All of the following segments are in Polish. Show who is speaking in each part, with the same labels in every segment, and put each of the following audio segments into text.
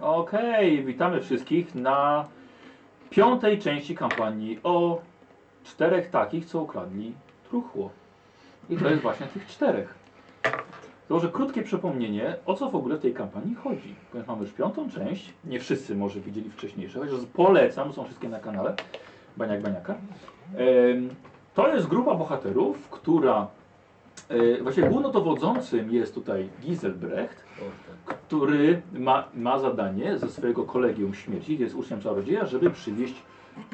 Speaker 1: Okej, witamy wszystkich na piątej części kampanii o czterech takich, co ukradli truchło. I to jest właśnie tych czterech. Założę krótkie przypomnienie, o co w ogóle w tej kampanii chodzi. Ponieważ mamy już piątą część, nie wszyscy może widzieli wcześniejsze, chociaż polecam, są wszystkie na kanale Baniak Baniaka. Em, To jest grupa bohaterów, która e, właściwie głównodowodzącym jest tutaj Giselbrecht, który ma, ma zadanie ze swojego kolegium śmierci, gdzie jest uczniem czarodzieja, żeby przywieźć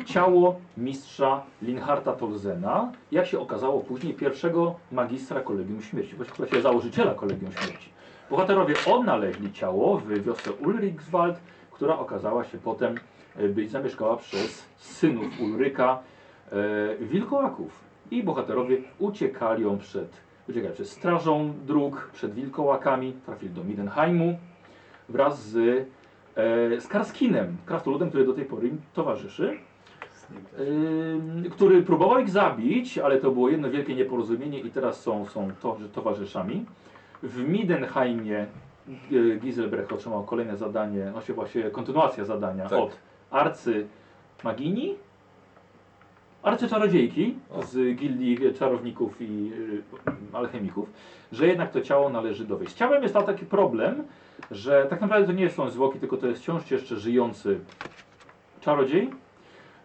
Speaker 1: ciało mistrza Linharta Tolzena, jak się okazało później pierwszego magistra kolegium śmierci, właściwie założyciela kolegium śmierci. Bohaterowie odnaleźli ciało w wiosce Ulrikswald, która okazała się potem e, być zamieszkała przez synów Ulryka e, wilkołaków. I bohaterowie uciekali ją przed, uciekali przed strażą dróg, przed wilkołakami, trafili do Midenheimu wraz z, e, z Karskinem, krasnoludem, który do tej pory im towarzyszy. Ym, który próbował ich zabić, ale to było jedno wielkie nieporozumienie i teraz są, są to, że towarzyszami. W Midenheimie y, Giselbrecht otrzymał kolejne zadanie, znaczy właśnie kontynuacja zadania
Speaker 2: Tak.
Speaker 1: od arcy magini, arcy czarodziejki
Speaker 2: O.
Speaker 1: z gildii czarowników i y, alchemików, że jednak to ciało należy dowieść. Z ciałem jest taki problem, że tak naprawdę to nie są zwłoki, tylko to jest wciąż jeszcze żyjący czarodziej,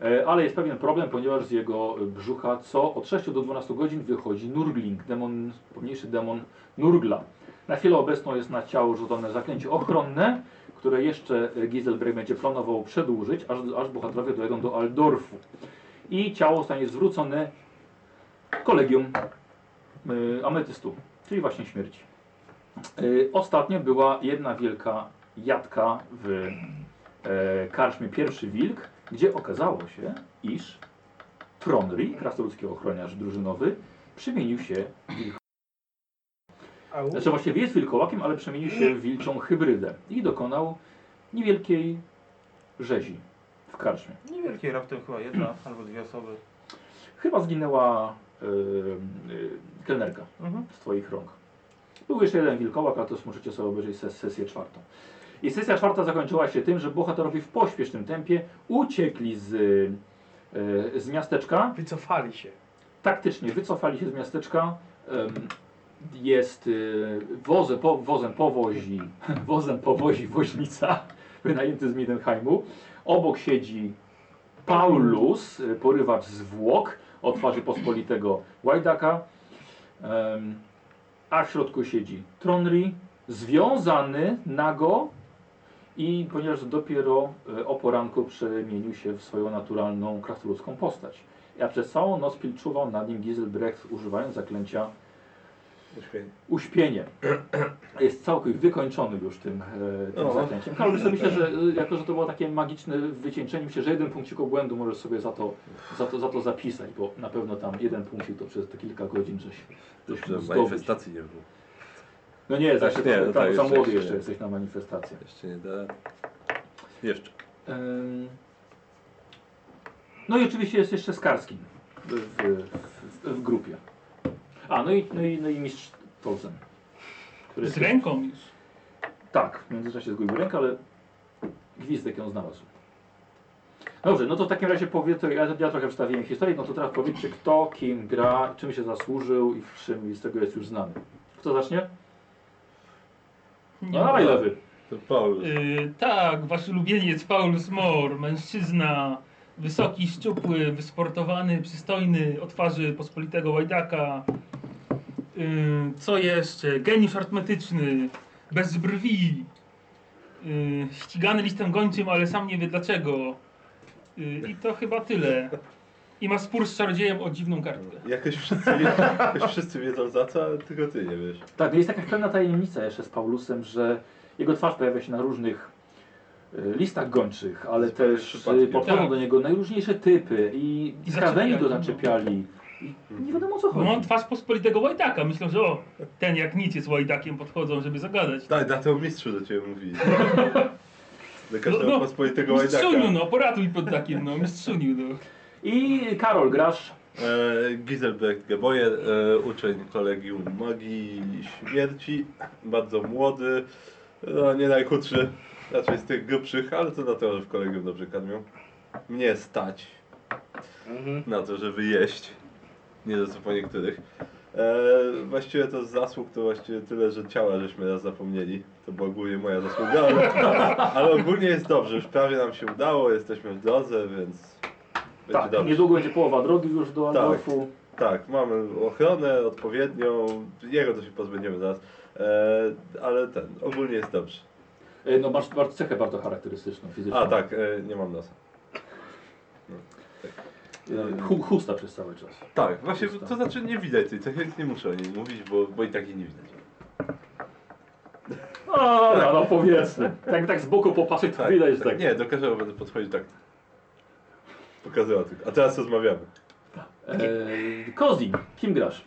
Speaker 1: E, Ale jest pewien problem, ponieważ z jego e, brzucha co od 6 do 12 godzin wychodzi nurgling, demon, pomniejszy demon nurgla. Na chwilę obecną jest na ciało rzucone zaklęcie ochronne, które jeszcze e, Giselbrecht będzie planował przedłużyć, aż, aż bohaterowie dojedą do Aldorfu. I ciało zostanie zwrócone kolegium e, ametystu, czyli właśnie śmierci. E, Ostatnio była jedna wielka jadka w e, karczmie Pierwszy Wilk, gdzie okazało się, iż Tronri, krasnoludzki ochroniarz drużynowy, przemienił się
Speaker 3: Au.
Speaker 1: znaczy właściwie jest wilkołakiem, ale przemienił się w wilczą hybrydę i dokonał niewielkiej rzezi w karczmie.
Speaker 3: Niewielkie raptem chyba jedna albo dwie osoby.
Speaker 1: Chyba zginęła y, y, kelnerka
Speaker 3: Mhm.
Speaker 1: z twoich rąk. Był jeszcze jeden wilkołak, ale to już możecie sobie obejrzeć ses- sesję czwartą. I sesja czwarta zakończyła się tym, że bohaterowie w pośpiesznym tempie uciekli z, y, z miasteczka,
Speaker 3: Wycofali się.
Speaker 1: taktycznie wycofali się z miasteczka. em, Jest y, woze, po, wozem powozi, wozem powozi woźnica wynajęty z Midenheimu. Obok siedzi Paulus, y, porywacz zwłok o twarzy pospolitego Łajdaka. Em, A w środku siedzi Tronri, związany nago i ponieważ dopiero y, o poranku przemienił się w swoją naturalną, krasnoludzką postać. Ja przez całą noc pilczuwał nad nim Giselbrecht, używając zaklęcia uśpienie. Jest całkowicie wykończony już tym, e, tym
Speaker 2: No.
Speaker 1: zaklęciem. Karol, sobie myślę, że y, jako, że to było takie magiczne wycieńczenie, myślę, że jeden punkcik obłędu możesz sobie za to, za to, za to zapisać, bo na pewno tam jeden punkcik to przez te kilka godzin żeś, żeś
Speaker 2: Jeszcze
Speaker 1: mógł zdobyć.
Speaker 2: manifestacji nie było.
Speaker 1: No nie, tak, tak,
Speaker 2: nie, no
Speaker 1: tak,
Speaker 2: tak,
Speaker 1: za
Speaker 2: jeszcze-
Speaker 1: młody
Speaker 2: jeszcze
Speaker 1: jeszcze,
Speaker 2: nie.
Speaker 1: jesteś na manifestację.
Speaker 2: Jeszcze nie da. Jeszcze.
Speaker 1: Ym. No i oczywiście jest jeszcze Skarskin w, w, w, w grupie. A, no i, no i, no i mistrz Tolzen. Który
Speaker 4: Z ręką już.
Speaker 1: Tak, w międzyczasie zgubił rękę, ale gwizdek ją znalazł. Dobrze, no to w takim razie powiedz, ja, ja trochę wstawiłem historię, no to teraz powiedzcie kto, kim gra, czym się zasłużył i w czym z tego jest już znany. Kto zacznie?
Speaker 4: Nie
Speaker 1: No dawaj lewy.
Speaker 2: To Paul.
Speaker 4: Y, tak, wasz ulubieniec Paulus Moore, mężczyzna wysoki, szczupły, wysportowany, przystojny, o twarzy pospolitego łajdaka. Y, co jeszcze? Geniusz artymetyczny, bez brwi, y, ścigany listem gończym, ale sam nie wie dlaczego. Y, I to chyba tyle. I ma spór z czarodziejem o dziwną kartkę.
Speaker 2: Jakoś wszyscy, wie, jakoś wszyscy wiedzą za co, ale tylko ty nie wiesz.
Speaker 1: Tak, jest taka pewna tajemnica jeszcze z Paulusem, że jego twarz pojawia się na różnych y, listach gończych, ale
Speaker 2: Z
Speaker 1: też y,
Speaker 2: przypadkiem.
Speaker 1: podchodzą
Speaker 4: Tak.
Speaker 1: do niego najróżniejsze typy i
Speaker 4: I
Speaker 1: skrawęgi go
Speaker 4: zaczepiali, No,
Speaker 1: zaczepiali. I
Speaker 2: Mhm.
Speaker 1: nie wiadomo o co
Speaker 4: Bo mam
Speaker 1: chodzi.
Speaker 4: twarz pospolitego łajdaka. Myślą, że o, ten jak nic jest łajdakiem, podchodzą, żeby zagadać.
Speaker 2: Daj, Tak, dlatego mistrzu do ciebie mówi. Do każdego
Speaker 4: No, no,
Speaker 2: pospolitego łajdaka.
Speaker 4: Mistrzuniu, no, poratuj pod takim, no, mistrzuniu, no.
Speaker 1: I Karol, grasz
Speaker 2: E, Giselbrecht Geboyer, e, uczeń kolegium magii i śmierci, bardzo młody, no, nie najkrótszy, Raczej z tych grubszych, ale to naturalnie w kolegium dobrze karmią. Mnie stać
Speaker 5: Mhm.
Speaker 2: na to, żeby jeść. Nie to co po niektórych. E, właściwie to z zasług to właściwie tyle, że ciała żeśmy raz zapomnieli. To była głównie moja zasługa, ale, ale ogólnie jest dobrze. Już prawie nam się udało, jesteśmy w drodze, więc będzie
Speaker 1: Tak,
Speaker 2: dobrze.
Speaker 1: niedługo będzie połowa drogi już do
Speaker 2: Tak.
Speaker 1: Andorfu.
Speaker 2: Tak, mamy ochronę odpowiednią. Jego to się pozbędziemy zaraz. E, ale ten, ogólnie jest dobrze.
Speaker 1: E, No masz, masz cechę bardzo charakterystyczną, fizyczną.
Speaker 2: A tak, e, nie mam nosa.
Speaker 1: E, Hu, chusta przez cały czas.
Speaker 2: Tak, właśnie, to znaczy nie widać tej cechy, więc nie muszę o niej mówić, bo, bo i tak jej nie widać.
Speaker 1: A, dobra, no powiedzmy. Tak, tak z boku popatrzeć to
Speaker 2: Tak,
Speaker 1: widać, że
Speaker 2: tak.
Speaker 1: tak.
Speaker 2: Nie, do każdego będę podchodził tak. Pokazywał tylko. A teraz rozmawiamy.
Speaker 1: E, Kozin, kim grasz?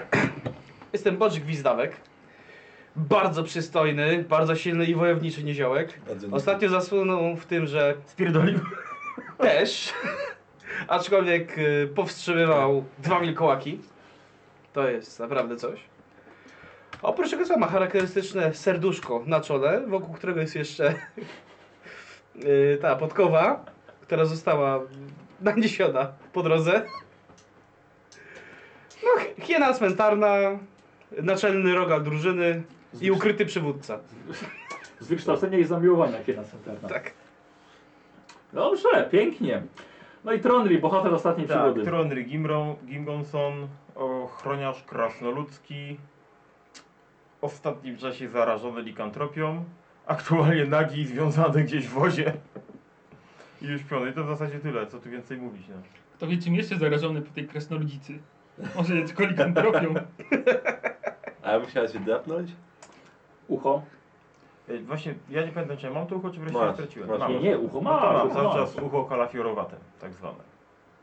Speaker 5: Jestem Bodzik Gwizdawek. Bardzo przystojny, bardzo silny i wojowniczy niziołek.
Speaker 2: Bardzo
Speaker 5: Ostatnio zasłynął w tym, że
Speaker 3: Spierdolił.
Speaker 5: też, aczkolwiek y, powstrzymywał dwa wilkołaki. To jest naprawdę coś. Oprócz tego sama charakterystyczne serduszko na czole, wokół którego jest jeszcze y, ta podkowa, która została naniesiona po drodze. No, hi- hiena cmentarna, naczelny rogal drużyny i ukryty przywódca.
Speaker 1: Z wykształcenia i zamiłowania Kiena Centerna.
Speaker 5: Tak.
Speaker 1: Dobrze, pięknie. No i Tronli, bohater ostatniej
Speaker 3: Tak,
Speaker 1: przygody.
Speaker 3: Tronry Gimron, Gimgonson, ochroniarz krasnoludzki, w ostatnim czasie zarażony likantropią, aktualnie nagi i związany gdzieś w wozie. I już piony. To w zasadzie tyle, co tu więcej mówić. No.
Speaker 4: Kto wie, czym jeszcze zarażony po tej kresnoludzicy. Może jest kolikantropią.
Speaker 2: A ja musiałem się drapnąć?
Speaker 1: Ucho.
Speaker 3: Ej, E, Właśnie, ja nie pamiętam, czy ja mam to ucho, czy wreszcie
Speaker 2: Masz,
Speaker 3: je straciłem.
Speaker 2: masz.
Speaker 3: Mam.
Speaker 1: Nie, nie, ucho
Speaker 3: No to
Speaker 1: ma.
Speaker 3: mam
Speaker 1: Ucho
Speaker 3: cały
Speaker 1: ma.
Speaker 3: czas ucho kalafiorowate, tak zwane.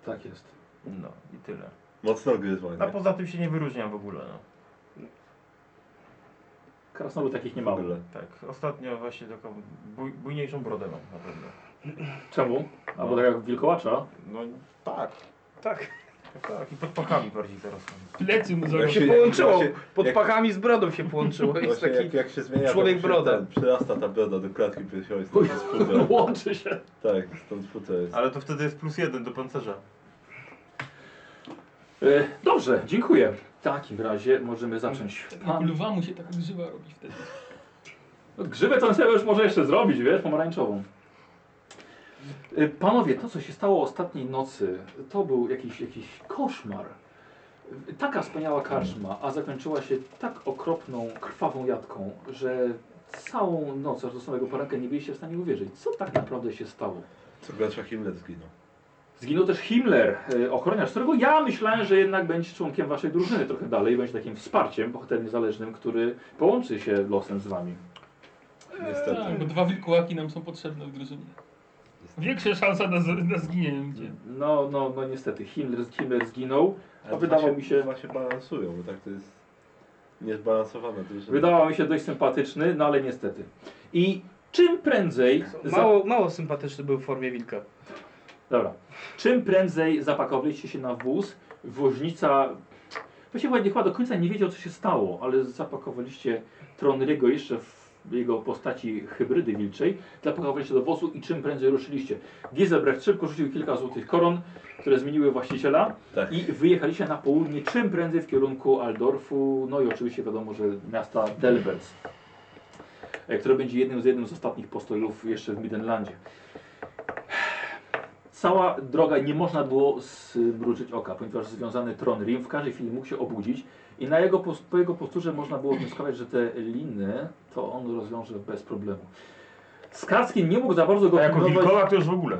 Speaker 1: Tak jest.
Speaker 3: No i tyle.
Speaker 2: Mocno gryzła,
Speaker 3: A
Speaker 2: nie?
Speaker 3: poza tym się nie wyróżniam w ogóle, no.
Speaker 1: Krasnolud takich nie
Speaker 2: W
Speaker 1: ma.
Speaker 2: ogóle.
Speaker 3: Tak, ostatnio właśnie taką bój, bujniejszą brodę mam na pewno.
Speaker 1: Czemu? Albo tak jak wilkołacza.
Speaker 3: No tak,
Speaker 5: Tak.
Speaker 3: tak. I pod pakami bardziej zarosłem.
Speaker 4: Plecy mu
Speaker 2: Jak
Speaker 5: Się
Speaker 4: zarosły.
Speaker 2: jak-
Speaker 5: połączyło.
Speaker 2: jak się-
Speaker 5: Pod
Speaker 2: jak-
Speaker 5: pachami z brodą się połączyło. Jest
Speaker 2: Właśnie
Speaker 5: taki...
Speaker 2: jak, jak się zmienia,
Speaker 5: człowiek
Speaker 2: to się
Speaker 5: broda.
Speaker 2: ten Przyrasta ta broda do klatki piersiowej,
Speaker 1: Uj,
Speaker 2: stąd jest futra.
Speaker 1: Łączy się.
Speaker 2: Tak, stąd futra jest.
Speaker 3: Ale to wtedy jest plus jeden do pancerza.
Speaker 1: E, Dobrze, dziękuję. W takim razie możemy zacząć. Pan...
Speaker 4: Lwa mu się taka grzywa robi wtedy.
Speaker 1: No, Grzybę to sobie już może jeszcze zrobić, wiesz, pomarańczową. E, Panowie, to co się stało ostatniej nocy, to był jakiś, jakiś koszmar. E, Taka wspaniała karczma, a zakończyła się tak okropną, krwawą jatką, że całą noc, aż do samego poranka nie byliście w stanie uwierzyć, co tak naprawdę się stało.
Speaker 2: Co gorsza Himmler zginął.
Speaker 1: Zginął też Himmler, e, ochroniarz, którego ja myślałem, że jednak będzie członkiem waszej drużyny trochę dalej i będzie takim wsparciem, bohaterem niezależnym, który połączy się losem z wami.
Speaker 4: Tak, bo
Speaker 2: Niestety.
Speaker 4: dwa wilkołaki nam są potrzebne w drużynie. Większa szansa na, z- na zginięcie.
Speaker 1: No, no, no niestety, Himmler, Himmler zginął.
Speaker 2: Ale znaczy-
Speaker 1: wydawało
Speaker 2: dwa się-
Speaker 1: mi się-
Speaker 2: Dwa się balansują, bo tak to jest niezbalansowane. To już
Speaker 1: Wydawał mi się dość sympatyczny, no ale niestety. I czym prędzej...
Speaker 5: Mało, mało sympatyczny był w formie wilka.
Speaker 1: Dobra. Czym prędzej zapakowaliście się na wóz, woźnica... Właściwie chyba- chyba do końca nie wiedział, co się stało, ale zapakowaliście Tronrygo jeszcze w jego postaci hybrydy wilczej, zapakowaliście do wozu i czym prędzej ruszyliście. Gizelbrecht szybko rzucił kilka złotych koron, które zmieniły właściciela
Speaker 2: Tak.
Speaker 1: i wyjechaliście na południe czym prędzej w kierunku Aldorfu, no i oczywiście wiadomo, że miasta Delvers, e, które będzie jednym z jednym z ostatnich postojów jeszcze w Midenlandzie cała droga nie można było zmrużyć oka, ponieważ związany tron Rim w każdej chwili mógł się obudzić i na jego, pos- po jego posturze można było wnioskować, że te liny to on rozwiąże bez problemu. Skarski nie mógł za bardzo go
Speaker 3: A
Speaker 5: No
Speaker 3: jako
Speaker 1: pilnować-
Speaker 3: wilkołak to już w ogóle.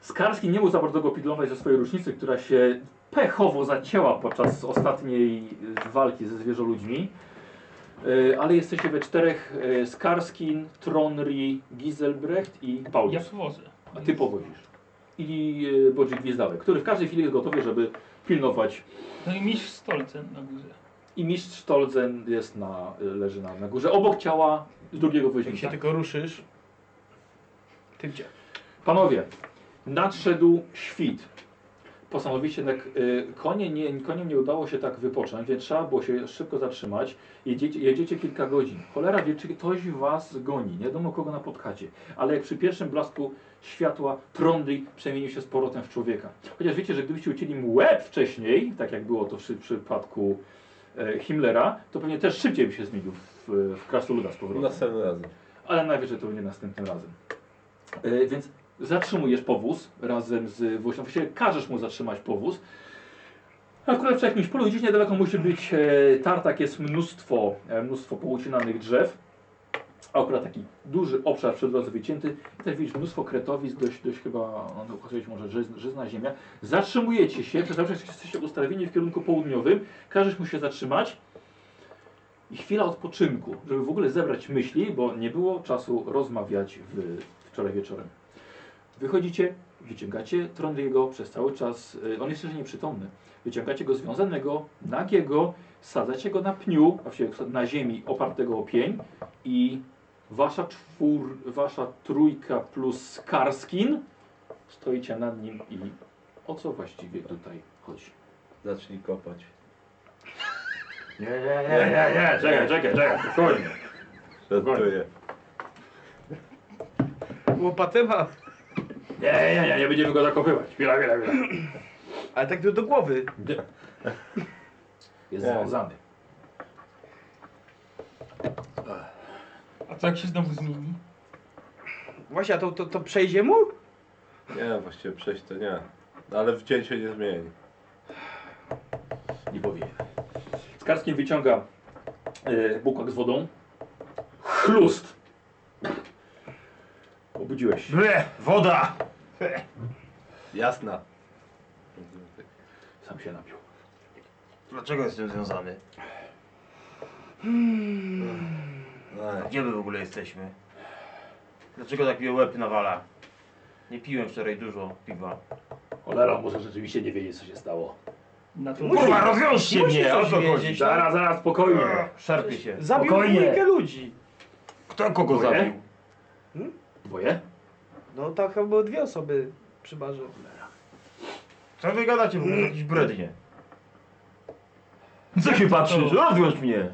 Speaker 1: Skarski nie mógł za bardzo go pilnować ze swojej rusznicy, która się pechowo zacięła podczas ostatniej y, walki ze zwierzoludźmi. Y, Ale jesteście we czterech y, Skarskin, Tronri, Giselbrecht i Paulus.
Speaker 4: Ja powożę.
Speaker 1: A ty powodzisz. I e, Bodzik Gwizdawek, który w każdej chwili jest gotowy, żeby pilnować.
Speaker 4: No i mistrz Stolcen na górze.
Speaker 1: I mistrz Stolzen jest na, y, leży na, na górze, obok ciała drugiego tak.
Speaker 5: Jak się
Speaker 4: Tak.
Speaker 1: woźnika.
Speaker 5: tylko ruszysz, ty gdzie?
Speaker 1: Panowie, nadszedł świt. Postanowiliście jednak, y, konie nie, koniem nie udało się tak wypocząć, więc trzeba było się szybko zatrzymać. Jedziecie, jedziecie kilka godzin. Cholera wie, czy ktoś was goni, nie wiadomo kogo napotkacie. Ale jak przy pierwszym blasku światła Trondri przemienił się z powrotem w człowieka. Chociaż wiecie, że gdybyście ucięli mu łeb wcześniej, tak jak było to przy, przy przypadku e, Himmlera, to pewnie też szybciej by się zmienił w, w krasnoluda z powrotem
Speaker 2: Następnym razem.
Speaker 1: ale najwyżej to będzie następnym razem. E, więc zatrzymujesz powóz razem z woźną, właściwie każesz mu zatrzymać powóz. Akurat przy jakimś polu gdzieś niedaleko musi być e, tartak, jest mnóstwo, e, mnóstwo poucinanych drzew. A akurat taki duży obszar przy drodze wycięty. I też widzisz mnóstwo kretowisk, dość, dość chyba, no to okazuje się może żyzna, żyzna ziemia. Zatrzymujecie się, przez zawsze jesteście ustawieni w kierunku południowym. Każesz mu się zatrzymać i chwila odpoczynku, żeby w ogóle zebrać myśli, bo nie było czasu rozmawiać w, wczoraj wieczorem. Wychodzicie, wyciągacie Trondiego przez cały czas, y, on jest jeszcze nieprzytomny, wyciągacie go związanego, nagiego, sadzacie go na pniu, a właściwie na ziemi opartego o pień i wasza, czwór, wasza trójka plus Karskin stoicie nad nim i o co właściwie tutaj chodzi?
Speaker 2: Zacznij kopać.
Speaker 3: Nie, nie, nie, nie, nie, czekaj, czekaj, czekaj, spokojnie.
Speaker 2: Żartuję.
Speaker 5: Łopatę ma.
Speaker 1: Nie, nie, nie, nie będziemy go zakopywać. Chwila, chwila, chwila.
Speaker 5: Ale tak do, do głowy.
Speaker 1: Jest
Speaker 2: Nie.
Speaker 1: związany.
Speaker 4: A co jak się znowu zmieni?
Speaker 5: Właśnie, a to, to, to przejdzie mu?
Speaker 2: Nie, właściwie przejść to nie. No, ale wcięcie nie zmieni.
Speaker 1: Nie powinien. Skarskin wyciąga e, bukłak z wodą. Chlust! Obudziłeś się.
Speaker 3: Ble, woda!
Speaker 2: Jasna.
Speaker 1: Sam się napił.
Speaker 3: Dlaczego jestem związany?
Speaker 2: Ej,
Speaker 3: Gdzie my w ogóle jesteśmy? Dlaczego tak mi łeb nawala? Nie piłem wczoraj dużo piwa.
Speaker 1: Cholera, może rzeczywiście nie wiedzieć, co się stało.
Speaker 4: Na to
Speaker 5: Musi-
Speaker 3: Kurwa, rozwiążcie
Speaker 5: musi
Speaker 3: mnie! O
Speaker 5: coś
Speaker 3: co chodzi?
Speaker 5: wiedzieć,
Speaker 1: Zaraz, zaraz, spokojnie.
Speaker 3: Eee, no. Szarpie się.
Speaker 5: Zabił
Speaker 1: Spokojnie.
Speaker 5: dwójkę ludzi.
Speaker 3: Kto kogo
Speaker 1: Dwoje?
Speaker 3: zabił?
Speaker 1: Dwoje?
Speaker 5: No tak chyba było dwie osoby przy barze.
Speaker 3: Co wy gadacie? Bo to jakiś brednie. No. Co się patrzysz? Rozwiąż mnie!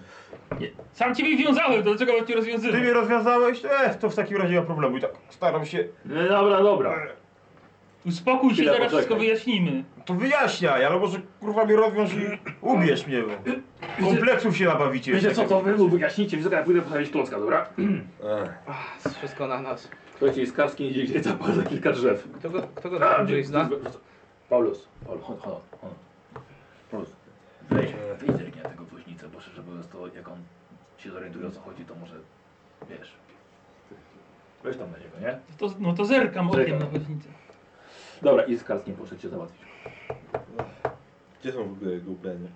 Speaker 4: Sam ciebie wiązałem, to dlaczego mam cię
Speaker 3: Ty
Speaker 4: rozwiązywać?
Speaker 3: mnie rozwiązałeś? Eh, to w takim razie nie ma problemu. I tak staram się...
Speaker 1: No dobra, dobra.
Speaker 4: Uspokój się,
Speaker 1: Chwila,
Speaker 4: zaraz wszystko
Speaker 1: poczekaj.
Speaker 4: wyjaśnimy.
Speaker 3: To wyjaśniaj, ale może kurwa mnie rozwiąż i ubierz mnie. Bo. Kompleksów się nabawicie.
Speaker 1: Wiecie co, to wy mu wyjaśnijcie, widzę, ja pójdę postawić klocka, dobra?
Speaker 2: ej.
Speaker 5: Ach, wszystko na nas.
Speaker 1: Słuchajcie, Skarskin idzie gdzieś tam za kilka drzew.
Speaker 5: Kto go, kto go
Speaker 2: Tak,
Speaker 5: tam gdzieś zna?
Speaker 1: Paulus, Paulus, chodź, chodź, chodź. Paulus, weź, weź zerknij na tego woźnicę, bo szczerze mówiąc to, jak on się zorientuje o co chodzi, to może, wiesz, weź tam na niego, nie?
Speaker 4: To, no to zerkam okiem
Speaker 1: Zerkam.
Speaker 4: na woźnicę.
Speaker 1: Dobra, i z Karskim poszedł się załatwić.
Speaker 2: Gdzie są w ogóle jego ubrania?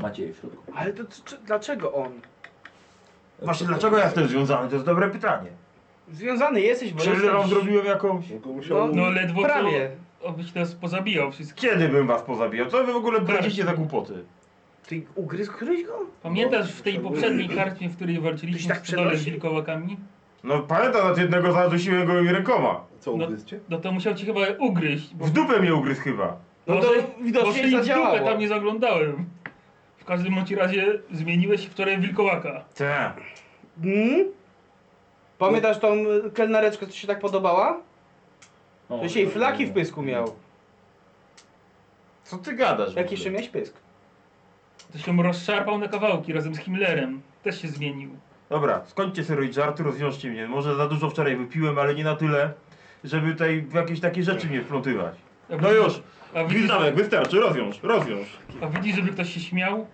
Speaker 1: Macie je w środku.
Speaker 5: Ale to c- c- dlaczego on?
Speaker 3: Właśnie dlaczego ja jestem związany? To jest dobre pytanie.
Speaker 5: Związany jesteś, bo
Speaker 3: Przecież wam
Speaker 5: No jesteś...
Speaker 3: zrobiłem jakąś...
Speaker 2: No, go musiał...
Speaker 5: No,
Speaker 4: No ledwo
Speaker 5: Prawie.
Speaker 4: co, obyś nas pozabijał wszystkich.
Speaker 3: Kiedy bym was pozabijał? Co wy w ogóle bradzicie za głupoty?
Speaker 5: Ty ugryzł któryś go?
Speaker 4: Pamiętasz w tej poprzedniej karcie, w której
Speaker 5: Tyś
Speaker 4: walczyliśmy
Speaker 5: tak
Speaker 4: w stodole z
Speaker 5: przenosi?
Speaker 4: wilkołakami?
Speaker 3: No pamiętam, nad jednego zadusiłem gołymi rękoma.
Speaker 2: Co,
Speaker 4: No-
Speaker 2: ugryzcie?
Speaker 4: No to musiał ci chyba ugryźć, bo
Speaker 3: W dupę mnie ugryzł chyba.
Speaker 5: No to
Speaker 4: Może-
Speaker 5: widocznie
Speaker 4: może i w dupę
Speaker 5: zadziałało.
Speaker 4: tam nie zaglądałem. W każdym bądź razie zmieniłeś wczoraj wilkołaka.
Speaker 3: Tak.
Speaker 5: Hmm? Pamiętasz tą y, kelnereczkę, co ci się tak podobała?
Speaker 1: No,
Speaker 3: No,
Speaker 5: To się jej flaki w pysku miał.
Speaker 3: Co ty gadasz? w
Speaker 5: Jaki
Speaker 3: ogóle?
Speaker 5: jeszcze miałeś pysk?
Speaker 4: To się rozszarpał na kawałki razem z Himmlerem. Też się zmienił.
Speaker 3: Dobra, skończcie sobie robić żarty, rozwiążcie mnie. Może za dużo wczoraj wypiłem, ale nie na tyle, żeby tutaj w jakieś takie rzeczy mnie wplątywać.
Speaker 4: A
Speaker 3: No
Speaker 4: widzisz-
Speaker 3: już,
Speaker 4: A widzisz,
Speaker 3: Gwizdawek, wystarczy, rozwiąż, rozwiąż.
Speaker 4: a widzisz, żeby ktoś się śmiał?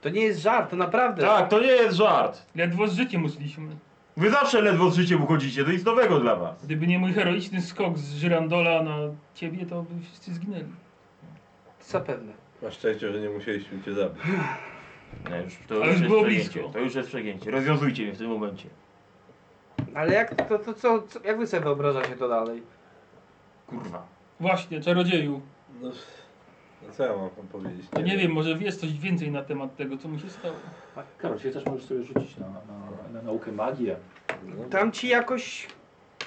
Speaker 5: To nie jest żart, to naprawdę.
Speaker 3: Tak, to nie jest żart.
Speaker 4: Ledwo z życiem uszliśmy.
Speaker 3: Wy zawsze ledwo z życiem uchodzicie, to nic nowego dla was.
Speaker 4: Gdyby nie mój heroiczny skok z Żyrandola na ciebie, to by wszyscy zginęli.
Speaker 5: Zapewne.
Speaker 2: Na szczęście, że nie musieliśmy cię zabić.
Speaker 3: Nie, już, to
Speaker 4: Ale już było blisko.
Speaker 3: To już jest przegięcie. Rozwiązujcie mnie w tym momencie.
Speaker 5: Ale jak to, to co, co, jak wy sobie wyobrażacie to dalej?
Speaker 3: Kurwa.
Speaker 4: Właśnie, czarodzieju.
Speaker 2: No, no co ja mam wam powiedzieć?
Speaker 4: No, Nie, wiem, może wiesz coś więcej na temat tego, co mu się stało.
Speaker 1: Karol, się też możesz sobie rzucić na, na, na naukę magii. jak-
Speaker 2: No,
Speaker 5: Tam ci jakoś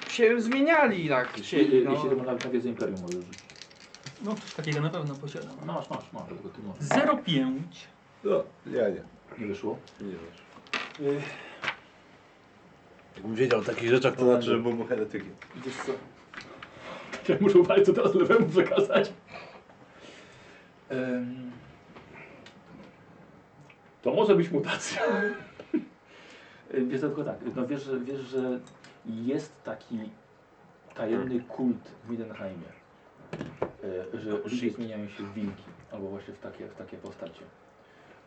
Speaker 5: się zmieniali na
Speaker 1: Jeśli,
Speaker 5: no.
Speaker 1: jeśli to na, na wiedzę Imperium możesz rzucić.
Speaker 4: No, coś takiego na pewno posiadam.
Speaker 1: No masz, masz, masz, tylko ty możesz.
Speaker 4: 05.
Speaker 2: No, ja nie.
Speaker 1: Nie wyszło.
Speaker 2: Nie wiesz.
Speaker 5: Y-
Speaker 6: Jakbym wiedział o takich rzeczach,
Speaker 2: To
Speaker 6: to
Speaker 2: znaczy, że
Speaker 6: znaczy...
Speaker 2: byłbym heretykiem.
Speaker 1: Widzisz co? Ja muszę bardzo teraz lewemu przekazać. To może być mutacja. Em, Wiesz tylko tak, no wiesz, że- wiesz, że jest taki tajemny kult w Midenheimie, e, że ludzie zmieniają się w wilki, albo właśnie w takie, w takie postacie.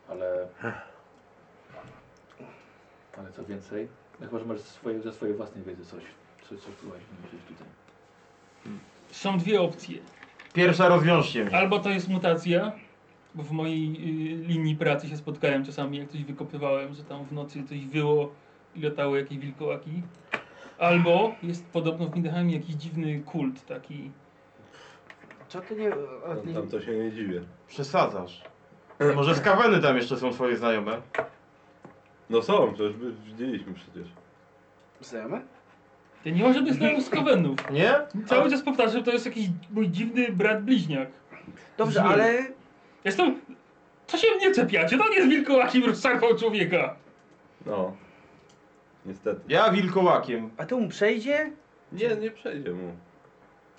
Speaker 1: Ale... Ale co więcej, no chyba, że masz swoje, ze swojej własnej wiedzy coś, coś, coś tu właśnie myślisz tutaj.
Speaker 4: Są dwie opcje.
Speaker 3: Pierwsza rozwiążcie mnie.
Speaker 4: Albo to jest mutacja, bo w mojej y, linii pracy się spotkałem czasami, jak coś wykopywałem, że tam w nocy coś wyło i latały jakieś wilkołaki. Albo jest podobno w Mindheimie jakiś dziwny kult taki.
Speaker 5: Co ty nie... a
Speaker 2: Tam,
Speaker 5: nie-
Speaker 2: tam to się nie dziwię.
Speaker 3: Przesadzasz.
Speaker 4: E,
Speaker 3: Może skaweny tam jeszcze są twoje znajome?
Speaker 2: No są, przecież my widzieliśmy przecież.
Speaker 5: Znajome?
Speaker 4: Ja nie może być znajomym z Kowenów.
Speaker 3: Nie?
Speaker 4: No, Cały czas powtarzam, to jest jakiś mój dziwny brat bliźniak.
Speaker 5: Dobrze,
Speaker 4: Źle.
Speaker 5: ale...
Speaker 4: Jestem... Co się mnie czepiacie? To nie jest wilkołaki rozsarpał człowieka.
Speaker 2: No. Niestety.
Speaker 3: Ja wilkołakiem.
Speaker 5: A to mu przejdzie?
Speaker 2: Nie, nie przejdzie mu.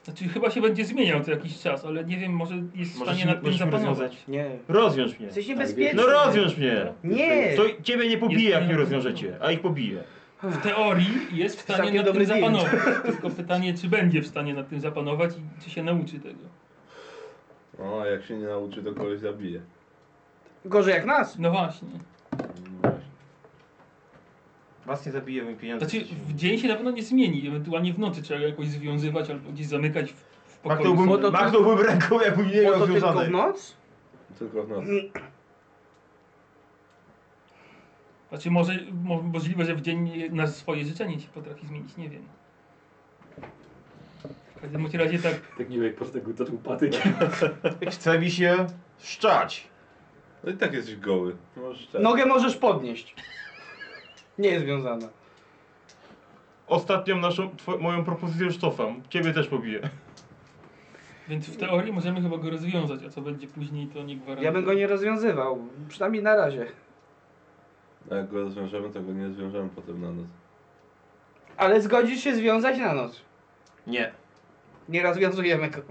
Speaker 4: Znaczy chyba się będzie zmieniał co jakiś czas, ale nie wiem, może jest w
Speaker 3: Możesz
Speaker 4: stanie nad tym
Speaker 3: możesz mnie
Speaker 4: zapanować.
Speaker 3: rozwiązać.
Speaker 5: Nie.
Speaker 3: Rozwiąż mnie.
Speaker 5: Jesteś
Speaker 3: No
Speaker 5: niebezpieczny.
Speaker 3: rozwiąż mnie.
Speaker 5: Nie!
Speaker 3: To ciebie nie pobiję,
Speaker 4: Jest-
Speaker 3: jak mnie rozwiążecie, a ich pobiję.
Speaker 4: W teorii jest w stanie
Speaker 5: Całkiem
Speaker 4: nad
Speaker 5: dobry
Speaker 4: tym
Speaker 5: deal.
Speaker 4: zapanować. Tylko pytanie, czy będzie w stanie nad tym zapanować i czy się nauczy tego.
Speaker 2: O, jak się nie nauczy, to kogoś zabije.
Speaker 5: Gorzej jak nas.
Speaker 4: No właśnie.
Speaker 2: Mm, Właśnie.
Speaker 3: Was nie zabiję, moje pieniądze.
Speaker 4: Znaczy w dzień się na pewno nie zmieni, ewentualnie w nocy trzeba go jakoś związywać albo gdzieś zamykać w,
Speaker 3: Tak
Speaker 4: w pokoju.
Speaker 5: Bo to-
Speaker 3: Machnąłbym, machnąłbym ręką, jakbym nie
Speaker 5: Po
Speaker 3: miał
Speaker 5: to tylko w
Speaker 3: związanej.
Speaker 5: noc?
Speaker 2: Tylko w nocy.
Speaker 4: Znaczy może mo, możliwe, że w dzień na swoje życzenie się potrafi zmienić, nie wiem. W każdym bądź razie tak
Speaker 1: Tak nie wiem, jak po prostu tak zaczął patykiem.
Speaker 4: no-
Speaker 3: Chce mi się szczać.
Speaker 2: No i tak jesteś goły. Możesz tak.
Speaker 5: Nogę możesz podnieść. Nie jest związana.
Speaker 3: Ostatnią naszą, two, moją propozycję już cofam. Ciebie też pobiję.
Speaker 4: Więc w teorii możemy chyba go rozwiązać, a co będzie później to nie gwarantuję.
Speaker 5: Ja bym go nie rozwiązywał. Przynajmniej na razie.
Speaker 2: A jak go rozwiążemy, to go nie zwiążemy potem na noc.
Speaker 5: Ale zgodzisz się związać na noc.
Speaker 3: Nie.
Speaker 5: Nie rozwiązujemy go.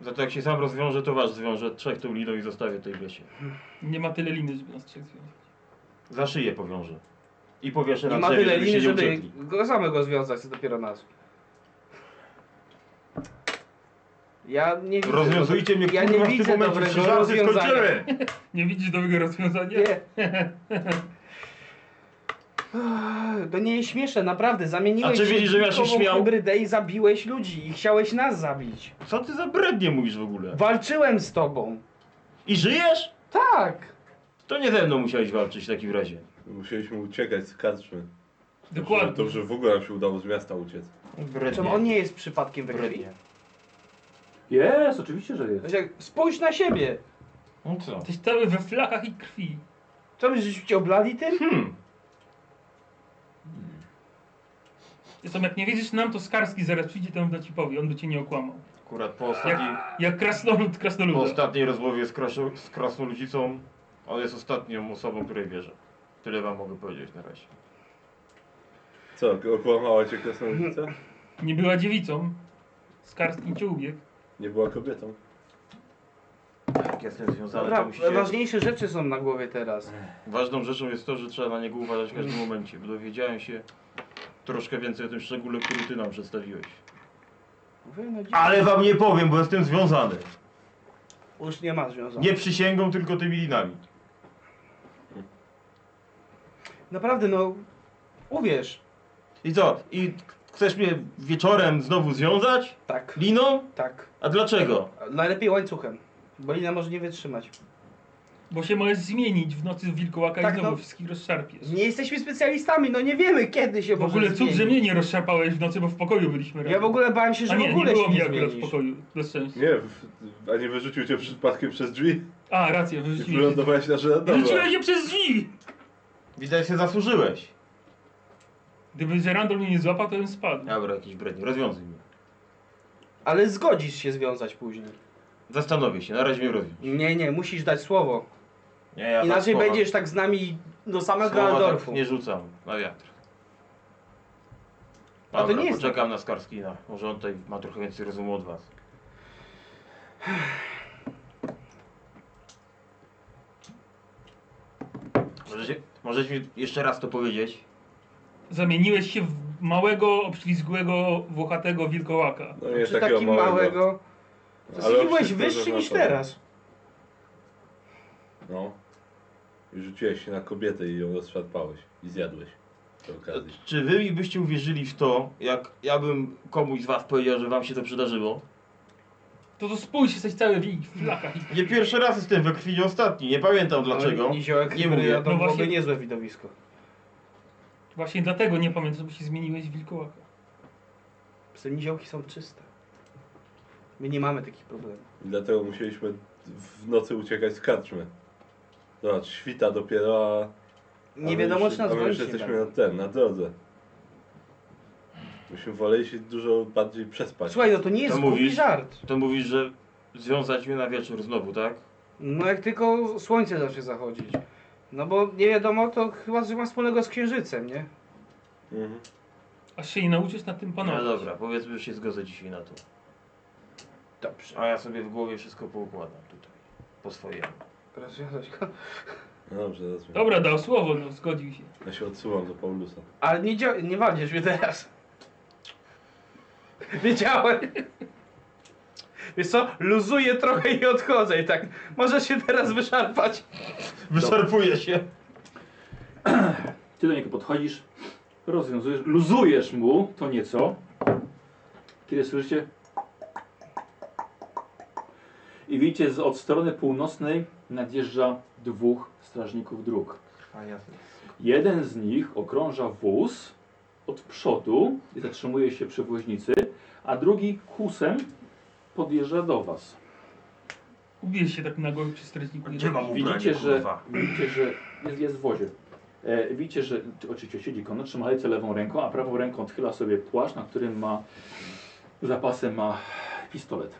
Speaker 3: Za to jak się sam rozwiąże, to was zwiąże trzech tą liną i zostawię tutaj w lesie.
Speaker 4: Nie ma tyle liny, żeby nas trzech związać.
Speaker 3: Za szyję powiąże. I powieszę
Speaker 5: Nie
Speaker 3: na
Speaker 5: ma
Speaker 3: drzewie,
Speaker 5: tyle
Speaker 3: żeby
Speaker 5: liny,
Speaker 3: się nie
Speaker 5: żeby
Speaker 3: uciekli.
Speaker 5: go samego związać, co dopiero nas. Ja nie widzę.
Speaker 3: Rozwiązujcie mnie,
Speaker 5: ja
Speaker 3: kurwa,
Speaker 5: nie
Speaker 3: w tym
Speaker 5: widzę
Speaker 3: momencie
Speaker 5: dobrego
Speaker 3: krzyżacy
Speaker 5: rozwiązania.
Speaker 3: skończymy!
Speaker 4: Nie widzisz dobrego rozwiązania?
Speaker 5: Nie. To nie jest śmieszne, naprawdę. Zamieniłeś
Speaker 3: A czy wiedzisz, że ja się
Speaker 5: dzikową
Speaker 3: śmiał?
Speaker 5: hybrydę i zabiłeś ludzi i chciałeś nas zabić.
Speaker 3: Co ty za brednie mówisz w ogóle?
Speaker 5: Walczyłem z tobą.
Speaker 3: I żyjesz?
Speaker 5: Tak.
Speaker 3: To nie ze mną musiałeś walczyć w takim razie.
Speaker 2: Musieliśmy uciekać z karczmy.
Speaker 4: Dokładnie.
Speaker 2: Dobrze, w ogóle nam się udało z miasta uciec.
Speaker 5: Czemu on nie jest przypadkiem we krwi?
Speaker 3: brednie.
Speaker 1: Jest, oczywiście, że jest.
Speaker 5: Znaczy, jak- Spójrz na siebie.
Speaker 3: No co?
Speaker 4: Jesteś cały we flakach i krwi.
Speaker 5: Co byś cię oblali tym?
Speaker 3: Hmm.
Speaker 4: Zresztą jak nie wiedzisz nam, to Skarski zaraz przyjdzie tam da ci powie, on by cię nie okłamał.
Speaker 3: Akurat po ostatniej,
Speaker 4: Jak, jak krasnolud
Speaker 3: po
Speaker 4: krasnoluda.
Speaker 3: ostatniej rozmowie z, kraszo, z krasnoludzicą, on jest ostatnią osobą, której wierzę. Tyle wam mogę powiedzieć na razie.
Speaker 2: Co, okłamała cię krasnoludzica?
Speaker 4: Nie była dziewicą. Skarski cię ubiegł.
Speaker 2: Nie była kobietą.
Speaker 3: Jak jestem związany,
Speaker 5: Dobra,
Speaker 3: to musicie...
Speaker 5: ważniejsze rzeczy są na głowie teraz.
Speaker 3: Ważną rzeczą jest to, że trzeba na niego uważać w każdym momencie, bo dowiedziałem się troszkę więcej o tym szczególe, który ty nam przedstawiłeś.
Speaker 5: Mówię, no,
Speaker 3: Ale wam nie powiem, bo jestem związany.
Speaker 5: Już nie ma związku.
Speaker 3: Nie przysięgą, tylko tymi linami.
Speaker 5: Naprawdę, no. Uwierz.
Speaker 3: I co? I chcesz mnie wieczorem znowu związać?
Speaker 5: Tak,
Speaker 3: Liną?
Speaker 5: tak.
Speaker 3: A dlaczego?
Speaker 5: Najlepiej łańcuchem. Bo lina może nie wytrzymać.
Speaker 4: Bo się możesz zmienić w nocy w wilkołaka
Speaker 5: Tak,
Speaker 4: i znowu
Speaker 5: no.
Speaker 4: wszystkich rozszarpiesz.
Speaker 5: Nie jesteśmy specjalistami, no nie wiemy kiedy się
Speaker 4: W ogóle cud,
Speaker 5: zmieni.
Speaker 4: że mnie nie rozszarpałeś w nocy, bo w pokoju byliśmy razem.
Speaker 5: Ja w ogóle bałem się,
Speaker 4: A
Speaker 5: że
Speaker 4: nie,
Speaker 5: w
Speaker 4: nie
Speaker 5: ogóle
Speaker 4: było
Speaker 5: się
Speaker 4: mnie
Speaker 5: nie
Speaker 4: akurat w
Speaker 5: zmienisz.
Speaker 4: pokoju. Bez sensu.
Speaker 2: Nie, w, a nie wyrzucił cię przypadkiem przez drzwi
Speaker 4: A, rację,
Speaker 2: i
Speaker 4: wyrzuciłeś się.
Speaker 2: wylądowałeś na żelandowa.
Speaker 4: Wyrzuciłeś się przez drzwi!
Speaker 3: Widać, się zasłużyłeś.
Speaker 4: Gdyby Zerandol mnie nie złapał, to bym spadł.
Speaker 3: Dobra, jakiś bredni, rozwiązuj mnie.
Speaker 5: Ale zgodzisz się związać później.
Speaker 3: Zastanowię się, na razie nie rozumiem.
Speaker 5: Nie, nie, musisz dać słowo.
Speaker 3: Nie, ja tak
Speaker 5: Inaczej
Speaker 3: słowa-
Speaker 5: będziesz tak z nami do samego
Speaker 3: słowa
Speaker 5: Aldorfu.
Speaker 3: tak nie rzucam na wiatr.
Speaker 5: A to
Speaker 3: Dobra,
Speaker 5: nie jest-
Speaker 3: Poczekam na Skarskina. Może on tutaj ma trochę więcej rozumu od was. Możecie, możecie mi jeszcze raz to powiedzieć?
Speaker 4: Zamieniłeś się w małego, obślizgłego, włochatego wilkołaka.
Speaker 2: No nie jest
Speaker 5: Czy
Speaker 2: takiego
Speaker 5: takim
Speaker 2: małego.
Speaker 5: małego...
Speaker 2: ale
Speaker 5: Ale byłeś
Speaker 2: wszystko
Speaker 5: wyższy niż
Speaker 2: zaznaczone.
Speaker 5: teraz.
Speaker 2: No. I rzuciłeś się na kobietę i ją rozszarpałeś. I zjadłeś. Przy okazji.
Speaker 3: Czy wy mi byście uwierzyli w to, jak ja bym komuś z was powiedział, że wam się to przydarzyło?
Speaker 4: To to spójrz, jesteś cały w w flakach. i-
Speaker 3: Nie pierwszy raz jestem we krwi, nie ostatni. Nie pamiętam dlaczego.
Speaker 5: Ale Niziołek
Speaker 3: Nie
Speaker 5: nie
Speaker 3: mówię.
Speaker 5: mówię.
Speaker 4: No
Speaker 5: No byłoby
Speaker 4: właśnie-
Speaker 5: niezłe widowisko.
Speaker 4: Właśnie dlatego nie pamiętam, żeby się zmieniłeś w wilkołaka.
Speaker 5: Psy niziołki są czyste. My nie mamy takich problemów.
Speaker 2: I dlatego musieliśmy w nocy uciekać z karczmy. Zobacz, świta dopiero, a... a my
Speaker 5: Nie wiadomo,
Speaker 2: już,
Speaker 5: czy nas
Speaker 2: a my już
Speaker 5: gonić nie
Speaker 2: jesteśmy
Speaker 5: będą.
Speaker 2: na ten, na drodze. Myśmy woleli się dużo bardziej przespać.
Speaker 5: Słuchaj, no to nie jest
Speaker 3: To
Speaker 5: głupi
Speaker 3: mówisz?
Speaker 5: żart.
Speaker 3: To mówisz, że związać mnie na wieczór znowu, tak?
Speaker 5: No jak tylko słońce zacznie zachodzić. No bo nie wiadomo, to chyba że ma wspólnego z księżycem, nie?
Speaker 2: Mhm.
Speaker 4: Aż się nie nauczysz nad tym
Speaker 3: No
Speaker 4: panować.
Speaker 3: dobra, powiedzmy, że się zgodzę dzisiaj na to.
Speaker 5: Dobrze.
Speaker 3: A ja sobie w głowie wszystko poukładam tutaj. Po swojemu.
Speaker 5: Rozwiązać go.
Speaker 2: No dobrze, rozumiem.
Speaker 4: Dobra, dał słowo, no zgodził się.
Speaker 2: Ja się odsuwam do Paulusa.
Speaker 5: Ale nie, dzia- nie walniesz mnie teraz. Wiedziałem. Wiesz co, luzuję trochę i odchodzę i tak. Możesz się teraz wyszarpać.
Speaker 3: Wyszarpuję się.
Speaker 1: Ty do niego podchodzisz, rozwiązujesz, luzujesz mu to nieco. Kiedy słyszycie... I widzicie, z od strony północnej nadjeżdża dwóch strażników dróg.
Speaker 3: A jasne.
Speaker 1: Jeden z nich okrąża wóz od przodu i zatrzymuje się przy woźnicy, a drugi husem podjeżdża do was.
Speaker 4: Ubierz się tak na głowie przy strażniku.
Speaker 3: Gdzie mam ubranie,
Speaker 1: Widzicie, że,
Speaker 3: kurwa?
Speaker 1: widzicie, że jest, jest w wozie. E, widzicie, że t- oczywiście siedzi konno, trzyma lejce lewą ręką, a prawą ręką odchyla sobie płaszcz, na którym ma zapasem ma pistolet.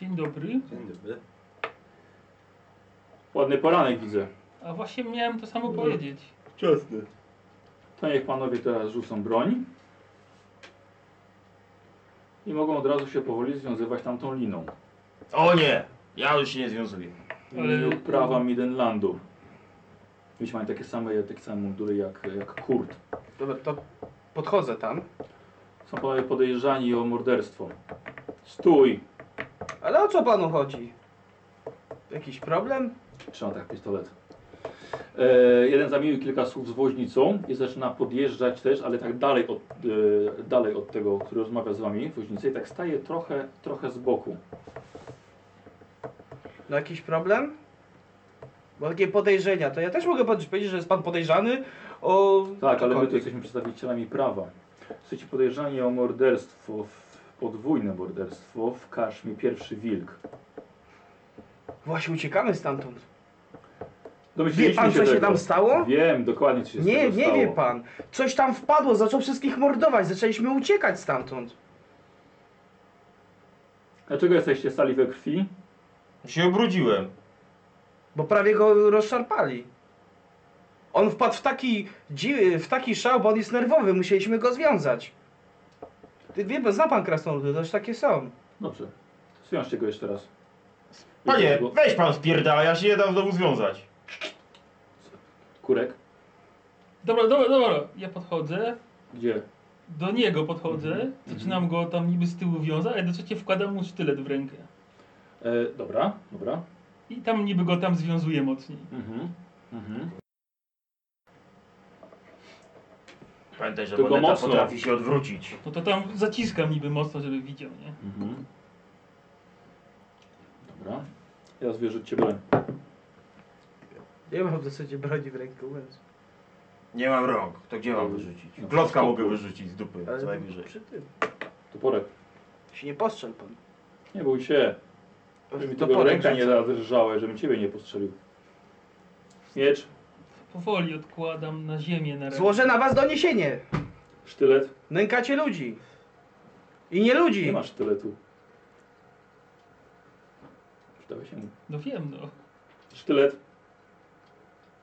Speaker 4: Dzień dobry.
Speaker 2: Dzień dobry.
Speaker 1: Ładny poranek widzę.
Speaker 4: A właśnie miałem to samo
Speaker 3: No.
Speaker 4: powiedzieć.
Speaker 2: Wczesny.
Speaker 1: To niech panowie teraz rzucą broń. I mogą od razu się powoli związywać tamtą liną.
Speaker 3: O nie! Ja już się nie związuję.
Speaker 1: Ale...
Speaker 4: Ale-
Speaker 1: Prawa Midenlandu. Wiecie, mają takie same, takie same mundury jak, jak Kurt.
Speaker 5: Dobra, to podchodzę tam.
Speaker 1: Są panowie podejrzani o morderstwo. Stój!
Speaker 5: Ale o co panu chodzi? Jakiś problem?
Speaker 1: Trzyma tak pistolet. E, jeden zamienił kilka słów z woźnicą i zaczyna podjeżdżać też, ale tak dalej od, e, dalej od tego, który rozmawia z wami, woźnicy, i tak staje trochę, trochę z boku.
Speaker 5: No jakiś problem? Bo takie podejrzenia, to ja też mogę panu powiedzieć, że jest pan podejrzany o...
Speaker 1: Tak, ale my tu
Speaker 5: cokolwiek.
Speaker 1: jesteśmy przedstawicielami prawa. Jesteście podejrzani o morderstwo, w, podwójne morderstwo w Kaszmie, pierwszy wilk.
Speaker 5: Właśnie uciekamy stamtąd. Wie
Speaker 1: Domyśliliśmy
Speaker 5: pan, co się
Speaker 1: tego.
Speaker 5: tam stało?
Speaker 1: Wiem, dokładnie co się z
Speaker 5: Nie,
Speaker 1: tego
Speaker 5: nie
Speaker 1: stało.
Speaker 5: wie pan. Coś tam wpadło, zaczął wszystkich mordować, zaczęliśmy uciekać stamtąd.
Speaker 1: Dlaczego jesteście stali we krwi?
Speaker 3: Się obrudziłem.
Speaker 5: Bo prawie go rozszarpali. On wpadł w taki, dzi- w taki szał, bo on jest nerwowy, musieliśmy go związać. Ty wie, pan- zna pan krasnoludy, też takie są.
Speaker 1: Dobrze. Zwiążcie go jeszcze raz.
Speaker 3: Panie,
Speaker 1: Jego-
Speaker 3: weź pan spierdala, ja się nie dam znowu związać.
Speaker 1: Kurek?
Speaker 4: Dobra, dobra, dobra. Ja podchodzę,
Speaker 1: Gdzie?
Speaker 4: do niego podchodzę,
Speaker 3: Mhm.
Speaker 4: zaczynam go tam niby z tyłu wiązać, a jednocześnie wkładam mu sztylet w rękę.
Speaker 1: E, dobra, dobra.
Speaker 4: I tam niby go tam związuję mocniej.
Speaker 1: Mhm. Mhm.
Speaker 3: Pamiętaj, że
Speaker 1: Tylko
Speaker 3: moneta
Speaker 1: mocno.
Speaker 3: potrafi się odwrócić.
Speaker 4: No to tam zaciskam niby mocno, żeby widział, nie?
Speaker 1: mhm. Dobra. Teraz wyrzućcie broń.
Speaker 5: Nie mam w zasadzie broni w ręku, więc...
Speaker 3: Nie mam rąk, to gdzie mam wyrzucić?
Speaker 1: No,
Speaker 3: Klocka
Speaker 1: to-
Speaker 3: mogę wyrzucić z dupy, co najwyżej.
Speaker 5: przy tym.
Speaker 1: Toporek.
Speaker 5: Się nie postrzel pan.
Speaker 1: Nie bój się. Żeby No mi tego ręka nie zadrżała, żebym ciebie nie postrzelił. Miecz,
Speaker 4: Powoli odkładam na ziemię na rękę.
Speaker 5: Złożę na was doniesienie.
Speaker 1: sztylet.
Speaker 5: Nękacie ludzi. I nie
Speaker 1: Nie
Speaker 5: ludzi.
Speaker 1: masz sztyletu. Przydałeś mu.
Speaker 4: No wiem, no.
Speaker 1: Sztylet.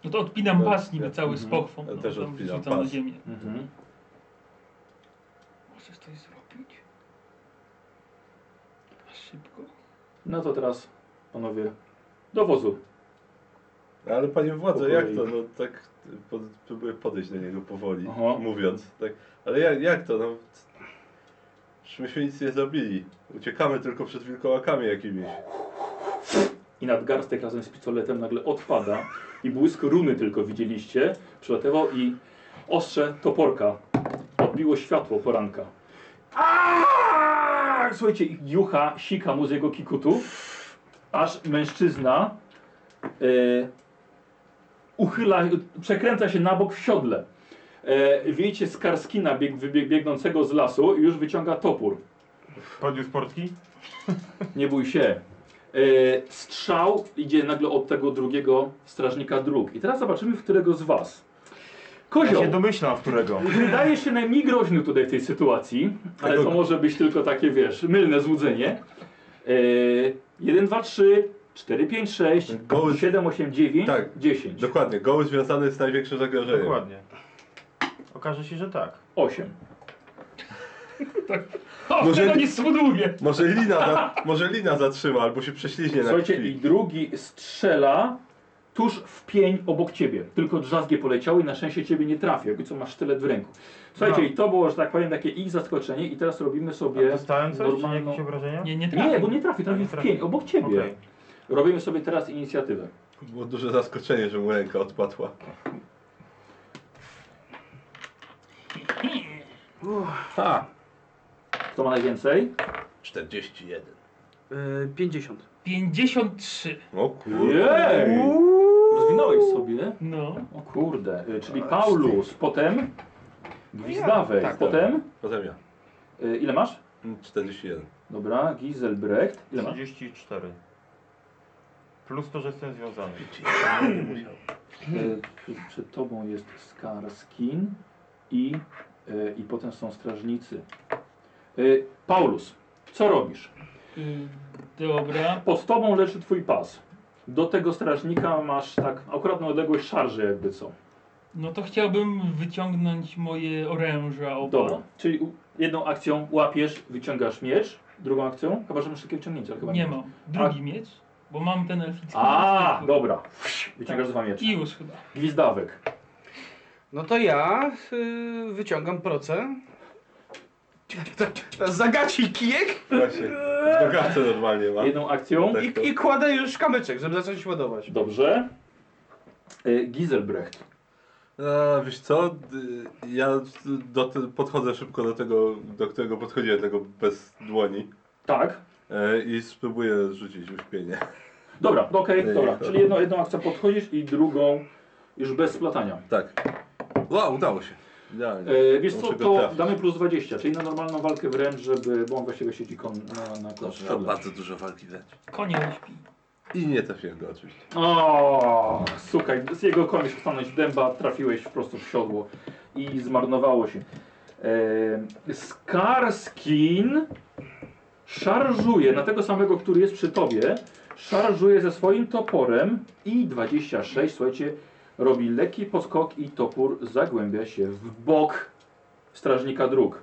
Speaker 4: No to odpinam
Speaker 2: No,
Speaker 4: pas niby
Speaker 2: ja-
Speaker 4: cały z
Speaker 1: mhm.
Speaker 4: pochwą.
Speaker 2: Ja
Speaker 4: no,
Speaker 2: też
Speaker 4: tam
Speaker 2: odpinam
Speaker 4: rzucam na
Speaker 2: pas.
Speaker 4: ziemię.
Speaker 1: Mhm.
Speaker 4: Możesz coś zrobić? Na szybko.
Speaker 1: No to teraz, panowie, do wozu.
Speaker 2: Ale panie
Speaker 1: Po
Speaker 2: władzo,
Speaker 1: kolei.
Speaker 2: jak to? No tak pod, próbuję podejść do niego powoli,
Speaker 1: Aha.
Speaker 2: mówiąc. Tak. Ale jak, jak to? No, Przecież myśmy nic nie zrobili. Uciekamy tylko przed wilkołakami jakimiś.
Speaker 1: I nadgarstek razem z pistoletem nagle odpada i błysk runy tylko widzieliście. Przylatywał i ostrze toporka odbiło światło poranka. Aaaa! Słuchajcie, i jucha sika mu z jego kikutu, aż mężczyzna e, uchyla, przekręca się na bok w siodle. E, widzicie Skarskina bieg, wybieg, biegnącego z lasu i już wyciąga topór.
Speaker 3: Podniósł portki?
Speaker 1: Nie bój się. E, strzał idzie nagle od tego drugiego strażnika dróg. I teraz zobaczymy, w którego z was.
Speaker 3: Ja
Speaker 1: Kozioł,
Speaker 3: się domyślam, w którego.
Speaker 1: wydaje się najmniej groźny tutaj w tej sytuacji,
Speaker 3: Tak
Speaker 1: ale to może być tylko takie, wiesz, mylne złudzenie. E, 1, 2, 3, 4, 5, 6,
Speaker 2: Goły-
Speaker 1: 7, 8, 9,
Speaker 2: Tak.
Speaker 1: 10,
Speaker 2: Dokładnie, goły związany jest największym zagrożeniem.
Speaker 3: Dokładnie. Okaże się, że tak.
Speaker 1: 8. No,
Speaker 4: O,
Speaker 2: Może-
Speaker 4: tego nie spudłuję!
Speaker 2: Może lina, za, może lina zatrzyma, albo się prześliźnie na
Speaker 1: Słuchajcie, i
Speaker 2: krwi.
Speaker 1: drugi strzela tuż w pień obok ciebie. Tylko drzazgie poleciały i na szczęście ciebie nie trafił, jakby co masz sztylet w ręku. Słuchajcie,
Speaker 3: No.
Speaker 1: i to było, że tak powiem, takie ich zaskoczenie i teraz robimy sobie...
Speaker 3: A dostałem coś? Czy
Speaker 1: normalną-
Speaker 3: jakieś obrażenia?
Speaker 4: Nie, nie trafię.
Speaker 1: Nie, bo nie trafi,
Speaker 3: Nie
Speaker 1: trafi w
Speaker 3: trafił.
Speaker 1: pień obok ciebie.
Speaker 3: Okej.
Speaker 1: Robimy sobie teraz inicjatywę.
Speaker 2: Było duże zaskoczenie, że mu ręka odpadła.
Speaker 1: Ha! Kto ma najwięcej?
Speaker 2: 41.
Speaker 5: Yy, 50.
Speaker 4: 53.
Speaker 2: O kurde.
Speaker 1: Jej! Rozwinąłeś sobie.
Speaker 4: No.
Speaker 1: O kurde. Y, Czyli Paulus, potem Gwizdawek,
Speaker 5: tak.
Speaker 1: potem...
Speaker 2: Potem ja.
Speaker 1: y, Ile masz?
Speaker 2: Mm, 41.
Speaker 1: Dobra, Giselbrecht. Ile masz?
Speaker 3: 34. Plus to, że jestem związany.
Speaker 4: Hmm.
Speaker 1: E, tu Przed tobą jest Skarskin i, e, i potem są strażnicy. E, Paulus, co robisz?
Speaker 4: Y, dobra.
Speaker 1: Pod tobą leży twój pas. Do tego strażnika masz tak akurat na odległość szarży jakby co.
Speaker 4: No to chciałbym wyciągnąć moje oręża oba.
Speaker 1: Dobra, czyli u- jedną akcją łapiesz, wyciągasz miecz, drugą akcją, chyba że masz szybkie wciągnięcie, ale chyba
Speaker 4: Nie mam. Drugi miecz, bo mam ten elficki.
Speaker 1: A,
Speaker 4: miecz.
Speaker 1: dobra. Wyciągasz dwa miecze.
Speaker 4: Tak. I już chyba.
Speaker 1: Gwizdawek.
Speaker 5: No to ja yy, wyciągam procę. Zagaci kijek
Speaker 2: Właśnie. W nogawce normalnie ma.
Speaker 1: Jedną akcją.
Speaker 2: Tak.
Speaker 5: i, i kładę już kamyczek, żeby zacząć ładować.
Speaker 1: Dobrze. E, Giselbrecht.
Speaker 2: A, wiesz co, d- ja do te, podchodzę szybko do tego, do którego podchodziłem, tego bez dłoni
Speaker 1: Tak.
Speaker 2: e, i spróbuję rzucić uśpienie.
Speaker 1: Dobra, no okej,
Speaker 2: Nie,
Speaker 1: dobra.
Speaker 2: nie, to-
Speaker 1: Czyli jedną, jedną akcją podchodzisz i drugą już bez splatania.
Speaker 2: Tak. Wow, udało się. Idealnie.
Speaker 1: E, wiesz co,
Speaker 2: Muszę go
Speaker 1: to
Speaker 2: trafić.
Speaker 1: damy plus 20, czyli na normalną walkę wręcz, żeby, bo on właściwie siedzi kon, na, na
Speaker 6: Dobrze,
Speaker 1: kosztach.
Speaker 6: bardzo dużo walki dać.
Speaker 4: Konie on śpi.
Speaker 2: I nie trafiłem go oczywiście.
Speaker 1: O, słuchaj, z jego konieś stanąć dęba, trafiłeś prosto w siodło i zmarnowało się. E, Skarskin szarżuje na tego samego, który jest przy tobie, szarżuje ze swoim toporem i 26, słuchajcie, robi lekki podskok i topór zagłębia się w bok strażnika dróg.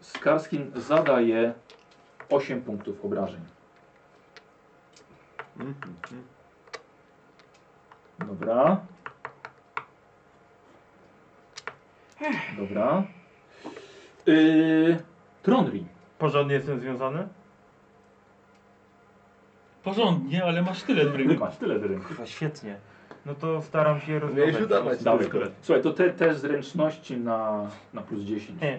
Speaker 1: Skarskin zadaje 8 punktów obrażeń.
Speaker 2: Mhm. mhm.
Speaker 1: Dobra. Dobra. Yy, Tronri.
Speaker 3: Porządnie jestem związany?
Speaker 4: Porządnie, ale masz tyle w ręku.
Speaker 1: Masz tyle drym.
Speaker 3: Chyba świetnie. No to staram się
Speaker 2: Miałeś
Speaker 3: rozwiązać.
Speaker 2: udawać
Speaker 1: Dawaj.
Speaker 2: tylko.
Speaker 1: Słuchaj, to te, te zręczności na, na plus 10.
Speaker 3: Nie.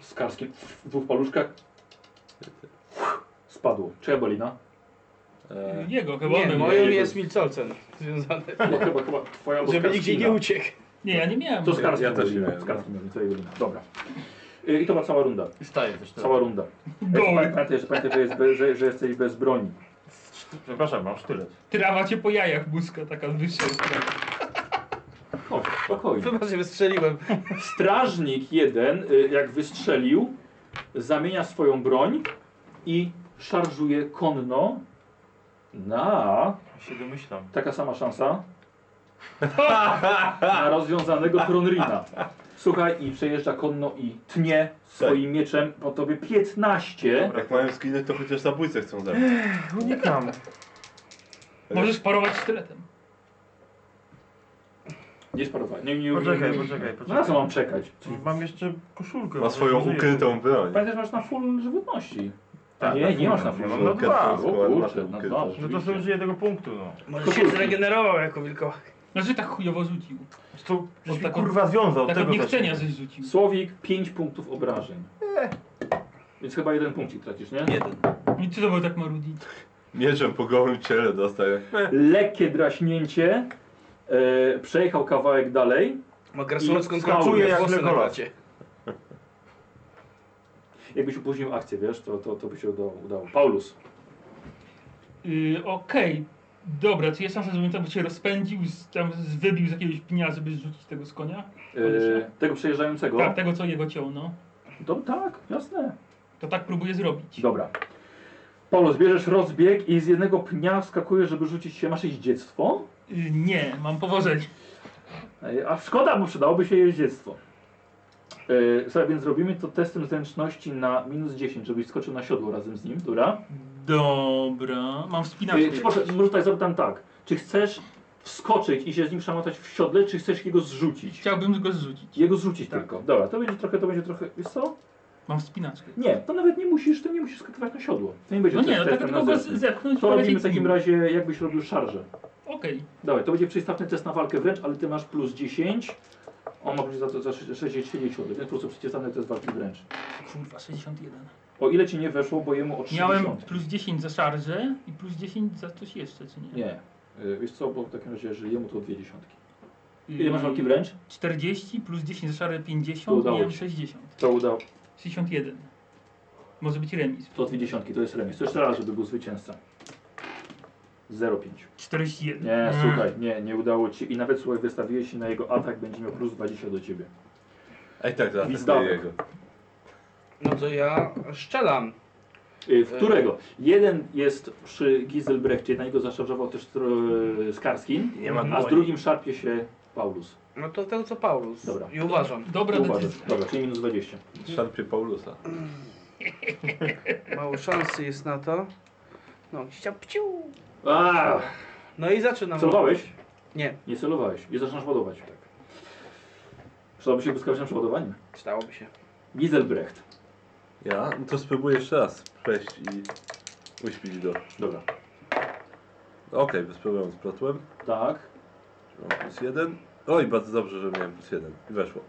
Speaker 1: Z karskiem w dwóch paluszkach. Spadło. Czyja bolina?
Speaker 4: Y,
Speaker 2: E,
Speaker 4: Jego chyba.
Speaker 5: Nie,
Speaker 4: one
Speaker 5: moją
Speaker 4: miały.
Speaker 5: jest milcolcem związane.
Speaker 1: No, chyba, chyba twoja albo
Speaker 5: Żeby nigdzie nie
Speaker 1: Skarskina.
Speaker 5: uciekł.
Speaker 4: Nie, ja nie miałem.
Speaker 1: To z karskim
Speaker 2: Ja też nie
Speaker 1: bolina.
Speaker 2: miałem.
Speaker 1: Z karskim bolina, to jej bolina. Dobra. Yy, I to była cała runda.
Speaker 3: Staję też
Speaker 1: Cała runda.
Speaker 4: Goły.
Speaker 1: Pamiętaj, że, pamiętaj, że, jest be, że, że jesteś bez broni.
Speaker 3: Przepraszam, mam sztylet.
Speaker 1: Tak.
Speaker 4: Trawa cię po jajach błyska, taka wyższa.
Speaker 1: Chodź. Spokojnie.
Speaker 5: Wybacz, że wystrzeliłem.
Speaker 1: Strażnik jeden, y, jak wystrzelił, zamienia swoją broń i szarżuje konno na
Speaker 3: Ja się domyślam.
Speaker 1: taka sama szansa na rozwiązanego Tronrina. Słuchaj, i przejeżdża konno i tnie
Speaker 3: Tak.
Speaker 1: swoim mieczem po tobie 15.
Speaker 2: Jak mają skinę, to chociaż zabójcę chcą zabić.
Speaker 3: Unikam.
Speaker 4: Możesz parować sztyletem.
Speaker 1: Nie sparowaj. Nie, nie, nie,
Speaker 3: Poczekaj,
Speaker 1: nie.
Speaker 3: poczekaj,
Speaker 1: No na co
Speaker 3: poczekaj.
Speaker 1: mam czekać?
Speaker 3: Mam jeszcze koszulkę. No
Speaker 2: Ma swoją
Speaker 3: Żyję.
Speaker 2: ukrytą broń.
Speaker 1: Pamiętasz, masz na full żywotności.
Speaker 3: Tak,
Speaker 1: nie,
Speaker 3: na
Speaker 1: nie
Speaker 3: full,
Speaker 1: masz na
Speaker 3: na
Speaker 1: full
Speaker 3: full.
Speaker 1: żywotności.
Speaker 3: No dwa.
Speaker 1: O kurczę, na dwa,
Speaker 3: No to
Speaker 1: rzeczywiście.
Speaker 3: sobie użyję tego punktu, no.
Speaker 5: Może się zregenerował jako wilkołak.
Speaker 4: Znaczy tak chujowo rzucił.
Speaker 3: To żeś mi
Speaker 4: taką-
Speaker 3: kurwa związał,
Speaker 4: Tak od
Speaker 3: tego
Speaker 4: niechcenia
Speaker 3: zacznę.
Speaker 4: żeś rzucił.
Speaker 1: Słowik, 5 punktów obrażeń. Więc chyba jeden punkcik tracisz, nie?
Speaker 5: Jeden.
Speaker 4: I co to było tak marudzić?
Speaker 2: Mieczem po gołym ciele dostaję.
Speaker 1: Lekkie draśnięcie. E, przejechał kawałek dalej.
Speaker 5: Ma krasnoludzką
Speaker 1: I
Speaker 5: koczulę,
Speaker 1: całuje
Speaker 3: jak
Speaker 5: włosy na
Speaker 3: Legolas.
Speaker 5: klacie.
Speaker 1: Jakbyś upóźnił akcję, wiesz, to, to, to by się udało. udało. Paulus.
Speaker 4: Yy, Okej, dobra, czy jest szansa, żebym tam się rozpędził, z, tam z- wybił z jakiegoś pnia, żeby rzucić tego z konia?
Speaker 1: E, tego przejeżdżającego.
Speaker 4: Tak, tego co jego ciągną.
Speaker 1: To, tak, jasne.
Speaker 4: To tak próbuję zrobić.
Speaker 1: Dobra. Paulus, bierzesz rozbieg i z jednego pnia wskakujesz, żeby rzucić się. Masz jeździectwo?
Speaker 4: Yy, nie, mam powożenie.
Speaker 1: E, A szkoda, bo przydałoby się jeździectwo. E, Słuchaj, więc zrobimy to testem zręczności na minus 10, żebyś skoczył na siodło razem z nim, dobra?
Speaker 4: Dobra, mam wspinaczkę.
Speaker 1: E, czy może, może tutaj zapytam tak, czy chcesz wskoczyć i się z nim szamotać w siodle, czy chcesz jego zrzucić?
Speaker 4: Chciałbym go zrzucić.
Speaker 1: Jego zrzucić
Speaker 4: Tak.
Speaker 1: tylko. Dobra, to będzie trochę, to będzie trochę, wiesz co?
Speaker 4: Mam wspinaczkę.
Speaker 1: Nie, to nawet nie musisz, ty nie musisz skakiwać na siodło. To nie będzie
Speaker 4: No nie, no
Speaker 1: test-
Speaker 4: tak
Speaker 1: testem
Speaker 4: tylko
Speaker 1: na
Speaker 4: go z-
Speaker 1: zręczność.
Speaker 4: zepchnąć.
Speaker 1: To robimy
Speaker 4: polecieć
Speaker 1: w
Speaker 4: nim.
Speaker 1: takim razie, jakbyś robił szarżę.
Speaker 4: Okej.
Speaker 1: Dobra, to będzie przystawny test na walkę wręcz, ale ty masz plus 10. On ma plus za to za 60, więc po prostu przeciwstawny test walki wręcz.
Speaker 4: Kurwa, 61.
Speaker 1: O ile ci nie weszło, bo jemu o 30.
Speaker 4: Miałem plus 10 za szarże i plus 10 za coś jeszcze, czy nie?
Speaker 1: Nie. Y, Wiesz co, bo w takim razie, że jemu to dwie dziesiątki.
Speaker 4: Yy,
Speaker 1: Ile masz walki wręcz?
Speaker 4: 40 plus 10 za szarze
Speaker 1: To
Speaker 4: 50,
Speaker 1: udało
Speaker 4: miałem
Speaker 1: ci się.
Speaker 4: 60.
Speaker 1: To udało.
Speaker 4: 61. Może być remis.
Speaker 1: To dwie dziesiątki, to jest remis. To jeszcze raz, żeby był zwycięzca. 0,5.
Speaker 4: 41.
Speaker 1: Nie, słuchaj, nie, nie udało ci. I nawet słuchaj, wystawiłeś się na jego atak, będzie miał plus 20 do ciebie.
Speaker 2: Ej tak, tak.
Speaker 1: Wizdawek.
Speaker 2: jego.
Speaker 5: No to ja szczelam.
Speaker 1: Y, W którego? Jeden jest przy Giselbrechcie, na niego zaszarżował też tro- y, Skarskin,
Speaker 3: Nie ma
Speaker 1: a z
Speaker 3: dłoni.
Speaker 1: drugim szarpie się Paulus.
Speaker 5: No to tego co Paulus.
Speaker 1: Dobra.
Speaker 5: I uważam.
Speaker 4: Dobra
Speaker 1: Uważasz.
Speaker 4: decyzja.
Speaker 1: Dobra, czyli minus 20.
Speaker 2: Szarpie Paulusa.
Speaker 5: Mało szansy jest na to. No, ciapciu.
Speaker 1: A,
Speaker 5: No i zaczynam.
Speaker 1: celowałeś?
Speaker 5: Nie,
Speaker 1: Nie celowałeś. I zaczynasz ładować. Tak. Przydałoby się błyskawiczne przeładowanie.
Speaker 5: stałoby się.
Speaker 1: Giselbrecht.
Speaker 2: Ja? No to spróbuję jeszcze raz przejść i uśpić go.
Speaker 1: Dobra.
Speaker 2: Okej, bez problemu splotłem.
Speaker 1: Tak.
Speaker 2: Mam plus jeden. Oj, bardzo dobrze, że miałem plus jeden. I weszło.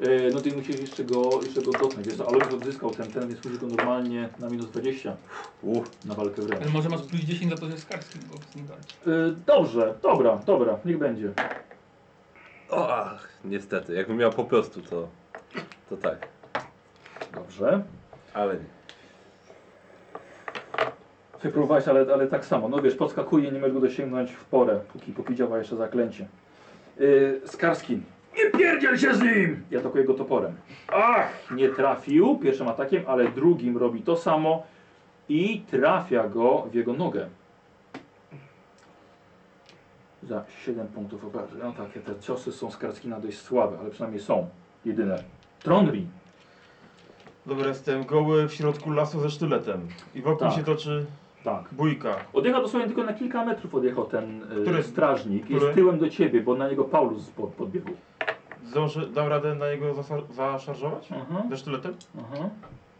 Speaker 1: E, no ty musisz jeszcze go, jeszcze go dotknąć. Wiesz, co, ale już odzyskał ten, ten, więc musisz go normalnie na minus 20
Speaker 2: Uff.
Speaker 1: na walkę wręcz.
Speaker 4: Ale może masz plus 10 za to, że Skarski bo z nim walczy.
Speaker 1: E, dobrze, dobra, dobra, niech będzie.
Speaker 2: O, ach, niestety. Jakbym miał po prostu, to, to tak.
Speaker 1: Dobrze.
Speaker 2: Ale nie.
Speaker 1: Wypróbowałeś, ale, ale tak samo. No wiesz, podskakuje, nie możesz go dosięgnąć w porę, póki, póki działa jeszcze zaklęcie. Yy, Skarski. Nie pierdziel się z nim! Ja atakuję go toporem. Ach! Nie trafił pierwszym atakiem, ale drugim robi to samo i trafia go w jego nogę. Za 7 punktów obrażeń. No takie te ciosy są Skarskina dość słabe, ale przynajmniej są. Jedyne. Tronri.
Speaker 3: Dobra, jestem goły w środku lasu ze sztyletem. I wokół
Speaker 1: Tak.
Speaker 3: się toczy
Speaker 1: Tak.
Speaker 3: bójka.
Speaker 1: Odjechał dosłownie tylko na kilka metrów odjechał ten y,
Speaker 3: Który?
Speaker 1: strażnik.
Speaker 3: Który?
Speaker 1: Jest tyłem do ciebie, bo na niego Paulus pod, podbiegł.
Speaker 3: Zdążę, dam radę na niego zasa- zaszarżować?
Speaker 1: Mhm,
Speaker 3: Ze sztyletem?
Speaker 1: mhm.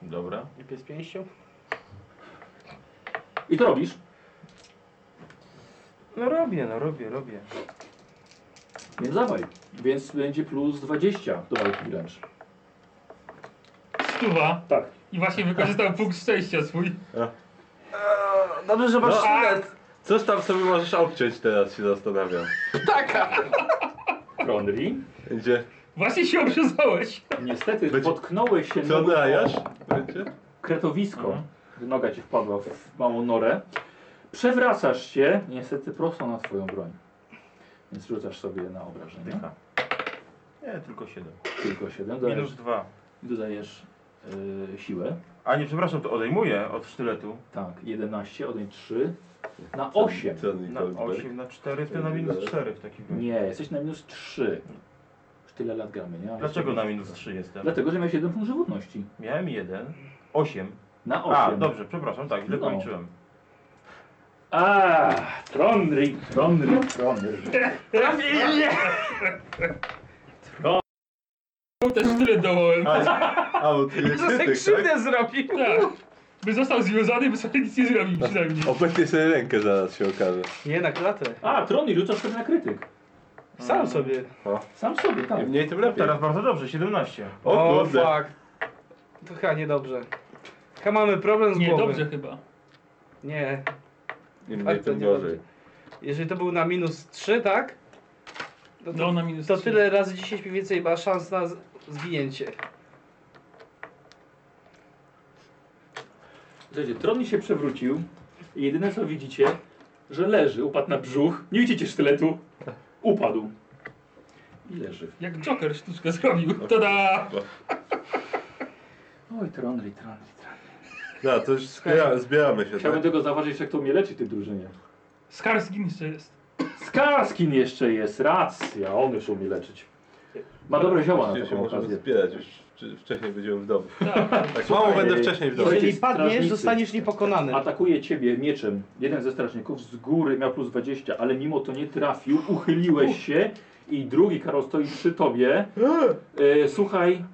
Speaker 3: Dobra.
Speaker 5: I pies pięścią?
Speaker 1: I to robisz?
Speaker 3: No robię, no robię, robię.
Speaker 1: Więc dawaj. Więc będzie plus 20 do walki wręcz.
Speaker 4: Stuwa
Speaker 1: Tak.
Speaker 4: i właśnie wykorzystał punkt szczęścia swój.
Speaker 5: Dobrze, że
Speaker 2: masz
Speaker 5: sztylet.
Speaker 2: Coś tam sobie możesz obciąć teraz, się zastanawiam.
Speaker 5: Ptaka.
Speaker 1: Tronri.
Speaker 2: Będzie
Speaker 4: Właśnie się obrzezałeś.
Speaker 1: Niestety
Speaker 2: Będzie-
Speaker 1: potknąłeś się
Speaker 2: co
Speaker 1: nogą o
Speaker 2: najasz? Będzie?
Speaker 1: kretowisko.
Speaker 3: Mhm.
Speaker 1: Noga ci wpadła w małą norę.
Speaker 3: Tak.
Speaker 1: Przewracasz się, niestety prosto na twoją broń. Więc rzucasz sobie na obrażenie.
Speaker 3: Dycha. Nie, tylko 7.
Speaker 1: Tylko 7. Dodajesz,
Speaker 3: Minus 2.
Speaker 1: dodajesz yy, siłę.
Speaker 3: A nie, przepraszam, to odejmuję od sztyletu.
Speaker 1: Tak, 11, odejmij 3. Na 8.
Speaker 2: Ten
Speaker 3: Na 8, na 4, ty na minus 4 w takim razie.
Speaker 1: Nie, jesteś na minus 3. Już tyle lat gramy, nie? A
Speaker 3: Dlaczego
Speaker 1: jeszcze-
Speaker 3: na minus 3 jestem?
Speaker 1: Dlatego, że miałeś jeden punkt żywotności.
Speaker 3: Miałem 1, 8.
Speaker 1: Na 8.
Speaker 3: A, dobrze, przepraszam, tak, źle
Speaker 1: No.
Speaker 3: kończyłem.
Speaker 1: A, Trondry, Trondry, Trondry.
Speaker 4: Też tyle dołem.
Speaker 2: A, bo ty nie
Speaker 5: Że
Speaker 2: krytyk, tak?
Speaker 5: krzywdę zrobił.
Speaker 4: Tak. By został związany, by sobie nic nie zrobił przynajmniej.
Speaker 2: Obetnie sobie rękę zaraz się okaże.
Speaker 5: Nie na klatę.
Speaker 1: A, Trondry rzucasz wtedy na krytyk.
Speaker 5: Sam sobie.
Speaker 1: Sam sobie, tak.
Speaker 2: Im mniej, tym lepiej.
Speaker 3: Teraz bardzo dobrze, 17.
Speaker 2: O
Speaker 5: O,
Speaker 2: kurde.
Speaker 5: fuck. To chyba niedobrze. Chyba mamy problem z
Speaker 4: Nie,
Speaker 5: głową.
Speaker 4: dobrze chyba.
Speaker 5: Nie.
Speaker 2: Im mniej,
Speaker 5: Bardzo
Speaker 2: tym gorzej.
Speaker 5: Jeżeli to był na minus 3, tak? No to,
Speaker 4: No na minus
Speaker 5: to
Speaker 4: trzy.
Speaker 5: tyle razy 10 mniej więcej ma szans na z- zginięcie.
Speaker 1: Słuchajcie, Trondry się przewrócił i jedyne co widzicie, że leży, upadł na brzuch. Nie widzicie sztyletu. Upadł. I leży.
Speaker 4: Jak Joker sztuczkę zrobił. Tada!
Speaker 1: Oj, Trondry, Trondry, Trondry.
Speaker 2: No, to już zbiera, zbieramy się,
Speaker 1: Chciałbym
Speaker 2: tak?
Speaker 1: tego zauważyć, jak to mnie leczy w tej drużynie.
Speaker 4: Skarskin jeszcze jest.
Speaker 1: Skarskin jeszcze jest, racja, on już umie leczyć. Ma dobre zioła na
Speaker 2: Właściwie się
Speaker 1: taką
Speaker 2: możemy
Speaker 1: okazję.
Speaker 2: zbierać, już czy- wcześniej będziemy w domu.
Speaker 4: Tak.
Speaker 2: Tak mało będę wcześniej w domu.
Speaker 1: Słuchaj,
Speaker 5: Jeżeli padniesz,
Speaker 1: strażnicy.
Speaker 5: zostaniesz niepokonany.
Speaker 1: Atakuje ciebie mieczem. Jeden ze strażników z góry miał plus 20, ale mimo to nie trafił, uchyliłeś się i drugi Karol stoi przy tobie. E, słuchaj,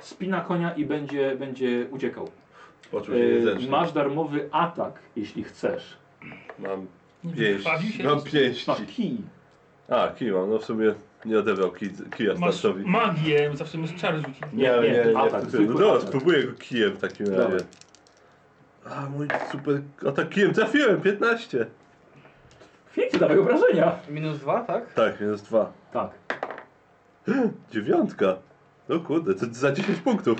Speaker 1: spina konia i będzie, będzie uciekał.
Speaker 2: Poczuł się niezręcznie.
Speaker 1: E, masz darmowy atak, jeśli chcesz.
Speaker 2: Mam
Speaker 4: Nie wykrwawił
Speaker 2: pięści.
Speaker 4: się.
Speaker 2: Mam
Speaker 1: Masz
Speaker 2: pięści.
Speaker 1: kij.
Speaker 2: A, kij mam, no w sumie nie odebrał kij, kija
Speaker 4: Masz
Speaker 2: starcowi.
Speaker 4: magię, zawsze możesz czar rzucić.
Speaker 1: Nie, nie, atak,
Speaker 2: wtedy. No
Speaker 1: zwykły
Speaker 2: dobra,
Speaker 1: atak.
Speaker 2: spróbuję go kijem w takim
Speaker 1: Dawaj.
Speaker 2: razie. A, mój super... A tak kijem trafiłem, 15.
Speaker 1: Pięknie, dawaj obrażenia.
Speaker 5: Minus 2, tak?
Speaker 2: Tak, minus dwa.
Speaker 1: Tak.
Speaker 2: Dziewiątka. No kurde, to za 10 punktów.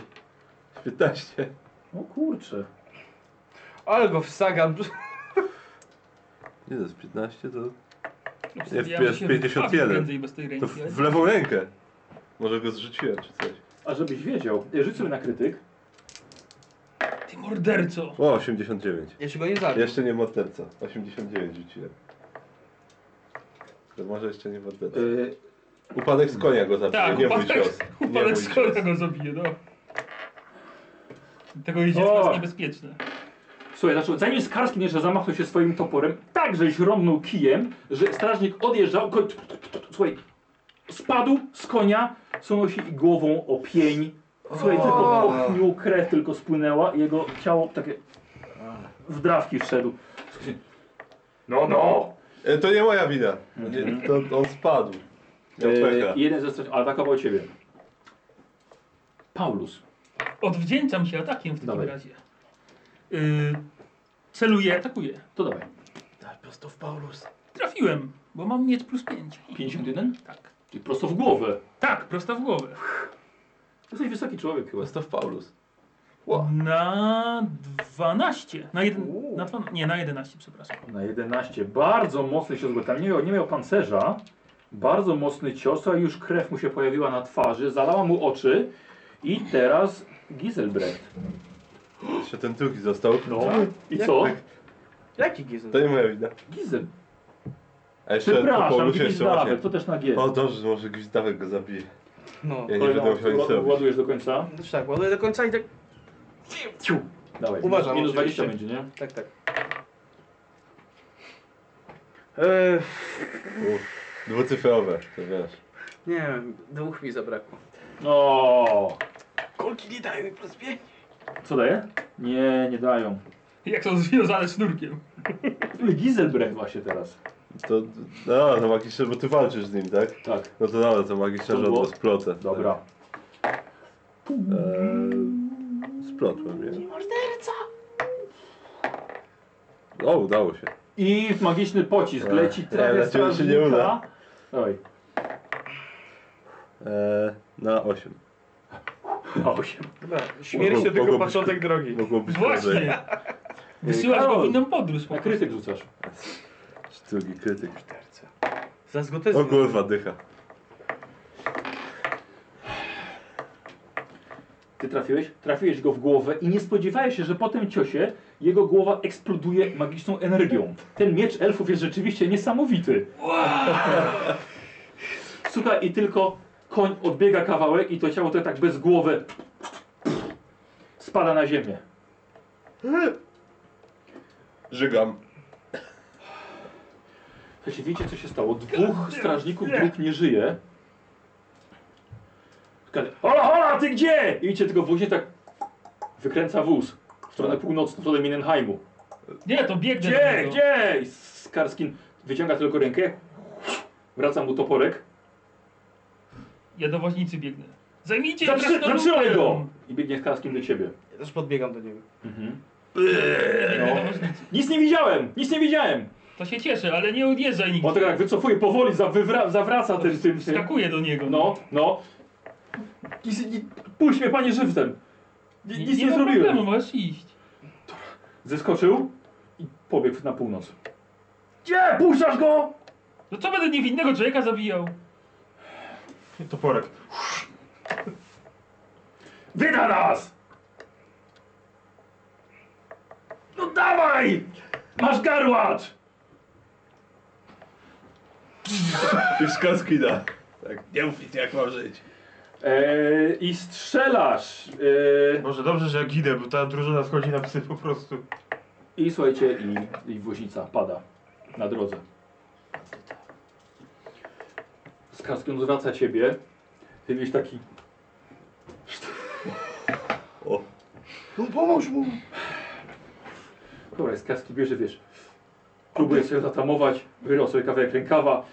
Speaker 2: 15.
Speaker 1: O kurczę.
Speaker 5: Ale go wsagam.
Speaker 2: Nie, to jest 15 to...
Speaker 4: Obstawiamy
Speaker 2: FPS
Speaker 4: się, że
Speaker 2: 51.
Speaker 4: trafił prędzej bez tej
Speaker 2: To
Speaker 4: ręki.
Speaker 2: w, w lewą rękę. Może go zrzuciłem czy coś.
Speaker 1: A żebyś wiedział, e, rzuć sobie na krytyk.
Speaker 4: Ty morderco!
Speaker 2: O, 89.
Speaker 5: Jeszcze go nie zabił.
Speaker 2: Jeszcze nie morderca. 89 rzuciłem. To może jeszcze nie morderca.
Speaker 1: E,
Speaker 2: Upadek z konia go zabił,
Speaker 4: Tak,
Speaker 2: nie mój
Speaker 4: upadek,
Speaker 2: cios. Nie mój
Speaker 4: upadek z
Speaker 2: cios.
Speaker 4: konia go zabije, no. Tego jeździectwa
Speaker 1: O!
Speaker 4: jest niebezpieczne.
Speaker 1: Słuchaj, znaczy, zanim Skarskin jeszcze zamachnął się swoim toporem, tak żeś rąbnął kijem, że strażnik odjeżdżał, koń, słuchaj, spadł z konia, sunął się i głową o pień. Słuchaj, tylko
Speaker 5: O.
Speaker 1: pochnił, krew tylko spłynęła i jego ciało takie w drawki wszedł. No, no!
Speaker 2: E, To nie moja wina.
Speaker 1: Mhm.
Speaker 2: Nie, to on spadł. Miał pecha.
Speaker 1: E, jeden ze strażników atakował ciebie. Paulus.
Speaker 4: Odwdzięczam się atakiem w takim
Speaker 1: Dawaj.
Speaker 4: razie. Yy, celuję, atakuję.
Speaker 1: To dawaj.
Speaker 4: Trafiłem, bo mam mieć plus 5.
Speaker 1: 51?
Speaker 4: Tak.
Speaker 1: Czyli prosto w głowę.
Speaker 4: Tak, prosto w głowę.
Speaker 1: Jesteś wysoki człowiek chyba.
Speaker 2: Gustaw Paulus.
Speaker 4: Na 12. Na jeden, na dwa, nie, na 11, przepraszam.
Speaker 1: Na 11. Bardzo mocny cios, bo tam nie miał, nie miał pancerza. Bardzo mocny cios, a już krew mu się pojawiła na twarzy, zalała mu oczy. I teraz Giselbrecht.
Speaker 2: Jeszcze ten drugi został.
Speaker 1: No i
Speaker 5: Jak
Speaker 1: co?
Speaker 5: tak? Jaki gizel?
Speaker 2: To nie moja wina.
Speaker 1: Gizel.
Speaker 2: A jeszcze po
Speaker 1: Przepraszam,
Speaker 2: Paulusie jeszcze właśnie.
Speaker 1: Gizdawek, to też na G.
Speaker 2: O dobrze, może Gwizdawek go zabije.
Speaker 5: No.
Speaker 2: Ja nie
Speaker 1: Kolejną
Speaker 2: będę musiał nic
Speaker 1: ład-
Speaker 2: robić.
Speaker 1: Ładujesz do końca.
Speaker 5: Znaczy tak, ładuję do końca i tak.
Speaker 1: Ciu. Dawaj,
Speaker 5: Uważam,
Speaker 1: minus 20
Speaker 5: oczywiście.
Speaker 1: będzie, nie?
Speaker 5: Tak, tak. Eee,
Speaker 2: Uff, Dwucyfrowe, to wiesz.
Speaker 5: nie wiem, dwóch mi zabrakło.
Speaker 1: No.
Speaker 5: Kolki nie dają mi plus pięć.
Speaker 1: Co daje? Nie, nie dają.
Speaker 4: Jak są związane sznurkiem.
Speaker 1: Giselbrecht właśnie teraz.
Speaker 2: To, no, to magiczne, bo ty walczysz z nim, tak?
Speaker 1: Tak,
Speaker 2: No to dobra, to magiczne,
Speaker 1: To
Speaker 2: że
Speaker 1: było?
Speaker 2: on splotę.
Speaker 1: dobra.
Speaker 2: Eee, splotłem je. Morderca! O, udało się.
Speaker 1: I magiczny pocisk
Speaker 2: Eee,
Speaker 1: leci, trafia
Speaker 2: na ciebie się nie uda.
Speaker 1: strażnika. Dawaj.
Speaker 2: Eee, na 8.
Speaker 1: Na 8.
Speaker 5: Dobra, śmierć to
Speaker 2: Mogą-
Speaker 5: tylko
Speaker 2: mogą być-
Speaker 5: początek drogi.
Speaker 2: Mogło być gorzej.
Speaker 4: Właśnie. Wysyłasz go w inną podróż. po
Speaker 1: Na
Speaker 4: prostu.
Speaker 1: krytyk rzucasz.
Speaker 2: Drugi krytyk.
Speaker 5: Za zgodę
Speaker 2: O kurwa, dycha.
Speaker 1: Ty trafiłeś? Trafiłeś go w głowę i nie spodziewałeś się, że po tym ciosie jego głowa eksploduje magiczną energią. Ten miecz elfów jest rzeczywiście niesamowity. Słuchaj, i tylko koń odbiega kawałek i to ciało to tak bez głowy spada na ziemię.
Speaker 2: Żygam.
Speaker 1: Słuchajcie, wiecie co się stało? Dwóch strażników dróg nie żyje. Każe, Hola, hola, ty gdzie? I idzie tylko wozie tak wykręca wóz w stronę północną, w stronę Mindenheimu.
Speaker 4: Nie, to biegnę do
Speaker 1: Gdzie,
Speaker 4: niego.
Speaker 1: gdzie? I Skarskin wyciąga tylko rękę, wraca mu toporek.
Speaker 4: Ja do woźnicy biegnę. Zajmijcie się
Speaker 1: Zatrzy-
Speaker 4: krasnoludem!
Speaker 1: Zatrzymaj go! I biegnie Skarskin do ciebie.
Speaker 5: Ja też podbiegam do niego.
Speaker 4: Biegnę do
Speaker 1: No.
Speaker 4: woźnicy.
Speaker 1: Nic nie widziałem, nic nie widziałem.
Speaker 4: To się cieszę, ale nie odjeżdżaj nigdzie.
Speaker 1: On tak jak wycofuje powoli, zawywra- zawraca tym, tym, tym.
Speaker 4: Skakuję do niego.
Speaker 1: No, no. I, i, puść mnie panie żywcem. Ni- Nic nie,
Speaker 4: ma
Speaker 1: zrobiłem.
Speaker 4: Problemu, no. możesz iść.
Speaker 1: Zeskoczył i pobiegł na północ. Gdzie? Puszczasz go?
Speaker 4: No co będę niewinnego człowieka zabijał?
Speaker 3: Toporek.
Speaker 1: Wyda nas! No dawaj! Masz garłacz!
Speaker 2: I wskazki da. Tak, nie mów nic, jak mam żyć.
Speaker 1: Eee, I strzelasz. Eee,
Speaker 3: Może dobrze, że ja gidę, bo ta drużyna schodzi na psy po prostu.
Speaker 1: I słuchajcie, i, i woźnica pada na drodze. Z kaskiem zwraca ciebie. Ty widzisz taki
Speaker 2: O,
Speaker 5: No pomóż mu!
Speaker 1: Dobra, z kaski bierze, wiesz, próbuje się zatamować, wyrwał sobie kawałek rękawa.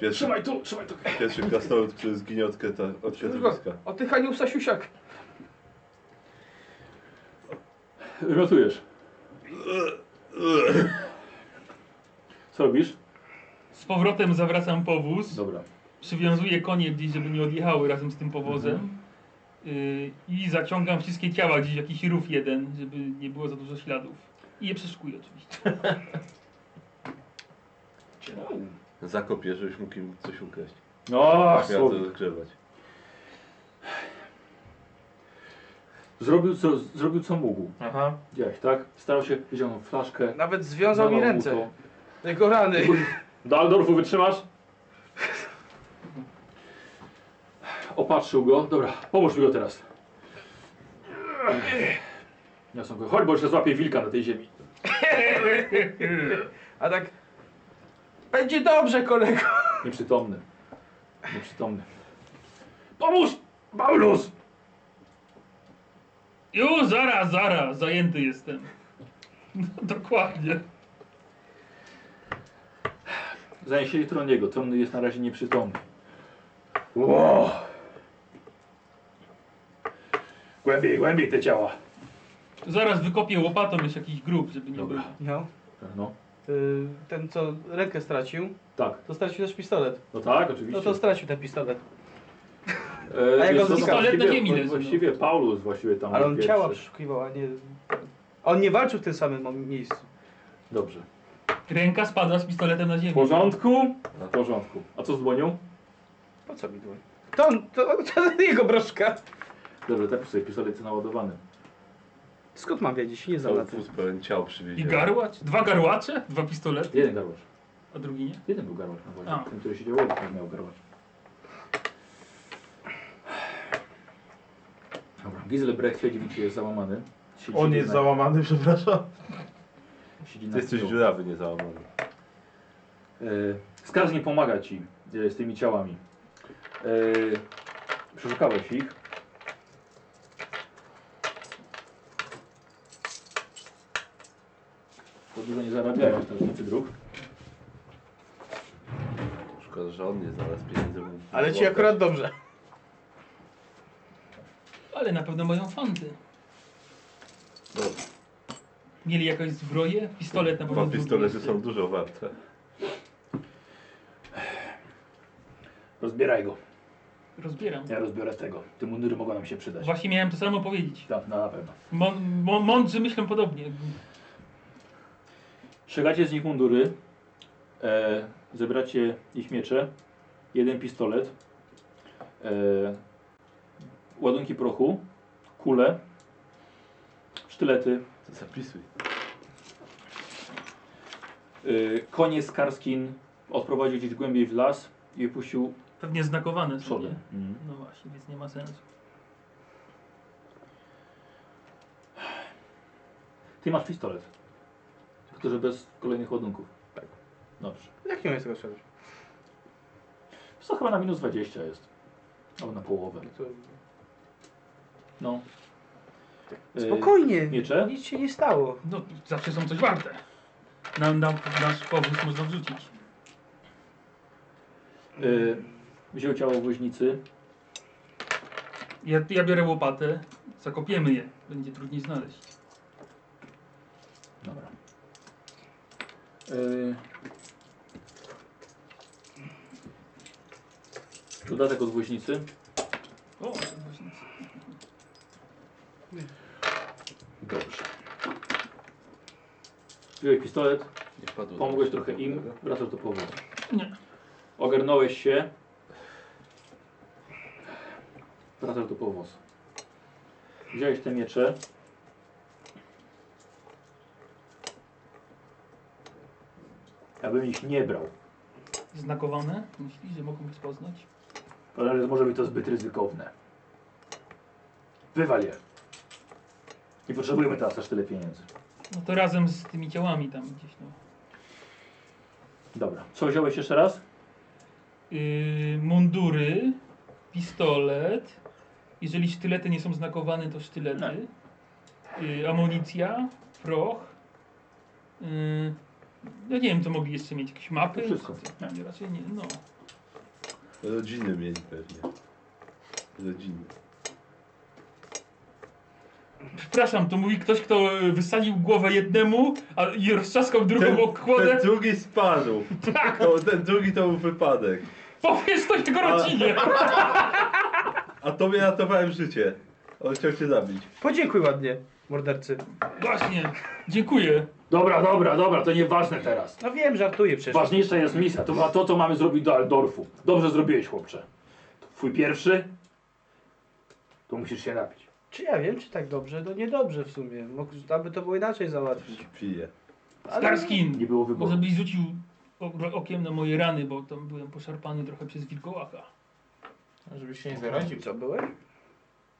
Speaker 2: pierwszy,
Speaker 1: Trzymaj tu, trzymaj tu.
Speaker 2: pierwszy krasnolud, który zginie od, keta, od ketowiska.
Speaker 5: O ty Haniu Sasiusiak!
Speaker 1: Wymiotujesz. Co robisz?
Speaker 4: Z powrotem zawracam powóz.
Speaker 1: Dobra.
Speaker 4: przywiązuję konie gdzieś, żeby nie odjechały razem z tym powozem.
Speaker 1: Mhm.
Speaker 4: Y, I zaciągam wszystkie ciała gdzieś, w jakiś rów jeden, żeby nie było za dużo śladów. I je przeszukuję oczywiście.
Speaker 2: Zakopię, żebyś mógł im coś ukraść.
Speaker 1: No,
Speaker 2: Miał to zgrzewać.
Speaker 1: zrobił co, zrobił co mógł.
Speaker 3: Aha.
Speaker 1: Widziałeś, tak? Starał się, wyciągnął flaszkę.
Speaker 5: Nawet związał mi
Speaker 1: nalał mu
Speaker 5: ręce.
Speaker 1: to.
Speaker 5: Jego rany.
Speaker 1: Daldorfu, wytrzymasz? Opatrzył go. Dobra, pomóż mi go teraz. Niosą go. Chodź, bo jeszcze złapię wilka na tej ziemi.
Speaker 5: A tak... Będzie dobrze, kolego!
Speaker 1: Nieprzytomny. Nieprzytomny. Pomóż! Paulus!
Speaker 4: Już, zaraz, zaraz, zajęty jestem. No, dokładnie.
Speaker 1: Zanieśli tron jego. Tron jest na razie nieprzytomny. Ło! Głębiej, głębiej te ciała.
Speaker 4: Zaraz wykopię łopatą jeszcze jakiś grób, żeby nie
Speaker 1: Dobra.
Speaker 4: było.
Speaker 5: No.
Speaker 1: No,
Speaker 5: Y, Ten, co rękę stracił,
Speaker 1: tak.
Speaker 5: to stracił też pistolet.
Speaker 1: No tak,
Speaker 5: No
Speaker 1: oczywiście.
Speaker 5: to stracił ten pistolet.
Speaker 1: E,
Speaker 5: A jak
Speaker 1: wiesz
Speaker 5: on
Speaker 1: co,
Speaker 5: został?
Speaker 1: właściwie-
Speaker 4: Ale na ziemi leży,
Speaker 1: Właściwie Paulus właściwie tam
Speaker 5: Ale
Speaker 1: był
Speaker 5: on
Speaker 1: No, pierwszy.
Speaker 5: ciała przeszukiwał, a nie... a On nie walczył w tym samym miejscu.
Speaker 1: Dobrze.
Speaker 4: Ręka spada z pistoletem na ziemię.
Speaker 1: W porządku? W porządku. A co z dłonią?
Speaker 5: Po co mi dłoń? To, on- to, to jego broszka.
Speaker 1: Dobrze, tak sobie pistolet jest naładowany.
Speaker 5: Skąd mam wiedzieć? Nie znam na
Speaker 2: Cały
Speaker 5: tym.
Speaker 2: wóz pełen ciał
Speaker 4: I
Speaker 2: przywieziony.
Speaker 4: garłacz? Dwa garłacze? Dwa pistolety?
Speaker 1: Jeden garłasz.
Speaker 4: A drugi nie?
Speaker 1: Jeden był garłasz na
Speaker 4: A.
Speaker 1: wozie. Ten, który siedział obok, ten miał garłasz. Dobra, Giselbrecht siedzi, widzicie, jest załamany. Siedzi
Speaker 3: On
Speaker 1: na-
Speaker 3: jest załamany, przepraszam.
Speaker 1: Siedzi na
Speaker 2: Ty jesteś
Speaker 1: tyłu.
Speaker 2: dziurawy niezałamany.
Speaker 1: Yy, Skarżnie pomaga ci e, z tymi ciałami. E, przeszukałeś ich. Bo dużo nie zarabiają strażnicy dróg.
Speaker 2: Szkoda, że on nie znalazł pieniędzy. bo-
Speaker 5: Ale ci akurat dobrze.
Speaker 4: Ale na pewno mają fanty.
Speaker 2: Dobra.
Speaker 4: Mieli jakąś zbroję? Pistolet na pewno
Speaker 2: Dwa
Speaker 4: drugi
Speaker 2: pistolety
Speaker 4: jeszcze.
Speaker 2: są dużo warte.
Speaker 1: Rozbieraj go.
Speaker 4: Rozbieram.
Speaker 1: Ja rozbiorę tego. Te mundury mogą nam się przydać.
Speaker 4: Właśnie miałem to samo powiedzieć.
Speaker 1: Tak, no, na pewno.
Speaker 4: Mą- mą- mądrzy myślą podobnie.
Speaker 1: Ściągacie z nich mundury. E, zebracie ich miecze. Jeden pistolet. E, ładunki prochu, kule, sztylety,
Speaker 2: To zapisuj.
Speaker 1: y, konie z karskin odprowadził gdzieś głębiej w las i puścił
Speaker 4: Pewnie znakowane są.
Speaker 1: przodem.
Speaker 4: nie?
Speaker 5: Mhm.
Speaker 4: No właśnie, więc nie ma sensu.
Speaker 1: Ty masz pistolet. Tylko, że bez kolejnych ładunków. Tak. Dobrze.
Speaker 5: Jaki on jest tego strzelacz?
Speaker 1: Wiesz Co chyba na minus 20 jest. Albo na połowę. No. Y,
Speaker 5: Spokojnie,
Speaker 1: Miecze?
Speaker 5: nic się nie stało.
Speaker 4: No, zawsze są coś warte. Na, na, nasz powóz można wrzucić.
Speaker 1: Y, wziął ciało woźnicy.
Speaker 4: Ja, ja biorę łopatę, zakopiemy je. Będzie trudniej znaleźć.
Speaker 1: Dobra. Y, dodatek od woźnicy.
Speaker 4: O, właśnie.
Speaker 1: Dobrze. Wziąłeś pistolet,
Speaker 2: Nie wpadło.
Speaker 1: pomogłeś trochę im, wracasz do powodu.
Speaker 4: Nie.
Speaker 1: Ogarnąłeś się. Wracasz do powozu. Wziąłeś te miecze. Ja bym ich nie brał.
Speaker 4: Znakowane? Myśli, że mogą rozpoznać?
Speaker 1: Ale może być to zbyt ryzykowne. Wywal je. Nie potrzebujemy teraz aż tyle pieniędzy.
Speaker 4: No to razem z tymi ciałami tam gdzieś, no.
Speaker 1: Dobra. Co wziąłeś jeszcze raz?
Speaker 4: Yy, mundury, pistolet. Jeżeli sztylety nie są znakowane, to sztylety.
Speaker 1: Tak.
Speaker 4: Yy, amunicja, proch. Yy, ja nie wiem, co mogli jeszcze mieć. Jakieś mapy?
Speaker 1: To wszystko.
Speaker 4: Co- Nie, raczej nie, no.
Speaker 2: Rodziny mieli pewnie. Rodziny.
Speaker 4: Przepraszam, to mówi ktoś, kto y, wysadził głowę jednemu, a i roztrzaskał drugą
Speaker 2: ten
Speaker 4: okłodę.
Speaker 2: drugi sparł.
Speaker 4: Tak,
Speaker 2: To, ten drugi to był wypadek.
Speaker 4: powiesz coś tego rodzinie.
Speaker 2: A tobie ratowałem życie. On chciał cię zabić.
Speaker 5: Podziękuj ładnie, mordercy.
Speaker 4: Właśnie, dziękuję.
Speaker 1: Dobra, dobra, dobra, to nieważne teraz.
Speaker 5: No wiem, żartuję przecież.
Speaker 1: Ważniejsza jest misja, to była to, co mamy zrobić do Aldorfu. Dobrze zrobiłeś, chłopcze. To Twój pierwszy, to musisz się napić.
Speaker 5: Czy ja wiem, czy tak dobrze? No niedobrze w sumie. Mógł- Aby to było inaczej załatwić.
Speaker 2: Pije.
Speaker 1: Nie
Speaker 4: Starskin,
Speaker 1: było wyboru.
Speaker 4: może byś rzucił o- okiem na moje rany, bo tam byłem poszarpany trochę przez wilkołaka.
Speaker 3: Żebyś się nie zaraził.
Speaker 5: Co byłeś?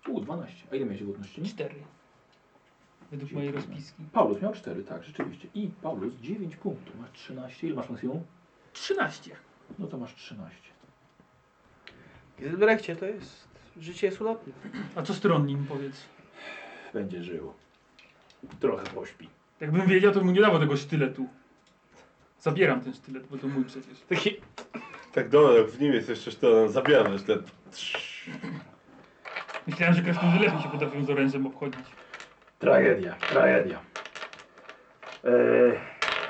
Speaker 1: U, 12. A ile miałeś godności?
Speaker 4: Cztery. Według mojej rozpiski.
Speaker 1: Paulus miał 4, tak, rzeczywiście. I Paulus 9 punktów. Masz 13. Ile masz maksimum?
Speaker 4: 13.
Speaker 1: No to masz 13.
Speaker 5: Gilbrechcie, to jest... Życie jest ulotne.
Speaker 4: A co stronnim powiedz?
Speaker 1: Będzie żył. Trochę pośpi.
Speaker 4: Jakbym wiedział, to bym mu nie dawał tego sztyletu. Zabieram ten sztylet, bo to mój przecież.
Speaker 5: Taki...
Speaker 2: Tak dobra, jak w nim jest jeszcze sztylet, zabieramy ten.
Speaker 4: Myślałem, że krasnoludy lepiej się potrafią z orężem obchodzić.
Speaker 1: Tragedia, tragedia. Eee,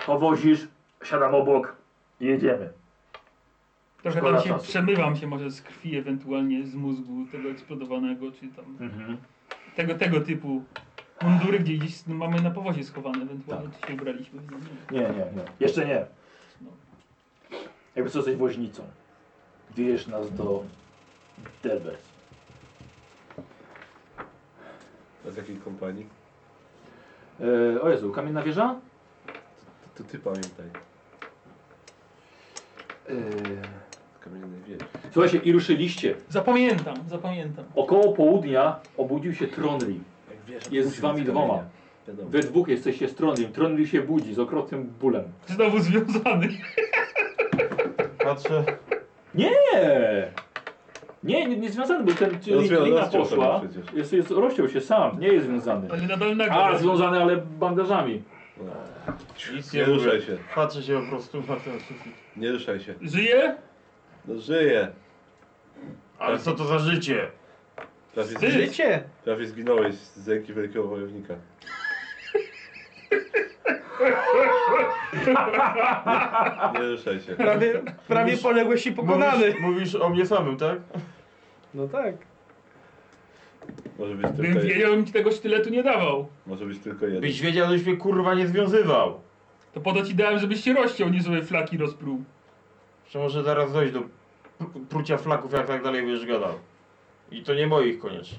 Speaker 1: powozisz, siadam obok i jedziemy.
Speaker 4: Trochę
Speaker 1: Szkoda
Speaker 4: tam się
Speaker 1: czasu.
Speaker 4: przemywam się może z krwi, ewentualnie z mózgu tego eksplodowanego, czy tam
Speaker 1: Mhm.
Speaker 4: tego, tego typu mundury, gdzie gdzieś no, mamy na powozie schowane, ewentualnie czy się ubraliśmy. w nie, nie wiem.
Speaker 1: Nie, nie, nie. Jeszcze nie.
Speaker 4: No.
Speaker 1: Jakby co jesteś woźnicą. Wieziesz nas do Delbert.
Speaker 2: A z jakiej kompanii?
Speaker 1: Eee, o Jezu, kamienna wieża?
Speaker 2: To, to ty pamiętaj.
Speaker 1: Eee,
Speaker 2: Kamienny wież.
Speaker 1: słuchajcie, i ruszyliście.
Speaker 4: Zapamiętam, zapamiętam.
Speaker 1: Około południa obudził się Trondri.
Speaker 2: Jak wiesz,
Speaker 1: Jest z wami dwoma.
Speaker 2: Wiadomo.
Speaker 1: We dwóch jesteście z Trondrim. Trondri się budzi z okropnym bólem.
Speaker 4: Znowu związany.
Speaker 3: Patrzę.
Speaker 1: Nie! Nie, nie, nie związany, bo ten
Speaker 2: Rozwią-
Speaker 1: lina
Speaker 2: rozciął sobie
Speaker 1: poszła.
Speaker 2: przecież.
Speaker 1: Jest, jest, rozciął się sam, nie jest związany.
Speaker 4: Ale nadal
Speaker 1: A,
Speaker 4: nagle.
Speaker 1: związany, ale bandażami.
Speaker 3: Nic
Speaker 2: Nie
Speaker 3: nie mówię.
Speaker 2: ruszaj się.
Speaker 3: Patrzę się po prostu na ten sufit.
Speaker 2: Nie ruszaj się.
Speaker 4: Żyje?
Speaker 2: No żyje.
Speaker 3: Ale co to za życie?
Speaker 2: Prawie,
Speaker 4: Ty!
Speaker 2: zgi-
Speaker 5: Życie!
Speaker 2: prawie zginąłeś z ręki wielkiego wojownika. Nie ruszaj się.
Speaker 5: Prawie, prawie
Speaker 3: Mówisz-
Speaker 5: poległeś i pokonany.
Speaker 3: Mówisz, mówisz o mnie samym, tak?
Speaker 5: No tak.
Speaker 2: Może być
Speaker 4: Bym
Speaker 2: tylko, je-
Speaker 4: wiedział, bym ci tego sztyletu nie dawał.
Speaker 2: może być tylko jeden.
Speaker 3: Byś wiedział, żeś mnie kurwa nie związywał.
Speaker 4: To po to ci dałem, żebyś się rozciął, nie żeby flaki rozpruł.
Speaker 3: Czy może zaraz dojść do pr- prucia flaków, jak tak dalej będziesz gadał. I to nie moich koniecznie.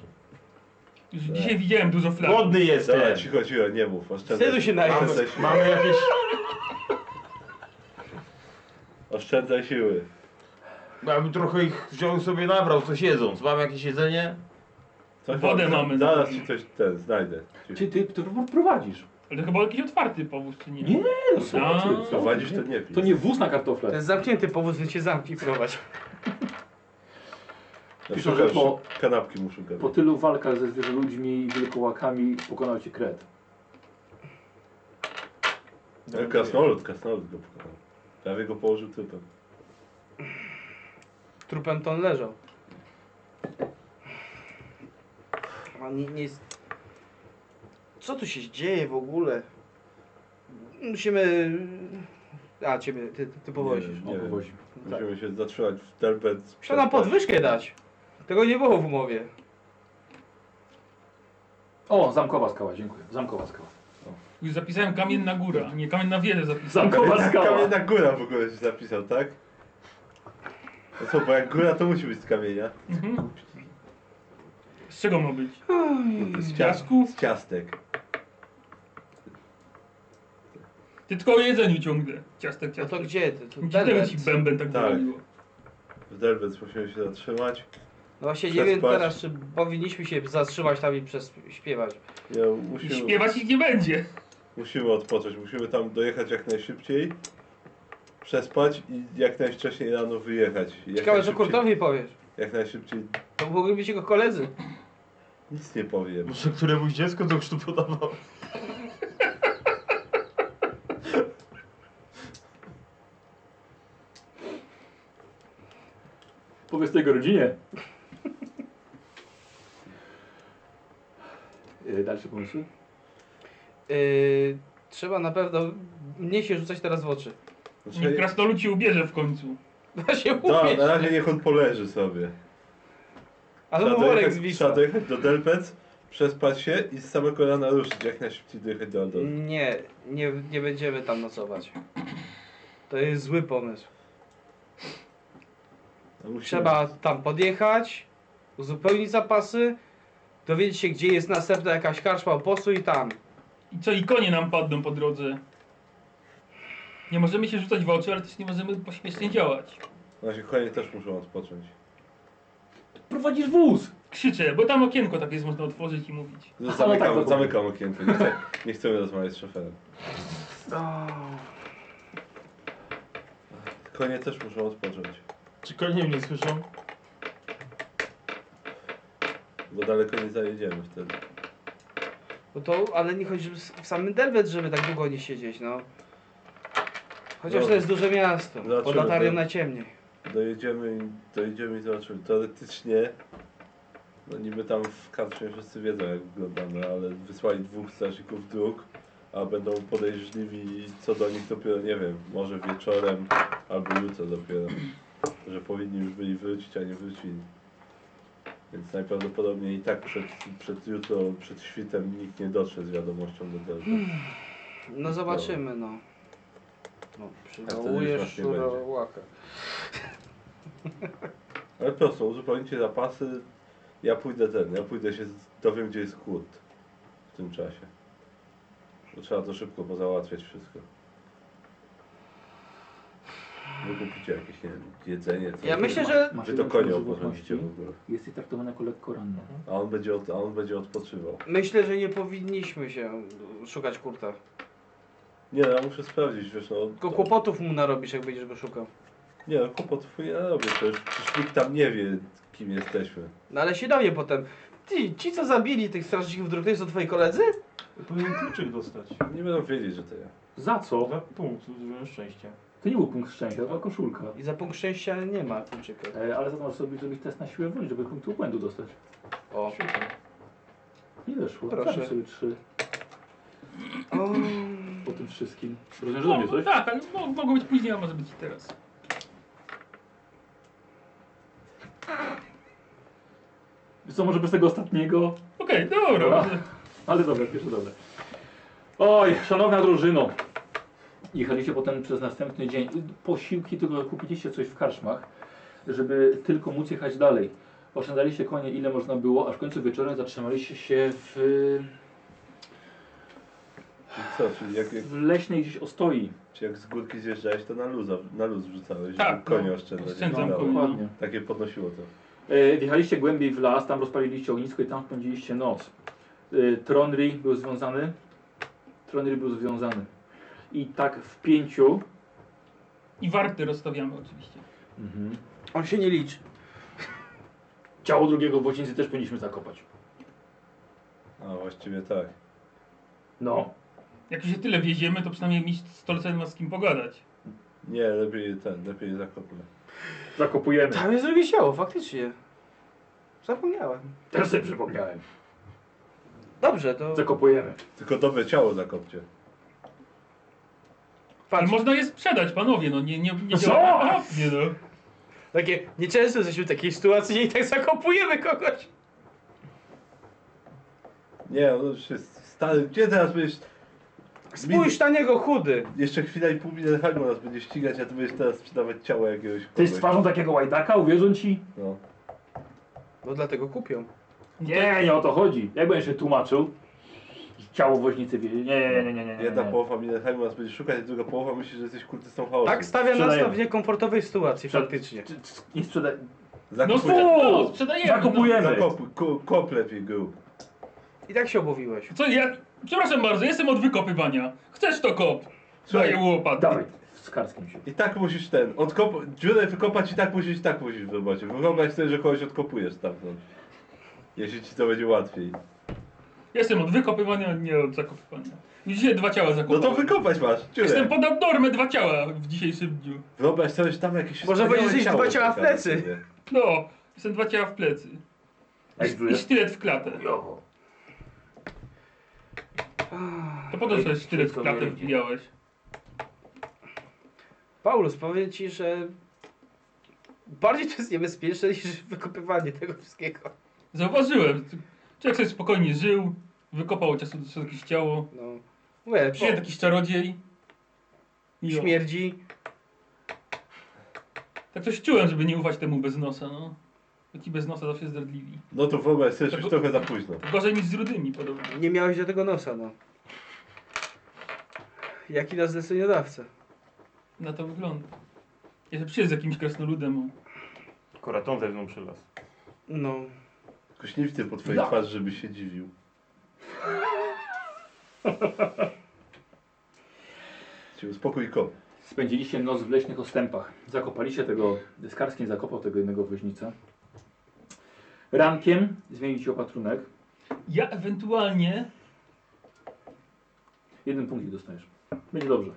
Speaker 4: Już dzisiaj widziałem dużo flag.
Speaker 3: Głodny
Speaker 2: Dobra,
Speaker 3: jestem.
Speaker 2: cicho, cicho, nie mów. Oszczędzaj,
Speaker 5: Wstydu się najadł.
Speaker 2: oszczędzaj, siły.
Speaker 3: Mamy jakieś...
Speaker 2: oszczędzaj siły.
Speaker 3: Ja bym trochę ich wziął i sobie nabrał, coś jedząc. Mam jakieś jedzenie?
Speaker 2: Co
Speaker 4: Wodę
Speaker 2: chodzi?
Speaker 4: mamy.
Speaker 2: Zaraz ci coś ten znajdę. Cicho.
Speaker 1: Czy ty to prowadzisz?
Speaker 4: Ale to chyba jakiś otwarty powóz, czy nie?
Speaker 1: Nie, no słuchajcie,
Speaker 4: A.
Speaker 2: Prowadzisz to nie pij.
Speaker 1: To nie wóz na
Speaker 5: To
Speaker 1: kartofle.
Speaker 5: jest zamknięty powóz, więc się zamknij prowadź.
Speaker 2: No,
Speaker 1: Piszą,
Speaker 2: szukam
Speaker 1: że po-
Speaker 2: szu- Kanapki mu szukam.
Speaker 1: Po tylu walkach ze zwierzę ludźmi i wilkołakami pokonał cię kret.
Speaker 2: No, Krasnolud, krasnolud go pokonał. Prawie go położył typem.
Speaker 5: Trupem to on leżał. A nie, nie jest... Co tu się dzieje w ogóle? Musimy... A, ciebie, ty, ty, ty powozisz.
Speaker 2: Nie
Speaker 1: O,
Speaker 2: wiem. no.
Speaker 1: wozi.
Speaker 5: Tak.
Speaker 2: Musimy się zatrzymać w Delbert.
Speaker 5: Trzeba nam podwyżkę dać. Tego nie było w umowie.
Speaker 1: O, zamkowa skała, dziękuję. Zamkowa skała.
Speaker 4: Już zapisałem kamienna góra, nie kamienna wiele zapisałem.
Speaker 1: Zamkowa skała.
Speaker 2: Kamienna góra w ogóle się zapisał, tak? No co, bo jak góra to musi być z kamienia.
Speaker 4: Mhm. Z czego ma być?
Speaker 2: Z
Speaker 4: piasku?
Speaker 2: Z ciastek.
Speaker 4: Ty tylko o jedzeniu ciągle. Ciastek,
Speaker 5: No to
Speaker 4: ciastek.
Speaker 5: gdzie? To, to
Speaker 4: Dlaczego ci bęben tak
Speaker 2: Tak.
Speaker 4: wywaliło?
Speaker 2: W Delbert musimy się zatrzymać.
Speaker 5: No właśnie nie wiem
Speaker 2: Przespać.
Speaker 5: teraz, czy powinniśmy się zatrzymać tam i prześpiewać.
Speaker 2: Nie,
Speaker 4: I
Speaker 2: musimy,
Speaker 4: śpiewać ich nie będzie.
Speaker 2: musimy odpocząć. Musimy tam dojechać jak najszybciej. Przespać i jak najwcześniej rano wyjechać. I Jak
Speaker 5: Ciekawe, co
Speaker 2: najszybciej-
Speaker 5: Kurtowi powiesz.
Speaker 2: Jak najszybciej
Speaker 5: To mogli być jego koledzy.
Speaker 2: nic nie powiem.
Speaker 3: Może któremuś dziecko to chrztu podawał?
Speaker 1: Powiedz tego rodzinie. E, Dalsze pomysły?
Speaker 5: Yy, trzeba na pewno mnie się rzucać teraz w oczy.
Speaker 4: Niech krasnolud ci ubierze w końcu.
Speaker 5: Właśnie
Speaker 2: Da,
Speaker 5: mówię.
Speaker 2: Znaczy, Tak, na razie niech on poleży sobie.
Speaker 5: A to
Speaker 2: Trzeba
Speaker 5: był worek
Speaker 2: dojechać-
Speaker 5: z
Speaker 2: Trzeba
Speaker 5: Wisła.
Speaker 2: dojechać do Delpec, przespać się i z samego rana ruszyć, jak najszybciej dojechać do
Speaker 5: Mm.
Speaker 2: Aldor.
Speaker 5: Nie, nie, nie będziemy tam nocować. To jest zły pomysł.
Speaker 2: No, musimy-
Speaker 5: Trzeba tam podjechać, uzupełnić zapasy, dowiedzieć się, gdzie jest następna jakaś karczma oposu i tam.
Speaker 4: I co, i konie nam padną po drodze. Nie możemy się rzucać w oczy, ale też nie możemy pośmiesznie działać.
Speaker 2: Właśnie konie też muszą odpocząć.
Speaker 1: Prowadzisz wóz!
Speaker 4: Krzyczę, bo tam okienko takie jest, można otworzyć i mówić.
Speaker 2: No,
Speaker 1: tak,
Speaker 2: Zamykam,
Speaker 1: dokładnie.
Speaker 2: zamykam okienko, nie, chcę, nie chcemy rozmawiać z szoferem.
Speaker 1: No.
Speaker 2: Konie też muszą odpocząć,
Speaker 3: Czy konie mnie słyszą?
Speaker 2: bo daleko nie zajedziemy wtedy.
Speaker 5: No to, ale nie chodzi żeby s- w samym Delwet, żeby tak długo nie siedzieć, no. Chociaż
Speaker 2: Dobra.
Speaker 5: to jest duże miasto, pod
Speaker 2: Zobaczymy,
Speaker 5: latarnią
Speaker 2: no.
Speaker 5: najciemniej.
Speaker 2: Dojedziemy i, dojedziemy i zobaczymy. Teoretycznie, no niby tam w karczmie wszyscy wiedzą jak wyglądamy, ale wysłali dwóch strażników dróg, a będą podejrzliwi co do nich dopiero, nie wiem, może wieczorem albo jutro dopiero, że powinni już byli wrócić, a nie wrócili. Więc najprawdopodobniej i tak przed, przed jutro, przed świtem nikt nie dotrze z wiadomością do tego.
Speaker 5: No zobaczymy, no. No,
Speaker 2: już
Speaker 5: przywołujesz
Speaker 2: właśnie będzie.
Speaker 5: szurałaka.
Speaker 2: Ale prosto, uzupełnijcie zapasy, ja pójdę ten, ja pójdę się, z- dowiem gdzie jest chłód w tym czasie. Bo trzeba to szybko pozałatwiać wszystko. Wy kupicie jakieś, nie wiem, jedzenie, coś.
Speaker 5: Ja myślę, że
Speaker 2: Wy to konia oporządzicie w ogóle.
Speaker 1: Jesteś traktowany jako lekko ranny.
Speaker 2: A on będzie, od, a on będzie odpoczywał.
Speaker 5: myślę, że nie powinniśmy się szukać kurta.
Speaker 2: Nie no, ja muszę sprawdzić, wiesz no...
Speaker 5: Tylko
Speaker 2: to-
Speaker 5: kłopotów mu narobisz, jak będziesz go szukał.
Speaker 2: Nie no, kłopotów nie robię, to już, przecież nikt tam nie wie, kim jesteśmy.
Speaker 5: No ale się dowie potem. Ty, ci co zabili tych strażników dróg, to są twoi koledzy?
Speaker 3: Powinien kluczyk dostać.
Speaker 2: Nie będą wiedzieć, że to ja.
Speaker 1: Za co?
Speaker 3: Za punkt, dużo szczęścia.
Speaker 1: To nie był punkt szczęścia, to była koszulka.
Speaker 5: I za punkt szczęścia nie ma kluczyka.
Speaker 1: E, ale za to możesz sobie zrobić test na siłę woli, żeby punktu błędu dostać.
Speaker 5: O.
Speaker 1: Nie weszło.
Speaker 5: Proszę.
Speaker 1: Zapisz sobie trzy
Speaker 5: o.
Speaker 1: po tym wszystkim. Rozumiem,
Speaker 4: No, no tak, ale mo- mogą być później, a może być i teraz.
Speaker 1: Wiesz co, może bez tego ostatniego?
Speaker 4: Okej, dobra.
Speaker 1: Dobra.
Speaker 4: może-
Speaker 1: Ale dobra, pierwsze dobre. Oj, szanowna drużyno. Jechaliście potem przez następny dzień. Posiłki tylko kupiliście coś w karczmach, żeby tylko móc jechać dalej. Oszczędzaliście konie ile można było, aż w końcu wieczorem zatrzymaliście się w,
Speaker 2: Co, czyli jak, jak,
Speaker 1: w leśnej gdzieś ostoi.
Speaker 2: czy jak z górki zjeżdżałeś, to na, luza, na luz wrzucałeś,
Speaker 4: Tak,
Speaker 2: żeby konie
Speaker 4: no,
Speaker 2: oszczędzać.
Speaker 4: oszczędzam
Speaker 2: Dało.
Speaker 4: konie.
Speaker 1: Dokładnie.
Speaker 2: Takie podnosiło to.
Speaker 1: E, Wjechaliście głębiej w las, tam rozpaliliście ognisko i tam spędziliście noc. E, Tronry był związany. Tronry był związany. I tak w pięciu.
Speaker 4: I warty rozstawiamy oczywiście.
Speaker 5: On się nie liczy.
Speaker 1: Ciało drugiego woźnicy też powinniśmy zakopać.
Speaker 2: A właściwie tak.
Speaker 1: No.
Speaker 4: Jak już się tyle wieziemy, to przynajmniej mistrz stolcem ma z kim pogadać.
Speaker 2: Nie, lepiej ten, lepiej zakopmy.
Speaker 1: Zakopujemy.
Speaker 5: Tam jest drugie ciało, faktycznie. Zapomniałem.
Speaker 1: Też sobie przypomniałem.
Speaker 5: Dobrze, to
Speaker 1: Tak. Zakopujemy.
Speaker 2: Tylko dobre ciało zakopcie.
Speaker 4: Ale
Speaker 5: patrz.
Speaker 4: można je sprzedać, panowie, no nie, nie, nie
Speaker 1: Co?
Speaker 4: działa to okropnie, no.
Speaker 5: Takie, nieczęsto jesteśmy w takiej sytuacji i tak zakopujemy kogoś.
Speaker 2: Nie, on już jest stary. Gdzie teraz będziesz?
Speaker 5: Spójrz na niego chudy.
Speaker 2: Jeszcze chwila i pół Minelhamu nas będzie ścigać, a ty będziesz teraz sprzedawać ciało jakiegoś
Speaker 1: Ty
Speaker 2: kogoś.
Speaker 1: z twarzą takiego łajdaka, uwierzą ci?
Speaker 2: No.
Speaker 5: No dlatego kupią.
Speaker 1: Nie, nie o to chodzi. Jak będziesz się tłumaczył? że Ciało woźnicy wiezie. Nie, nie, nie, nie, nie, nie. nie.
Speaker 2: Jedna połowa Minelheimu nas będzie szukać, a druga połowa myśli, że jesteś kultystą chaosu.
Speaker 5: Tak stawia nas
Speaker 1: Sprzedajemy.
Speaker 5: w niekomfortowej sytuacji
Speaker 1: Przed-
Speaker 5: faktycznie.
Speaker 1: Czy- czy- Nie sprzedaj.
Speaker 4: No,
Speaker 2: Zakopuj.
Speaker 4: sprzeda- no
Speaker 1: Fuuu!
Speaker 4: sprzedajemy.
Speaker 1: Zakopujemy.
Speaker 2: Zakopuj, ko, kop lepiej grób.
Speaker 5: I tak się obawiłeś.
Speaker 4: No. Co ja... Przepraszam bardzo, jestem od wykopywania. Chcesz to kop?
Speaker 2: Słuchaj,
Speaker 4: Daję łopatę.
Speaker 1: Dawaj, z karskim się.
Speaker 2: I tak musisz ten, odkop... dziurę wykopać i tak musisz, i tak musisz w robocie. Wyobraź sobie, że kogoś odkopujesz stamtąd. Jeśli ci to będzie łatwiej.
Speaker 4: Jestem od wykopywania, nie od zakopywania. Dzisiaj dwa ciała
Speaker 2: No
Speaker 4: zakopałem.
Speaker 2: to wykopać masz, dziurę.
Speaker 4: Jestem ponad normę dwa ciała w dzisiejszym dniu.
Speaker 2: Wyobraź sobie, że tam jakieś
Speaker 5: Może
Speaker 2: wspaniałe
Speaker 5: będziesz
Speaker 2: ciało
Speaker 5: dbać o
Speaker 2: czeka na
Speaker 5: plecy.
Speaker 2: ciebie.
Speaker 4: No, jestem dwa ciała w plecy.
Speaker 1: Jak
Speaker 4: I sztylet w klatę.
Speaker 1: Jowo.
Speaker 4: To po to, że sztylet w
Speaker 5: Wszystko
Speaker 4: klatę
Speaker 5: wielkie.
Speaker 4: wbijałeś.
Speaker 5: Paulus, powiem ci, że bardziej to jest niebezpieczne niż wykopywanie tego wszystkiego.
Speaker 4: Zauważyłem. Człowiek sobie spokojnie żył, wykopał czasu do jakieś ciało.
Speaker 5: No. Mówię,
Speaker 4: Przyjdzie
Speaker 5: po,
Speaker 4: jakiś czarodziej. I o.
Speaker 5: śmierdzi.
Speaker 4: Tak coś czułem, żeby nie ufać temu bez nosa, no. Bo ci bez nosa zawsze zdradliwi. Tak
Speaker 2: No to wyobraź sobie, że już trochę za późno.
Speaker 4: Gorzej niż z rudymi podobno.
Speaker 5: Nie miałeś do tego nosa, no. Jaki nas zleceniodawca?
Speaker 4: Na to wygląda. Jeszcze przyjdzie z jakimś krasnoludem. o.
Speaker 3: Koraton ze mną przylas.
Speaker 5: No.
Speaker 2: Kośniwty po twojej
Speaker 1: Da.
Speaker 2: twarzy, żebyś się dziwił. Cię uspokój kop.
Speaker 1: Spędziliście noc w leśnych ostępach. Zakopaliście tego, Skarskin zakopał tego jednego woźnica. Rankiem zmienić opatrunek.
Speaker 4: Ja ewentualnie
Speaker 1: Jeden punkt dostajesz. Będzie dobrze.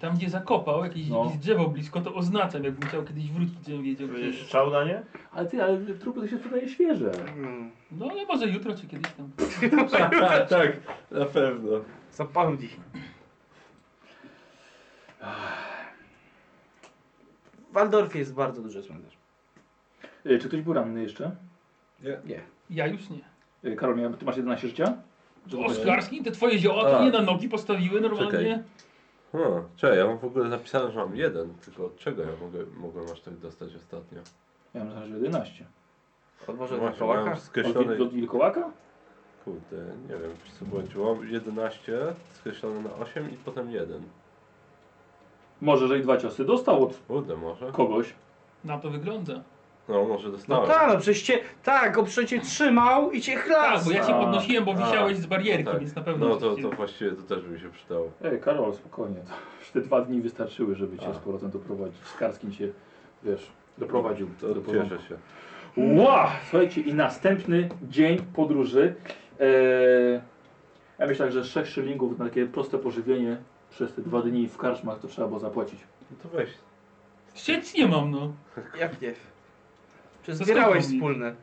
Speaker 4: tam, gdzie zakopał jakieś,
Speaker 1: No.
Speaker 4: jakieś drzewo blisko, to oznaczam, jakbym chciał kiedyś wrócić, żebym wiedział. gdzie
Speaker 3: Będziesz
Speaker 4: jest.
Speaker 3: strzał na nie?
Speaker 1: Ale ty, ale trupy to się sprzedaje świeże.
Speaker 5: no.
Speaker 4: No ale może jutro czy kiedyś tam.
Speaker 2: tak, tak, na pewno.
Speaker 5: Zapałdzi. W Waldorfie jest bardzo duży cmentarz.
Speaker 1: Y, Czy ktoś był ranny jeszcze?
Speaker 5: Nie.
Speaker 4: Ja już nie.
Speaker 1: Y, Karol, miał- ty masz 11 życia?
Speaker 4: Oszklarski, te twoje zioła to
Speaker 2: A.
Speaker 4: mnie na nogi postawiły normalnie.
Speaker 2: Tak. Czekaj. Hmm, czekaj, ja mam w ogóle napisane, że mam jeden, tylko od czego ja mogę, mogłem aż tak dostać ostatnio?
Speaker 1: Ja mam że 11.
Speaker 5: Od może
Speaker 2: No Właśnie,
Speaker 5: od kołaka?
Speaker 2: miałem
Speaker 1: Od,
Speaker 2: skreślone,
Speaker 1: od wilkołaka?
Speaker 2: kurde, nie wiem, czy co było, czy mam 11, skreślone na 8 i potem 1.
Speaker 1: Może, że i dwa ciosy dostał od
Speaker 2: Kurde, może?
Speaker 1: kogoś.
Speaker 4: Na to wygląda.
Speaker 2: No, może
Speaker 5: No
Speaker 2: dostałem.
Speaker 5: tak, no przecież cię, tak, on przecież cię trzymał i cię
Speaker 4: Tak,
Speaker 5: chlast.
Speaker 4: bo ja cię
Speaker 1: A,
Speaker 4: podnosiłem, bo
Speaker 2: a,
Speaker 4: wisiałeś z barierki,
Speaker 2: no tak.
Speaker 4: więc na pewno.
Speaker 2: No to,
Speaker 4: cię-
Speaker 2: to właściwie to też by mi się przydało.
Speaker 1: Ej, Karol, spokojnie. To Już te dwa dni wystarczyły, żeby cię
Speaker 2: A.
Speaker 1: z powrotem doprowadzić. Z Karskim cię, wiesz, doprowadził.
Speaker 2: To
Speaker 1: do porządku.
Speaker 2: cieszę się.
Speaker 1: Wow! Słuchajcie, i następny dzień podróży. Eee, ja myślę, że 6 szylingów na takie proste pożywienie przez te dwa dni w karczmach to trzeba było zapłacić.
Speaker 2: No to weź.
Speaker 4: Sieć nie mam, no.
Speaker 5: Jak nie? Przecież
Speaker 4: To
Speaker 5: zbierałeś
Speaker 4: skąd on
Speaker 5: wspólne.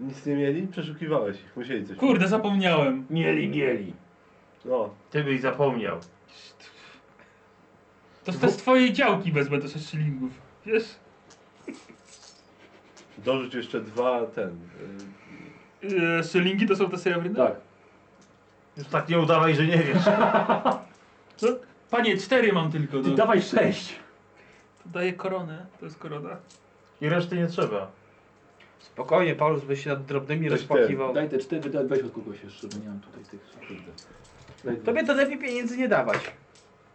Speaker 2: Nic nie mieli? Przeszukiwałeś ich, musieli coś.
Speaker 4: Kurde, zapomniałem.
Speaker 1: Mieli, mieli.
Speaker 2: No,
Speaker 3: Ty byś zapomniał.
Speaker 4: To z- to z twojej działki wezmę do 6 szylingów. Wiesz?
Speaker 2: dorzuć jeszcze dwa ten. y,
Speaker 4: Yy, szylingi to są te srebrne?
Speaker 1: Tak.
Speaker 3: Już tak nie udawaj, że nie wiesz.
Speaker 4: No, panie, cztery mam tylko.
Speaker 1: Ty
Speaker 4: No.
Speaker 1: dawaj 6.
Speaker 4: Daję koronę, to jest korona.
Speaker 3: I reszty nie trzeba.
Speaker 5: Spokojnie, Paulus by się nad drobnymi
Speaker 2: Coś
Speaker 5: rozpłakiwał.
Speaker 1: Daj te cztery, daj, weź od kogoś jeszcze, bo nie mam tutaj tych. Kurde. Daj dwa.
Speaker 5: Tobie to lepiej pieniędzy nie dawać.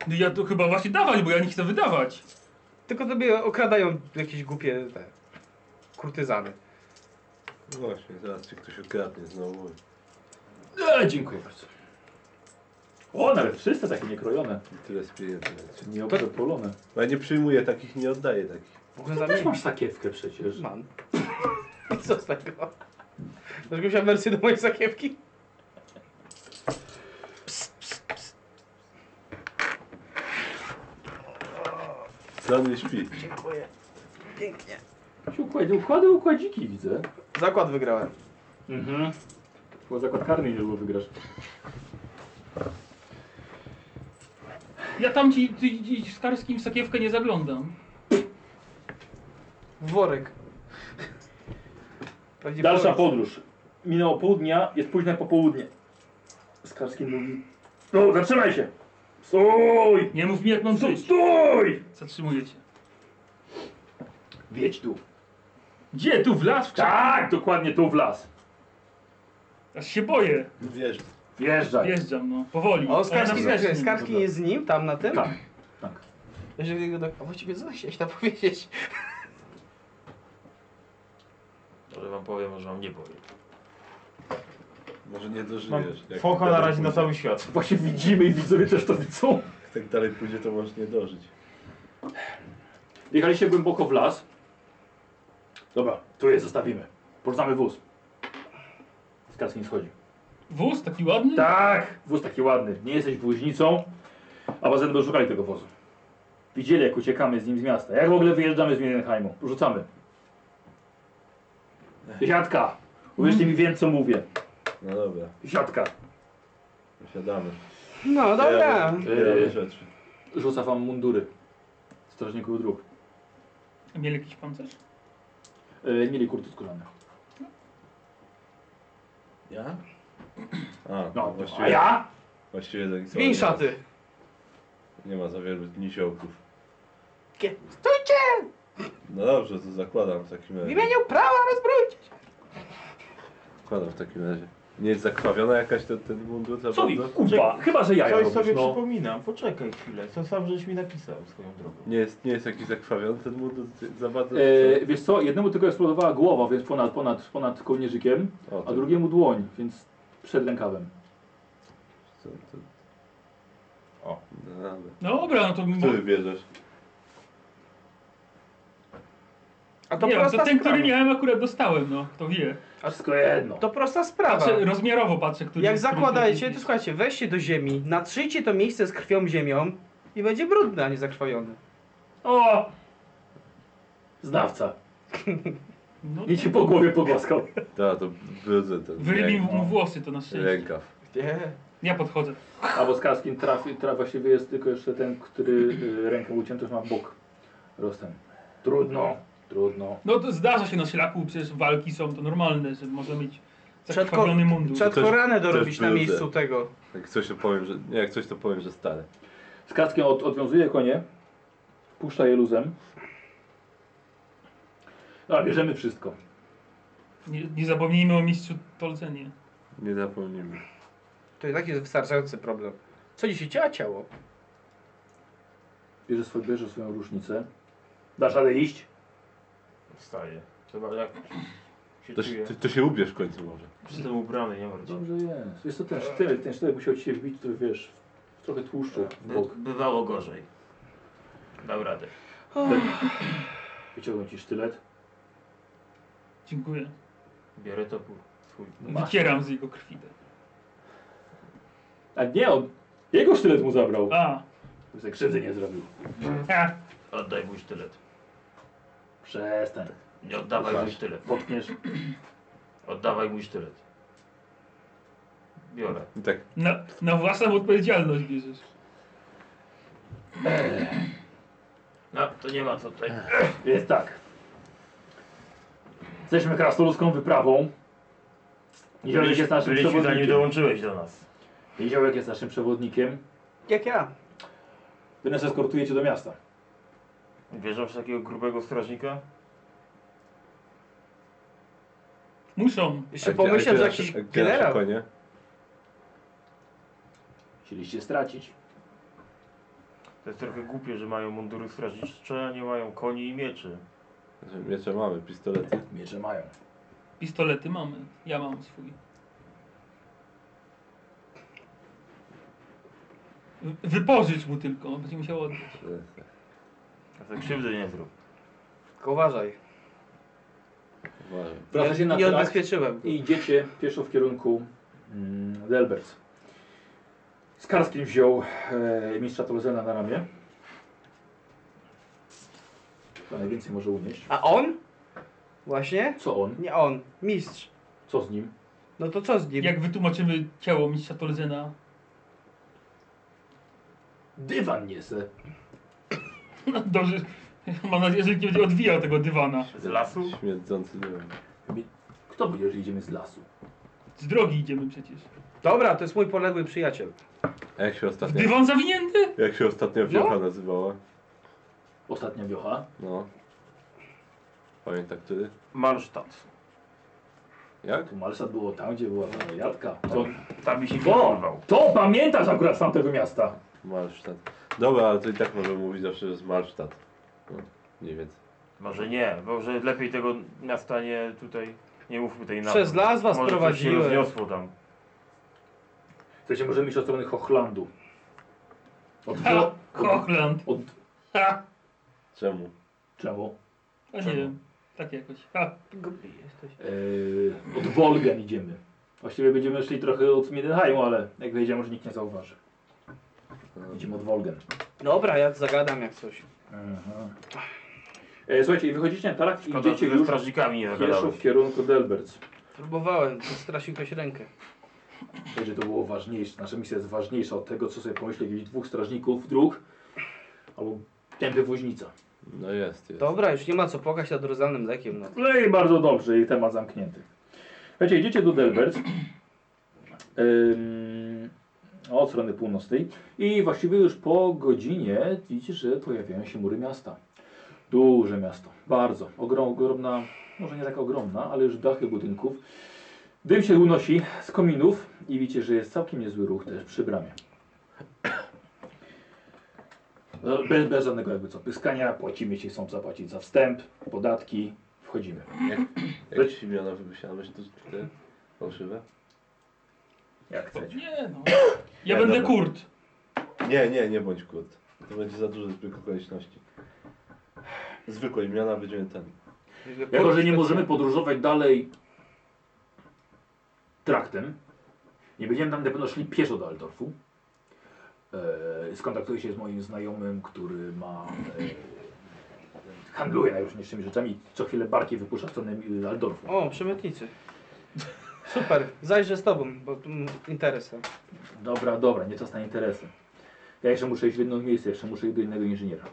Speaker 4: No ja tu chyba właśnie dawać, bo ja nie chcę wydawać.
Speaker 5: Tylko tobie okradają jakieś głupie te kurtyzany.
Speaker 2: No właśnie, zaraz cię ktoś okradnie znowu.
Speaker 1: E, dziękuję bardzo. O, nawet wszyscy takie niekrojone,
Speaker 2: I tyle z pieniędzy. leci.
Speaker 1: nieopolone.
Speaker 2: Bo ja nie przyjmuję takich, nie oddaję takich.
Speaker 5: W ogóle za
Speaker 1: Ty też masz sakiewkę przecież.
Speaker 5: Mam. I co z tego? Masz jakąś awersję do mojej sakiewki?
Speaker 2: Dla mnie śpi.
Speaker 5: Dziękuję. Pięknie.
Speaker 1: Ci Układy, układy, układziki widzę.
Speaker 5: Zakład wygrałem.
Speaker 1: Mhm. Chyba zakład karny niedługo wygrasz.
Speaker 4: Ja tam ci, ci, ci z Karskim w sakiewkę nie zaglądam.
Speaker 5: Worek. Pewnie
Speaker 1: Dalsza
Speaker 5: worek.
Speaker 1: podróż. Minęło pół dnia, jest późne popołudnie. Skarski mówi... No, zatrzymaj się! Stój!
Speaker 4: Nie mów mi jak mam
Speaker 1: Stój!
Speaker 4: żyć.
Speaker 1: Stój!
Speaker 4: Zatrzymuję cię.
Speaker 1: Wiedź tu.
Speaker 4: Gdzie? Tu w las? W krzak?
Speaker 1: Tak, dokładnie tu w las.
Speaker 4: Aż się boję.
Speaker 2: Wiesz,
Speaker 1: Wjeżdżaj.
Speaker 4: Wjeżdżam, no. Powoli.
Speaker 5: Tak. O,
Speaker 4: Ale
Speaker 5: Skarski,
Speaker 4: na wrześniu.
Speaker 5: Skarski, Skarski jest z nim, tam na tym?
Speaker 1: Tak, tak.
Speaker 5: Jeżeli go tak, a właściwie co chciałeś tam powiedzieć?
Speaker 3: Może wam powiem, że wam nie powiem.
Speaker 2: może nie
Speaker 3: Mam
Speaker 2: dożyjesz. Jak
Speaker 3: focha
Speaker 2: tak
Speaker 3: na
Speaker 2: dalej
Speaker 3: razie na
Speaker 2: pójdzie-
Speaker 3: cały świat.
Speaker 1: Właśnie widzimy i widzowie też to widzą.
Speaker 2: Jak tak dalej pójdzie, to możesz nie dożyć.
Speaker 1: Jechaliście głęboko w las. Dobra, tu je zostawimy. Poznamy wóz. Skarski nie schodzi.
Speaker 4: Wóz taki ładny?
Speaker 1: Tak! Wóz taki ładny. Nie jesteś woźnicą, a was będą szukali tego wozu. Widzieli, jak uciekamy z nim z miasta. Jak w ogóle wyjeżdżamy z Mindenheimu. Rzucamy. Siatka! Uwierzcie mi, wiem co mówię.
Speaker 2: No dobra,
Speaker 1: Siatka.
Speaker 2: siadamy.
Speaker 5: No dobra.
Speaker 2: Zbieramy rzeczy.
Speaker 1: Rzuca wam mundury. Strażników dróg.
Speaker 4: Mieli jakiś pancerz?
Speaker 1: Yy, mieli kurty skórzane.
Speaker 2: Ja? A, no,
Speaker 1: No,
Speaker 2: właściwie,
Speaker 1: a ja?
Speaker 2: właściwie tak
Speaker 5: Zmień
Speaker 2: nie ma-
Speaker 5: szaty.
Speaker 2: Nie ma za wielu niziołków.
Speaker 5: Kie- Stójcie!
Speaker 2: No dobrze, to zakładam w takim
Speaker 5: W
Speaker 2: razie.
Speaker 5: imieniu prawa rozbrójcie! się.
Speaker 2: Zakładam w takim razie. Nie jest zakrwawiona jakaś ten, ten mundur? za
Speaker 1: Co mi
Speaker 2: bardzo?
Speaker 1: kupa? Chyba, że ja
Speaker 3: Coś
Speaker 1: robisz,
Speaker 3: sobie
Speaker 1: no.
Speaker 3: przypominam, poczekaj chwilę, co sam żeś mi napisał swoją drogą.
Speaker 2: Nie jest, nie jest jakiś zakrwawiony ten mundur ty- za bardzo?
Speaker 1: E, wiesz co, jednemu tylko eksplodowała głowa, więc ponad, ponad, ponad kołnierzykiem,
Speaker 2: o, to,
Speaker 1: a drugiemu dłoń, więc przed rękawem.
Speaker 2: To, to...
Speaker 3: O.
Speaker 2: No, dobra.
Speaker 4: No dobra, no to...
Speaker 2: Który bierzesz?
Speaker 5: A to
Speaker 4: Nie wiem,
Speaker 5: prosta
Speaker 4: to ten,
Speaker 5: sprawa.
Speaker 4: który miałem akurat dostałem, no. To wie.
Speaker 1: A wszystko jedno.
Speaker 5: To prosta sprawa.
Speaker 4: Patrzę, rozmiarowo patrzę, który...
Speaker 5: Jak
Speaker 4: który-
Speaker 5: zakładajcie, to słuchajcie, weźcie do ziemi, natrzyjcie to miejsce z krwią ziemią i będzie brudne, a nie zakrwawione.
Speaker 1: O! Znawca.
Speaker 4: No,
Speaker 1: I ci po głowie pogłaskał.
Speaker 2: Da, to brudzę ten
Speaker 4: Wyrybim
Speaker 2: ręk-
Speaker 4: mu włosy, to na szczęście.
Speaker 2: rękaw.
Speaker 5: Nie.
Speaker 4: Ja podchodzę.
Speaker 1: A bo z kaskiem trafi, traf właściwie jest tylko jeszcze ten, który y, ręką ucięty ma bok. Rostem. Trudno, trudno.
Speaker 4: No to zdarza się na szlaku, przecież walki są to normalne, że może mieć
Speaker 5: Przed
Speaker 4: zakrwawiony mundur.
Speaker 5: Trzeba
Speaker 2: To też-
Speaker 5: tylko ranę dorobić
Speaker 2: też
Speaker 5: na
Speaker 2: brudzę.
Speaker 5: miejscu tego.
Speaker 2: Jak coś to powiem, że... Nie, jak coś to powiem, że stary.
Speaker 1: Z kaskiem od, odwiązuje konie, puszcza je luzem. A bierzemy wszystko.
Speaker 4: Nie, nie zapomnijmy o mistrzu Tolcenie.
Speaker 2: Nie zapomnijmy.
Speaker 5: To i tak jest wystarczający problem. Co dzisiaj ciała ciało?
Speaker 1: Bierze, swój, bierze swoją różnicę. Dasz radę iść?
Speaker 3: Wstaję. Chyba jak się
Speaker 2: To,
Speaker 3: czuję.
Speaker 2: się- to, to się ubierz w końcu może.
Speaker 3: Przy tym ubrany, nie martw.
Speaker 1: Dobrze jest. Jest to ten sztylet, ten sztylet musiał ci się wbić, który wiesz, trochę tłuszczu
Speaker 3: Tak.
Speaker 1: w bok.
Speaker 3: Bywało gorzej. Dał radę. Tak.
Speaker 1: Wyciągnął ci sztylet.
Speaker 4: Dziękuję.
Speaker 3: Biorę topór. Swój.
Speaker 4: No
Speaker 1: Masz.
Speaker 4: Wycieram z jego krwi. te.
Speaker 1: A nie, on jego sztylet mu zabrał.
Speaker 4: A,
Speaker 1: Ze krzywdy nie zrobił.
Speaker 4: ha,
Speaker 3: Oddaj mój sztylet.
Speaker 1: Przestań.
Speaker 3: Nie oddawaj mój
Speaker 1: Masz.
Speaker 3: sztylet.
Speaker 1: Potkniesz.
Speaker 3: Oddawaj mój sztylet. Biorę.
Speaker 2: I tak,
Speaker 4: na, na własną odpowiedzialność bierzesz.
Speaker 3: No, to nie ma co tutaj.
Speaker 1: Jest tak. Jesteśmy krasnoludzką wyprawą. Niziołek jest naszym
Speaker 3: Byliśmy zanim
Speaker 1: przewodnikiem.
Speaker 3: dołączyłeś do nas.
Speaker 1: Niziołek jest naszym przewodnikiem.
Speaker 5: Jak ja.
Speaker 1: Wy nas eskortujecie do miasta.
Speaker 3: Wierzą w takiego grubego strażnika?
Speaker 4: Muszą.
Speaker 5: Jeszcze
Speaker 2: A gdzie- a
Speaker 5: pomyślał,
Speaker 2: gdzie
Speaker 5: że
Speaker 2: nasze-
Speaker 5: jakiś
Speaker 2: a gdzie nasze
Speaker 5: generał.
Speaker 2: konie?
Speaker 1: Chcieliście stracić.
Speaker 3: To jest trochę głupie, że mają mundury strażnicze, a nie mają koni i mieczy.
Speaker 2: Znaczy, Miecze mamy, pistolety.
Speaker 1: Miecze mają.
Speaker 4: Pistolety mamy. Ja mam swój. Wy- Wypożycz mu tylko, będzie musiał oddać.
Speaker 3: A to krzywdy nie zrób.
Speaker 5: Tylko uważaj.
Speaker 2: Uważaj.
Speaker 1: Wracacie na
Speaker 5: nie
Speaker 1: trakt
Speaker 5: odbezpieczyłem.
Speaker 1: i idziecie pieszo w kierunku mm, Delbert. Skarski wziął e, mistrza Tolzena na ramię. To najwięcej może unieść.
Speaker 5: A on? Właśnie?
Speaker 1: Co on?
Speaker 5: Nie on, mistrz.
Speaker 1: Co z nim?
Speaker 5: No to co z nim?
Speaker 4: Jak wytłumaczymy ciało mistrza Tolzena?
Speaker 1: Dywan niese.
Speaker 4: No Dobrze. Mam nadzieję, że nikt nie będzie odwijał tego dywana.
Speaker 3: Z lasu?
Speaker 2: Śmierdzący dywan.
Speaker 1: Kto powiedział, że idziemy z lasu?
Speaker 4: Z drogi idziemy przecież.
Speaker 2: Tak
Speaker 5: Dobra, to jest mój poległy przyjaciel.
Speaker 2: A jak się
Speaker 4: W
Speaker 2: ostatnio...
Speaker 4: dywan zawinięty?
Speaker 2: Jak się
Speaker 3: No.
Speaker 2: ostatnio wiocha nazywała?
Speaker 1: Ostatnia wiocha.
Speaker 2: No. Pamięta który?
Speaker 3: Malsztat.
Speaker 2: Jak?
Speaker 1: Tu Malsa było tam, gdzie była ta jadka. To,
Speaker 3: Tam mi się nie
Speaker 1: to,
Speaker 3: porwał.
Speaker 1: to pamiętasz akurat z tamtego miasta.
Speaker 2: Marsztat. Dobra, ale to i tak możemy mówić zawsze, że jest Marsztat. No, mniej więcej.
Speaker 3: Może nie, może lepiej tego miasta nie tutaj, nie mówmy tej nazwy.
Speaker 5: Przez las was
Speaker 3: Może coś się
Speaker 5: prowadziłem.
Speaker 3: rozniosło tam.
Speaker 1: Słuchajcie, możemy iść od strony Hochlandu. Od,
Speaker 4: Ha!
Speaker 2: No.
Speaker 1: wio- od,
Speaker 4: Hochland.
Speaker 1: od
Speaker 4: Ha!
Speaker 2: Czemu?
Speaker 1: Czemu?
Speaker 4: A nie wiem. Tak jakoś. Ha!
Speaker 5: Głupi jesteś.
Speaker 1: Yy, od Wolgan idziemy. Właściwie będziemy szli trochę od Miedenheimu, ale jak wyjdziemy, może nikt nie zauważy. Idziemy od Wolgan.
Speaker 5: Dobra, ja zagadam jak coś.
Speaker 1: E, słuchajcie, i wychodzicie na tarak i
Speaker 3: Szkoda,
Speaker 1: idziecie
Speaker 3: że ze
Speaker 1: już
Speaker 3: strażnikami nie
Speaker 1: pieszo
Speaker 3: zagadałeś.
Speaker 1: w kierunku Delberts.
Speaker 5: Próbowałem, to stracił ktoś rękę.
Speaker 1: Będzie to było ważniejsze. Nasza misja jest ważniejsza od tego, co sobie pomyśleli dwóch strażników dróg albo tępy woźnica.
Speaker 2: No jest, jest.
Speaker 5: Dobra, już nie ma co płakać nad rozdanym lekiem. No.
Speaker 1: No i bardzo dobrze, i temat zamknięty. Słuchajcie, idziecie do Delbert. Ym, od strony północnej. I właściwie już po godzinie widzicie, że pojawiają się mury miasta. Duże miasto, bardzo. Ogrom, ogromna, może nie taka ogromna, ale już dachy budynków. Dym się unosi z kominów i widzicie, że jest całkiem niezły ruch też przy bramie. No, Bez, bez żadnego jakby co pyskania, płacimy jeśli chcą zapłacić za wstęp, podatki, wchodzimy.
Speaker 2: Jak, jak imiona wymyślałeś tu te fałszywe?
Speaker 1: Jak chcecie.
Speaker 4: Nie no. Ja
Speaker 2: Nie,
Speaker 4: będę
Speaker 2: dobra.
Speaker 4: kurt.
Speaker 2: Nie, nie, nie bądź kurt. To będzie za dużo zbyt okoliczności. Zwykłe imiona będziemy ten.
Speaker 1: Jako, że nie możemy podróżować dalej traktem, nie będziemy tam na pewno szli pieszo do Altdorfu. Eee, skontaktuję się z moim znajomym, który ma. Eee, handluje najróżniejszymi rzeczami. Co chwilę barki wypuszcza w stronę e, Altdorfu.
Speaker 5: O, przemytnicy. Super, zajrzę z tobą, bo tu m- interesem.
Speaker 1: Dobra, dobra, nie czas na interesy. Ja jeszcze muszę iść w jedno miejsce, jeszcze muszę iść do innego inżyniera.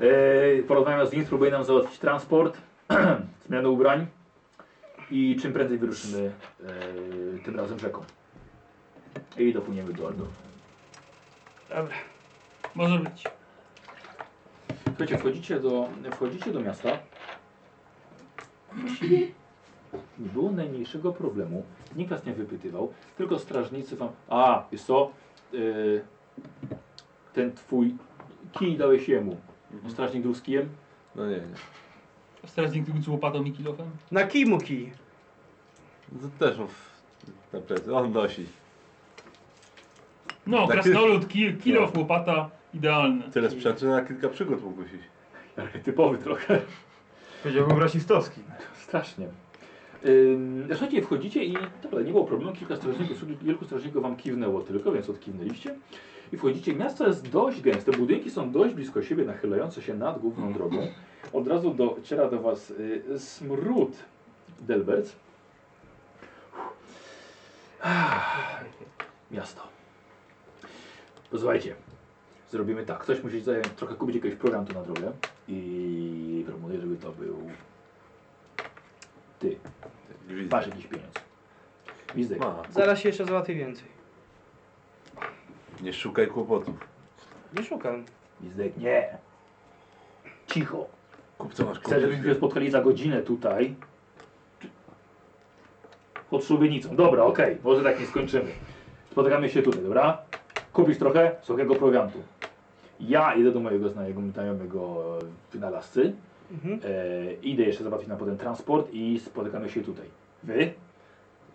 Speaker 1: Eee, porozmawiam z nim, spróbuję nam załatwić transport, zmianę ubrań i czym prędzej wyruszymy eee, tym razem rzeką. I dopłyniemy do Aldorfu.
Speaker 5: Dobra.
Speaker 4: Może być.
Speaker 1: Słuchajcie, wchodzicie do, wchodzicie do miasta. Właściwie nie było najmniejszego problemu. Nikt was nie wypytywał, tylko strażnicy wam. A, jest co? Yy, ten twój kij dałeś jemu. Strażnik dróg z kijem.
Speaker 2: No nie, nie.
Speaker 4: Strażnik tylko z łopatą i kilofem.
Speaker 5: Na kij mu kij.
Speaker 2: To też on w, na plecy. On nosi.
Speaker 4: No,
Speaker 2: Tak jest.
Speaker 4: krasnolud, ki, kilof, łopata. Idealne.
Speaker 2: Tyle sprzętu na kilka przygód mógł kusić.
Speaker 1: Typowy trochę.
Speaker 3: Powiedziałbym rasistowski.
Speaker 1: Strasznie. Ym, Słuchajcie, wchodzicie i dobra, nie było problemu, kilka strażników, kilku strażników wam kiwnęło tylko, więc odkiwnęliście. I wchodzicie, miasto jest dość gęste, budynki są dość blisko siebie, nachylające się nad główną drogą. Od razu dociera do was y, smród Delbert. Ah, Miasto. Posłuchajcie, zrobimy tak, ktoś musi zająć, trochę kupić jakiegoś program tu na drogę i proponuję, żeby to był ty.
Speaker 2: Gwizdek.
Speaker 1: Masz jakiś pieniądz. Wizdek.
Speaker 2: Ma.
Speaker 5: Zaraz się jeszcze załatwi więcej.
Speaker 2: Nie szukaj kłopotów.
Speaker 5: Nie szukam.
Speaker 1: Wizdek. Nie. cicho.
Speaker 6: Kupca masz
Speaker 1: Chcę, żebyśmy się spotkali za godzinę tutaj. Pod szubienicą. Dobra, okej, może tak nie skończymy. Spotykamy się tutaj, dobra? Kupisz trochę suchego prowiantu. Ja idę do mojego znajomego, znajomego e, wynalazcy.
Speaker 5: Mhm.
Speaker 1: E, idę jeszcze załatwić na potem transport i spotykamy się tutaj. Wy?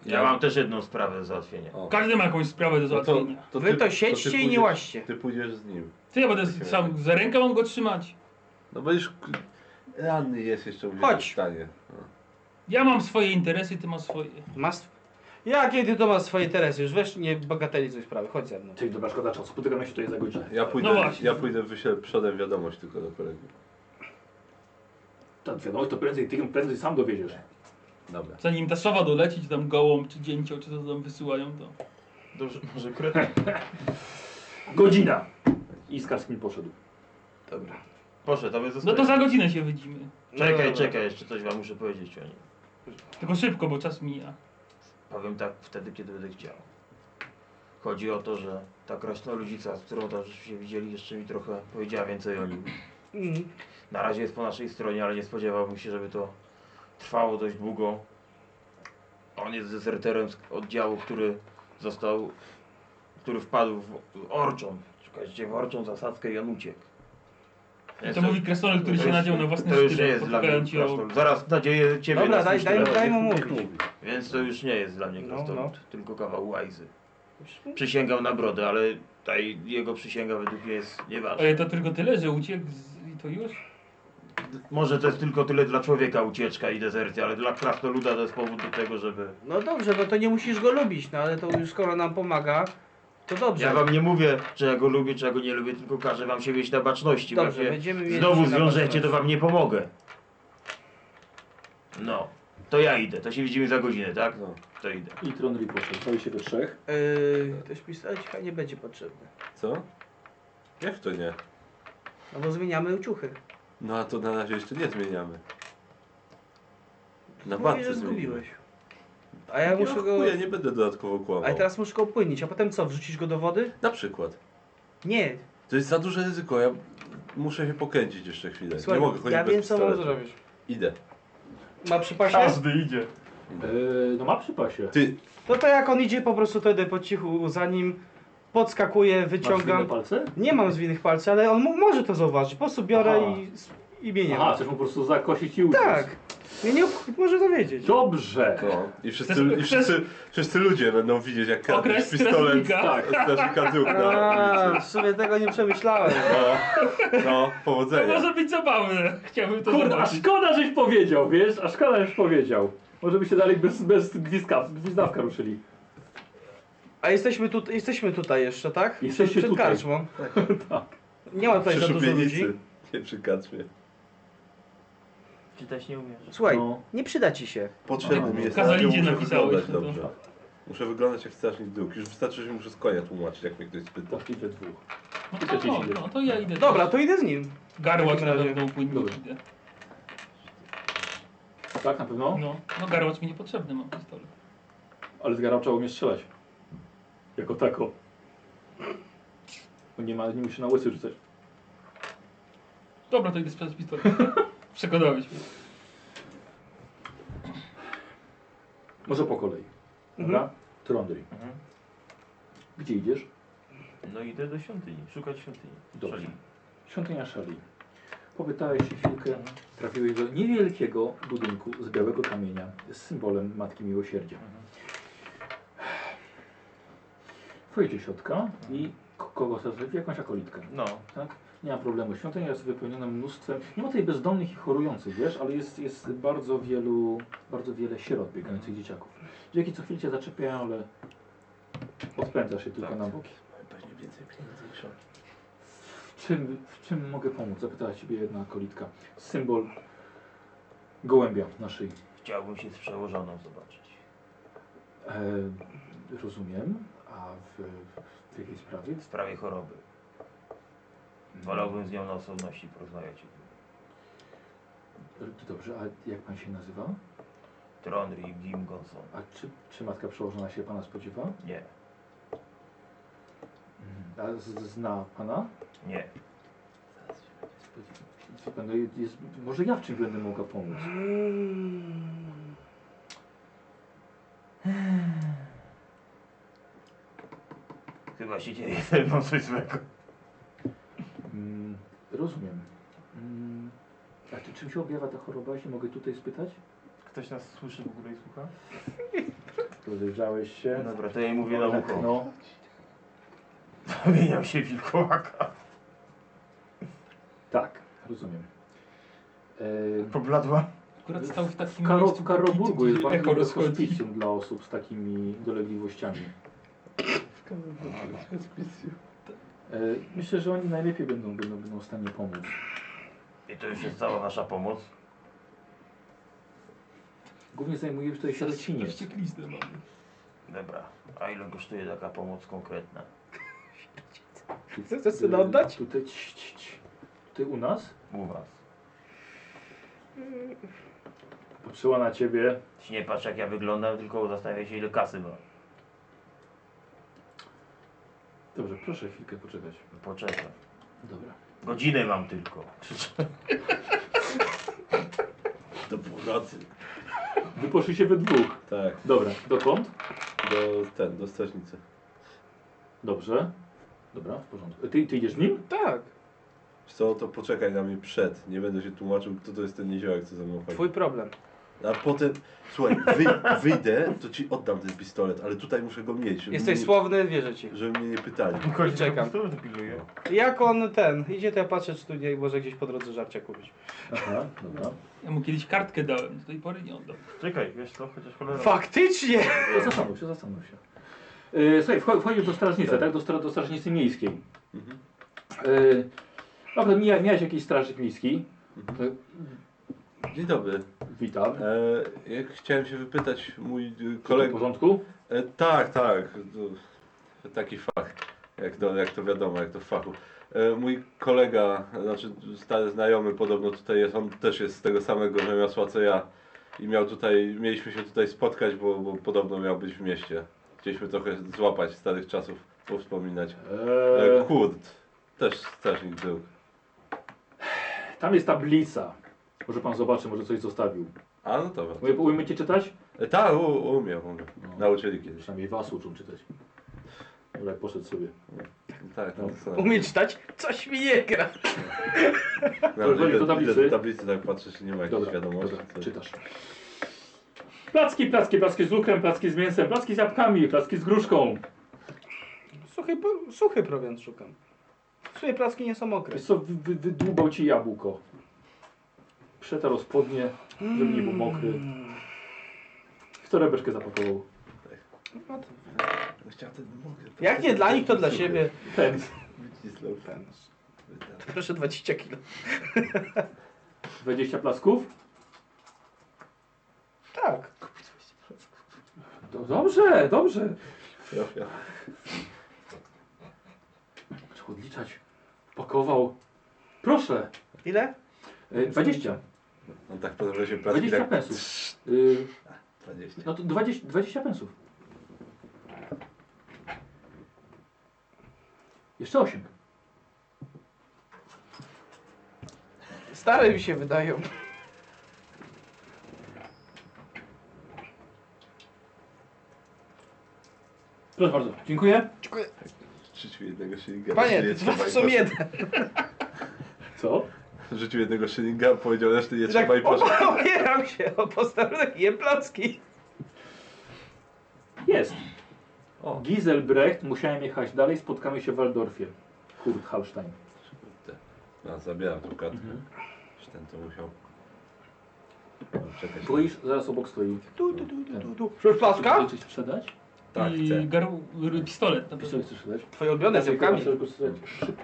Speaker 3: Ja mam też jedną sprawę do załatwienia.
Speaker 2: O.
Speaker 4: Każdy ma jakąś sprawę do
Speaker 2: No to,
Speaker 4: załatwienia.
Speaker 2: to
Speaker 5: Wy to siedźcie i nie
Speaker 2: pójdziesz-
Speaker 5: łaźcie.
Speaker 2: Ty pójdziesz z nim.
Speaker 4: Ty ja będę z- sam za rękę mam go trzymać.
Speaker 2: No bo już k- ranny jest jeszcze u mnie
Speaker 5: Chodź.
Speaker 2: w stanie.
Speaker 4: Ja mam swoje interesy, ty masz swoje.
Speaker 5: Masz... Ja kiedy to masz swoje interesy? Już weź nie bagatelizuj sprawy, chodź ze mną.
Speaker 1: Czyli dobra, szkoda czasu. Spotykamy się tutaj za godzinę.
Speaker 2: Ja pójdę,
Speaker 4: No właśnie.
Speaker 2: ja pójdę wyślę przodem wiadomość tylko do kolegi.
Speaker 1: Ta wiadomość Tak, to prędzej, ty ją prędzej sam dowiedziesz.
Speaker 2: Dobra.
Speaker 4: Zanim ta sowa doleci, czy tam gołąb, czy dzięcioł, czy co tam wysyłają, to...
Speaker 3: Dobrze, może kretyn.
Speaker 1: Godzina! I z Karskim poszedł.
Speaker 5: Dobra.
Speaker 3: Proszę, tobie zostawię.
Speaker 4: No to za godzinę się widzimy.
Speaker 3: Czekaj,
Speaker 5: No Dobra.
Speaker 3: czekaj, jeszcze coś wam muszę powiedzieć o nim.
Speaker 4: Tylko szybko, bo czas mija.
Speaker 3: Powiem tak wtedy, kiedy będę chciał. Chodzi o to, że ta krasnoludzica, z którą tam żeśmy się widzieli, jeszcze mi trochę powiedziała więcej o nim.
Speaker 5: Mhm.
Speaker 3: Na razie jest po naszej stronie, ale nie spodziewałbym się, żeby to trwało dość długo. On jest deserterem z oddziału, który został, który wpadł w Orczon. Czekajcie, w Orczon zasadzkę i on uciekł.
Speaker 4: I to mówi kresol, który się
Speaker 3: już-
Speaker 4: nadział na własny
Speaker 3: To już nie
Speaker 4: sztylet,
Speaker 3: jest dla mnie
Speaker 4: potykając ci o...
Speaker 3: krasnolud. Zaraz nadzieję ciebie
Speaker 5: Dobra,
Speaker 3: na
Speaker 5: daj,
Speaker 3: swój
Speaker 5: daj,
Speaker 3: sztylet.
Speaker 5: daj mu mówić.
Speaker 3: Więc to już nie jest dla mnie
Speaker 5: No,
Speaker 3: krasnolud,
Speaker 5: no.
Speaker 3: tylko kawał łajzy. Przysięgał na brodę, ale ta jego przysięga według mnie jest nieważna.
Speaker 4: Ale to tylko tyle, że uciekł z... i to już?
Speaker 3: Może to jest tylko tyle dla człowieka ucieczka i dezercja, ale dla krasnoluda to jest powód do tego, żeby...
Speaker 5: No dobrze, no to nie musisz go lubić, no ale to już skoro nam pomaga, to dobrze.
Speaker 3: Ja wam nie mówię, czy ja go lubię, czy ja go nie lubię, tylko każę wam się mieć na baczności.
Speaker 5: Dobrze,
Speaker 3: Właśnie
Speaker 5: będziemy mieli
Speaker 3: Znowu
Speaker 5: się na
Speaker 3: zwiążecie,
Speaker 5: baczności.
Speaker 3: to wam nie pomogę. No, to ja idę, to się widzimy za godzinę, tak?
Speaker 2: No.
Speaker 3: To idę.
Speaker 1: I Tronry poszedł. Stoi się do trzech.
Speaker 5: Yy, ktoś pisał, cicha nie będzie potrzebny.
Speaker 2: Co? Jak to nie?
Speaker 5: No bo zmieniamy uciuchy.
Speaker 2: No a to na razie jeszcze nie zmieniamy. Na
Speaker 5: Mówi,
Speaker 2: bance
Speaker 5: że
Speaker 2: zmieniamy.
Speaker 5: zgubiłeś. A ja muszę
Speaker 2: no,
Speaker 5: go...
Speaker 2: chuja, nie będę dodatkowo
Speaker 5: A
Speaker 2: kłamał.
Speaker 5: ja teraz muszę go upłynić, a potem co, wrzucić go do wody?
Speaker 2: Na przykład.
Speaker 5: Nie,
Speaker 2: To jest za duże ryzyko, ja muszę się pokręcić jeszcze chwilę.
Speaker 5: słuchaj,
Speaker 2: nie mogę chodzić
Speaker 5: ja
Speaker 2: bez
Speaker 5: wiem co mam
Speaker 2: pistoletu.
Speaker 5: zrobić.
Speaker 2: Idę.
Speaker 5: Ma przypasie?
Speaker 3: idzie.
Speaker 1: Eee, no ma przy pasie.
Speaker 2: Ty,
Speaker 5: No to jak on idzie, po prostu to idę po cichu za nim, podskakuję,
Speaker 1: Masz winne
Speaker 5: wyciągam.
Speaker 1: palce?
Speaker 5: Nie mam zwinnych palców, ale on mo- może to zauważyć. Po prostu biorę
Speaker 1: Aha.
Speaker 5: i, i mnie nie
Speaker 1: Aha,
Speaker 5: ma.
Speaker 1: chcesz mu po prostu zakosić i uciec.
Speaker 5: Tak, mnie nie obchodzi, może dowiedzieć.
Speaker 1: Dobrze.
Speaker 2: No, i wszyscy,
Speaker 4: Chcesz-
Speaker 2: i wszyscy, wszyscy ludzie będą widzieć, jak kradniesz
Speaker 4: Okres
Speaker 2: pistolet
Speaker 1: Tak.
Speaker 4: strażnika.
Speaker 2: z no. strażnika dróg na
Speaker 5: A,
Speaker 2: ulicy.
Speaker 5: w sumie tego nie przemyślałem.
Speaker 2: No, no,
Speaker 4: To
Speaker 2: powodzenia.
Speaker 4: może być zabawne. Chciałbym to
Speaker 1: Kurde, a
Speaker 4: zobaczyć.
Speaker 1: szkoda, żeś powiedział, wiesz? A szkoda, żeś powiedział. Może by się dalej bez, bez gwizdka, gwizdawka ruszyli.
Speaker 5: A jesteśmy, tu, jesteśmy tutaj jeszcze, tak?
Speaker 1: Jesteście
Speaker 5: przed, przed
Speaker 1: tutaj.
Speaker 5: karczmą.
Speaker 1: Tak.
Speaker 5: Nie ma tutaj
Speaker 2: Przy
Speaker 5: za dużo ludzi.
Speaker 2: szubienicy. Nie przy kacpie.
Speaker 3: Czytać nie umiesz.
Speaker 5: Słuchaj,
Speaker 1: No.
Speaker 5: nie przyda ci się.
Speaker 2: Potrzebny mi jest,
Speaker 4: Kazali
Speaker 2: ale
Speaker 4: idzie
Speaker 2: muszę
Speaker 4: napisałeś,
Speaker 2: wyglądać
Speaker 4: no to-
Speaker 2: dobrze. Muszę wyglądać jak strażnik dróg. Już wystarczy, że muszę z konia tłumaczyć, jak mnie ktoś spyta.
Speaker 1: Tak, i we dwóch.
Speaker 4: No to, no, no, to ja idę.
Speaker 5: Dobra, to idę z nim.
Speaker 4: Garłacz
Speaker 5: w
Speaker 4: na
Speaker 5: takim razie.
Speaker 4: pewno upłynie.
Speaker 1: Dobra.
Speaker 4: idę.
Speaker 1: Tak, na pewno?
Speaker 4: No, no garłacz mi niepotrzebny, mam pistolet.
Speaker 1: Ale z garabcza umie strzelać. Jako tako. Bo Nie ma, nie musi na łysy rzucać.
Speaker 4: Dobra, to idę sprzedać pistolet. Przekonałeś mnie.
Speaker 1: Może po kolei. Dobra? Trondry.
Speaker 3: Mhm.
Speaker 1: Gdzie idziesz?
Speaker 3: No idę do świątyni, szukać świątyni.
Speaker 1: Dobrze.
Speaker 3: Szali.
Speaker 1: Świątynia Szali. Popytałeś się chwilkę, trafiłeś do niewielkiego budynku z białego kamienia z symbolem Matki Miłosierdzia. Wchodzisz do środka i k- kogo sobie jakąś akolitkę.
Speaker 3: No,
Speaker 1: Tak? Nie ma problemu. Świątynia jest wypełniona mnóstwem. Nie ma tutaj bezdomnych i chorujących, wiesz, ale jest, jest bardzo wielu, bardzo wiele sierot biegających dzieciaków. Dzieci co chwilę cię zaczepiają, ale odpędzasz się tylko na boki.
Speaker 2: Pewnie więcej pieniędzy niż on.
Speaker 1: W czym, w czym mogę pomóc? Zapytała ciebie jedna kolitka. Symbol gołębia na szyi.
Speaker 3: chciałbym się z przełożoną zobaczyć.
Speaker 1: E, rozumiem. A w, w jakiej sprawie?
Speaker 3: W sprawie choroby. Wolałbym z nią na osobności porozmawiać.
Speaker 1: E, Dobrze, a jak pan się nazywa?
Speaker 3: Tronry i Gim Gonson.
Speaker 1: A czy, czy matka przełożona się pana spodziewa?
Speaker 3: Nie, Mhm.
Speaker 1: A z, zna pana?
Speaker 3: nie.
Speaker 1: No i jest, może ja w czym będę mogła pomóc?
Speaker 5: Mm.
Speaker 3: Chyba się dzieje ze mną coś złego.
Speaker 1: Mm, rozumiem. Mm, a czy czym się objawia ta choroba, jeśli mogę tutaj spytać?
Speaker 3: Ktoś nas słyszy w ogóle i słucha?
Speaker 1: Rozejrzałeś się.
Speaker 3: Dobra, to ja jej mówię No, na ucho.
Speaker 1: No,
Speaker 3: Zamieniam się w wilkołaka.
Speaker 1: tak, rozumiem. E,
Speaker 3: Pobladła.
Speaker 4: Akurat stał w takim
Speaker 1: w, Karo,
Speaker 4: miejscu,
Speaker 1: w Karoburgu jest
Speaker 4: gdzie
Speaker 1: bardzo
Speaker 4: echo
Speaker 1: dobre
Speaker 4: rozchodzi.
Speaker 1: hospicjum dla osób z takimi dolegliwościami. E, myślę, że oni najlepiej będą, będą, będą w stanie pomóc.
Speaker 3: I to już jest cała nasza pomoc.
Speaker 1: Głównie zajmuje się tutaj sierociniec.
Speaker 4: Wścieklizny mamy.
Speaker 3: Dobra, a ile kosztuje taka pomoc konkretna?
Speaker 5: Chcesz syna oddać?
Speaker 1: E, Tutaj, ć, ć, ć. tutaj u nas?
Speaker 3: U was.
Speaker 1: Patrzyła na ciebie.
Speaker 3: Ci nie patrz jak ja wyglądam, tylko zastanawia się ile kasy ma.
Speaker 1: Dobrze, proszę chwilkę poczekać.
Speaker 3: Poczekaj.
Speaker 1: Dobra.
Speaker 3: Godzinę mam tylko.
Speaker 2: Do północy.
Speaker 1: Wy poszliście we dwóch.
Speaker 2: Tak,
Speaker 1: Dobra, dokąd?
Speaker 2: do ten, do strażnicy.
Speaker 1: Dobrze. Dobra, w porządku. E, Ty, ty idziesz nim?
Speaker 5: Tak,
Speaker 2: Wiesz Co, to poczekaj na mnie przed. Nie będę się tłumaczył, kto to jest ten niziołek, co ze mną chodzi.
Speaker 5: twój problem.
Speaker 2: A potem, słuchaj, wy, wyjdę, to ci oddam ten pistolet, ale tutaj muszę go mieć, żeby,
Speaker 5: Jesteś
Speaker 2: mnie,
Speaker 5: słowny, wierzę ci.
Speaker 2: żeby mnie nie pytali.
Speaker 5: I czekam.
Speaker 3: Który pilnuje?
Speaker 5: Jak on ten idzie, to ja patrzę, czy tu nie może gdzieś po drodze żarcia kupić.
Speaker 1: Aha, dobra.
Speaker 4: Ja mu kiedyś kartkę dałem, do tej pory nie oddał.
Speaker 3: Czekaj, wiesz co, chociaż cholera.
Speaker 5: Faktycznie!
Speaker 1: To zastanów się, zastanów się. E, słuchaj, wcho- wchodzisz do strażnicy, tak? Do, stra do strażnicy miejskiej.
Speaker 2: Mhm.
Speaker 1: E, dobra, mija, mijałeś jakiś strażnik miejski.
Speaker 2: Dzień dobry.
Speaker 1: Witam.
Speaker 2: Mhm. E, ja chciałem się wypytać, mój y,
Speaker 1: Kolega. W
Speaker 2: kolega...
Speaker 1: porządku?
Speaker 2: E, tak, tak. to- Taki fach. Jak to, jak to wiadomo, jak to w fachu. E, mój kolega, znaczy stary znajomy podobno tutaj jest, on też jest z tego samego rzemiosła co ja. I miał tutaj, mieliśmy się tutaj spotkać, bo, bo podobno miał być w mieście. Chcieliśmy trochę złapać starych czasów, powspominać. E,
Speaker 1: E,
Speaker 2: Kurt, też strażnik był.
Speaker 1: tam jest tablica. Może pan zobaczy, może coś zostawił.
Speaker 2: A no dobra.
Speaker 1: Mówię, umiecie czytać?
Speaker 2: E, tak, u- umiem, umiem.
Speaker 1: No.
Speaker 2: Nauczyli kiedyś.
Speaker 1: Przynajmniej was uczą czytać. Dobra, jak poszedł sobie.
Speaker 2: Tak, no, co?
Speaker 5: Umie czytać? Coś mi nie gra.
Speaker 1: Dobra,
Speaker 2: idę,
Speaker 1: do tablicy.
Speaker 2: idę do tablicy tak patrzę, czy nie ma jakichś
Speaker 1: Dobra,
Speaker 2: wiadomości.
Speaker 1: dobra,
Speaker 2: co-
Speaker 1: czytasz. Placki, placki, placki z lukrem, placki z mięsem, placki z jabłkami, placki z gruszką.
Speaker 5: Suchy, po- suchy prowiant szukam. Suche placki nie są mokre.
Speaker 1: Wiesz co, wy, wy, wydłubał ci jabłko. Przetarł spodnie, żeby nie był mokry.
Speaker 5: Mm.
Speaker 1: W torebeczkę zapakował.
Speaker 5: No to-
Speaker 2: Chciałem ten mokry.
Speaker 5: Jak nie dla nich, to dla siebie.
Speaker 1: Ten.
Speaker 2: Wycisnął ten.
Speaker 5: Proszę 20 kilo.
Speaker 1: 20 plasków?
Speaker 5: Tak.
Speaker 1: Do, No dobrze, dobrze.
Speaker 2: Trafia.
Speaker 1: Trzeba odliczać. Pakował. Proszę.
Speaker 5: Ile?
Speaker 1: E, 20.
Speaker 2: On tak podoba się prawie
Speaker 1: 20
Speaker 2: tak
Speaker 1: pensów. Y,
Speaker 2: 20.
Speaker 1: no to 20, 20 pensów. Jeszcze 8.
Speaker 5: Stare mi się wydają.
Speaker 1: Proszę bardzo. Dziękuję.
Speaker 5: Dziękuję.
Speaker 2: W życiu jednego szylinga.
Speaker 5: Panie,
Speaker 2: nie
Speaker 5: to dwa
Speaker 2: trzeba i
Speaker 5: są
Speaker 2: poszedł.
Speaker 5: jeden.
Speaker 1: Co?
Speaker 2: W życiu jednego szylinga powiedział reszty nie
Speaker 5: Tak,
Speaker 2: trzeba i poszedł.
Speaker 5: o- opieram się o posterunek i jem placki.
Speaker 1: Jest. O. Giselbrecht, musiałem jechać dalej, spotkamy się w Waldorfie. Kurt Hallstein.
Speaker 2: Kurde. No, zabieram tą kartkę.
Speaker 5: Mhm.
Speaker 2: Już ten to musiał. Czekać.
Speaker 1: Boisz, zaraz obok stoi.
Speaker 5: Du, du, du, du, du, du. Chcesz placka?
Speaker 1: Chcesz sprzedać?
Speaker 2: Tak,
Speaker 4: I
Speaker 2: chcę.
Speaker 4: garu- r- pistolet na
Speaker 1: Wiesz, co
Speaker 4: pewno.
Speaker 1: chcesz sprzedać?
Speaker 5: Twoje ulubione z jabłkami.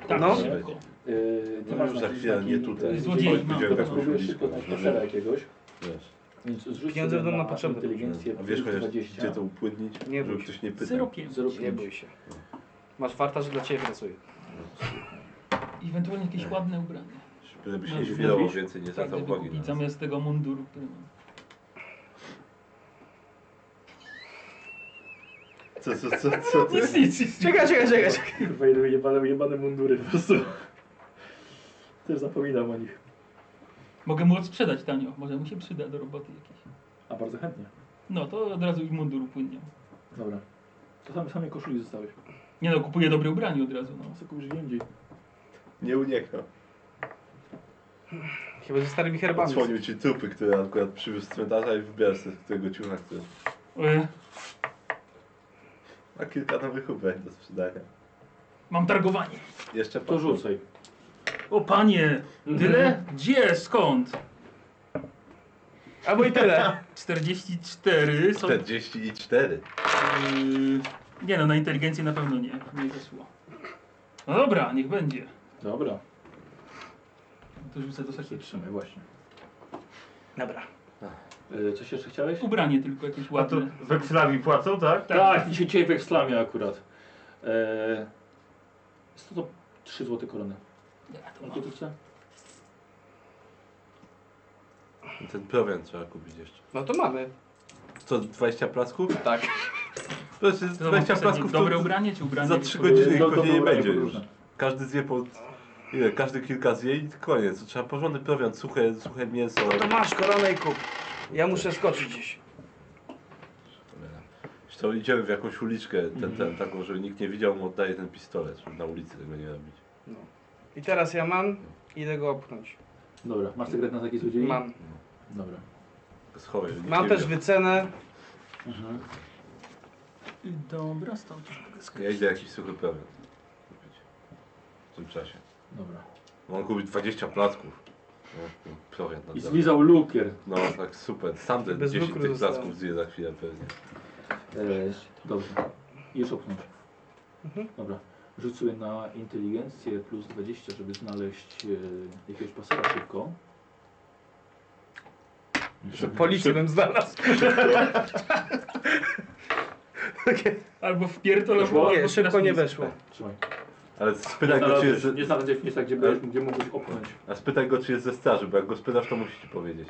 Speaker 4: Tak,
Speaker 5: No.
Speaker 4: szybko.
Speaker 1: Yy, ty
Speaker 2: No
Speaker 1: masz
Speaker 2: już
Speaker 1: na
Speaker 2: za chwilę,
Speaker 1: taki-
Speaker 2: nie tutaj.
Speaker 4: Złodziei
Speaker 1: Chodź,
Speaker 4: mam.
Speaker 1: będziemy Spróbujesz szybko na
Speaker 2: Dobra.
Speaker 1: profesora jakiegoś.
Speaker 2: Wiesz. no,
Speaker 1: Więc zrzuć
Speaker 5: Pieniądze
Speaker 1: sobie
Speaker 5: będą
Speaker 1: na
Speaker 5: nam potrzebne.
Speaker 1: inteligencję
Speaker 2: A wiesz
Speaker 1: plus
Speaker 2: chociaż
Speaker 1: 20.
Speaker 2: gdzie to upłynnić?
Speaker 5: Nie
Speaker 2: żeby
Speaker 5: bój się.
Speaker 2: ktoś nie pytał.
Speaker 4: 0,5.
Speaker 5: Nie bój się. Masz farta, że dla ciebie pracuje.
Speaker 4: I Ewentualnie jakieś ładne ubranie.
Speaker 2: Żeby się
Speaker 4: No,
Speaker 2: chwilowo
Speaker 1: mówisz?
Speaker 2: więcej nie
Speaker 4: Tak,
Speaker 2: zwracał
Speaker 4: żeby
Speaker 2: uwagi.
Speaker 4: kupić
Speaker 2: na nas.
Speaker 4: zamiast tego munduru, który mam.
Speaker 2: Co, co, co, co ty?
Speaker 4: Nic, nic, nic.
Speaker 5: Czekaj, czekaj, czekaj. czekaj.
Speaker 1: Kurwa, jebane, jebane mundury po prostu. Też zapominam o nich.
Speaker 4: Mogę mu odsprzedać tanio, może mu się przyda do roboty jakiejś.
Speaker 1: A bardzo chętnie.
Speaker 4: No to od razu i mundur upłynie.
Speaker 1: Dobra. To same, same koszuli zostałeś.
Speaker 4: Nie no, kupuję dobre ubranie od razu, no.
Speaker 1: No, co kupisz gdzie indziej.
Speaker 2: Nie uniknął.
Speaker 5: Chyba ze starymi herbami.
Speaker 2: Odsłonił ci trupy, które akurat przywiózł z cmentarza i wybierasz sobie, z którego ciucha chcesz.
Speaker 4: E,
Speaker 2: A kilka nowych ubrań do sprzedania.
Speaker 4: mam targowanie.
Speaker 2: Jeszcze patrzę.
Speaker 1: To rzucaj.
Speaker 4: O panie, tyle? Gdzie, skąd?
Speaker 5: Albo i tyle.
Speaker 4: 44 są...
Speaker 2: 44.
Speaker 4: Yy, nie no, na inteligencję na pewno nie, nie zeszło. No dobra, niech będzie.
Speaker 1: Dobra.
Speaker 4: To rzucę to
Speaker 1: Się
Speaker 4: takie
Speaker 1: trzymaj właśnie.
Speaker 5: Dobra.
Speaker 1: E, coś jeszcze chciałeś?
Speaker 4: ubranie tylko jakieś
Speaker 3: A to
Speaker 4: ładne.
Speaker 3: wekslami płacą, tak?
Speaker 1: Tak, dzisiaj, dzisiaj wekslamy akurat. E, jest to, to 3 złote korony.
Speaker 4: Ja to
Speaker 1: Na
Speaker 4: mam.
Speaker 1: gotówce?
Speaker 2: Ten prowiant trzeba kupić jeszcze.
Speaker 5: No to mamy.
Speaker 2: Co, 20 plasków?
Speaker 5: Tak.
Speaker 2: Proszę,
Speaker 4: Co mam
Speaker 2: 20
Speaker 4: pisać,
Speaker 2: plasków to
Speaker 4: dobre ubranie czy ubranie?
Speaker 2: za
Speaker 4: tylko-
Speaker 2: 3 godziny
Speaker 1: Do-
Speaker 2: ich
Speaker 5: No,
Speaker 1: do-
Speaker 2: pewnie nie
Speaker 1: dobra,
Speaker 2: będzie
Speaker 1: nie
Speaker 2: już.
Speaker 1: podróżne.
Speaker 2: Każdy zje po... Ile? Każdy kilka zje i koniec. Trzeba porządny prowiant, suche, suche mięso.
Speaker 5: No to masz koronę i kup. Ja muszę skoczyć dziś.
Speaker 2: Wiesz co, idziemy w jakąś uliczkę, ten,
Speaker 5: Mhm.
Speaker 2: ten, taką, żeby nikt nie widział, mu oddaje ten pistolet, żeby na ulicy tego nie robić.
Speaker 5: I teraz ja mam. Idę go opchnąć.
Speaker 1: Dobra, masz sekret na taki złodziei?
Speaker 5: Mam.
Speaker 1: Dobra.
Speaker 2: Schowaj, żeby nikt
Speaker 5: Mam
Speaker 2: nie
Speaker 5: też
Speaker 2: widział.
Speaker 5: wycenę.
Speaker 4: Dobra, stąd.
Speaker 2: Ja idę jakiś suchy prowiant kupić w tym czasie.
Speaker 1: Dobra.
Speaker 2: Bo on kupi 20 placków. No, no, Prowiant na
Speaker 1: I
Speaker 2: dole.
Speaker 1: zlizał lukier.
Speaker 2: No tak super, sam ten
Speaker 5: Bez
Speaker 2: 10
Speaker 5: lukru
Speaker 2: tych
Speaker 5: zostało.
Speaker 2: placków zje za chwilę pewnie.
Speaker 1: E, dobrze. I już opchnąć.
Speaker 5: Mhm.
Speaker 1: Dobra. Rzuć sobie na inteligencję plus 20, żeby znaleźć e, jakiegoś pasera szybko.
Speaker 5: Policję bym znalazł. Takie-
Speaker 4: Albo wpierdolę
Speaker 1: Szło?
Speaker 5: Nie, szybko nie weszło.
Speaker 1: Trzymaj.
Speaker 2: Ale spytaj go, czy
Speaker 1: Znalazłeś-
Speaker 2: jest,
Speaker 1: Nie znalazłeś miejsca, gdzie, byłeś, gdzie mógłbyś opchnąć.
Speaker 2: a spytaj go, czy jest ze starzy, bo jak go spytasz, to musi ci powiedzieć.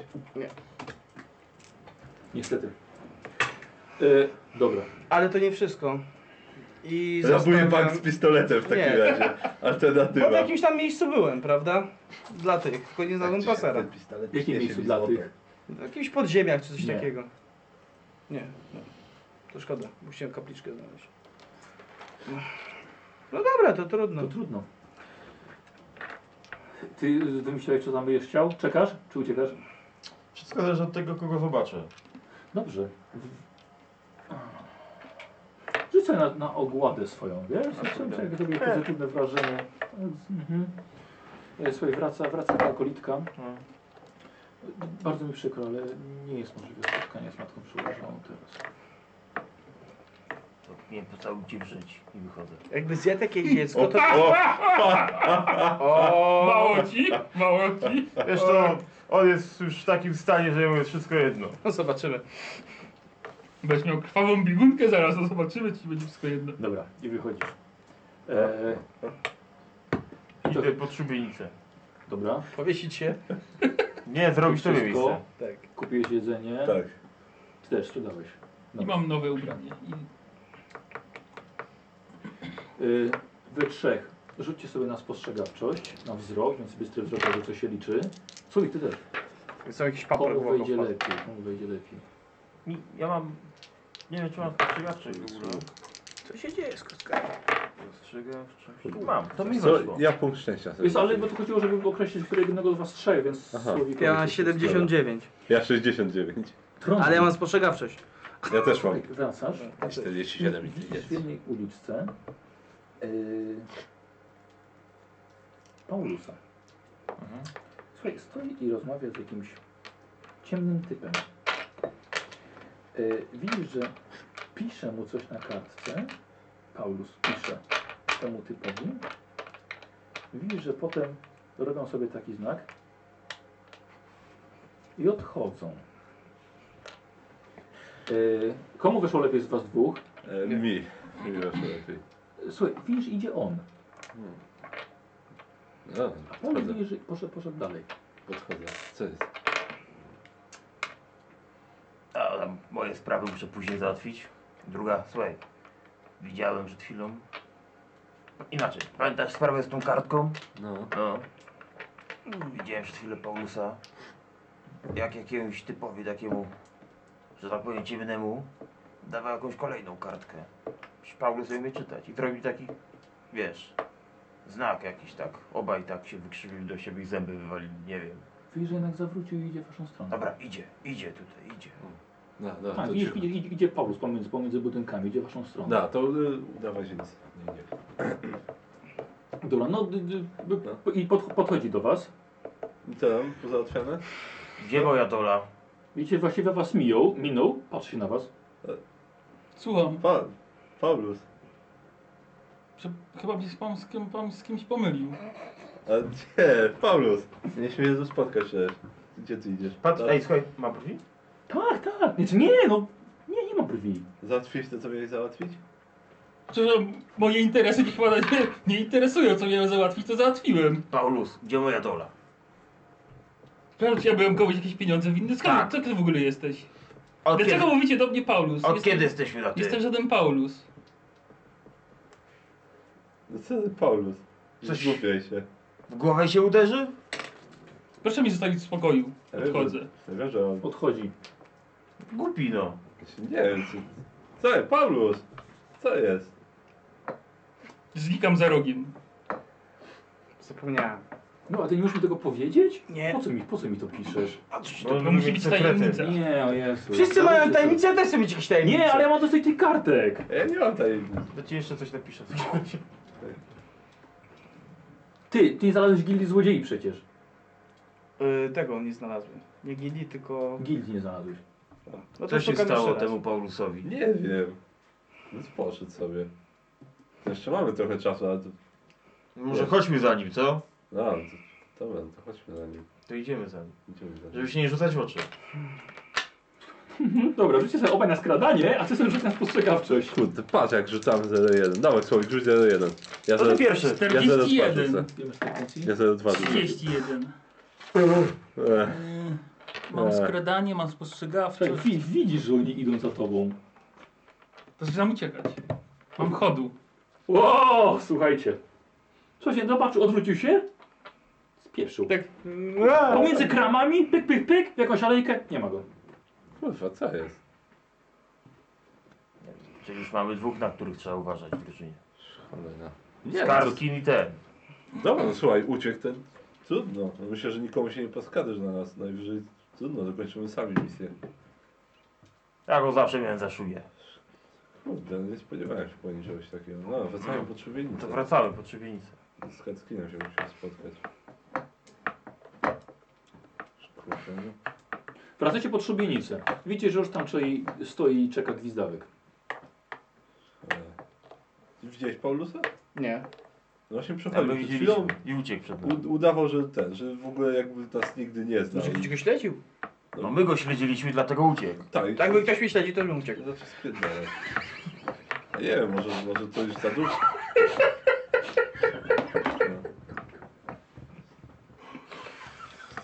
Speaker 1: Niestety. E, dobra.
Speaker 5: Ale to nie wszystko. I
Speaker 2: Zabuje bank
Speaker 5: zostawiam-
Speaker 2: z pistoletem w takim
Speaker 5: Nie.
Speaker 2: razie.
Speaker 5: Bo w
Speaker 2: Alternatywa.
Speaker 5: jakimś tam miejscu byłem, prawda? Dla tych, tylko nie znalazłem
Speaker 1: Znaczy
Speaker 5: pasera.
Speaker 2: pistolet
Speaker 1: W jakim miejscu dla tych?
Speaker 5: W jakimś podziemiach czy coś
Speaker 1: Nie.
Speaker 5: takiego. Nie, nie. To szkoda, musiałem kapliczkę znaleźć. No. No dobra, to trudno.
Speaker 1: To trudno. Ty wymyślałeś, co tam będziesz chciał? Czekasz? Czy uciekasz?
Speaker 3: Wszystko zależy od tego, kogo zobaczę.
Speaker 1: Dobrze. Rzucę na, na ogładę swoją, wiesz? Zobaczymy, czy jak robię pozytywne wrażenie. No, Mhm. E, Słuchaj, wraca, wraca ta okolitka.
Speaker 3: No.
Speaker 1: Bardzo mi przykro, ale nie jest możliwe spotkanie z matką przełożoną teraz.
Speaker 7: Nie pocałuj cię w życiu i wychodzę.
Speaker 5: Jakby zjadł jakieś dziecko, No to...
Speaker 1: tak!
Speaker 2: O, o,
Speaker 5: O,
Speaker 1: No.
Speaker 4: Mało ci, mało ci.
Speaker 3: Wiesz to, on jest już w takim stanie, że mu jest wszystko jedno.
Speaker 5: No zobaczymy.
Speaker 4: Będziesz miał krwawą biegunkę zaraz, to zobaczymy, czy będzie wszystko jedno.
Speaker 1: Dobra, i wychodzisz. E,
Speaker 3: Idę po szubienicę.
Speaker 1: dobra,
Speaker 5: Powiesić się?
Speaker 3: Nie, zrobić
Speaker 1: To
Speaker 3: sobie
Speaker 1: wszystko?
Speaker 3: miejsce.
Speaker 5: Tak.
Speaker 1: kupiłeś jedzenie.
Speaker 2: tak.
Speaker 1: Ty też, tu dałeś.
Speaker 4: I mam nowe ubranie. I
Speaker 1: Y, Wy trzech, rzućcie sobie na spostrzegawczość, na wzrok, więc bystry wzrok to co się liczy. Słuchaj, ty też.
Speaker 5: Są jakieś papery
Speaker 1: Komu
Speaker 5: w oko
Speaker 1: wejdzie
Speaker 5: wpadł.
Speaker 1: lepiej, komu wejdzie lepiej.
Speaker 3: Mi- Ja mam... Nie wiem, czy mam spostrzegawczość w ogóle.
Speaker 5: Co się dzieje z kotkami?
Speaker 7: no.
Speaker 3: Spostrzegawczość. Mam, to
Speaker 5: No
Speaker 3: mi
Speaker 2: Co,
Speaker 3: weszło.
Speaker 2: ja punkt szczęścia sobie.
Speaker 1: Jest, ale bo tu chodziło, żeby określić, który jednego z was trzech, więc
Speaker 2: Aha.
Speaker 1: Słowikowi
Speaker 5: Ja
Speaker 1: coś
Speaker 5: mam
Speaker 1: jest.
Speaker 5: 79,
Speaker 2: Ja 69.
Speaker 1: Trąbka.
Speaker 5: ale ja mam spostrzegawczość. Znaczy,
Speaker 2: Ja też mam.
Speaker 1: Tak, Wracasz,
Speaker 2: 47
Speaker 1: widzisz w jednej uliczce yy, Paulusa.
Speaker 3: Mhm.
Speaker 1: Słuchaj, stoi i rozmawia z jakimś ciemnym typem. Yy, widzisz, że pisze mu coś na kartce. Paulus pisze temu typowi. Widzisz, że potem robią sobie taki znak i odchodzą. Yy, komu wyszło lepiej z was dwóch?
Speaker 2: E, mi. Mi weszło lepiej.
Speaker 1: Słuchaj, widzisz, idzie on.
Speaker 2: No,
Speaker 1: On
Speaker 2: podchodzę.
Speaker 1: widzisz, że poszedł, poszedł dalej.
Speaker 2: Podchodzę. Co jest?
Speaker 7: A tam moje sprawy muszę później załatwić. Druga, słuchaj, widziałem przed chwilą. Inaczej, pamiętasz sprawę z tą kartką?
Speaker 2: No.
Speaker 7: No.
Speaker 3: Widziałem przed chwilę Paulusa. Jak jakiemuś typowi takiemu, że tak powiem ciemnemu, dawał jakąś kolejną kartkę. Paulus ją umie czytać i zrobił taki, wiesz, znak jakiś tak. Obaj tak się wykrzywili do siebie i zęby wywalili, nie wiem.
Speaker 1: Widzisz, że jednak zawrócił i idzie w waszą stronę.
Speaker 3: Dobra, idzie, idzie tutaj, idzie.
Speaker 2: No, dobra,
Speaker 1: Tak,
Speaker 2: to
Speaker 1: idzie,
Speaker 2: cicho.
Speaker 1: idzie, idzie, idzie Paulus pomiędzy, pomiędzy budynkami, idzie w waszą stronę.
Speaker 2: Da, to y, dawaj się nic. Nie, nie.
Speaker 1: Dobra, no d- d- b- b- i pod, podchodzi do was.
Speaker 2: I co tam, pozałatwiane?
Speaker 3: Gdzie moja dola?
Speaker 1: Widzicie, właściwie was miją, minął, patrzy na was.
Speaker 4: Słucham,
Speaker 2: Pa, Paulus.
Speaker 4: że chyba mnie z, pan, z, kim, pan, z kimś pomylił.
Speaker 2: A gdzie? Paulus! Nie śmieję tu spotkać przecież. Gdzie ty idziesz?
Speaker 8: Patrz,
Speaker 2: Da-
Speaker 8: ej, słuchaj, ma brwi?
Speaker 1: Tak, tak, nie, czy nie, no, nie, nie ma brwi.
Speaker 2: Załatwisz to, co miałeś załatwić?
Speaker 4: Że moje interesy nie chyba nie, nie interesują, co miałem załatwić, to załatwiłem.
Speaker 3: Paulus, gdzie moja dola?
Speaker 4: Przecież ja byłem komuś jakieś pieniądze winny. Skąd,
Speaker 3: Tak.
Speaker 4: co ty w ogóle jesteś?
Speaker 3: Od
Speaker 4: Dlaczego
Speaker 3: kiedy,
Speaker 4: mówicie do mnie Paulus?
Speaker 3: od
Speaker 4: Jestem-
Speaker 3: kiedy jesteśmy na ty?
Speaker 4: Jestem żaden Paulus.
Speaker 2: No co ty, Paulus?
Speaker 3: Coś-
Speaker 2: Zgłupiaj się.
Speaker 3: W głowę się uderzy?
Speaker 4: Proszę mi zostawić w spokoju. Odchodzę.
Speaker 2: Ja wiem, że on...
Speaker 1: Odchodzi.
Speaker 3: Głupi no.
Speaker 2: Nie wiem, co... Co jest, Paulus? Co jest?
Speaker 4: Znikam za rogiem.
Speaker 5: Zapomniałem.
Speaker 1: No, a ty nie musisz mi tego powiedzieć?
Speaker 3: Nie.
Speaker 1: Po co mi, po co mi to piszesz?
Speaker 3: A coś
Speaker 8: Bo
Speaker 4: To
Speaker 8: lubię
Speaker 4: musi być
Speaker 8: sekrety.
Speaker 4: tajemnica.
Speaker 1: Nie, o Jezu.
Speaker 5: Wszyscy
Speaker 1: Dobrze,
Speaker 5: mają
Speaker 1: że-
Speaker 5: tajemnicę, ja też chcę mieć jakieś tajemnice.
Speaker 1: Nie, ale ja mam dosyć tych kartek.
Speaker 2: Ja nie mam tajemnic.
Speaker 8: To ci jeszcze coś napiszę. w takim razie.
Speaker 1: Ty, ty nie znalazłeś gildii złodziei przecież.
Speaker 5: Y, tego nie znalazłem. Nie gili, tylko...
Speaker 1: Gildii nie znalazłeś.
Speaker 5: No
Speaker 3: Co się
Speaker 5: szukam
Speaker 3: stało
Speaker 5: jeszcze raz.
Speaker 3: temu Paulusowi?
Speaker 2: Nie wiem. Więc poszedł sobie. Jeszcze mamy trochę czasu, ale to...
Speaker 3: Może chodźmy za nim, co?
Speaker 2: No, to... Dobra, no to chodźmy na nim.
Speaker 3: To idziemy za nim.
Speaker 2: Idziemy za nim.
Speaker 3: Żeby się nie rzucać w oczy.
Speaker 1: Mhm, Dobra, rzućcie sobie obaj na skradanie, a ty sobie rzuć na spostrzegawczość.
Speaker 2: Kurde, patrz jak rzucamy 0-1. Dawaj Słowik, rzuć 0-1. Ja
Speaker 3: No to pierwszy.
Speaker 2: 0-2
Speaker 4: 41.
Speaker 1: Ile masz tych funkcji?
Speaker 2: Ja 0-2 rzucę.
Speaker 4: 31.
Speaker 2: Ech.
Speaker 4: Mam
Speaker 2: Eee.
Speaker 4: skradanie, mam
Speaker 1: Słuchaj,
Speaker 4: spostrzegawczość.
Speaker 1: wi- Widzisz, że oni idą za tobą.
Speaker 4: To zaczynam uciekać. Mam chodu.
Speaker 1: Wow, słuchajcie. Coś nie zobaczył, odwrócił się. Spieszył.
Speaker 5: Tak...
Speaker 1: Pomiędzy kramami, pyk, pyk, pyk, w jakąś alejkę. Nie ma go.
Speaker 2: Kurwa, co jest?
Speaker 3: Czyli już mamy dwóch, na których trzeba uważać w drużynie.
Speaker 2: Cholera.
Speaker 3: Skarskin i ten.
Speaker 2: Dobra, no słuchaj, uciekł ten. Trudno. No Myślę, że nikomu się nie poskadasz na nas. Najwyżej trudno, dokończymy sami misję.
Speaker 3: Ja go zawsze miałem za szuję.
Speaker 2: Kurde, nie spodziewałem się po nim czegoś takiego. No, wracamy po
Speaker 3: No
Speaker 2: trzewienicy.
Speaker 3: To wracamy po trzewienicę.
Speaker 2: Z Kackinem się musimy spotkać. Kurde, no.
Speaker 1: Wracacie pod szubienicę. Widzicie, że już tam stoi, stoi i czeka gwizdawek.
Speaker 2: Ale- Ty E. Widziałeś Paulusa?
Speaker 5: Nie.
Speaker 2: No właśnie
Speaker 3: A
Speaker 2: przechodził
Speaker 3: my
Speaker 2: przed chwilą.
Speaker 3: widzieliśmy i uciekł przed nami.
Speaker 2: U, udawał, że ten, że w ogóle jakby nas nigdy nie znał.
Speaker 5: Może ktoś go śledził?
Speaker 3: No my go śledziliśmy, dlatego uciekł.
Speaker 2: Tak,
Speaker 5: Tak, by ktoś mnie śledził, to bym uciekł.
Speaker 2: Znaczy spierdolę. Nie wiem, może, może to już za dużo.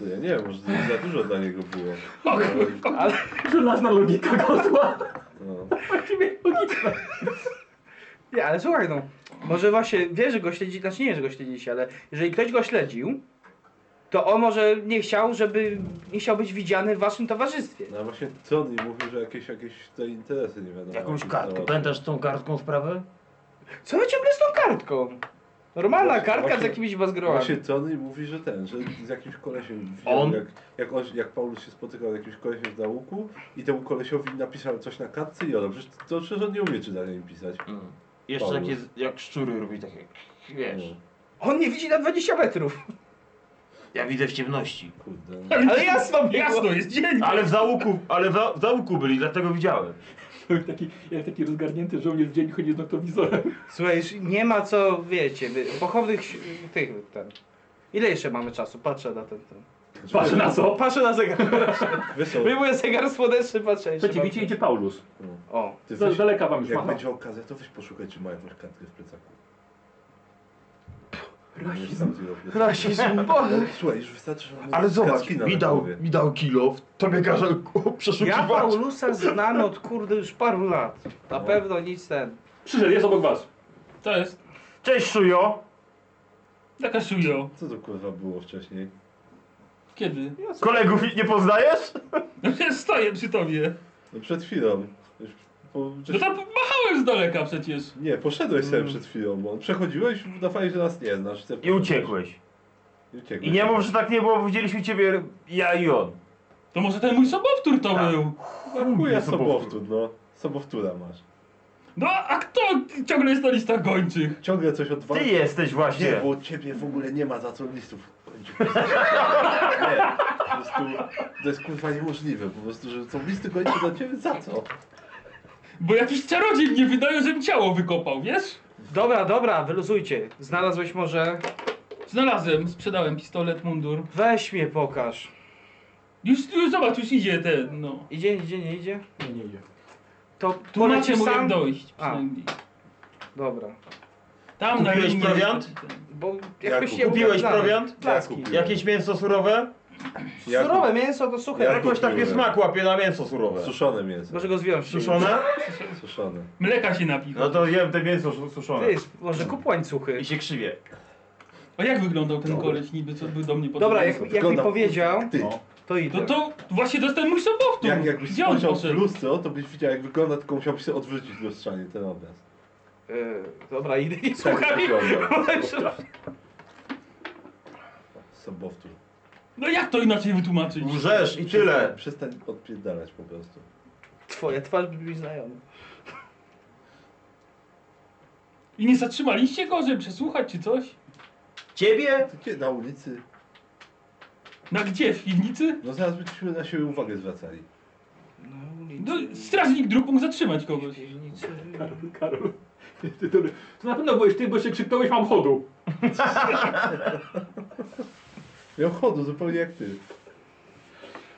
Speaker 2: No. Ja nie wiem, może to już za dużo dla niego było. No,
Speaker 5: Ale...
Speaker 1: Żelazna logika kozła.
Speaker 2: no.
Speaker 1: Właściwie logika.
Speaker 5: Nie, ale słuchaj no, może właśnie wie, że go śledzi, znaczy nie wie, że go śledziliście, ale jeżeli ktoś go śledził, to on może nie chciał, żeby nie chciał być widziany w waszym towarzystwie.
Speaker 2: no a właśnie Tony mówił, że jakieś, jakieś te interesy nie wiadomo.
Speaker 3: Jakąś
Speaker 2: jakie
Speaker 3: kartkę.
Speaker 2: załatwił.
Speaker 3: Pamiętasz tą kartką sprawę?
Speaker 5: Co wy ciągle z tą kartką? Normalna
Speaker 2: Właśnie-
Speaker 5: kartka z
Speaker 2: właśnie-
Speaker 5: jakimiś bazgrołami.
Speaker 2: Właśnie Tony mówi, że ten, że z jakimś kolesiem
Speaker 3: On?
Speaker 2: widział, jak, jak, on, jak Paulus się spotykał z jakimś kolesiem z nauku i temu kolesiowi napisał coś na kartce i on, przecież, to przecież on nie umie czytania i pisać.
Speaker 3: Jeszcze
Speaker 2: Paulus.
Speaker 3: takie, z- jak szczury robi takie,
Speaker 2: No.
Speaker 3: wiesz.
Speaker 5: On nie widzi na 20 metrów.
Speaker 3: Ja widzę w ciemności.
Speaker 2: Kurde. no.
Speaker 5: Ale jasno było.
Speaker 4: Jasno, jest dzień.
Speaker 3: Ale w załuku, ale w, za- w załuku byli, dlatego widziałem.
Speaker 1: Taki, jak taki rozgarnięty żołnierz w dzień chodzi z noktowizorem.
Speaker 5: Słuchaj, już nie ma co, wiecie, by- pochownych ś- tych, ten. Ile jeszcze mamy czasu? Patrzę na ten, ten.
Speaker 1: Patrz na co?
Speaker 5: Patrzę na zegar.
Speaker 2: Znaczy, Wiesz co,
Speaker 5: Wyjmuję zegar słoneczny, patrzę jeszcze.
Speaker 1: Słuchajcie,
Speaker 5: mam-
Speaker 1: widzicie, idzie Paulus.
Speaker 5: O.
Speaker 2: ty
Speaker 1: Z
Speaker 2: weź,
Speaker 1: daleka wam już
Speaker 2: Jak
Speaker 1: macha.
Speaker 2: będzie okazja, to weź poszukaj, czy ma jakąś kartkę w plecaku.
Speaker 5: Rasizm, Boże.
Speaker 2: No, słuchaj, już wystarczy, że mamy
Speaker 3: Ale zobacz,
Speaker 2: kackina tak na
Speaker 3: mi dał,
Speaker 2: głowie.
Speaker 3: mi dał kilo, tobie każe o,
Speaker 5: Ja
Speaker 3: przeszukiwać.
Speaker 5: Paulusa znam od kurde już paru lat. Na
Speaker 4: No.
Speaker 5: pewno nic ten.
Speaker 1: Przyszedł, jest obok was.
Speaker 4: To jest
Speaker 3: Cześć Szujo!
Speaker 4: taka szujo.
Speaker 2: Co to kurwa było wcześniej?
Speaker 4: Kiedy?
Speaker 3: Kolegów nie poznajesz?
Speaker 4: No przecież stoję przy tobie.
Speaker 2: No przed chwilą. Już Po,
Speaker 4: No
Speaker 2: żeś-
Speaker 4: tam machałem z daleka przecież.
Speaker 2: Nie, poszedłeś sobie przed chwilą, bo przechodziłeś, udawałeś, że nas nie znasz. Ty
Speaker 3: Mm. I uciekłeś.
Speaker 2: I uciekłeś.
Speaker 3: I nie mów, że tak nie było, bo widzieliśmy ciebie ja i on.
Speaker 4: To może ten mój sobowtór to
Speaker 3: Tak.
Speaker 4: był.
Speaker 2: No, Chuja
Speaker 3: Sobowtór.
Speaker 2: sobowtór, no. Sobowtóra masz.
Speaker 4: No a kto ciągle jest na listach gończych?
Speaker 2: Ciągle coś od
Speaker 3: Ty jesteś
Speaker 2: Nie,
Speaker 3: właśnie.
Speaker 2: bo ciebie w ogóle nie ma za co listów. kończyć. Nie, po prostu to jest kurwa niemożliwe, po prostu, że są listy kończy dla ciebie za co?
Speaker 4: Bo jakiś czarodziej mnie wydaje, żebym ciało wykopał, wiesz?
Speaker 5: Dobra, dobra, wyluzujcie. Znalazłeś może...
Speaker 4: Znalazłem, sprzedałem pistolet, mundur.
Speaker 5: Weź mnie pokaż.
Speaker 4: Już, już zobacz, już idzie ten, no.
Speaker 5: Idzie, idzie, nie idzie?
Speaker 1: Nie, nie idzie.
Speaker 5: To
Speaker 4: Tu macie
Speaker 5: polecisz
Speaker 4: mu
Speaker 5: sam?
Speaker 4: jak dojść,
Speaker 5: A.
Speaker 4: przynajmniej.
Speaker 5: Dobra.
Speaker 4: Tam na
Speaker 3: Kupiłeś
Speaker 4: linie...
Speaker 3: prowiant?
Speaker 5: Bo jakoś
Speaker 2: Jakub.
Speaker 5: nie
Speaker 3: Kupiłeś
Speaker 5: ukradamy.
Speaker 3: prowiant?
Speaker 5: Placki.
Speaker 2: Jakub.
Speaker 3: Jakieś mięso surowe?
Speaker 5: Surowe mięso to suche.
Speaker 2: Ja-
Speaker 3: Jakoś tak mnie smak łapie na mięso surowe.
Speaker 2: Suszone mięso.
Speaker 5: Może go zwiąż.
Speaker 3: Suszone?
Speaker 2: Suszone.
Speaker 4: Mleka się napiwa.
Speaker 3: No to jem te mięso su- suszone.
Speaker 5: Ty, może kup łańcuchy.
Speaker 3: I się krzywie.
Speaker 4: A jak wyglądał ten koleś niby, co był do mnie podobny?
Speaker 5: Dobra, jak, jak mi
Speaker 2: Wygląda-
Speaker 5: powiedział,
Speaker 2: Ty,
Speaker 1: No.
Speaker 5: to idę.
Speaker 4: No to właśnie to jest ten mój sobowtór.
Speaker 2: jak, jakbyś
Speaker 4: Gdzie on
Speaker 2: spojrzał w
Speaker 4: poszedł?
Speaker 2: lustro, to byś widział jak wygląda, tylko musiałbyś sobie odwrócić lustrzanie ten obraz.
Speaker 5: Yy, dobra, idę i
Speaker 2: Tak
Speaker 5: słuchaj.
Speaker 2: wygląda. Sobowtór.
Speaker 4: No jak to inaczej wytłumaczyć?
Speaker 3: Łżesz i tyle.
Speaker 2: Przestań odpierdalać po prostu.
Speaker 5: Twoja twarz brzmi znajoma.
Speaker 4: I nie zatrzymaliście go, żeby przesłuchać czy coś?
Speaker 3: Ciebie?
Speaker 2: Ty kiedy na ulicy?
Speaker 4: Na gdzie? W piwnicy?
Speaker 2: No zaraz byśmy na siebie uwagę zwracali.
Speaker 4: No, strażnik dróg mógł zatrzymać kogoś.
Speaker 1: Karol, ty dobry. To na pewno byłeś ty, bo się krzyknąłeś mam chodu.
Speaker 2: Miał chodu zupełnie jak ty.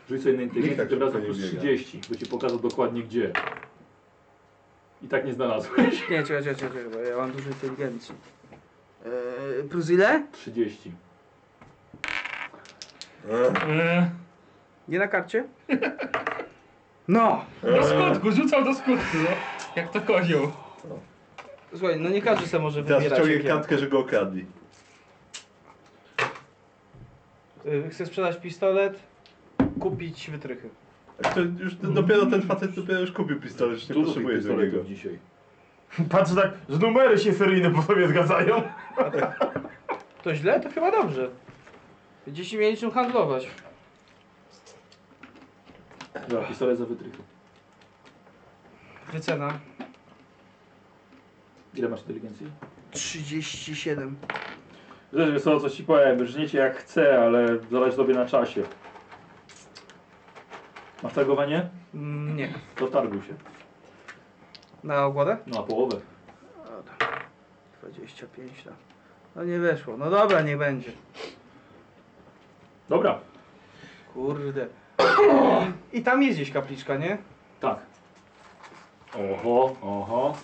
Speaker 1: Rzuć sobie na
Speaker 2: Nikt
Speaker 1: inteligencję
Speaker 2: tak
Speaker 1: tym razem
Speaker 2: szybko
Speaker 1: plus
Speaker 2: nie biega.
Speaker 1: 30, bo ci pokazał dokładnie gdzie. I tak nie znalazłeś.
Speaker 5: Nie, czekaj, czekaj, czekaj, bo ja mam dużo inteligencji. Yy, plus ile?
Speaker 1: 30.
Speaker 4: Eee,
Speaker 5: Nie na karcie? No!
Speaker 4: do skutku, rzucał do skutku, no. Jak to kozioł.
Speaker 5: Słuchaj, no nie każdy se może
Speaker 2: Teraz
Speaker 5: wybierać.
Speaker 2: wciągnie
Speaker 5: jak ja.
Speaker 2: kartkę, że go okradli.
Speaker 5: Yy, Chcę sprzedać pistolet, kupić wytrychy.
Speaker 2: A kto już dopiero ten facet dopiero już kupił pistolet, już nie
Speaker 1: Dużo
Speaker 2: potrzebuje
Speaker 1: tych
Speaker 2: drugiego.
Speaker 1: pistoletów dzisiaj.
Speaker 3: Patrzę tak, że numery się seryjne po sobie zgadzają.
Speaker 5: To źle? To chyba dobrze. Będziecie mieli czym handlować.
Speaker 1: Dobra, No, pistolet za wytrychy.
Speaker 5: Wycena
Speaker 1: Ile masz inteligencji?
Speaker 5: 37.
Speaker 9: Rzecz wiesz co, co ci powiem, brniecie jak chce, ale zależy sobie na czasie. Masz targowanie?
Speaker 5: Mm, nie.
Speaker 9: To targuj się.
Speaker 5: Na ogładę?
Speaker 1: No na połowę.
Speaker 5: Dobra. 25 tam. No nie weszło. No dobra, nie będzie.
Speaker 1: Dobra,
Speaker 5: Kurde. I, I tam jest gdzieś kapliczka, nie?
Speaker 1: tak. Oho, oho.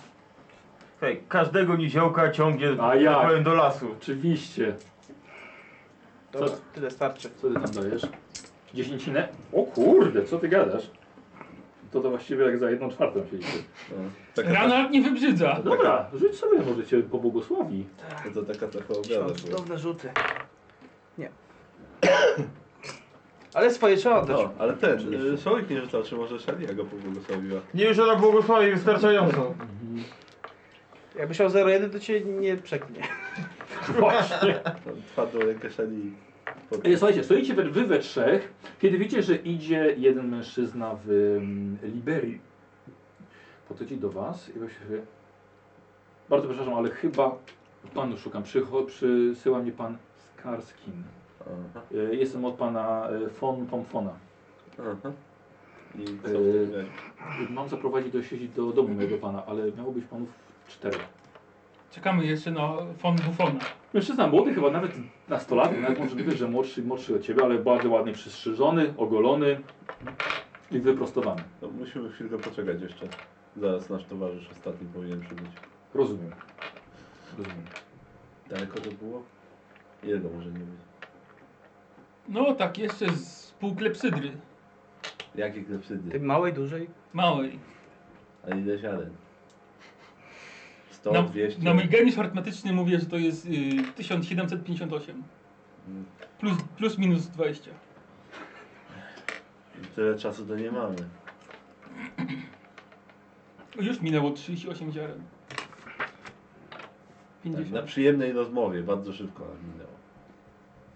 Speaker 3: Hej, każdego niziołka ciągnie
Speaker 1: A
Speaker 3: tak
Speaker 1: jak?
Speaker 3: powiem, do lasu.
Speaker 1: Oczywiście.
Speaker 5: Dobra,
Speaker 1: Co?
Speaker 5: tyle starczy.
Speaker 1: Co ty tam dajesz? Dziesięcinę? O kurde, co ty gadasz?
Speaker 9: To to właściwie jak za jedną czwartą się liczy.
Speaker 2: No, taka, ta,
Speaker 4: Granat nie wybrzydza.
Speaker 1: Dobra, rzuć sobie, może cię pobłogosławi.
Speaker 2: no to taka trochę obrada
Speaker 5: Ksiądz,
Speaker 2: była.
Speaker 5: Cudowne rzuty. Nie. Ale swoje trzeba oddać.
Speaker 2: No, ale ten, y, Szolik nie rzucał, czy może Szalia go pobłogosławiła?
Speaker 3: Nie już ona błogosławi wystarczająco.
Speaker 5: Jakbyś miał 0,1 to cię nie przeknie.
Speaker 1: Tak,
Speaker 2: Twardą rękę Szali.
Speaker 1: E, Słuchajcie, stoicie we, wy we trzech, kiedy widzicie, że idzie jeden mężczyzna w mm, Liberii. Podchodzi do was i właściwie... Bardzo przepraszam, ale chyba panu szukam. Przycho, przysyła mnie pan Skarskin.
Speaker 2: Aha,
Speaker 1: E, Jestem od pana e, von Pomfona.
Speaker 2: aha. I co
Speaker 1: Y,
Speaker 2: w takim razie?
Speaker 1: Mam zaprowadzić do sieci do domu mojego pana, ale miało być panów czterech.
Speaker 4: Czekamy jeszcze na fon bufona.
Speaker 1: Mężczyzna młody, chyba nawet nastolatek, nawet możliwe, że młodszy, młodszy od ciebie, ale bardzo ładnie przystrzyżony, ogolony i wyprostowany.
Speaker 2: No, musimy chwilkę poczekać jeszcze. Zaraz nasz towarzysz ostatni powinien przybyć.
Speaker 1: Rozumiem. Rozumiem.
Speaker 2: Daleko to było? Ile go może nie być?
Speaker 4: No tak, jeszcze z pół klepsydry.
Speaker 2: Jakie klepsydy?
Speaker 5: Tym małej, dużej.
Speaker 4: Małej.
Speaker 2: A ile ziaren? 100,
Speaker 4: Na,
Speaker 2: 200?
Speaker 4: na mój geniusz arytmetyczny mówię, że to jest y, 1758. Plus, plus minus 20.
Speaker 2: Tyle czasu to nie mamy. Tak,
Speaker 4: No Już minęło 38 ziaren. 50.
Speaker 2: Na przyjemnej rozmowie, bardzo szybko nam minęło.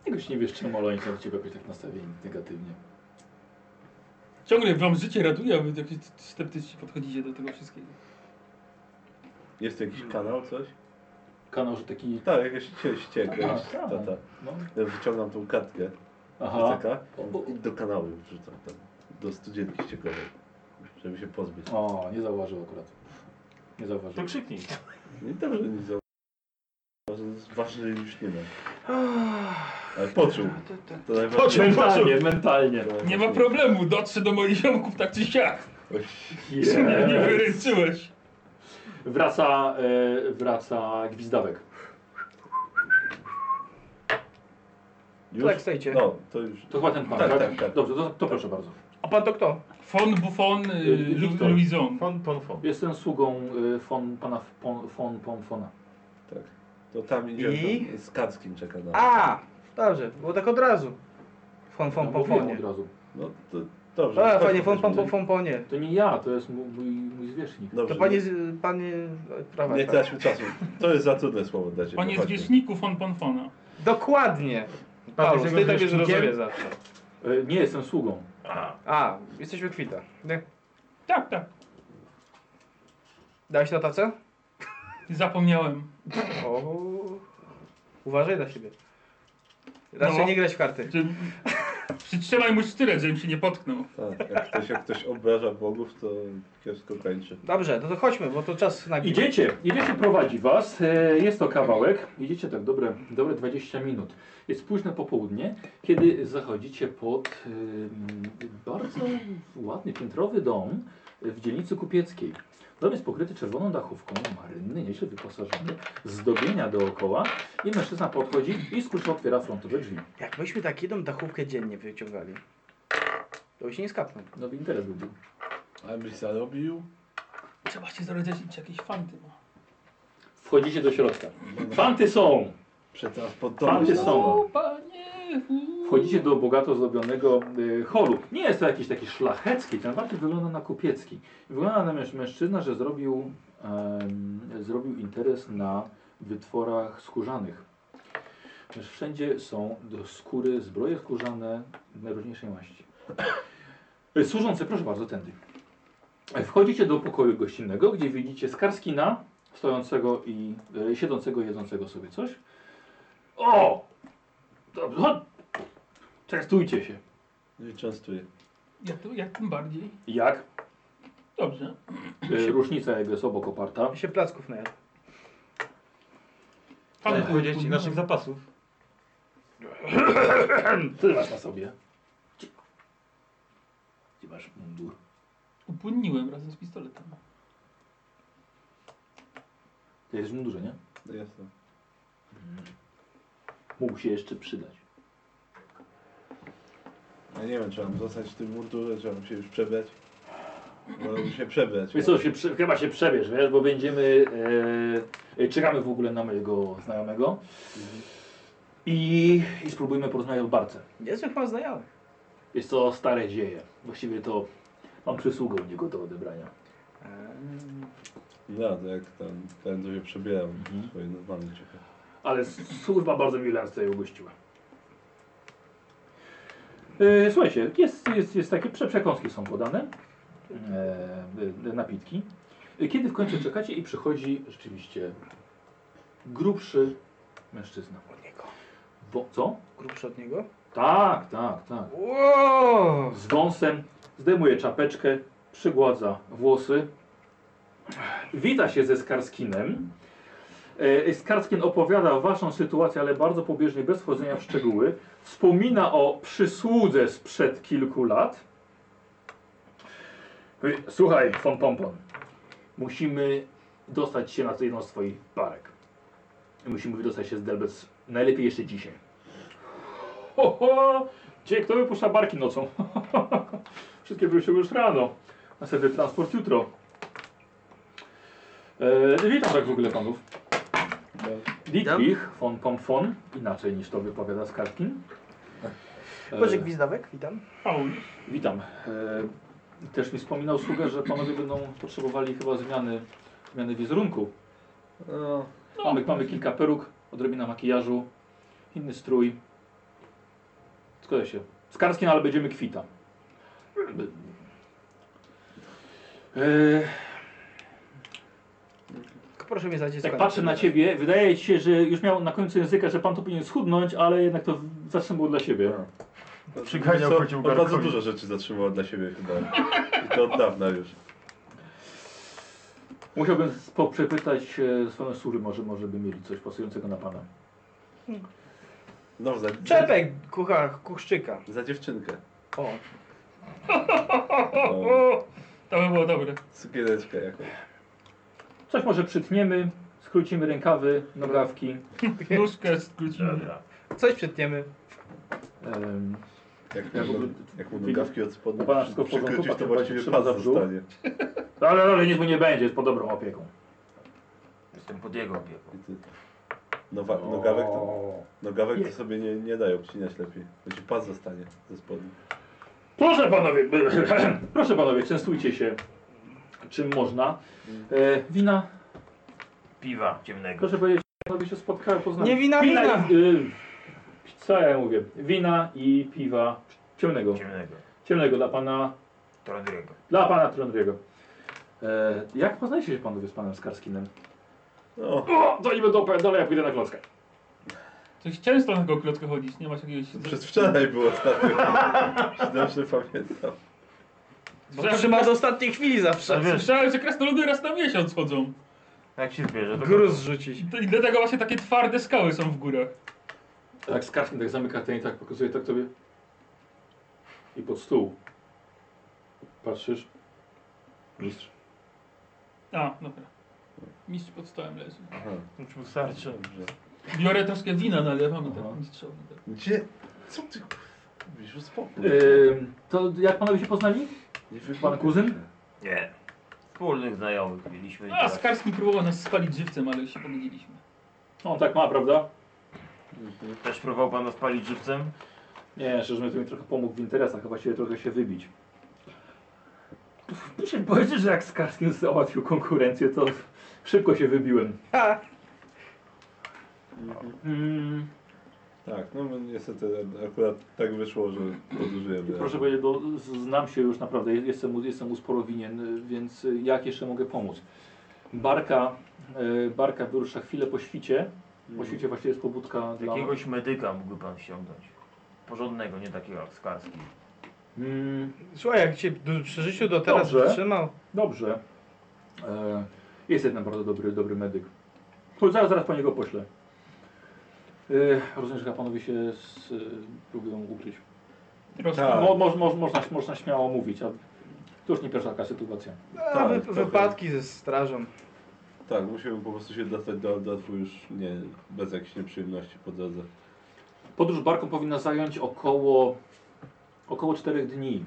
Speaker 1: Jakoś nie wiesz czemu, ale oni są w ciebie jakoś tak nastawieni negatywnie.
Speaker 4: Ciągle wam życie raduje, a wy jakieś sceptycznie podchodzicie do tego wszystkiego.
Speaker 2: Jest tu jakiś kanał, coś?
Speaker 1: Kanał, że taki...
Speaker 2: Tak, jakaś cie- ściek,
Speaker 1: A,
Speaker 2: jakaś
Speaker 1: tak.
Speaker 2: tata.
Speaker 1: No.
Speaker 2: Ja wyciągam tą kartkę, jest
Speaker 1: Aha.
Speaker 2: taka, i do kanału wrzucam tam, do studzienki ściekowej, żeby się pozbyć.
Speaker 1: O, nie zauważył akurat. Nie zauważył.
Speaker 3: To krzyknij.
Speaker 2: Nie dobrze nic za... Ważne już nie ma. Ale poczuł. To najważniejsze.
Speaker 1: Mentalnie, mentalnie.
Speaker 4: Nie ma problemu, dotrze do moich ziomków tak czy siak. Nie, nie wyręczyłeś.
Speaker 1: Wraca, e, wraca gwizdawek.
Speaker 2: Już?
Speaker 5: Tak, stajcie.
Speaker 2: No, to już.
Speaker 1: To chyba ten pan,
Speaker 2: Tak,
Speaker 1: tak?
Speaker 2: tak, tak.
Speaker 1: Dobrze, to, to proszę bardzo.
Speaker 5: A pan to kto?
Speaker 4: Fon Buffon y, Lu-
Speaker 1: Wiktor.
Speaker 4: Louison.
Speaker 3: Fon, pon, fon.
Speaker 1: Jestem sługą y, fon, pana f- pon, fon, pon, fona.
Speaker 2: Tak. To tam idzie
Speaker 5: I?
Speaker 2: tam z Kackim czeka na.
Speaker 5: A! Dobrze, było tak od razu. Fon, fon,
Speaker 1: No,
Speaker 5: pon,
Speaker 1: mówiłem
Speaker 5: fonie.
Speaker 1: od razu.
Speaker 2: No to dobrze.
Speaker 5: A,
Speaker 2: chodźmy,
Speaker 5: panie, fon, pon,
Speaker 2: chodźmy.
Speaker 5: pon, fon, ponie.
Speaker 1: To nie ja, to jest mój, mój, mój zwierzchnik.
Speaker 2: Dobrze,
Speaker 5: To panie,
Speaker 2: nie-
Speaker 5: z- panie... oj, Prawa, tak.
Speaker 2: Nie
Speaker 5: prawa.
Speaker 2: traćmy czasu. To jest za trudne słowo dla ciebie.
Speaker 4: Panie
Speaker 2: chodźmy.
Speaker 4: zwierzchniku Fon Ponfona.
Speaker 5: Dokładnie. Paulus,
Speaker 3: tego
Speaker 5: ty tak nie
Speaker 3: zwierzchnikiem?
Speaker 5: zrozumie zawsze.
Speaker 1: Y, nie, jestem sługą.
Speaker 3: A,
Speaker 5: A, jesteśmy kwita. Nie?
Speaker 4: Tak, tak.
Speaker 5: Dałeś na tacę?
Speaker 4: Zapomniałem.
Speaker 5: O. Uważaj na siebie. Raczej
Speaker 4: No.
Speaker 5: nie grać w karty.
Speaker 4: Czy... Przytrzymaj mu sztylet, żebym się nie potknął.
Speaker 2: Tak, jak, ktoś, jak ktoś obraża bogów, to kiepsko kończy.
Speaker 5: Dobrze, no to chodźmy, bo to czas na
Speaker 1: Idziecie, idziecie, prowadzi was. E, Jest to kawałek. Idziecie tak dobre, dobre 20 minut. Jest późne popołudnie, kiedy zachodzicie pod e, m, bardzo ładny piętrowy dom w dzielnicy kupieckiej. Dom jest pokryty czerwoną dachówką, marynny, nieźle wyposażony, zdobienia dookoła i mężczyzna podchodzi i z klucza otwiera frontowe drzwi.
Speaker 5: Jak myśmy tak jedną dachówkę dziennie wyciągali, to by się nie skapnął.
Speaker 1: No interes był.
Speaker 6: Ale byś zarobił?
Speaker 4: Trzeba się zorientować, czy jakieś fanty ma.
Speaker 1: Wchodzicie do środka. Fanty są!
Speaker 2: Przetransportować
Speaker 1: Fanty
Speaker 2: nas.
Speaker 1: są!
Speaker 4: O, panie! u.
Speaker 1: Wchodzicie do bogato zdobionego y, holu. Nie jest to jakiś taki szlachecki, ten bardziej wygląda na kupiecki. Wygląda na męż, mężczyzna, że zrobił, em, zrobił interes na wytworach skórzanych. Wiesz, Wszędzie są do skóry, zbroje skórzane najróżniejszej maści. Y, Służący, proszę bardzo, tędy. Wchodzicie do pokoju gościnnego, gdzie widzicie Skarskina, stojącego i y, siedzącego, jedzącego sobie coś. O! Dobrze, chodź, Częstujcie się.
Speaker 2: Nie częstuję.
Speaker 4: Jak, to, jak tym bardziej?
Speaker 1: Jak?
Speaker 4: Dobrze.
Speaker 1: E, różnica jego jest obok oparta.
Speaker 5: Ja się placków najadł.
Speaker 3: pan
Speaker 4: Ech.
Speaker 3: powiedzieć Tak, naszych zapasów.
Speaker 1: Ty masz na sobie. Gdzie- Gdzie masz mundur?
Speaker 4: Upłynniłem razem z pistoletem.
Speaker 1: Ty jesteś w mundurze, nie?
Speaker 2: No jestem.
Speaker 1: Mógł się jeszcze przydać.
Speaker 2: Ja nie wiem, czy mam zostać w tym mundurze, czy mam się już przebrać. Wolałbym się przebrać.
Speaker 1: Wiesz co, się, prze- chyba się przebierz, wiesz, bo będziemy... E, e, czekamy w ogóle na mojego znajomego. I, I spróbujmy porozmawiać o barce.
Speaker 5: Niezłych mam znajomych.
Speaker 1: Jest to stare dzieje. Właściwie to mam przysługę u niego do odebrania.
Speaker 5: Eee,
Speaker 2: No, to jak tam, ten to się przebieram.
Speaker 6: Mhm.
Speaker 2: Swoje normalne ciuchy.
Speaker 1: Ale s- służba bardzo mile nas tutaj ugościła. E, Słuchajcie, jest, jest, jest takie, prze- przekąski są podane, e, e, napitki. E, Kiedy w końcu czekacie i przychodzi rzeczywiście grubszy mężczyzna.
Speaker 5: Od niego.
Speaker 1: Wo, co?
Speaker 5: Grubszy od niego?
Speaker 1: Tak, tak, tak.
Speaker 5: Wow!
Speaker 1: Z wąsem, zdejmuje czapeczkę, przygładza włosy. Wita się ze Skarskinem. E, Skarskin opowiada waszą sytuację, ale bardzo pobieżnie, bez wchodzenia w szczegóły. Wspomina o przysłudze sprzed kilku lat. Mówi, Słuchaj, von Pompon, musimy dostać się na jedną z twoich barek. Musimy wydostać się z Delbec najlepiej jeszcze dzisiaj. Ho, ho! Gdzie kto wypuszcza barki nocą? Wszystkie wyruszyły już rano. Następny transport jutro. E, witam tak w ogóle panów. Dietrich von Pomfon, inaczej niż to wypowiada Skarkin,
Speaker 5: Boże Gwizdawek, witam.
Speaker 4: Paul.
Speaker 1: Witam. E, Też mi wspominał sługa, że panowie będą potrzebowali chyba zmiany, zmiany wizerunku.
Speaker 2: No,
Speaker 1: Mamy, mamy kilka peruk, odrobina makijażu, inny strój. Zgodzę się. Z Karskiem, ale będziemy kwita. By- E,
Speaker 5: Tylko Proszę mnie znać.
Speaker 1: Tak patrzę na ciebie, wydaje ci się, że już miał na końcu języka, że pan to powinien schudnąć, ale jednak to w- zawsze było dla siebie.
Speaker 3: Przyganiał
Speaker 2: Co-
Speaker 3: kocioł
Speaker 2: on bardzo
Speaker 3: garnkowi.
Speaker 2: dużo rzeczy zatrzymał dla siebie chyba. I to od dawna już.
Speaker 1: Musiałbym z- po- przepytać e, swoją służbę, może, może by mieli coś pasującego na pana.
Speaker 2: No, za,
Speaker 5: Czepek kucha, kuchszczyka.
Speaker 2: za dziewczynkę.
Speaker 5: O,
Speaker 2: No,
Speaker 4: O, to by było dobre.
Speaker 2: sukieneczkę jakąś.
Speaker 1: Coś może przytniemy, skrócimy rękawy, nogawki.
Speaker 4: Nóżkę skrócimy.
Speaker 3: Dobra.
Speaker 5: coś przytniemy.
Speaker 1: em,
Speaker 2: Jak,
Speaker 1: Ja
Speaker 2: ja
Speaker 1: w ogóle-
Speaker 2: jak mu nogawki od spodu
Speaker 1: U pana wszystko w porządku?
Speaker 2: przykrócisz, to
Speaker 1: Patrzę,
Speaker 2: właściwie
Speaker 1: trzyma
Speaker 2: pas
Speaker 1: za brzuch.
Speaker 2: zostanie.
Speaker 1: No, Ale, ale nic mu nie będzie, jest pod dobrą opieką.
Speaker 7: Jestem pod jego opieką.
Speaker 2: I ty- Nowa, nogawek to, nogawek to sobie nie, nie dają obcinać lepiej. Bo ci pas zostanie ze spodu.
Speaker 1: Proszę panowie, proszę panowie, częstujcie się czym można. E, wina,
Speaker 7: Piwa ciemnego.
Speaker 1: proszę powiedzieć, panowie się spotkają, poznali.
Speaker 5: Nie wina, wina.
Speaker 1: i- y, co ja mówię? Wina i piwa ciemnego.
Speaker 7: Ciemnego.
Speaker 1: Ciemnego dla pana,
Speaker 7: Trondriego.
Speaker 1: dla pana Trondriego. E, jak poznajecie się panowie z panem Skarskinem?
Speaker 2: No,
Speaker 1: O, to niby dopę, dalej ja pójdę na klockę.
Speaker 4: Coś często na taką klotkę chodzić, nie masz jakiegoś...
Speaker 2: przez wczoraj było ostatnio. Dobrze pamiętam.
Speaker 5: Bo trzyma No z ostatniej chwili
Speaker 3: Ale
Speaker 5: zawsze.
Speaker 3: wiesz,
Speaker 4: Słyszałem, że krasnoludy raz na miesiąc chodzą.
Speaker 7: Jak się zbierze, to
Speaker 5: Gruz rzucić.
Speaker 4: I to- I dlatego właśnie takie twarde skały są w górach.
Speaker 1: Tak Skarskin tak zamyka ten i tak pokazuje tak tobie. I pod stół. Patrzysz. Mistrz.
Speaker 4: A, dobra. Mistrz pod stołem leży.
Speaker 3: Już wystarczy.
Speaker 4: Biorę troszkę wina, nalewam i tak
Speaker 1: Aha.
Speaker 4: mistrzowi. tak.
Speaker 2: Gdzie? Co ty kurwa mówisz? Uspokój.
Speaker 1: Ym, to jak panowie się poznali?
Speaker 2: Nie wypij-
Speaker 1: Y, Pan kuzyn?
Speaker 7: Nie. Wspólnych znajomych mieliśmy. i
Speaker 3: No,
Speaker 4: A,
Speaker 7: teraz-
Speaker 4: Skarski próbował nas spalić żywcem, ale już się pomyliliśmy.
Speaker 1: On tak ma, prawda?
Speaker 2: Mhm.
Speaker 7: Też próbował pan nas palić żywcem?
Speaker 1: Nie, szczerze mówiąc, to mi trochę pomógł w interesach, chyba się trochę się wybić. Muszę powiedzieć, że jak Skarskin załatwił konkurencję, to szybko się wybiłem.
Speaker 5: Ha!
Speaker 1: Mm,
Speaker 2: Tak, no niestety akurat tak wyszło, że podróżujemy.
Speaker 1: proszę powiedzieć, bo z- znam się już naprawdę, jestem, mu- jestem mu sporo winien, więc jak jeszcze mogę pomóc? Barka, e, barka wyrusza chwilę po świcie. Po świcie właściwie jest pobudka
Speaker 3: No.
Speaker 1: dla...
Speaker 7: Jakiegoś medyka mógłby pan ściągnąć. Porządnego, nie takiego jak Skarski.
Speaker 1: Mm,
Speaker 5: Słuchaj, jak cię do- przy życiu do teraz
Speaker 1: Dobrze.
Speaker 5: trzymał.
Speaker 1: Dobrze. E, jest jeden bardzo dobry, dobry medyk. To zaraz, zaraz po niego poślę. E, rozumiem, że chyba panowie się z, e, próbują ukryć.
Speaker 4: Troszkę.
Speaker 2: Tak.
Speaker 1: Mo, mo, mo, można, można śmiało mówić, a to już nie pierwsza taka sytuacja.
Speaker 5: A,
Speaker 2: Tak,
Speaker 5: wy,
Speaker 2: trochę.
Speaker 5: wypadki ze strażą.
Speaker 2: Tak, musimy po prostu się dostać do Aldatwu już nie, bez jakichś nieprzyjemności po drodze.
Speaker 1: Podróż barką powinna zająć około, około 4 dni.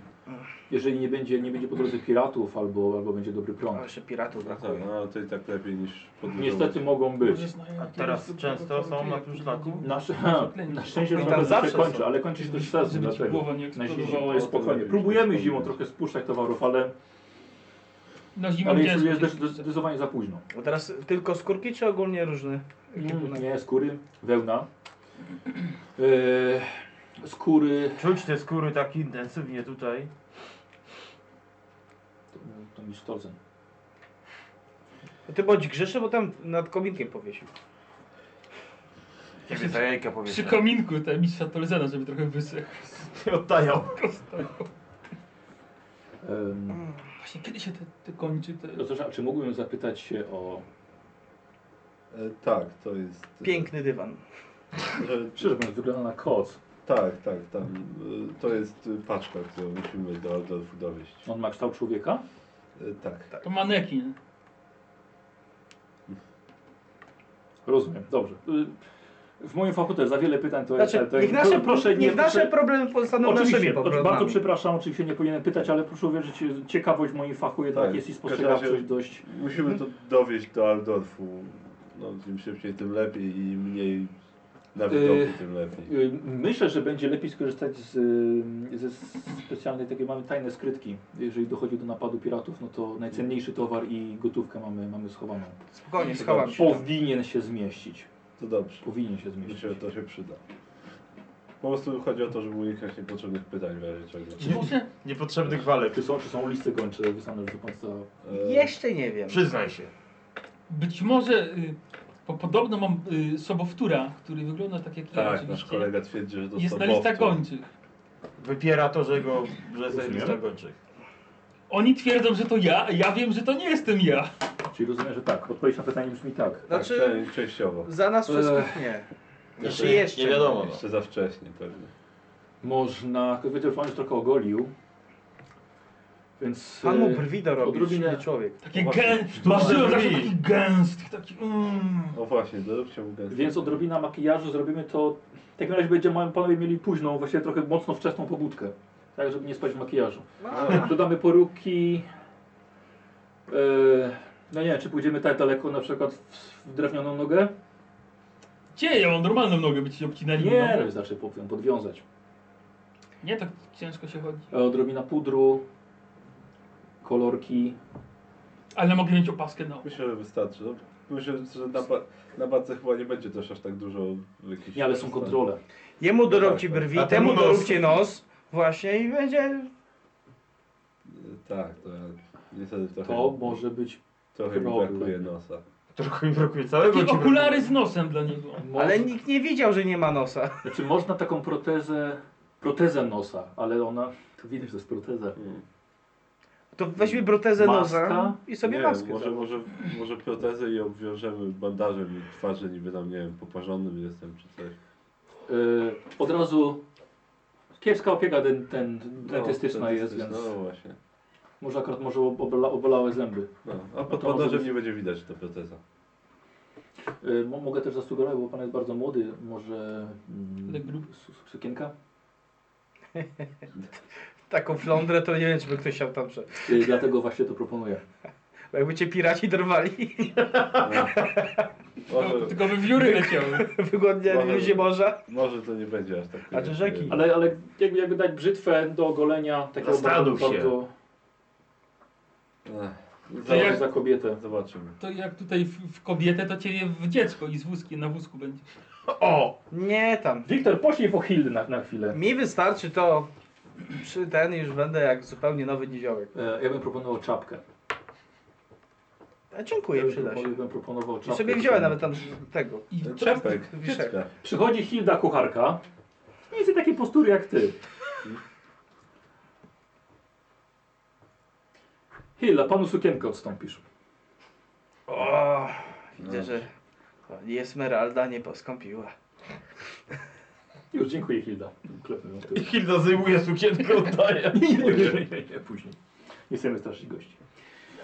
Speaker 1: Jeżeli nie będzie, nie będzie po drodze piratów albo, albo będzie dobry
Speaker 5: O,
Speaker 1: prąd.
Speaker 5: jeszcze piratów
Speaker 2: Tak,
Speaker 5: brakuje.
Speaker 2: no ale to i tak lepiej niż podróż.
Speaker 1: Niestety mogą być.
Speaker 7: A teraz często są na tym szlaku?
Speaker 1: Na, szczę-
Speaker 4: No
Speaker 1: na szczęście
Speaker 5: Tam
Speaker 1: już na pewno się
Speaker 5: zawsze są.
Speaker 1: kończy, ale kończy się dość sezon,
Speaker 4: Żeby ci
Speaker 1: dlatego.
Speaker 4: głowa nie
Speaker 1: Na
Speaker 4: eksplodowała.
Speaker 1: zimę spokojnie. Próbujemy zimą trochę spuszczać towarów, ale,
Speaker 4: Na zimę
Speaker 1: ale jest,
Speaker 4: ciężko
Speaker 1: jest
Speaker 4: jest
Speaker 1: zde- zdecydowanie za późno. No
Speaker 5: Bo teraz tylko skórki czy ogólnie różne?
Speaker 1: Nie, skóry, wełna. Eee, skóry.
Speaker 7: Czuć te skóry tak intensywnie tutaj.
Speaker 1: To, to mi sztolcem.
Speaker 5: No Ty bądź grzeszy, bo tam nad kominkiem powiesił.
Speaker 7: Ciebie za jajka
Speaker 4: Przy
Speaker 7: powiedzmy.
Speaker 4: kominku te mistrza Tolzena, żeby trochę wysechł.
Speaker 7: Oddają.
Speaker 1: Ehm,
Speaker 4: Właśnie kiedy się te, te kończy? Te...
Speaker 1: no cóż, a czy mógłbym zapytać się o.
Speaker 2: E, tak, to jest. e,
Speaker 5: Piękny dywan.
Speaker 2: Że,
Speaker 1: Szczerze mówiąc, wygląda na koc.
Speaker 2: tak, tak, tam. e, to jest e, paczka, którą musimy do Aldatwu dowieść.
Speaker 1: On ma kształt człowieka?
Speaker 2: E, tak.
Speaker 4: To manekin.
Speaker 1: Rozumiem, dobrze. Eee, W moim fachu też za wiele pytań to
Speaker 5: Znaczy,
Speaker 1: to-
Speaker 5: niech
Speaker 1: to-
Speaker 5: nasze,
Speaker 1: proszę, nie,
Speaker 5: niech nasze
Speaker 1: proszę-
Speaker 5: problemy pozostaną naszymi
Speaker 1: Oczywiście, bardzo
Speaker 5: problemami.
Speaker 1: przepraszam, oczywiście nie powinienem pytać, ale proszę uwierzyć, y, ciekawość w moim fachu jednak
Speaker 2: Tak,
Speaker 1: jest i
Speaker 2: w każdym
Speaker 1: spostrzegawczość
Speaker 2: razie-
Speaker 1: dość.
Speaker 2: Musimy to dowieść do Aldorfu. No, im szybciej, tym lepiej i mniej Na widoku
Speaker 1: Y,
Speaker 2: tym lepiej.
Speaker 1: Y, Myślę, że będzie lepiej skorzystać z, y, ze specjalnej takiej, mamy tajne skrytki. Jeżeli dochodzi do napadu piratów, no to najcenniejszy towar i gotówkę mamy, mamy schowaną.
Speaker 5: Spokojnie,
Speaker 2: Tak.
Speaker 5: schowam się. tam.
Speaker 1: Powinien się zmieścić.
Speaker 2: To dobrze.
Speaker 1: Powinien się zmieścić.
Speaker 2: Myślę, że to się przyda. Po prostu chodzi o to, żeby unikać niepotrzebnych pytań w razie czego.
Speaker 4: Czy może?
Speaker 3: Niepotrzebnych walek.
Speaker 1: Czy są, czy są listy gończe wysłane już do końca?
Speaker 2: E,
Speaker 5: Jeszcze nie wiem.
Speaker 3: Przyznaj się.
Speaker 4: Być może, y, bo podobno mam y, sobowtóra, który wygląda tak jak ja
Speaker 2: Tak, nasz
Speaker 4: oczywiście.
Speaker 2: kolega twierdzi, że to
Speaker 4: Jest na
Speaker 2: sobowtór.
Speaker 4: listach gończych.
Speaker 3: Wypiera to, że go, że jest
Speaker 1: Rozumiemy?
Speaker 3: lista gończych.
Speaker 4: Oni twierdzą, że to ja, a ja wiem, że to nie jestem ja.
Speaker 1: Czyli rozumiem, że tak. Odpowiedź na pytanie brzmi tak.
Speaker 2: Tak,
Speaker 5: Znaczy,
Speaker 2: czę- częściowo.
Speaker 5: za nas wszystkich nie. Znaczy jeszcze.
Speaker 3: Nie wiadomo. No.
Speaker 2: Jeszcze za wcześnie pewnie.
Speaker 1: Można, wiecie, że pan już trochę ogolił. Więc...
Speaker 5: Pan mu
Speaker 1: y,
Speaker 5: brwi dorobił,
Speaker 1: odrobinę-
Speaker 5: silny człowiek.
Speaker 4: Takie
Speaker 1: O właśnie,
Speaker 4: gę...
Speaker 1: sztuczne
Speaker 4: Marzyłem zawsze
Speaker 3: brwi.
Speaker 4: takich gęstych, takich... Mm.
Speaker 2: No właśnie, doróbcie mu gęsto.
Speaker 1: Więc odrobina makijażu zrobimy to. W takim razie będziemy mają- panowie mieli późną, właściwie trochę mocno wczesną pobudkę. Tak, żeby nie spać w makijażu.
Speaker 2: No,
Speaker 1: Dodamy poruki. E, no nie wiem, czy pójdziemy tak daleko na przykład w, w drewnianą nogę?
Speaker 4: Gdzie? Ja mam normalną nogę, by ci obcinali mi
Speaker 1: Nie,
Speaker 4: nogę.
Speaker 1: no wystarczy popią, podwiązać.
Speaker 4: Nie, tak ciężko się chodzi.
Speaker 1: E, Odrobina pudru, kolorki.
Speaker 4: Ale mogę mieć opaskę na oku.
Speaker 2: Myślę, że wystarczy. No, myślę, że na, ba- na badce chyba nie będzie też aż tak dużo jakichś...
Speaker 1: Nie, ale są kontrole.
Speaker 5: Jemu doróbcie
Speaker 2: Tak, tak.
Speaker 5: brwi,
Speaker 3: A
Speaker 5: temu
Speaker 3: temu nos.
Speaker 5: doróbcie nos. Właśnie i będzie...
Speaker 2: Tak, to ja niestety trochę...
Speaker 1: To może być.
Speaker 2: Trochę mi
Speaker 1: problem.
Speaker 2: brakuje nosa.
Speaker 3: Trochę mi brakuje całego
Speaker 4: Takie
Speaker 3: ci
Speaker 4: okulary z nosem dla niego.
Speaker 1: No,
Speaker 5: Ale nikt nie widział, że nie ma nosa.
Speaker 1: Znaczy można taką protezę, protezę nosa, ale ona, to widać, że to jest proteza.
Speaker 5: To weźmie protezę
Speaker 1: Maska?
Speaker 5: nosa i sobie
Speaker 2: nie,
Speaker 5: maskę.
Speaker 2: może,
Speaker 5: założy.
Speaker 2: może, może protezę i obwiążemy bandażem twarzy, niby tam, nie wiem, poparzonym jestem czy coś.
Speaker 1: Y, od razu kiepska opieka den, ten, No, dentystyczna jest,
Speaker 2: dentystyczna,
Speaker 1: więc
Speaker 2: No właśnie.
Speaker 1: może akurat może ob- obla, obolałe zęby.
Speaker 2: No, a
Speaker 1: No
Speaker 2: pod
Speaker 1: to może
Speaker 2: bandażem
Speaker 1: być-
Speaker 2: nie będzie widać, że to proteza.
Speaker 1: Y, mo- mogę też zasugerować, bo pan jest bardzo młody, może
Speaker 4: Ale
Speaker 1: mm,
Speaker 4: grub-
Speaker 1: su- su- sukienka?
Speaker 5: Taką flądrę to nie wiem, czy by ktoś chciał tam przejść.
Speaker 1: Y, dlatego właśnie to proponuję.
Speaker 5: Bo jakby cię piraci dorwali,
Speaker 4: To,
Speaker 2: No. Może,
Speaker 4: No, tylko by wióry leciały.
Speaker 5: wygodnie
Speaker 2: Może-
Speaker 5: ludzie morza.
Speaker 2: może to nie będzie aż tak.
Speaker 5: A czy rzeki?
Speaker 1: Ale, ale jakby, jakby dać brzytwę do ogolenia takiego
Speaker 3: Zastanów
Speaker 1: bardzo-
Speaker 3: się.
Speaker 1: bardzo-
Speaker 2: Ech,
Speaker 4: To jak-
Speaker 1: za, za kobietę.
Speaker 2: Zobaczymy.
Speaker 4: To jak tutaj w, w kobietę, to ciebie w dziecko i z wózkiem na wózku będzie.
Speaker 3: O!
Speaker 5: Nie tam.
Speaker 1: Wiktor, poślij po Hildy na, na chwilę.
Speaker 5: Mi wystarczy to przy ten już będę jak zupełnie nowy niziołek.
Speaker 1: E, ja bym proponował czapkę.
Speaker 5: A dziękuję,
Speaker 1: ja bym,
Speaker 5: przyda się.
Speaker 1: proponował- bym proponował czapkę.
Speaker 5: I sobie wziąłem nawet tam tego.
Speaker 4: I
Speaker 2: No, tak, Czepek.
Speaker 5: Wiszek.
Speaker 2: Wiszka.
Speaker 1: Przychodzi Hilda kucharka. Mniej więcej takiej postury jak ty. Hilda, panu sukienkę odstąpisz.
Speaker 5: O, widzę, że pani Esmeralda nie poskąpiła.
Speaker 1: Już dziękuję Hilda. Klepnę ją w tył.
Speaker 3: I Hilda zajmuje sukienkę, oddaje.
Speaker 1: Nie, nie, nie, nie, później. Nie chcemy straszyć gości.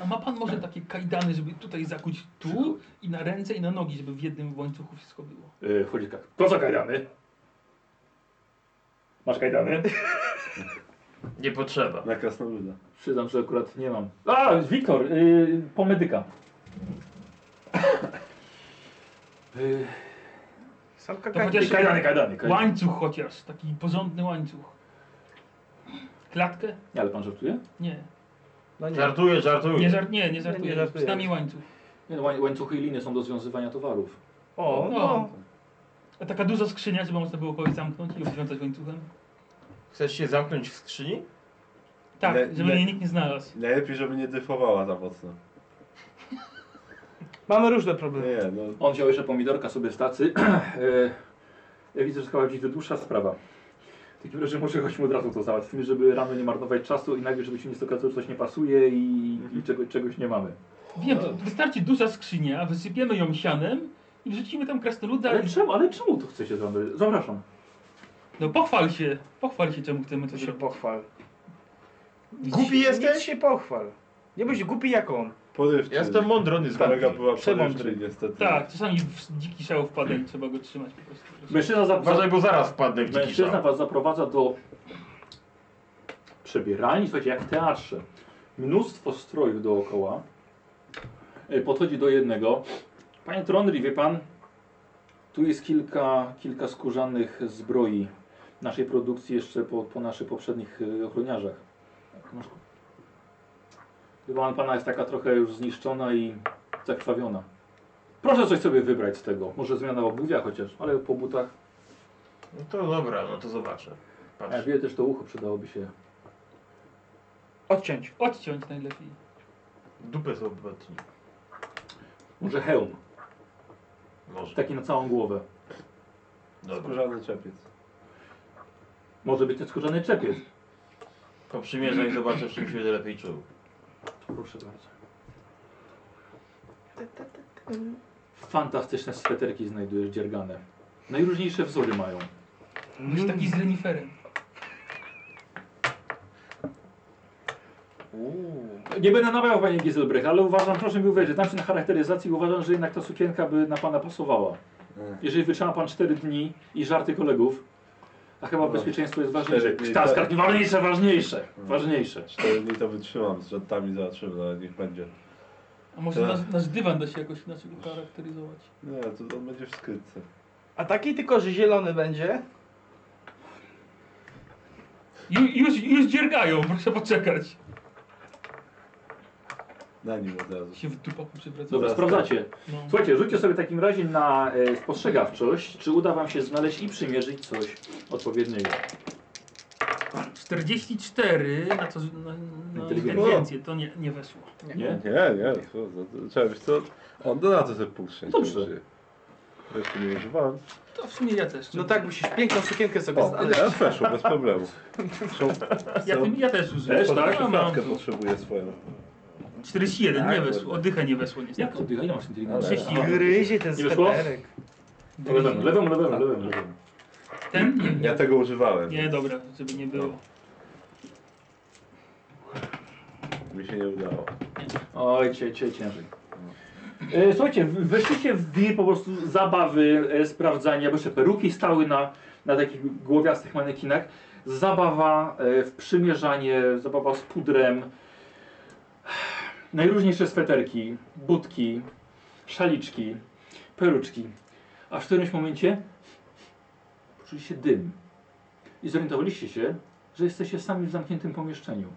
Speaker 4: A ma pan może takie kajdany, żeby tutaj zakuć tu i na ręce i na nogi, żeby w jednym łańcuchu wszystko było?
Speaker 1: Yy, chodzi tak. To za kajdany. Masz kajdany?
Speaker 3: Nie potrzeba.
Speaker 2: Na krasnoluda.
Speaker 1: Przyznam, że akurat nie mam. A, Wiktor, yy, po medyka. Yy,
Speaker 5: Sam
Speaker 4: To
Speaker 5: kaka...
Speaker 4: chociaż
Speaker 1: kajdany, kajdany, kajdany.
Speaker 4: łańcuch chociaż, taki porządny łańcuch. Klatkę?
Speaker 1: Ale pan żartuje?
Speaker 4: Nie.
Speaker 5: No nie.
Speaker 3: Żartuję, żartuję.
Speaker 4: Nie, żart, nie, nie
Speaker 5: Nie
Speaker 4: żartuję.
Speaker 5: żartuję.
Speaker 4: Przynajmniej łańcuch.
Speaker 1: Nie, no, łań- łańcuchy i liny są do związywania towarów.
Speaker 5: O, no.
Speaker 4: A taka duża skrzynia, żeby można było kogoś zamknąć i obwiązać łańcuchem?
Speaker 3: Chcesz się zamknąć w skrzyni?
Speaker 4: Tak,
Speaker 2: Le-
Speaker 4: żeby
Speaker 2: le-
Speaker 4: mnie nikt nie znalazł.
Speaker 2: Najlepiej, żeby nie dyfowała za mocno.
Speaker 5: Mamy różne problemy.
Speaker 2: Nie, no.
Speaker 1: On wziął jeszcze pomidorka sobie z tacy. ja widzę, że to chyba będzie dłuższa sprawa. W takim razie może chodźmy od razu to załatwimy, żeby rano nie marnować czasu i nagle, żeby się nie stokało, że coś nie pasuje i, i czego, czegoś nie mamy.
Speaker 4: Wiem, to wystarczy duża skrzynia, wysypiemy ją sianem i wrzucimy tam krasnoluda.
Speaker 1: Ale
Speaker 4: i-
Speaker 1: czemu, ale czemu to chce się zrobić? Zapraszam.
Speaker 4: No pochwal się, pochwal się czemu chcemy to
Speaker 5: To się
Speaker 4: zrobić.
Speaker 5: pochwal.
Speaker 3: Głupi
Speaker 5: Nic
Speaker 3: jesteś?
Speaker 5: się pochwal. Nie bądź głupi jak on.
Speaker 2: Porywczy.
Speaker 3: Ja jestem mądry, on jest
Speaker 2: Kolega
Speaker 3: głupi.
Speaker 2: była
Speaker 5: Przemądry.
Speaker 2: porywczy niestety.
Speaker 4: Tak, czasami w dziki szał wpada i trzeba go trzymać po prostu.
Speaker 1: Mężczyzna, za, za,
Speaker 3: Uważaj, bo zaraz wpadnę w dziki
Speaker 1: mężczyzna
Speaker 3: szał.
Speaker 1: was zaprowadza do przebieralni, słuchajcie, jak w teatrze. Mnóstwo strojów dookoła. E, Podchodzi do jednego. Panie Tronry, wie pan, Tu jest kilka, kilka skórzanych zbroi naszej produkcji jeszcze po, po naszych poprzednich y, ochroniarzach. Masz- Chyba pana jest taka trochę już zniszczona i zakrwawiona. Proszę coś sobie wybrać z tego. Może zmiana obuwia chociaż, ale po butach.
Speaker 3: No to dobra, no to zobaczę.
Speaker 1: A jak
Speaker 3: Patrz.
Speaker 1: wie, też to ucho przydałoby się.
Speaker 5: Odciąć.
Speaker 4: Odciąć najlepiej.
Speaker 3: Dupę sobie obetnij.
Speaker 1: Może hełm.
Speaker 3: Może.
Speaker 1: Taki na całą głowę.
Speaker 3: Dobra.
Speaker 2: Skórzany czepiec.
Speaker 1: Może być ten skórzany czepiec.
Speaker 3: Poprzymierzaj i zobaczę, w czym się będzie lepiej czuł.
Speaker 1: Proszę bardzo. Fantastyczne sweterki znajdujesz dziergane. Najróżniejsze wzory mają.
Speaker 3: Mm.
Speaker 4: Być taki z reniferem.
Speaker 5: Uuu.
Speaker 1: Nie będę namawiał panie Gieselbrecht, ale uważam, proszę mi uwierzyć, znam się na charakteryzacji i uważam, że jednak ta sukienka by na pana pasowała.
Speaker 2: Hmm.
Speaker 1: Jeżeli wytrzyma pan 4 dni i żarty kolegów, a chyba
Speaker 2: No,
Speaker 1: bezpieczeństwo jest ważniejsze.
Speaker 2: cztery dni,
Speaker 1: Kształt
Speaker 2: tak. Hmm.
Speaker 1: kartki ważniejsze, ważniejsze, ważniejsze.
Speaker 2: Cztery dni to wytrzymam, z żartami zobaczymy, ale niech będzie.
Speaker 4: A może
Speaker 2: Tak.
Speaker 4: nasz, nasz dywan da się jakoś inaczej charakteryzować.
Speaker 2: Nie, no, to on będzie w skrytce.
Speaker 5: A taki tylko, że zielony będzie.
Speaker 4: Ju, już, już dziergają, proszę poczekać.
Speaker 2: Na nim od razu.
Speaker 4: Się w dupaku przewracają.
Speaker 1: Dobra, sprawdzacie.
Speaker 4: No.
Speaker 1: Słuchajcie, rzućcie sobie w takim razie na e, spostrzegawczość, czy uda wam się znaleźć i przymierzyć coś odpowiedniego.
Speaker 4: 44 na, to, na, na
Speaker 1: Inteligencja.
Speaker 4: inteligencję, to nie, nie weszło.
Speaker 1: Nie?
Speaker 2: Nie, nie, co, to, to, trzeba wiesz co, on do na to sobie punkt szczęścia
Speaker 1: Dobrze.
Speaker 2: użyje. Jeszcze nie używałem.
Speaker 4: To w sumie ja też.
Speaker 5: No tak, musisz piękną sukienkę sobie
Speaker 2: O,
Speaker 5: znaleźć.
Speaker 2: teraz weszło, bez problemu.
Speaker 4: ja, tym, ja też No, użyłem.
Speaker 1: Też, tak?
Speaker 4: A, mam
Speaker 2: Szufladkę potrzebuję swoją.
Speaker 4: 41, nie
Speaker 2: Tak,
Speaker 4: weszło,
Speaker 2: kurde.
Speaker 4: oddycha nie weszło niestety.
Speaker 1: Jak oddychaj, masz inteligencję?
Speaker 4: Trzydzieści.
Speaker 5: Gryzie ten
Speaker 1: Nie wyszło?
Speaker 5: sweterek.
Speaker 2: No,
Speaker 1: Lewemu, lewemu, lewemu, lewemu. lewemu.
Speaker 4: Ten?
Speaker 2: Ja tego używałem.
Speaker 4: Nie, dobra, żeby nie było.
Speaker 2: Mi się nie udało.
Speaker 1: Oj, cię, cię, ciężej. E, Słuchajcie, w- weszliście w wir po prostu zabawy, e, sprawdzania, bo jeszcze peruki stały na, na takich głowiastych manekinach. Zabawa e, w przymierzanie, zabawa z pudrem, najróżniejsze sweterki, budki, szaliczki, peruczki. A w którymś momencie poczuliście dym i zorientowaliście się, że jesteście sami w zamkniętym pomieszczeniu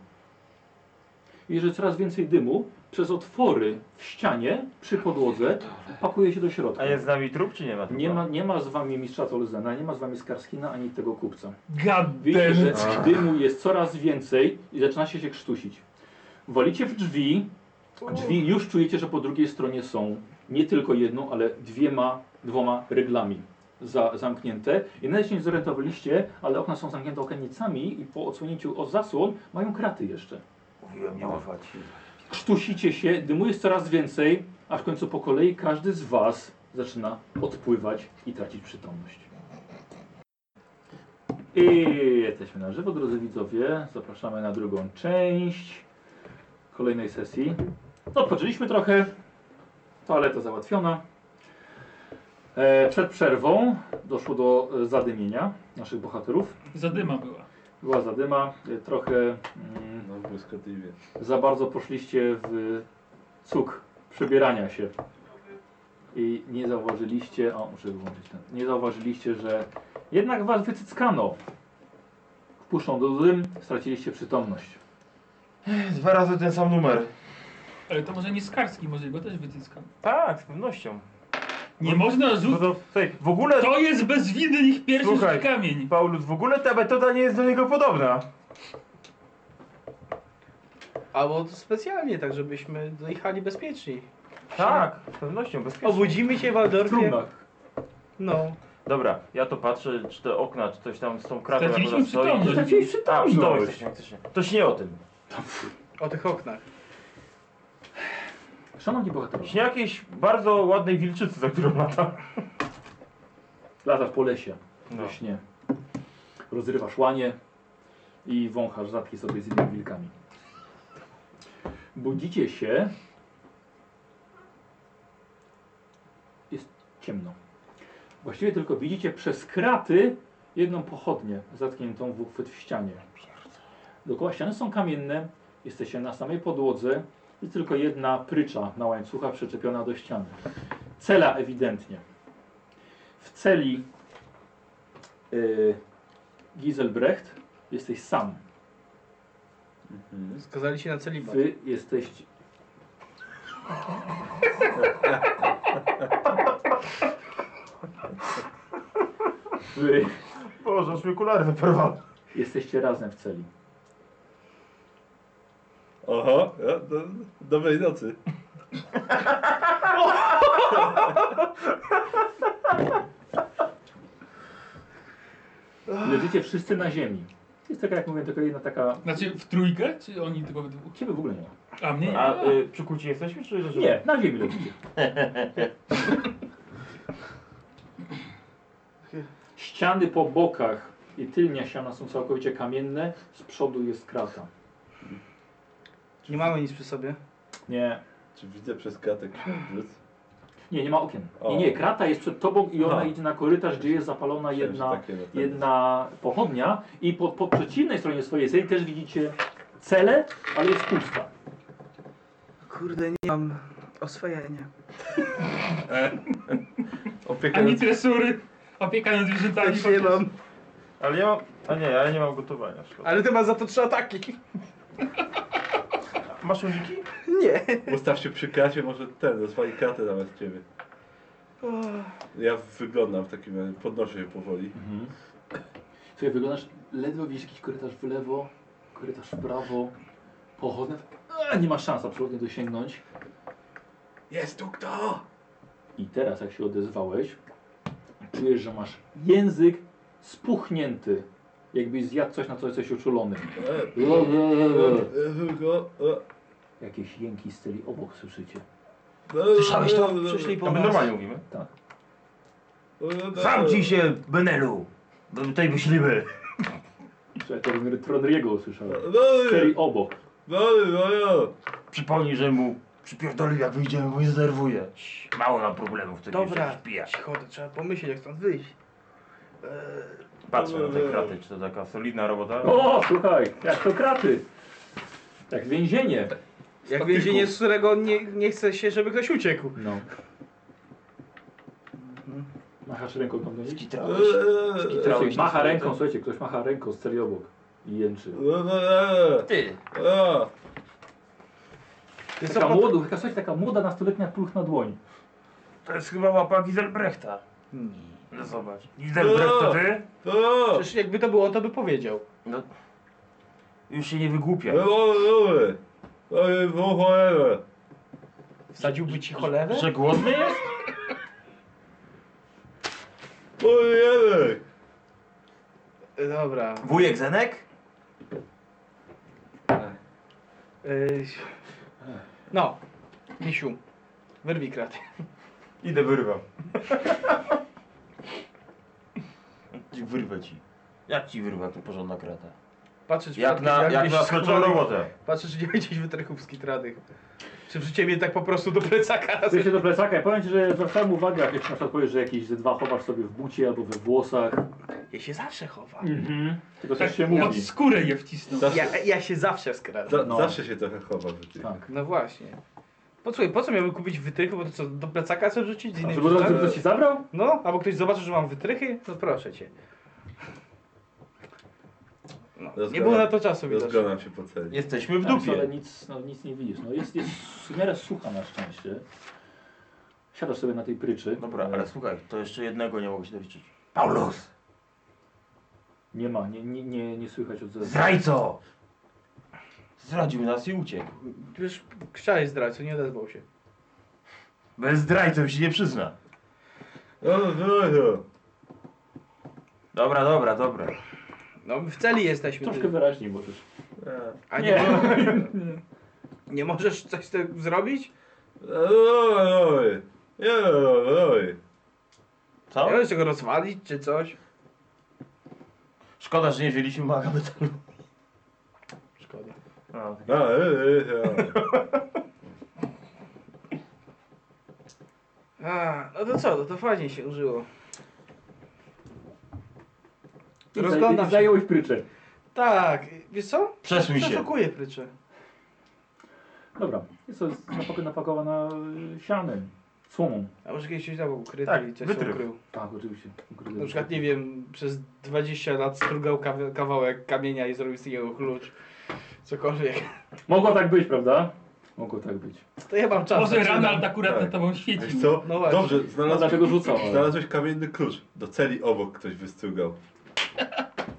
Speaker 1: i że coraz więcej dymu przez otwory w ścianie przy podłodze pakuje się do środka.
Speaker 3: A jest z nami trup, czy nie ma trupa?
Speaker 1: Nie ma, nie ma z wami mistrza Tolzena, nie ma z wami Skarskina ani tego kupca. Widzicie, że
Speaker 4: Gadem.
Speaker 1: dymu jest coraz więcej i zaczynacie się krztusić. Walicie w drzwi, drzwi już czujecie, że po drugiej stronie są nie tylko jedną, ale dwiema, dwoma ryglami za, zamknięte. I nawet się nie zorientowaliście, ale okna są zamknięte okiennicami i po odsunięciu od zasłon mają kraty jeszcze.
Speaker 7: Mówiłem, nie ufać.
Speaker 1: Sztusicie się, dymu jest coraz więcej, a w końcu po kolei każdy z was zaczyna odpływać i tracić przytomność. I jesteśmy na żywo, drodzy widzowie. Zapraszamy na drugą część kolejnej sesji. Odpoczęliśmy trochę. Toaleta załatwiona. E, Przed przerwą doszło do e, zadymienia naszych bohaterów.
Speaker 4: Zadyma była.
Speaker 1: Była zadyma, e, trochę mm,
Speaker 2: No, błyskotliwie.
Speaker 1: za bardzo poszliście w cuk przebierania się. I nie zauważyliście, o muszę wyłączyć ten, nie zauważyliście, że jednak was wycyckano. Wpuszczą do dym, straciliście przytomność.
Speaker 3: Dwa razy ten sam numer.
Speaker 4: Ale to może nie Skarski, może go też wyciskam.
Speaker 3: Tak, z pewnością.
Speaker 4: Nie można
Speaker 3: No
Speaker 4: rzucić.
Speaker 3: to, słuchaj, w ogóle,
Speaker 4: To jest bez winy ich pierwszy
Speaker 3: Słuchaj.
Speaker 4: rzut kamień.
Speaker 3: Paulus, w ogóle ta metoda nie jest do niego podobna.
Speaker 5: Albo to specjalnie, tak żebyśmy dojechali bezpieczni.
Speaker 3: Tak, z pewnością, bezpiecznie.
Speaker 5: Obudzimy się w
Speaker 1: W
Speaker 5: Waldorfie.
Speaker 1: trumnach.
Speaker 5: No.
Speaker 3: Dobra, ja to patrzę, czy te okna, czy coś tam z tą kratą jak
Speaker 4: Straciliśmy
Speaker 3: ona stoi.
Speaker 4: przytomność.
Speaker 1: Straciłeś
Speaker 3: A, przytomność,
Speaker 1: przytomność.
Speaker 3: faktycznie, faktycznie. To śnie o tym.
Speaker 5: O tych oknach.
Speaker 1: Szanowni bohaterowie,
Speaker 3: Śnie o jakiejś bardzo ładnej wilczycy, za którą lata.
Speaker 1: latasz po lesie,
Speaker 3: No.
Speaker 1: we śnie. Rozrywasz łanie i wąchasz zatki sobie z innymi wilkami. Budzicie się. Jest ciemno. Właściwie tylko widzicie przez kraty jedną pochodnię zatkniętą w uchwyt w ścianie. Dookoła ściany są kamienne, jesteście na samej podłodze i tylko jedna prycza na łańcucha przyczepiona do ściany. Cela ewidentnie. w celi y, Giselbrecht jesteś sam.
Speaker 5: Skazali się na celibat.
Speaker 1: Wy jesteście. Wy
Speaker 3: Boże, aż mi okulary wyperwały.
Speaker 1: jesteście razem w celi.
Speaker 2: Oho, no, do, dobrej nocy.
Speaker 1: Leżycie wszyscy na ziemi. Jest taka, jak mówię, tylko jedna taka.
Speaker 4: Znaczy w trójkę, czy oni tylko we dwóch?
Speaker 1: Ciebie w ogóle nie ma.
Speaker 4: A mnie nie.
Speaker 3: A y, przykuci jesteśmy, czy że-
Speaker 1: Nie, na ziemi leżycie. Ściany po bokach i tylnia ściana są całkowicie kamienne, z przodu jest krata.
Speaker 5: Nie mamy nic przy sobie.
Speaker 1: Nie,
Speaker 2: Czy widzę przez kratek księżyc?
Speaker 1: nie, nie ma okien.
Speaker 2: O.
Speaker 1: Nie, nie, krata jest przed tobą i ona
Speaker 2: Aha.
Speaker 1: idzie na korytarz, gdzie jest zapalona
Speaker 2: Myślałem, że tak.
Speaker 1: jedna,
Speaker 2: takie na ten-
Speaker 1: jedna pochodnia i po, po przeciwnej stronie swojej celi też widzicie cele, ale jest pusta.
Speaker 5: Kurde, nie mam oswojenia.
Speaker 2: Opieka
Speaker 4: Ani tresury, opieka nad zwierzętami.
Speaker 5: Tak się nie mam.
Speaker 3: Ale ja mam... A nie, ja nie mam gotowania. Szkoda.
Speaker 5: Ale ty masz za to trzy ataki.
Speaker 3: Masz łaziki?
Speaker 5: Nie.
Speaker 2: Ustaw się przy kracie, może ten, rozwali kratę zamiast ciebie. Ja wyglądam w takim razie, podnoszę się powoli.
Speaker 1: Mhm. Słuchaj, wyglądasz, ledwo widzisz jakiś korytarz w lewo, korytarz w prawo, pochodne. Eee, Nie ma szans absolutnie dosięgnąć.
Speaker 2: Jest tu kto?
Speaker 1: I teraz, jak się odezwałeś, czujesz, że masz język spuchnięty. Jakbyś zjadł coś, na co jesteś uczulony.
Speaker 2: E, e, go, e,
Speaker 1: Jakieś jęki z celi obok słyszycie.
Speaker 2: e,
Speaker 5: Słyszałeś to?
Speaker 2: e, e,
Speaker 5: Przyszli po
Speaker 3: A my
Speaker 5: nas.
Speaker 3: normalnie mówimy.
Speaker 2: e, e,
Speaker 7: Zamknij się, Benelu! Bo tutaj myślimy.
Speaker 1: Słuchaj, to rozmiar Tronriego usłyszałem.
Speaker 2: No,
Speaker 1: W celi obok.
Speaker 2: no, no, no.
Speaker 7: Przypomnij, że mu przypierdolił jak wyjdziemy, bo mnie zdenerwuje. Cii, Mało nam problemów, to
Speaker 5: Dobra,
Speaker 7: pija.
Speaker 5: cicho, to trzeba pomyśleć jak stąd wyjść.
Speaker 7: no,
Speaker 3: Patrzę na te kraty, czy to taka solidna robota.
Speaker 1: O, słuchaj, jak to kraty. Jak więzienie.
Speaker 5: Jak więzienie, z którego nie, nie chce się, żeby ktoś uciekł.
Speaker 1: No. Mhm. Machasz ręką tam do nich?
Speaker 5: Yy.
Speaker 7: Skitrałeś?
Speaker 2: E, e,
Speaker 7: Skitrałeś?
Speaker 1: Ktoś macha
Speaker 7: naprawdę?
Speaker 1: ręką, słuchajcie, ktoś macha ręką z celi obok. I jęczy.
Speaker 2: e, e, e,
Speaker 7: Ty!
Speaker 2: e.
Speaker 5: Jest
Speaker 1: Taka
Speaker 5: to
Speaker 1: młoda, taka, słuchajcie, taka młoda nastoletnia pulchna dłoń.
Speaker 7: To jest chyba łapa Gizelbrechta. No zobacz.
Speaker 2: Giselbrecht, to
Speaker 7: ty?
Speaker 2: O,
Speaker 5: hmm. Przecież jakby to było on, to by powiedział.
Speaker 7: No. Już się nie wygłupia.
Speaker 2: Dobry, dobry, wąchałem.
Speaker 5: Wsadziłby ci cholerę?
Speaker 3: Że głodny jest?
Speaker 2: Pojedynek.
Speaker 5: Yy, Dobra.
Speaker 7: Wujek Zenek?
Speaker 5: Ej. Yy, No, misiu, wyrwij kraty.
Speaker 3: Idę wyrwam. Wyrwę ci.
Speaker 7: Jak ci wyrwa tu porządna krata?
Speaker 5: Patrzę, czy
Speaker 7: Jak na, jak na
Speaker 3: Skończą robotę.
Speaker 5: Patrzę, czy nie będzie gdzieś wytrychów z kitrady. Czy wrzucie mnie tak po prostu do plecaka?
Speaker 1: Słuchajcie do plecaka, ja powiem ci, że zwracałem uwagę, jak jeszcze na przykład powiesz, że jakieś ze dwa chowasz sobie w bucie albo we włosach.
Speaker 5: Ja się zawsze chowam.
Speaker 4: Mhm.
Speaker 1: Tylko coś
Speaker 4: Tak
Speaker 1: się
Speaker 4: pod
Speaker 1: mówi.
Speaker 4: skórę je wcisnął.
Speaker 2: Zawsze,
Speaker 5: Ja, ja się zawsze skradam.
Speaker 2: za,
Speaker 1: No.
Speaker 2: zawsze się trochę chowa w tym.
Speaker 1: Tak.
Speaker 5: No właśnie. Po co, po co miałbym kupić wytrychy? Bo to co, do plecaka chcę wrzucić? Z
Speaker 1: A
Speaker 5: innej
Speaker 1: żeby żeby
Speaker 5: wrzucam?
Speaker 1: ktoś ci zabrał?
Speaker 5: No, albo ktoś zobaczy, że mam wytrychy? No proszę cię. No, nie
Speaker 2: Rozgadam-
Speaker 5: było na to czasu widocznie.
Speaker 2: Rozglądam się po celi.
Speaker 7: Jesteśmy w
Speaker 1: Tak, ale
Speaker 7: dupie.
Speaker 1: nic, no, nic nie widzisz. No, jest, jest w miarę sucha na szczęście. Siadasz sobie na tej pryczy.
Speaker 7: Dobra, ale słuchaj, to jeszcze jednego nie mogę się doliczyć. Paulus!
Speaker 1: Nie ma, nie, nie, nie, nie słychać odzewu.
Speaker 7: Zdrajco! Zdradził nas i uciekł.
Speaker 5: Już chciałeś zdrać, co nie odezwał się.
Speaker 7: Bez zdrajców się nie przyzna.
Speaker 2: No, no, no.
Speaker 7: Dobra, dobra, dobra.
Speaker 5: No w celi jesteśmy.
Speaker 1: Troszkę
Speaker 5: Ty.
Speaker 1: wyraźniej możesz.
Speaker 2: E,
Speaker 5: A nie,
Speaker 1: Nie.
Speaker 5: nie możesz coś tak zrobić?
Speaker 2: Dobry, dobry. Nie, dobry, dobry.
Speaker 7: Co?
Speaker 5: Nie możesz tego rozwalić czy coś?
Speaker 7: Szkoda, że nie wzięliśmy maga metalu.
Speaker 5: Szkoda.
Speaker 7: No.
Speaker 2: A, e, e, e.
Speaker 5: A, no to co, no to fajnie się użyło.
Speaker 1: I
Speaker 5: Rozglądam
Speaker 1: zaj-
Speaker 5: się.
Speaker 1: Zająłeś pryczę.
Speaker 5: Tak, wiesz co?
Speaker 7: Przesuń się.
Speaker 5: Przeszukuję prycze.
Speaker 1: Dobra, jest to napak- napakowana y, sianem. Słomą.
Speaker 5: A może kiedyś coś tam był ukryty
Speaker 3: Tak,
Speaker 5: i coś
Speaker 3: wytrych.
Speaker 5: ukrył.
Speaker 1: Tak, oczywiście.
Speaker 5: Na przykład, nie wiem, przez 20 lat strugał kawa- kawałek kamienia i zrobił z niego klucz. Cokolwiek.
Speaker 1: Mogło tak być, prawda? Mogło tak być.
Speaker 5: To ja mam czas.
Speaker 4: Może
Speaker 5: zaczynam.
Speaker 4: Ranald akurat
Speaker 2: Tak.
Speaker 4: nad tobą świeci.
Speaker 2: Wiesz co?
Speaker 5: No właśnie.
Speaker 2: Dobrze,
Speaker 1: No
Speaker 2: znalazłeś,
Speaker 1: dlatego rzucał. ale-
Speaker 2: znalazłeś kamienny klucz. Do celi obok ktoś wystrugał.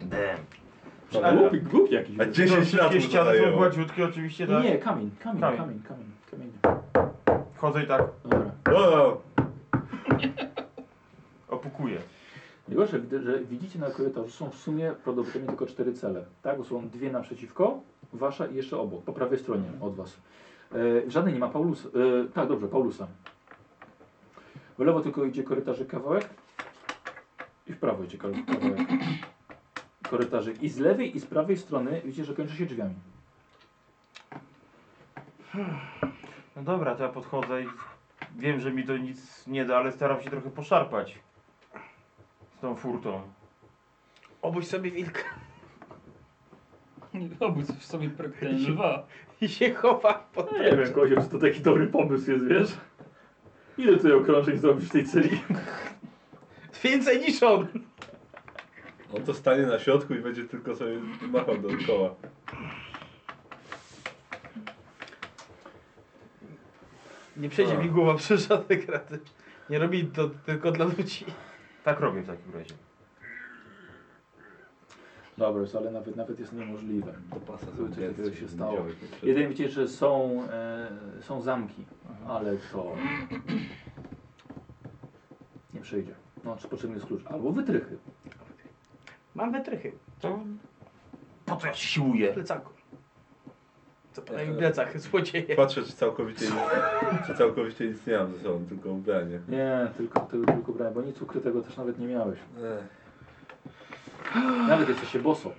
Speaker 7: Damn.
Speaker 1: A Głupi, głupi jakiś.
Speaker 2: A 10 lat
Speaker 3: Wszystkie
Speaker 2: mu to
Speaker 3: ściany są
Speaker 2: zajęło.
Speaker 3: gładziutkie oczywiście, tak?
Speaker 1: Nie, kamień, kamień,
Speaker 3: Kamień.
Speaker 1: kamień, kamień, kamień.
Speaker 3: Chodzę i tak
Speaker 1: Dobra.
Speaker 2: O,
Speaker 3: opukuję.
Speaker 1: Najgorsze, gdy- że widzicie na korytarzu są w sumie prawdopodobnie tylko cztery cele. Tak, bo są dwie naprzeciwko, wasza i jeszcze obok, po prawej stronie od was. E, żadnej nie ma Paulusa. E, tak, dobrze, Paulusa. W lewo tylko idzie korytarzyk kawałek i w prawo idzie kory- kawałek korytarzyk. I z lewej i z prawej strony widzicie, że kończy się drzwiami.
Speaker 3: No dobra, to ja podchodzę i wiem, że mi to nic nie da, ale staram się trochę poszarpać z tą furtą.
Speaker 5: Obudź sobie wilka
Speaker 4: Obudź sobie ten lwa.
Speaker 5: i się chowa pod...
Speaker 9: No nie wiem, Kozio, czy to taki dobry pomysł jest, wiesz? Ile tutaj okrążeń zrobisz w tej celi?
Speaker 5: Więcej niż on!
Speaker 2: on to stanie na środku i będzie tylko sobie machał dookoła.
Speaker 5: Nie przejdzie mi głowa przez żadne kraty. Nie robi to tylko dla ludzi.
Speaker 3: Tak robię w takim razie.
Speaker 1: Dobra, jest, ale nawet, nawet jest niemożliwe.
Speaker 2: Do pasa
Speaker 1: Żeby coś takiego się stało.
Speaker 2: nie widziałeś, nie
Speaker 1: Jedynie widzicie, że są, e, są zamki, ale to nie przejdzie. No, czy potrzebny jest klucz? Albo wytrychy.
Speaker 5: Mam wytrychy
Speaker 3: To po co ja się siłuję?
Speaker 5: w plecaku. Co pada mi
Speaker 2: Eee.
Speaker 5: w plecach, złodzieje.
Speaker 2: Patrzę, czy całkowicie, nic, czy całkowicie nic nie mam ze sobą, tylko ubranie.
Speaker 1: Nie, tylko, tylko, tylko brałem, bo nic ukrytego też nawet nie miałeś. Nawet jesteście boso.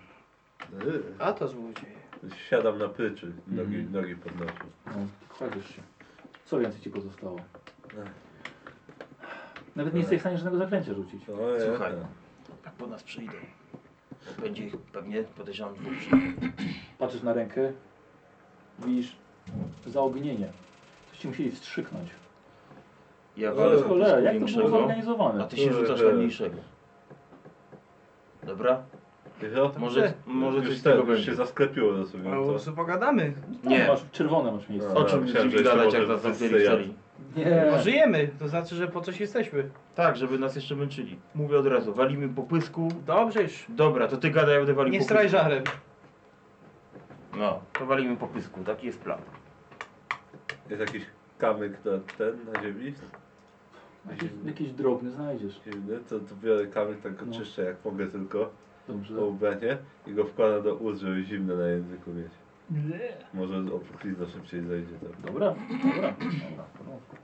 Speaker 2: Ech,
Speaker 5: A to złodzieje.
Speaker 2: Siadam na pryczy, nogi,
Speaker 1: Mhm.
Speaker 2: nogi podnoszę.
Speaker 1: No, kładziesz się. Co więcej ci pozostało? Nawet nie jesteś w stanie żadnego zaklęcia rzucić.
Speaker 2: O, ja,
Speaker 7: Słuchaj.
Speaker 2: ja.
Speaker 7: Jak Tak po nas przyjdą, to będzie ich pewnie, podejrzewam, dwóch
Speaker 1: Patrzysz na rękę, widzisz zaognienie. Coś ci musieli wstrzyknąć.
Speaker 7: Jak
Speaker 2: Ale
Speaker 1: Ale cholera, jak to było
Speaker 7: większego,
Speaker 1: zorganizowane?
Speaker 7: a ty się rzucasz na mniejszego. Dobra?
Speaker 2: Wiesz co?
Speaker 3: Tak,
Speaker 7: Może, może coś
Speaker 2: już
Speaker 7: z tego
Speaker 2: ten, już się
Speaker 7: będzie.
Speaker 2: zasklepiło ze sobą.
Speaker 5: Mało
Speaker 2: No To.
Speaker 5: co pogadamy.
Speaker 7: Nie.
Speaker 1: Masz, czerwone masz miejsce.
Speaker 3: Tak.
Speaker 7: O czym
Speaker 2: Myślałem, że
Speaker 7: będziemy
Speaker 2: jeszcze
Speaker 7: gadać,
Speaker 2: może
Speaker 7: jak nas
Speaker 2: wszyscy
Speaker 7: zamknęli w
Speaker 2: ja.
Speaker 7: celi?
Speaker 1: Nie.
Speaker 5: No, żyjemy, to znaczy, że po coś jesteśmy.
Speaker 3: Tak, żeby nas jeszcze męczyli. Mówię od razu, walimy po pysku.
Speaker 5: Dobrze już.
Speaker 3: Dobra, to ty gadaj, ja będę walił
Speaker 5: Nie
Speaker 3: po
Speaker 5: straj
Speaker 3: pysku.
Speaker 5: żarem.
Speaker 3: No, to walimy po pysku, taki jest plan.
Speaker 2: Jest jakiś kamyk na ten, na ziemi?
Speaker 1: Jakiś, jakiś drobny znajdziesz.
Speaker 2: Dziwny, to, to biorę kamyk, tak go
Speaker 1: No.
Speaker 2: czyszczę jak mogę tylko
Speaker 1: Dobrze.
Speaker 2: po ubranie i go wkładam do ust, żeby zimne na języku mieć.
Speaker 4: Nie.
Speaker 2: Może opuchlizna szybciej zejdzie tam.
Speaker 1: Dobra, dobra, dobra, w porządku.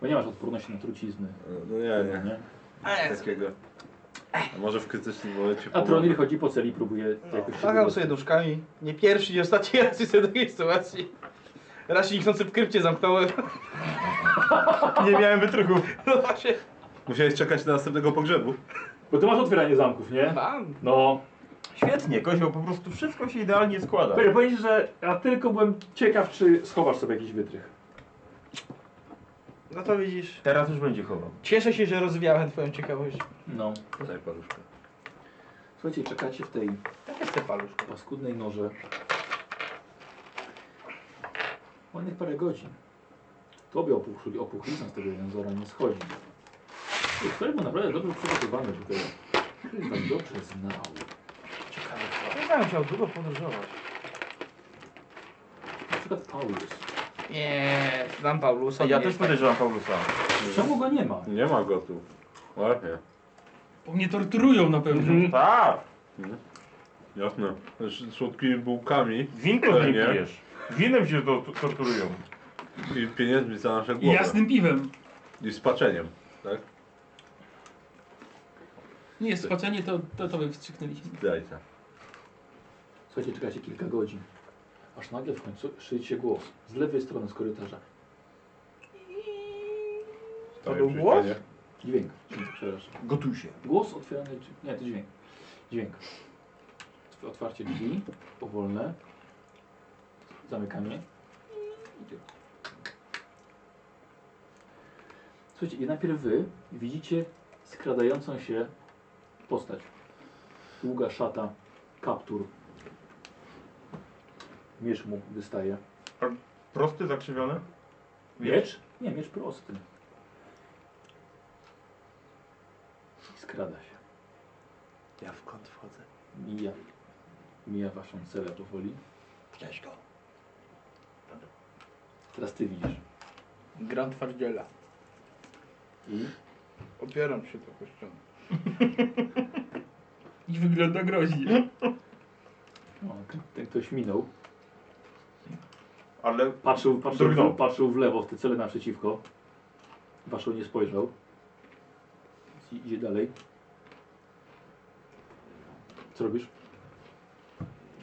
Speaker 1: Bo nie masz odporności na trucizny.
Speaker 2: No ja nie,
Speaker 1: nie.
Speaker 2: nie. takiego. A może w krytycznym momencie
Speaker 1: A
Speaker 2: pomoże.
Speaker 1: Tronil chodzi po celi, próbuje jakoś się
Speaker 5: Macham
Speaker 1: wydostać.
Speaker 5: Tak, sobie nóżkami. Nie pierwszy, nie ostatni raz jestem w takiej sytuacji. Raz się niknący w krypcie zamknąłem.
Speaker 3: Nie miałem wytrychów.
Speaker 5: No właśnie.
Speaker 2: Musiałeś czekać na następnego pogrzebu.
Speaker 1: Bo ty masz otwieranie zamków, nie?
Speaker 5: Mam.
Speaker 1: No.
Speaker 3: Świetnie, Kozioł, po prostu wszystko się idealnie składa.
Speaker 9: Powiem, powiem ci, że ja tylko byłem ciekaw, czy schowasz sobie jakiś wytrych.
Speaker 5: No to widzisz.
Speaker 3: Teraz już będzie chował.
Speaker 5: Cieszę się, że rozwiałem twoją ciekawość.
Speaker 1: No.
Speaker 2: Daj paluszkę.
Speaker 1: Słuchajcie, czekacie w tej
Speaker 5: Tak jest te paluszko.
Speaker 1: paskudnej noże. Ładnych parę godzin. Tobie opuchli, opuchlizna z tego jęzora nie schodzi. I Ktoś był naprawdę dobrze przygotowany do tego. Ktoś was tak dobrze znał.
Speaker 5: Ciekawe. Ja bym chciał długo podróżować.
Speaker 1: Na przykład Paulus.
Speaker 5: Nie, znam Paulusa.
Speaker 3: Ja
Speaker 5: nie
Speaker 3: też
Speaker 5: jest tak.
Speaker 3: podejrzewam Paulusa.
Speaker 1: Czemu go nie ma?
Speaker 2: Nie ma go tu. Ładnie.
Speaker 4: Bo mnie torturują na pewno.
Speaker 7: Mhm.
Speaker 3: Tak,
Speaker 2: Jasne. Z słodkimi bułkami
Speaker 3: winko z nim
Speaker 2: Nie.
Speaker 3: pijesz. Winem się to- to- torturują.
Speaker 2: i pieniędzmi za nasze
Speaker 4: I
Speaker 2: głowy.
Speaker 4: jasnym piwem.
Speaker 2: I spaczeniem. Tak?
Speaker 4: Nie, spaczenie to, to tobie wstrzyknęliśmy.
Speaker 2: Dajcie.
Speaker 1: Słuchajcie, czekacie kilka godzin. Aż nagle w końcu szyjcie głos z lewej strony z korytarza.
Speaker 5: To był głos?
Speaker 1: Dźwięk, dźwięk, przepraszam.
Speaker 3: Gotuj się.
Speaker 1: Głos otwierany, drzwi- nie, to dźwięk. Dźwięk. Otwarcie drzwi, powolne. Zamykanie. Idzie. Słuchajcie, i najpierw wy widzicie skradającą się postać. Długa szata, kaptur. Miecz mu wystaje.
Speaker 3: Prosty, zakrzywiony?
Speaker 1: Miecz? Nie, miecz prosty. I skrada się.
Speaker 2: Ja w kąt wchodzę.
Speaker 1: Mija. Mija waszą celę powoli.
Speaker 2: Cześć go.
Speaker 1: Teraz ty widzisz.
Speaker 5: Gran twardziela.
Speaker 1: I
Speaker 5: Opieram się trochę ścianę.
Speaker 4: I wygląda groźnie.
Speaker 1: o, ten, ten ktoś minął.
Speaker 3: Ale
Speaker 1: Patrzył, patrzył,
Speaker 3: Drgnął.
Speaker 1: patrzył w lewo, w te cele naprzeciwko. Waszą nie spojrzał. I, idzie dalej. Co robisz?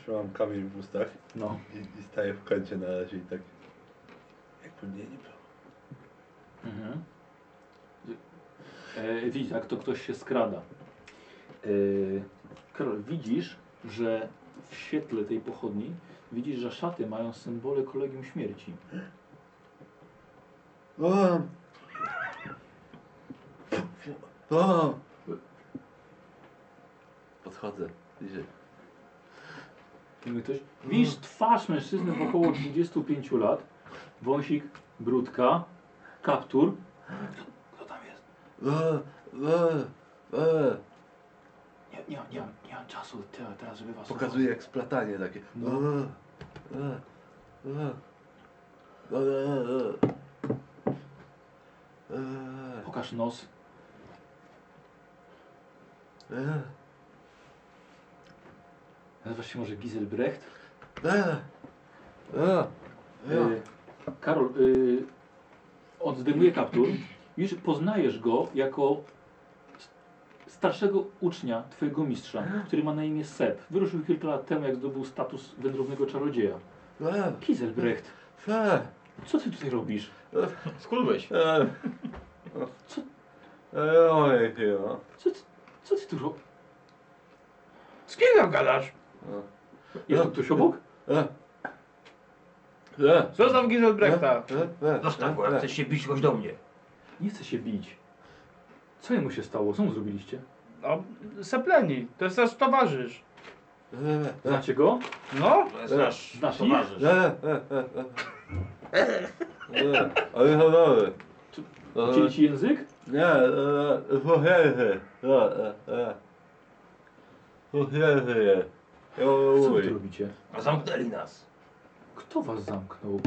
Speaker 2: Trzymam kamień w ustach
Speaker 1: No.
Speaker 2: i, i staję w kącie na razie i tak. Jakby mnie nie było.
Speaker 1: Mhm. E, widzisz, jak to ktoś się skrada. E, Karol, widzisz, że w świetle tej pochodni widzisz, że szaty mają symbole kolegium śmierci.
Speaker 2: O! O! Podchodzę bliżej.
Speaker 1: Mówię Ktoś, widzisz twarz mężczyzny w około 25 lat, wąsik, brudka, kaptur. Kto tam jest?
Speaker 2: O, o, o.
Speaker 1: Nie, nie, nie, mam- nie mam czasu te- teraz, żeby was...
Speaker 2: Pokazuje jak splatanie takie. E,
Speaker 1: No.
Speaker 2: O, o, o. O, o, o. O, E.
Speaker 1: Pokaż nos.
Speaker 2: o,
Speaker 1: Nazywasz się może Giselbrecht?
Speaker 2: E! o, o.
Speaker 1: E, Karol, y, on zdejmuje kaptur. Już poznajesz go jako s- starszego ucznia twojego mistrza, który ma na imię Seb. Wyruszył kilka lat temu, jak zdobył status wędrownego czarodzieja.
Speaker 2: O,
Speaker 1: Giselbrecht,
Speaker 2: o.
Speaker 1: co ty tutaj robisz?
Speaker 3: skąd byłeś?
Speaker 2: E,
Speaker 1: Co?
Speaker 2: e, Ojej, no.
Speaker 1: Co ty, co ty tu robisz?
Speaker 5: Z kim tam gadasz?
Speaker 1: Jest tu ktoś obok?
Speaker 2: E. E.
Speaker 5: Zostaw Gizelbrechta.
Speaker 2: E, e,
Speaker 7: Zostaw go,
Speaker 2: e,
Speaker 7: jak
Speaker 2: e.
Speaker 7: chcesz się bić, chodź do mnie.
Speaker 1: Nie chce się bić. Co jemu się stało? Co mu zrobiliście?
Speaker 5: No, sepleni. To jest nasz towarzysz.
Speaker 2: E, e,
Speaker 1: Znacie go?
Speaker 5: No,
Speaker 7: To jest nasz
Speaker 1: Znasz ich?
Speaker 7: towarzysz.
Speaker 2: E, e, e, e. E, Ale chodowy.
Speaker 1: Czy-
Speaker 2: E,
Speaker 1: Chcieli ci język?
Speaker 2: Nie, e, e, słuchajcie. E, e, e. Słuchajcie. Ja
Speaker 1: Co wy tu
Speaker 2: mówię.
Speaker 1: robicie?
Speaker 7: A zamknęli nas.
Speaker 1: Kto was zamknął?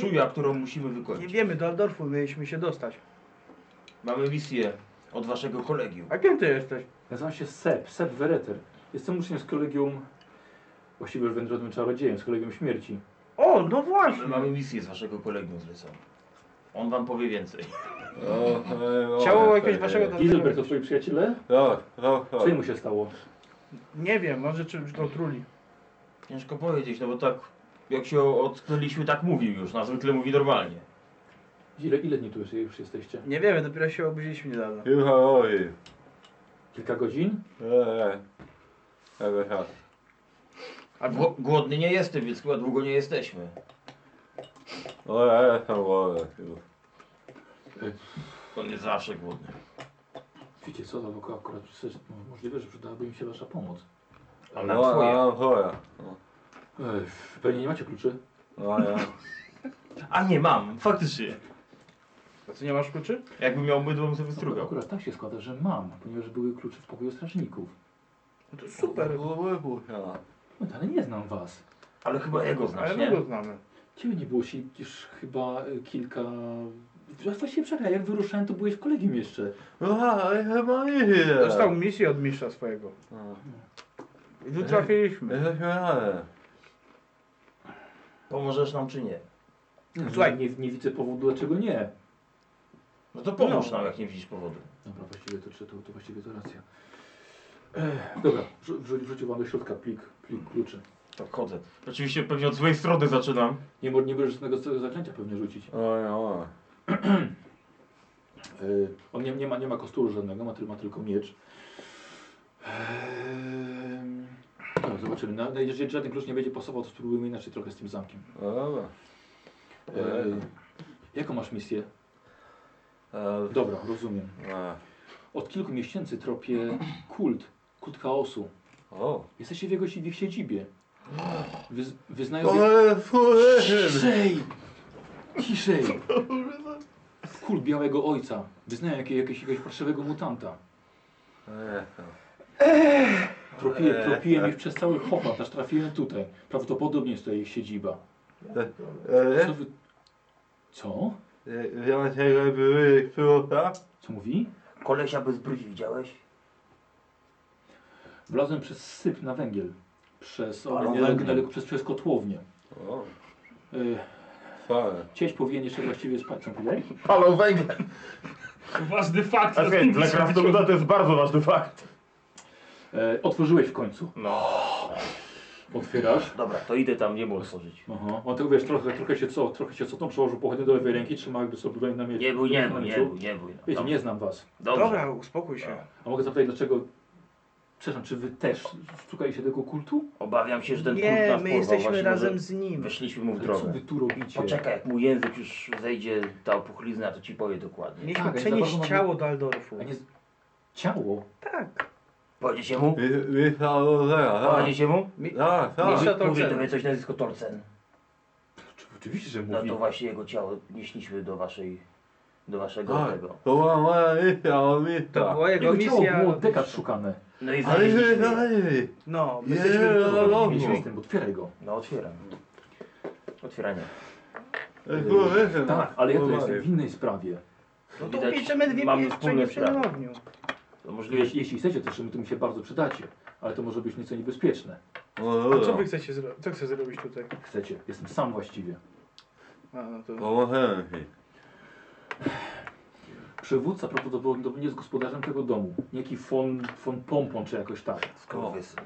Speaker 7: Szuja, którą musimy
Speaker 5: nie
Speaker 7: wykończyć.
Speaker 5: wiemy, do Aldorfu mieliśmy się dostać.
Speaker 7: Mamy misję od waszego kolegium.
Speaker 5: A kim ty jesteś?
Speaker 1: Nazywam się Seb, Seb Wereter. Jestem uczniem z kolegium, właściwie już wędrownym czarodziejem, z kolegium śmierci.
Speaker 5: O, no
Speaker 7: My
Speaker 5: właśnie.
Speaker 7: mamy misję z waszego kolegium zleconą. On wam powie więcej.
Speaker 2: O, e, o,
Speaker 5: Ciało
Speaker 2: e,
Speaker 5: jakiegoś
Speaker 2: e,
Speaker 5: waszego
Speaker 2: e.
Speaker 5: tam-
Speaker 1: Gizelbert to twoi przyjaciele?
Speaker 2: O, o, o.
Speaker 1: Co mu się stało?
Speaker 5: Nie wiem, może czymś go truli.
Speaker 7: Ciężko powiedzieć, no bo tak jak się ocknęliśmy, tak mówił już. Na zwykle mówi normalnie.
Speaker 1: Ile, ile dni tu już- już jesteście?
Speaker 5: Nie wiemy, dopiero się obudziliśmy niedawno.
Speaker 2: Słuchajcie.
Speaker 1: Kilka godzin?
Speaker 2: E, e. E, e.
Speaker 7: A gło- głodny nie jestem, więc chyba długo nie jesteśmy.
Speaker 2: O, ja jestem głodny.
Speaker 7: On jest zawsze głodny.
Speaker 1: Wiecie co, to tylko akurat przecież możliwe, że przydałaby im się wasza pomoc.
Speaker 7: Ale
Speaker 2: No,
Speaker 7: nam swoje.
Speaker 2: no, twoja. No,
Speaker 1: Ej, pewnie nie macie kluczy?
Speaker 2: no, ja.
Speaker 7: A nie mam, faktycznie.
Speaker 5: A co, nie masz kluczy?
Speaker 3: Jakbym miał bydło, bym sobie
Speaker 1: No,
Speaker 3: wystrugał.
Speaker 1: akurat tak się składa, że mam, ponieważ były klucze w pokoju strażników.
Speaker 5: No to super.
Speaker 2: Wybucha.
Speaker 1: No, ale nie znam was.
Speaker 7: Ale chyba jego
Speaker 5: Ale my
Speaker 7: znasz, nie?
Speaker 5: go znamy.
Speaker 1: Ciebie nie było się już chyba y, kilka... Właściwie czekaj, jak wyruszałem, to byłeś w kolegium jeszcze.
Speaker 2: Aha, ja mam idzie.
Speaker 5: Dostał misję od mistrza swojego. I tu trafiliśmy.
Speaker 2: Jesteśmy razem.
Speaker 7: Pomożesz nam czy nie?
Speaker 1: Nie,
Speaker 5: Słuchaj.
Speaker 1: nie, nie widzę powodu, dlaczego nie.
Speaker 7: No to pomóż nam, jak nie widzisz powodu.
Speaker 1: Dobra, właściwie to, to, to właściwie to racja. Ech, dobra, wrzu- wrzu- wrzucił wam do środka plik, plik kluczy.
Speaker 7: To chodzę.
Speaker 3: Oczywiście pewnie od złej strony zaczynam.
Speaker 1: Nie, mo- nie możesz żadnego z tego zaklęcia pewnie rzucić.
Speaker 2: Oj, oj.
Speaker 1: Yy, on nie, nie, ma, nie ma kosturu żadnego, ma, tyl- ma tylko miecz. Ehm, dobra, zobaczymy. Na, na- jeżeli żaden klucz nie będzie pasował, to spróbujmy inaczej trochę z tym zamkiem.
Speaker 2: No dobra.
Speaker 1: Ehm, jaką masz misję?
Speaker 2: E,
Speaker 1: Dobra, rozumiem.
Speaker 2: a,
Speaker 1: Od kilku miesięcy tropię kult, kult chaosu.
Speaker 2: o.
Speaker 1: Jesteście w jego si- w ich siedzibie. Wyz, wyznajowie...
Speaker 2: Ale fuleryn!
Speaker 1: Ciszej! Ciszej! Kult białego ojca. Wyznają jakie- jakiegoś, jakiegoś parszywego mutanta.
Speaker 2: E,
Speaker 1: Tropiłem,
Speaker 2: Eee.
Speaker 1: tropiłem ich przez cały Hopland, aż trafiłem tutaj. Prawdopodobnie jest to ich siedziba.
Speaker 2: e,
Speaker 1: Co wy... Co?
Speaker 2: e, Wziąłeś jego były pilota?
Speaker 1: Co mówi?
Speaker 7: Kolesia bez brudzi widziałeś?
Speaker 1: Wlazłem przez syp na węgiel. Przez,
Speaker 7: Ale
Speaker 1: o,
Speaker 2: węgiel.
Speaker 1: daleko, przez, przez kotłownię.
Speaker 2: O,
Speaker 1: Yy,
Speaker 2: fajne.
Speaker 1: Cieś powinien jeszcze właściwie spać. Co powiedziałeś?
Speaker 3: Palą węgiel.
Speaker 4: Ważny fakt.
Speaker 3: A słuchaj, dla krasnoluda to jest bardzo ważny fakt.
Speaker 1: E, otworzyłeś w końcu.
Speaker 3: No.
Speaker 1: Otwierasz.
Speaker 7: Dobra, to idę tam niemu otworzyć.
Speaker 1: Aha. On tak wiesz, trochę, trochę się co, trochę się co tą przełożył pochodnie do lewej ręki, trzyma jakby sobie broń na mieście.
Speaker 7: Nie bój, nie bój, nie bój, nie bój. No,
Speaker 1: Wiecie,
Speaker 7: dobrze.
Speaker 1: nie znam was.
Speaker 7: Dobrze.
Speaker 5: Dobra, uspokój się.
Speaker 1: A mogę zapytać dlaczego. Przepraszam, czy wy też szukaliście tego kultu?
Speaker 7: Obawiam się, że ten kult nas
Speaker 5: Nie, my
Speaker 7: porwał.
Speaker 5: jesteśmy
Speaker 7: Właśnie
Speaker 5: razem
Speaker 7: może
Speaker 5: z nim.
Speaker 7: Weszliśmy mu w
Speaker 1: Ale Co
Speaker 7: drogę.
Speaker 1: wy tu robicie?
Speaker 7: Poczekaj, jak mu język już zejdzie, ta opuchlizna, to ci powie dokładnie.
Speaker 5: Mieliśmy
Speaker 1: Tak, ja za
Speaker 5: przenieść
Speaker 1: bardzo
Speaker 5: ciało do Aldorfu.
Speaker 1: A nie. z- Ciało.
Speaker 5: Tak.
Speaker 7: Powiedziecie mu?
Speaker 2: Misza Lozera,
Speaker 7: Powiedziecie mu?
Speaker 2: tak, tak.
Speaker 5: Misza
Speaker 7: Mówię
Speaker 5: Tolcena.
Speaker 7: tobie coś na nazwisko Torcen.
Speaker 1: Czy- Oczywiście, że
Speaker 7: No
Speaker 1: mówi.
Speaker 7: to właśnie jego ciało nieśliśmy do waszej, do waszego
Speaker 2: Tak.
Speaker 7: tego.
Speaker 2: To była moja misja, o misja.
Speaker 5: To była jego
Speaker 1: Jego ciało
Speaker 5: misja.
Speaker 1: było tak- od dekad szukane.
Speaker 7: No
Speaker 2: Ale
Speaker 7: i
Speaker 2: się nie
Speaker 7: znaleźliśmy je.
Speaker 2: znaleźli.
Speaker 5: No, my
Speaker 2: Nie,
Speaker 5: jesteśmy
Speaker 2: no, no, no.
Speaker 5: tu.
Speaker 1: Mieliśmy z tym, otwieraj go.
Speaker 7: No otwieram. Otwieranie.
Speaker 2: Kurwa,
Speaker 1: Tak, ale ja to jestem w innej sprawie.
Speaker 5: No to
Speaker 7: Widać,
Speaker 5: pieczemy dwie
Speaker 7: mamy
Speaker 5: pieczenie
Speaker 7: wspólne
Speaker 5: przy tym
Speaker 7: sprawy.
Speaker 5: ogniu.
Speaker 7: To możliwe,
Speaker 1: Jeśli, jeśli chcecie, to jeszcze mi to mi się bardzo przydacie. Ale to może być nieco niebezpieczne.
Speaker 2: No
Speaker 5: A co wy chcecie zrobić? Co chcesz zrobić tutaj?
Speaker 1: Chcecie. Jestem sam właściwie.
Speaker 5: A, no to...
Speaker 2: Pomożemy ci.
Speaker 1: Przywódca prawdopodobnie jest gospodarzem tego domu. Niejaki von, von Pompon czy jakoś tak.
Speaker 7: skurwysy.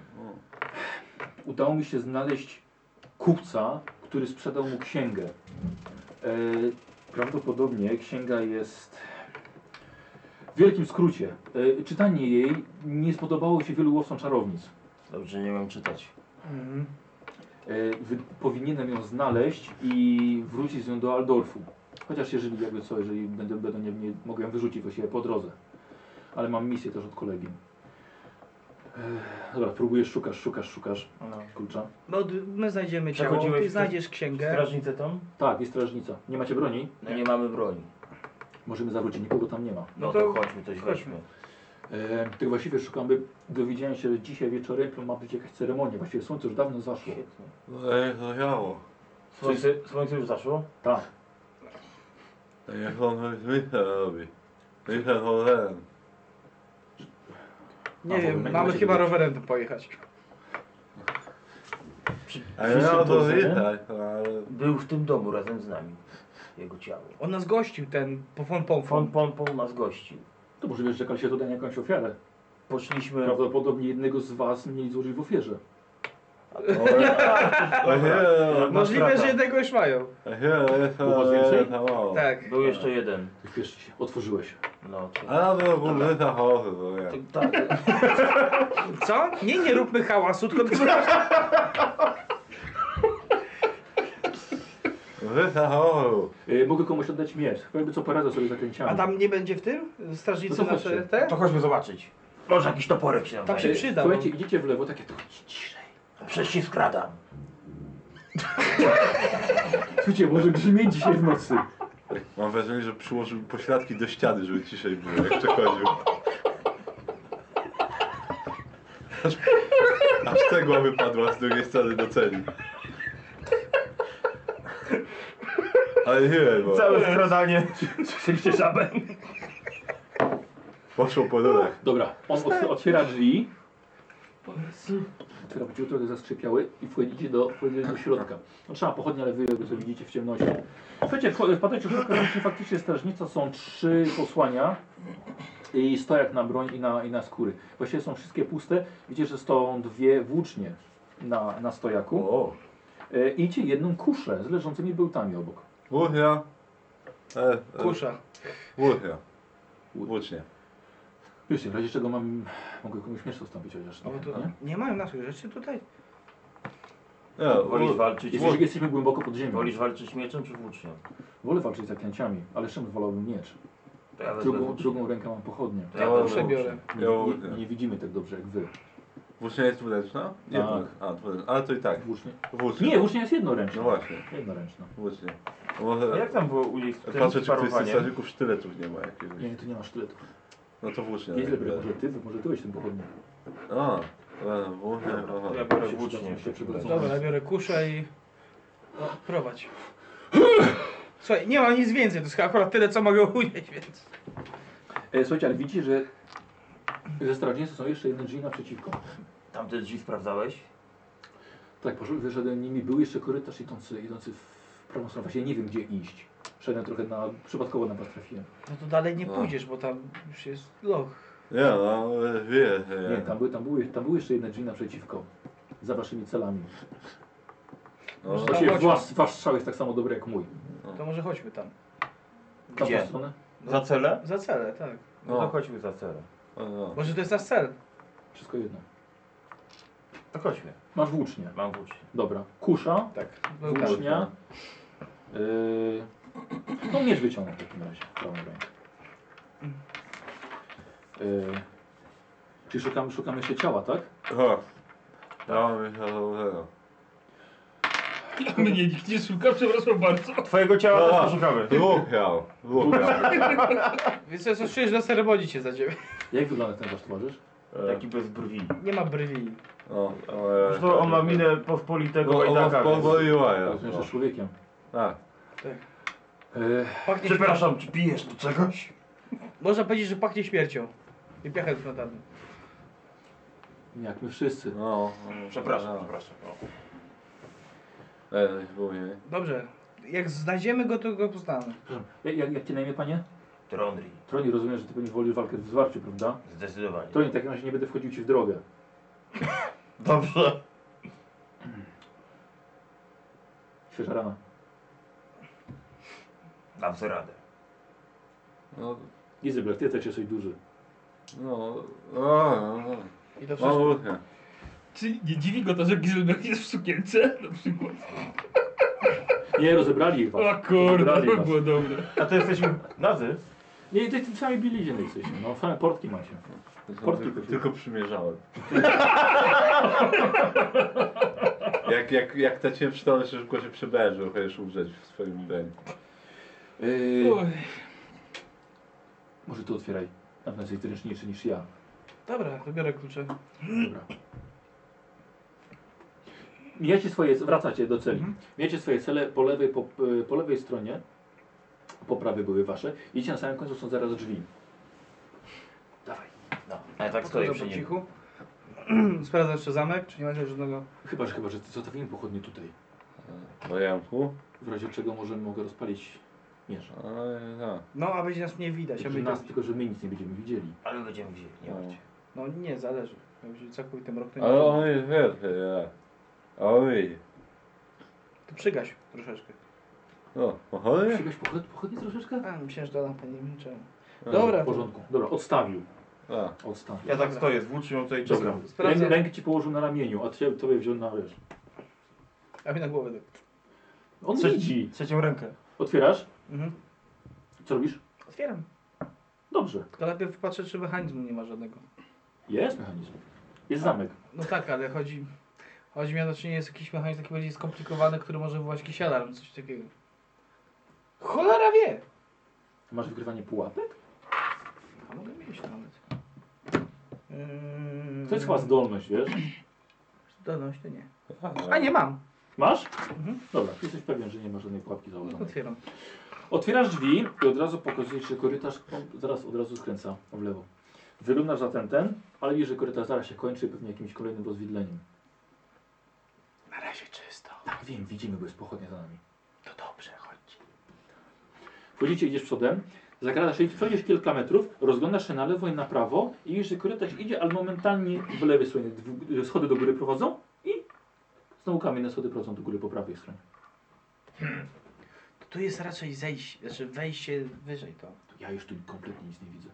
Speaker 1: Udało mi się znaleźć kupca, który sprzedał mu księgę. E, prawdopodobnie księga jest w wielkim skrócie. E, czytanie jej nie spodobało się wielu łowcom czarownic.
Speaker 7: Dobrze, nie umiem czytać.
Speaker 5: Mhm.
Speaker 1: E, wy, powinienem ją znaleźć i wrócić z nią do Aldorfu. Chociaż jeżeli jakby co, jeżeli będę, będę nie, nie mogę ją wyrzucić właściwie po drodze. Ale mam misję też od kolegi. E, dobra, próbujesz, szukasz, szukasz, szukasz
Speaker 7: No.
Speaker 1: klucza.
Speaker 5: No, d- my znajdziemy ciało,
Speaker 7: Przechodziłeś
Speaker 5: ty
Speaker 7: w-
Speaker 5: znajdziesz księgę.
Speaker 7: Strażnicę tam?
Speaker 1: Tak, jest strażnica. Nie macie broni?
Speaker 7: No nie mamy broni.
Speaker 1: Możemy zawrócić, nikogo tam nie ma.
Speaker 7: No,
Speaker 5: No
Speaker 7: to,
Speaker 5: to
Speaker 7: chodźmy, coś
Speaker 5: chodźmy.
Speaker 7: weźmy.
Speaker 1: E, tylko właściwie szukam, by dowiedziałem się, że dzisiaj wieczorem ma być jakaś ceremonia. Właściwie słońce już dawno zaszło.
Speaker 7: Świetnie.
Speaker 2: No jak to działo?
Speaker 7: Słońce, słońce już zaszło?
Speaker 1: Tak.
Speaker 2: Tak jak on coś myślę robi. Myślę Lozera.
Speaker 5: Nie
Speaker 1: A,
Speaker 5: wiem,
Speaker 1: bo-
Speaker 5: mamy
Speaker 1: macie
Speaker 5: chyba
Speaker 1: dwie-
Speaker 5: rowerem tam pojechać.
Speaker 7: Przy,
Speaker 2: A ja mam to
Speaker 7: Torcen
Speaker 2: widać, ale...
Speaker 7: Był w tym domu razem z nami. Jego ciało.
Speaker 5: On nas gościł, ten pofon pomfon.
Speaker 7: Fon Pompon nas gościł.
Speaker 1: To może wiesz, czekali się tutaj na jakąś ofiarę.
Speaker 7: Poszliśmy...
Speaker 1: Prawdopodobnie jednego z was mieli złożyć w ofierze.
Speaker 2: Ojej,
Speaker 5: Możliwe,
Speaker 7: Masz
Speaker 5: że
Speaker 7: prawo.
Speaker 5: jednego już mają.
Speaker 2: ojej, jest
Speaker 1: Było więcej?
Speaker 2: Lozera mało.
Speaker 5: Tak.
Speaker 7: Był jeszcze jeden.
Speaker 1: Spieszcie się. Otworzyłeś.
Speaker 7: No, to...
Speaker 2: Ale to był wyta chorzy, to nie.
Speaker 7: to- Tak.
Speaker 5: Co? Nie, nie róbmy hałasu, tylko
Speaker 2: Wyta chorzy.
Speaker 1: E, mogę komuś oddać miecz. Jakby co poradzę sobie zakręciami.
Speaker 5: A tam nie będzie w tym? Strażnicy
Speaker 1: No to
Speaker 5: nasze
Speaker 1: chodźcie.
Speaker 5: te?
Speaker 7: To chodźmy zobaczyć. Może jakiś toporek się nam
Speaker 2: Tak
Speaker 5: Tam się
Speaker 7: znajdzie.
Speaker 5: przyda. no.
Speaker 1: E, Słuchajcie, idziecie w lewo, takie to ciszej.
Speaker 7: Przecież się skradam.
Speaker 1: Słuchajcie, może grzmieć dzisiaj w nocy.
Speaker 2: Mam wrażenie, że przyłożył pośladki do ściany, żeby ciszej było, jak przechodził. Aż, aż cegła wypadła z drugiej strony do celi. Ale nie, bo
Speaker 3: Całe skradanie.
Speaker 7: Słyszeliście żabę?
Speaker 2: poszło po nodach.
Speaker 1: Dobra, on otw otwiera drzwi. Otwiera drzwi, które zaskrzypiały i wchodzicie do, wchodzicie do środka. No, trzeba pochodnia, ale wy jakby co widzicie w ciemności. Słuchajcie, wcho- wpadacie w środka, widzicie faktycznie strażnica, są trzy posłania i stojak na broń i na, i na skóry. Właściwie są wszystkie puste. Widzicie, że stoją dwie włócznie na, na stojaku.
Speaker 2: O,
Speaker 1: E, i Idzie jedną kuszę z leżącymi bełtami obok.
Speaker 2: Włócznia. E, e,
Speaker 5: Kusza.
Speaker 2: Włócznia. Włócznia.
Speaker 1: Wiecie, w razie czego mam, mogę komuś mieszka wstąpić chociaż.
Speaker 5: No
Speaker 1: Nie,
Speaker 5: bo to
Speaker 1: nie?
Speaker 5: nie mają naszych rzeczy tutaj.
Speaker 2: Nie,
Speaker 7: Wolisz
Speaker 2: włó-
Speaker 7: walczyć,
Speaker 1: Jesteśmy, jesteśmy głęboko pod ziemią.
Speaker 7: wolisz walczyć mieczem czy włócznią?
Speaker 1: Wolę walczyć z zaklęciami, ale Szymon wolałbym miecz.
Speaker 7: To
Speaker 3: Tak,
Speaker 7: ja wezmę
Speaker 1: Drugą,
Speaker 7: włócznie.
Speaker 1: drugą rękę mam pochodnię.
Speaker 7: To ja
Speaker 3: No,
Speaker 2: Ja
Speaker 7: wezmę
Speaker 2: przebiorę.
Speaker 7: włócznie.
Speaker 1: Nie,
Speaker 2: znaczy- Ja
Speaker 1: nie,
Speaker 2: łucznia.
Speaker 1: nie widzimy tak dobrze jak wy.
Speaker 2: Włócznia jest dwuręczna? Nie,
Speaker 1: Tak.
Speaker 2: dwuręczna. A, dwuręczna. Ale to i tak.
Speaker 1: Włócznie.
Speaker 2: Włócznia.
Speaker 1: Nie, włócznia jest jednoręczna.
Speaker 2: No właśnie,
Speaker 1: Jednoręczna.
Speaker 2: włócznia. A
Speaker 3: A
Speaker 2: Może...
Speaker 3: No Jak tam było u niej z tym
Speaker 2: No Patrzę, czy ktoś z tych
Speaker 3: parowaniem?
Speaker 2: strażników sztyletów nie ma jakiegoś.
Speaker 1: Nie, tu nie ma sztyletów.
Speaker 2: No to włócznia.
Speaker 1: Nieźle,
Speaker 2: tak
Speaker 1: bry,
Speaker 2: biorę.
Speaker 1: może ty, może ty byłeś tym pochodniem.
Speaker 2: A, e, włócznia, aha.
Speaker 3: To Ja biorę
Speaker 1: Się przydadzą,
Speaker 3: włócznie.
Speaker 1: się przydadzą.
Speaker 5: Dobra, ja biorę kuszę i no, prowadź. Słuchaj, nie mam nic więcej, to jest akurat tyle, co mogę unieść, więc...
Speaker 1: E, słuchajcie, ale widzicie, że ze strażnicy są jeszcze jedne drzwi naprzeciwko.
Speaker 7: Tamte drzwi sprawdzałeś?
Speaker 1: Tak, poszedłem, wyszedłem nimi, był jeszcze korytarz idący, idący w prawą stronę. Właśnie nie wiem, gdzie iść. Szedłem trochę na, przypadkowo na was trafiłem.
Speaker 5: No to dalej nie
Speaker 2: No.
Speaker 5: pójdziesz, bo tam już jest loch.
Speaker 2: Nie, no, e, wie,
Speaker 1: Nie,
Speaker 2: wie.
Speaker 1: tam były, tam, były, tam były jeszcze jedne drzwi naprzeciwko. Za waszymi celami.
Speaker 2: No,
Speaker 5: Może
Speaker 1: Właściwie
Speaker 5: chodźmy.
Speaker 1: wasz, wasz strzał jest tak samo dobry jak mój.
Speaker 5: To może chodźmy tam.
Speaker 1: Tam
Speaker 7: Gdzie?
Speaker 1: tą stronę?
Speaker 3: Za cele?
Speaker 5: Za cele, tak.
Speaker 3: No to chodźmy za cele.
Speaker 2: no, no.
Speaker 5: Może to jest nasz cel.
Speaker 1: Wszystko jedno.
Speaker 3: To chodźmy.
Speaker 1: Masz włócznie.
Speaker 3: Mam włócznie.
Speaker 1: Dobra. Kusza,
Speaker 5: Tak. Był tam.
Speaker 1: włócznia. Yy, no miecz wyciągnę w takim razie. Prawą rękę. Yy, czyli szukamy, szukamy jeszcze ciała, tak?
Speaker 2: O, ja mam jeszcze zauważenia.
Speaker 4: Mnie nikt nie szuka, przepraszam bardzo.
Speaker 3: Twojego ciała
Speaker 7: No
Speaker 2: A.
Speaker 3: też poszukamy.
Speaker 2: Luk miał, luk miał.
Speaker 5: Więc co, co czujesz na ceremonii cię za ciebie?
Speaker 1: Jak wygląda ten wasz towarzysz?
Speaker 2: E,
Speaker 3: Taki bez brwi.
Speaker 5: Nie ma brwi.
Speaker 2: No,
Speaker 3: Zresztą on ma minę pospolitego
Speaker 7: No,
Speaker 2: tego
Speaker 3: Wajdaka. więc-
Speaker 2: Powoliła ja.
Speaker 1: Rozumiem, że człowiekiem.
Speaker 2: Tak.
Speaker 1: Yy,
Speaker 5: Pachnie
Speaker 3: Przepraszam, czy pijesz do czegoś?
Speaker 5: Można powiedzieć, że pachnie śmiercią. I piachem smatarnym.
Speaker 1: jak my wszyscy.
Speaker 2: No.
Speaker 3: Przepraszam,
Speaker 2: no.
Speaker 3: przepraszam. O.
Speaker 2: Ej, było nie.
Speaker 5: Dobrze. Jak znajdziemy go, to go poznamy.
Speaker 1: Jak, jak, jak cię na imię, panie?
Speaker 7: Trondri.
Speaker 1: Troni, rozumiem, że ty pewnie wolisz walkę w zwarciu, prawda?
Speaker 7: Zdecydowanie.
Speaker 1: Troni, w takim razie nie będę wchodził ci w drogę.
Speaker 3: Dobrze.
Speaker 1: Świeża rana.
Speaker 7: Dam sobie radę.
Speaker 2: No,
Speaker 1: Izabel, ty też jesteś duży.
Speaker 2: no, no, no.
Speaker 5: I to
Speaker 2: Mam
Speaker 5: wszystko.
Speaker 2: łukę.
Speaker 4: Czy nie dziwi go to, że Gizelbert jest w sukience? Na przykład.
Speaker 1: Nie, rozebrali ich was.
Speaker 4: O kurde,
Speaker 1: Rozebrali
Speaker 4: to
Speaker 1: was.
Speaker 4: było dobre.
Speaker 3: A to jesteśmy nadzy?
Speaker 1: Nie, ty w samej bilizie jesteśmy, no same portki macie. Portki
Speaker 2: Tylko,
Speaker 1: kupiłem.
Speaker 2: tylko przymierzałem. jak, jak, jak ta cię przytomna szybko się przebierze, bo chcesz umrzeć w swoim ubraniu.
Speaker 1: Yy,
Speaker 4: Oj.
Speaker 1: może ty otwieraj. Na pewno jesteś zręczniejszy niż ja.
Speaker 5: Dobra, to biorę klucze.
Speaker 1: Dobra. Mijacie swoje, wracacie do celi. Mijacie swoje cele po lewej, po, y, po lewej stronie, po prawej były wasze. Idziecie na samym końcu, są zaraz drzwi. Dawaj.
Speaker 7: No. A ja tak stoję
Speaker 5: Podchodzę
Speaker 7: przy
Speaker 5: po
Speaker 7: nim.
Speaker 5: cichu. Sprawdzam jeszcze zamek, czy nie macie żadnego...
Speaker 1: Chyba, że chyba, że zostawimy pochodnie tutaj.
Speaker 2: No jamku?
Speaker 1: W razie czego może mogę rozpalić mierz.
Speaker 2: A, no.
Speaker 5: No, a będzie nas nie widać. A
Speaker 1: Tylko, że
Speaker 5: będzie...
Speaker 1: nas, tylko, że my nic nie będziemy widzieli.
Speaker 7: Ale będziemy wzięli, nie
Speaker 2: No.
Speaker 7: martw się.
Speaker 5: No nie, zależy. Będzie całkowicie tym
Speaker 3: Tak
Speaker 5: rok.
Speaker 2: Ale on jest wierszy, ja. A on idzie.
Speaker 5: To przygaś troszeczkę.
Speaker 2: No, pochodnie?
Speaker 1: Przygaś pochod, pochodnie troszeczkę?
Speaker 5: A, myślałem, że ta lampa nie milczała.
Speaker 2: A,
Speaker 5: Dobra,
Speaker 1: W porządku. Dobra, odstawił.
Speaker 2: A,
Speaker 1: Odstawił.
Speaker 3: Ja tak stoję z włócznią tutaj.
Speaker 1: Dobra. Ręk,
Speaker 5: Sprawdzam.
Speaker 1: rękę ci położył na ramieniu, a ty, tobie wziął na wiesz.
Speaker 5: a mi na głowę tak.
Speaker 1: On
Speaker 3: Coś-
Speaker 1: widzi.
Speaker 3: Trzecią rękę.
Speaker 1: Otwierasz?
Speaker 5: Mhm.
Speaker 1: Co robisz?
Speaker 5: Otwieram.
Speaker 1: Dobrze.
Speaker 5: Tylko najpierw patrzę, czy mechanizmu nie ma żadnego.
Speaker 1: Jest mechanizm. Jest zamek.
Speaker 5: No tak, ale chodzi... Chodzi mi o to, czy nie jest jakiś mechanizm taki bardziej skomplikowany, który może wywołać jakiś alarm, coś takiego. Cholera wie!
Speaker 1: Masz wygrywanie pułapek?
Speaker 5: A mogę mieć nawet. Yy...
Speaker 1: To jest chyba zdolność, wiesz?
Speaker 5: Zdolność to nie.
Speaker 2: a,
Speaker 5: A nie mam!
Speaker 1: Masz?
Speaker 5: Mhm.
Speaker 1: Dobra, jesteś pewien, że nie masz żadnej pułapki
Speaker 5: No to
Speaker 1: założonej.
Speaker 5: otwieram.
Speaker 1: Otwierasz drzwi i od razu pokazuje ci, że korytarz on zaraz od razu skręca w lewo. Wyglądasz za ten ten, ale widzisz, że korytarz zaraz się kończy pewnie jakimś kolejnym rozwidleniem.
Speaker 5: Na razie czysto.
Speaker 1: Tak, wiem, widzimy, bo jest pochodnia za nami.
Speaker 5: To dobrze, chodź.
Speaker 1: Wchodzicie, idziesz przodem, zakradasz, przejdziesz kilka metrów, rozglądasz się na lewo i na prawo i widzisz, że korytarz idzie, ale momentalnie w lewej stronie dwu- e, schody do góry prowadzą i znowu kamienne schody prowadzą do góry po prawej stronie.
Speaker 5: To tu jest raczej zejście, znaczy wejście wyżej to.
Speaker 1: Ja już tu kompletnie nic nie widzę.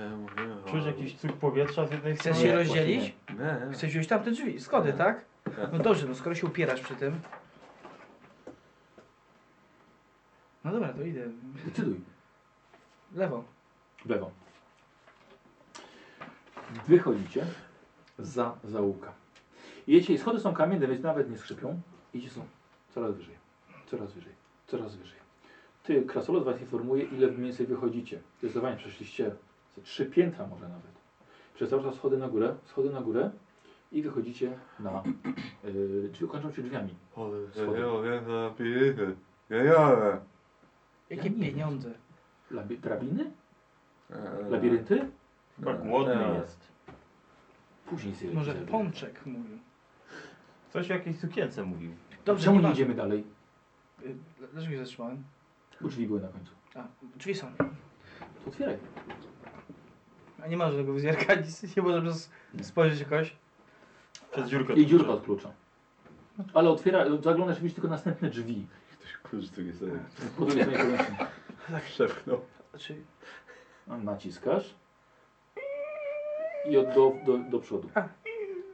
Speaker 2: ja mówiłem,
Speaker 3: Czujesz
Speaker 2: o-
Speaker 3: jakiś cuk powietrza z
Speaker 1: No
Speaker 3: jednej
Speaker 5: Chcesz
Speaker 3: strony?
Speaker 5: się rozdzielić?
Speaker 2: Nie, nie.
Speaker 5: Chcesz wziąć tamte drzwi, schody, tak? No dobrze, no skoro się upierasz przy tym. No dobra, to idę.
Speaker 1: Decyduj.
Speaker 5: W lewo.
Speaker 1: W lewo. Wychodzicie za zaułka. Jedziecie, i schody są kamienne, więc nawet nie skrzypią. Idzie są coraz wyżej, coraz wyżej, coraz wyżej. Ty, krasolot was informuje, ile mniej więcej wychodzicie. Zdecydowanie przeszliście ze trzy piętra może nawet. Przez cały czas schody na górę, schody na górę i wychodzicie na... Yy, drzwi- kończą się drzwiami. Schody.
Speaker 5: Jakie
Speaker 1: Ja nie
Speaker 5: pieniądze?
Speaker 1: Labi drabiny? Labirynty?
Speaker 3: Chyba głodny
Speaker 2: Tak.
Speaker 3: jest.
Speaker 1: Później sobie
Speaker 5: Może
Speaker 1: zerwiemy.
Speaker 5: pączek mówił.
Speaker 3: Coś o jakiejś sukience mówił.
Speaker 5: Dobrze,
Speaker 1: Czemu nie
Speaker 5: nieważne.
Speaker 1: idziemy dalej?
Speaker 5: Y, Dlaczego się zatrzymałem?
Speaker 1: Bo drzwi były na końcu.
Speaker 5: A, drzwi są.
Speaker 1: To Otwieraj.
Speaker 5: A nie ma żadnego wizjerka, nic nie możemy s- spojrzeć jakoś.
Speaker 3: Przez dziurkę.
Speaker 1: I dziurka od klucza. Ale otwiera, zaglądasz widzisz tylko następne drzwi.
Speaker 2: Ktoś klucz z drugiej strony
Speaker 1: Po drugiej stronie podręcznika.
Speaker 3: Tak.
Speaker 2: szepnął.
Speaker 5: Znaczy,
Speaker 1: No, Naciskasz. I od do, do, do przodu.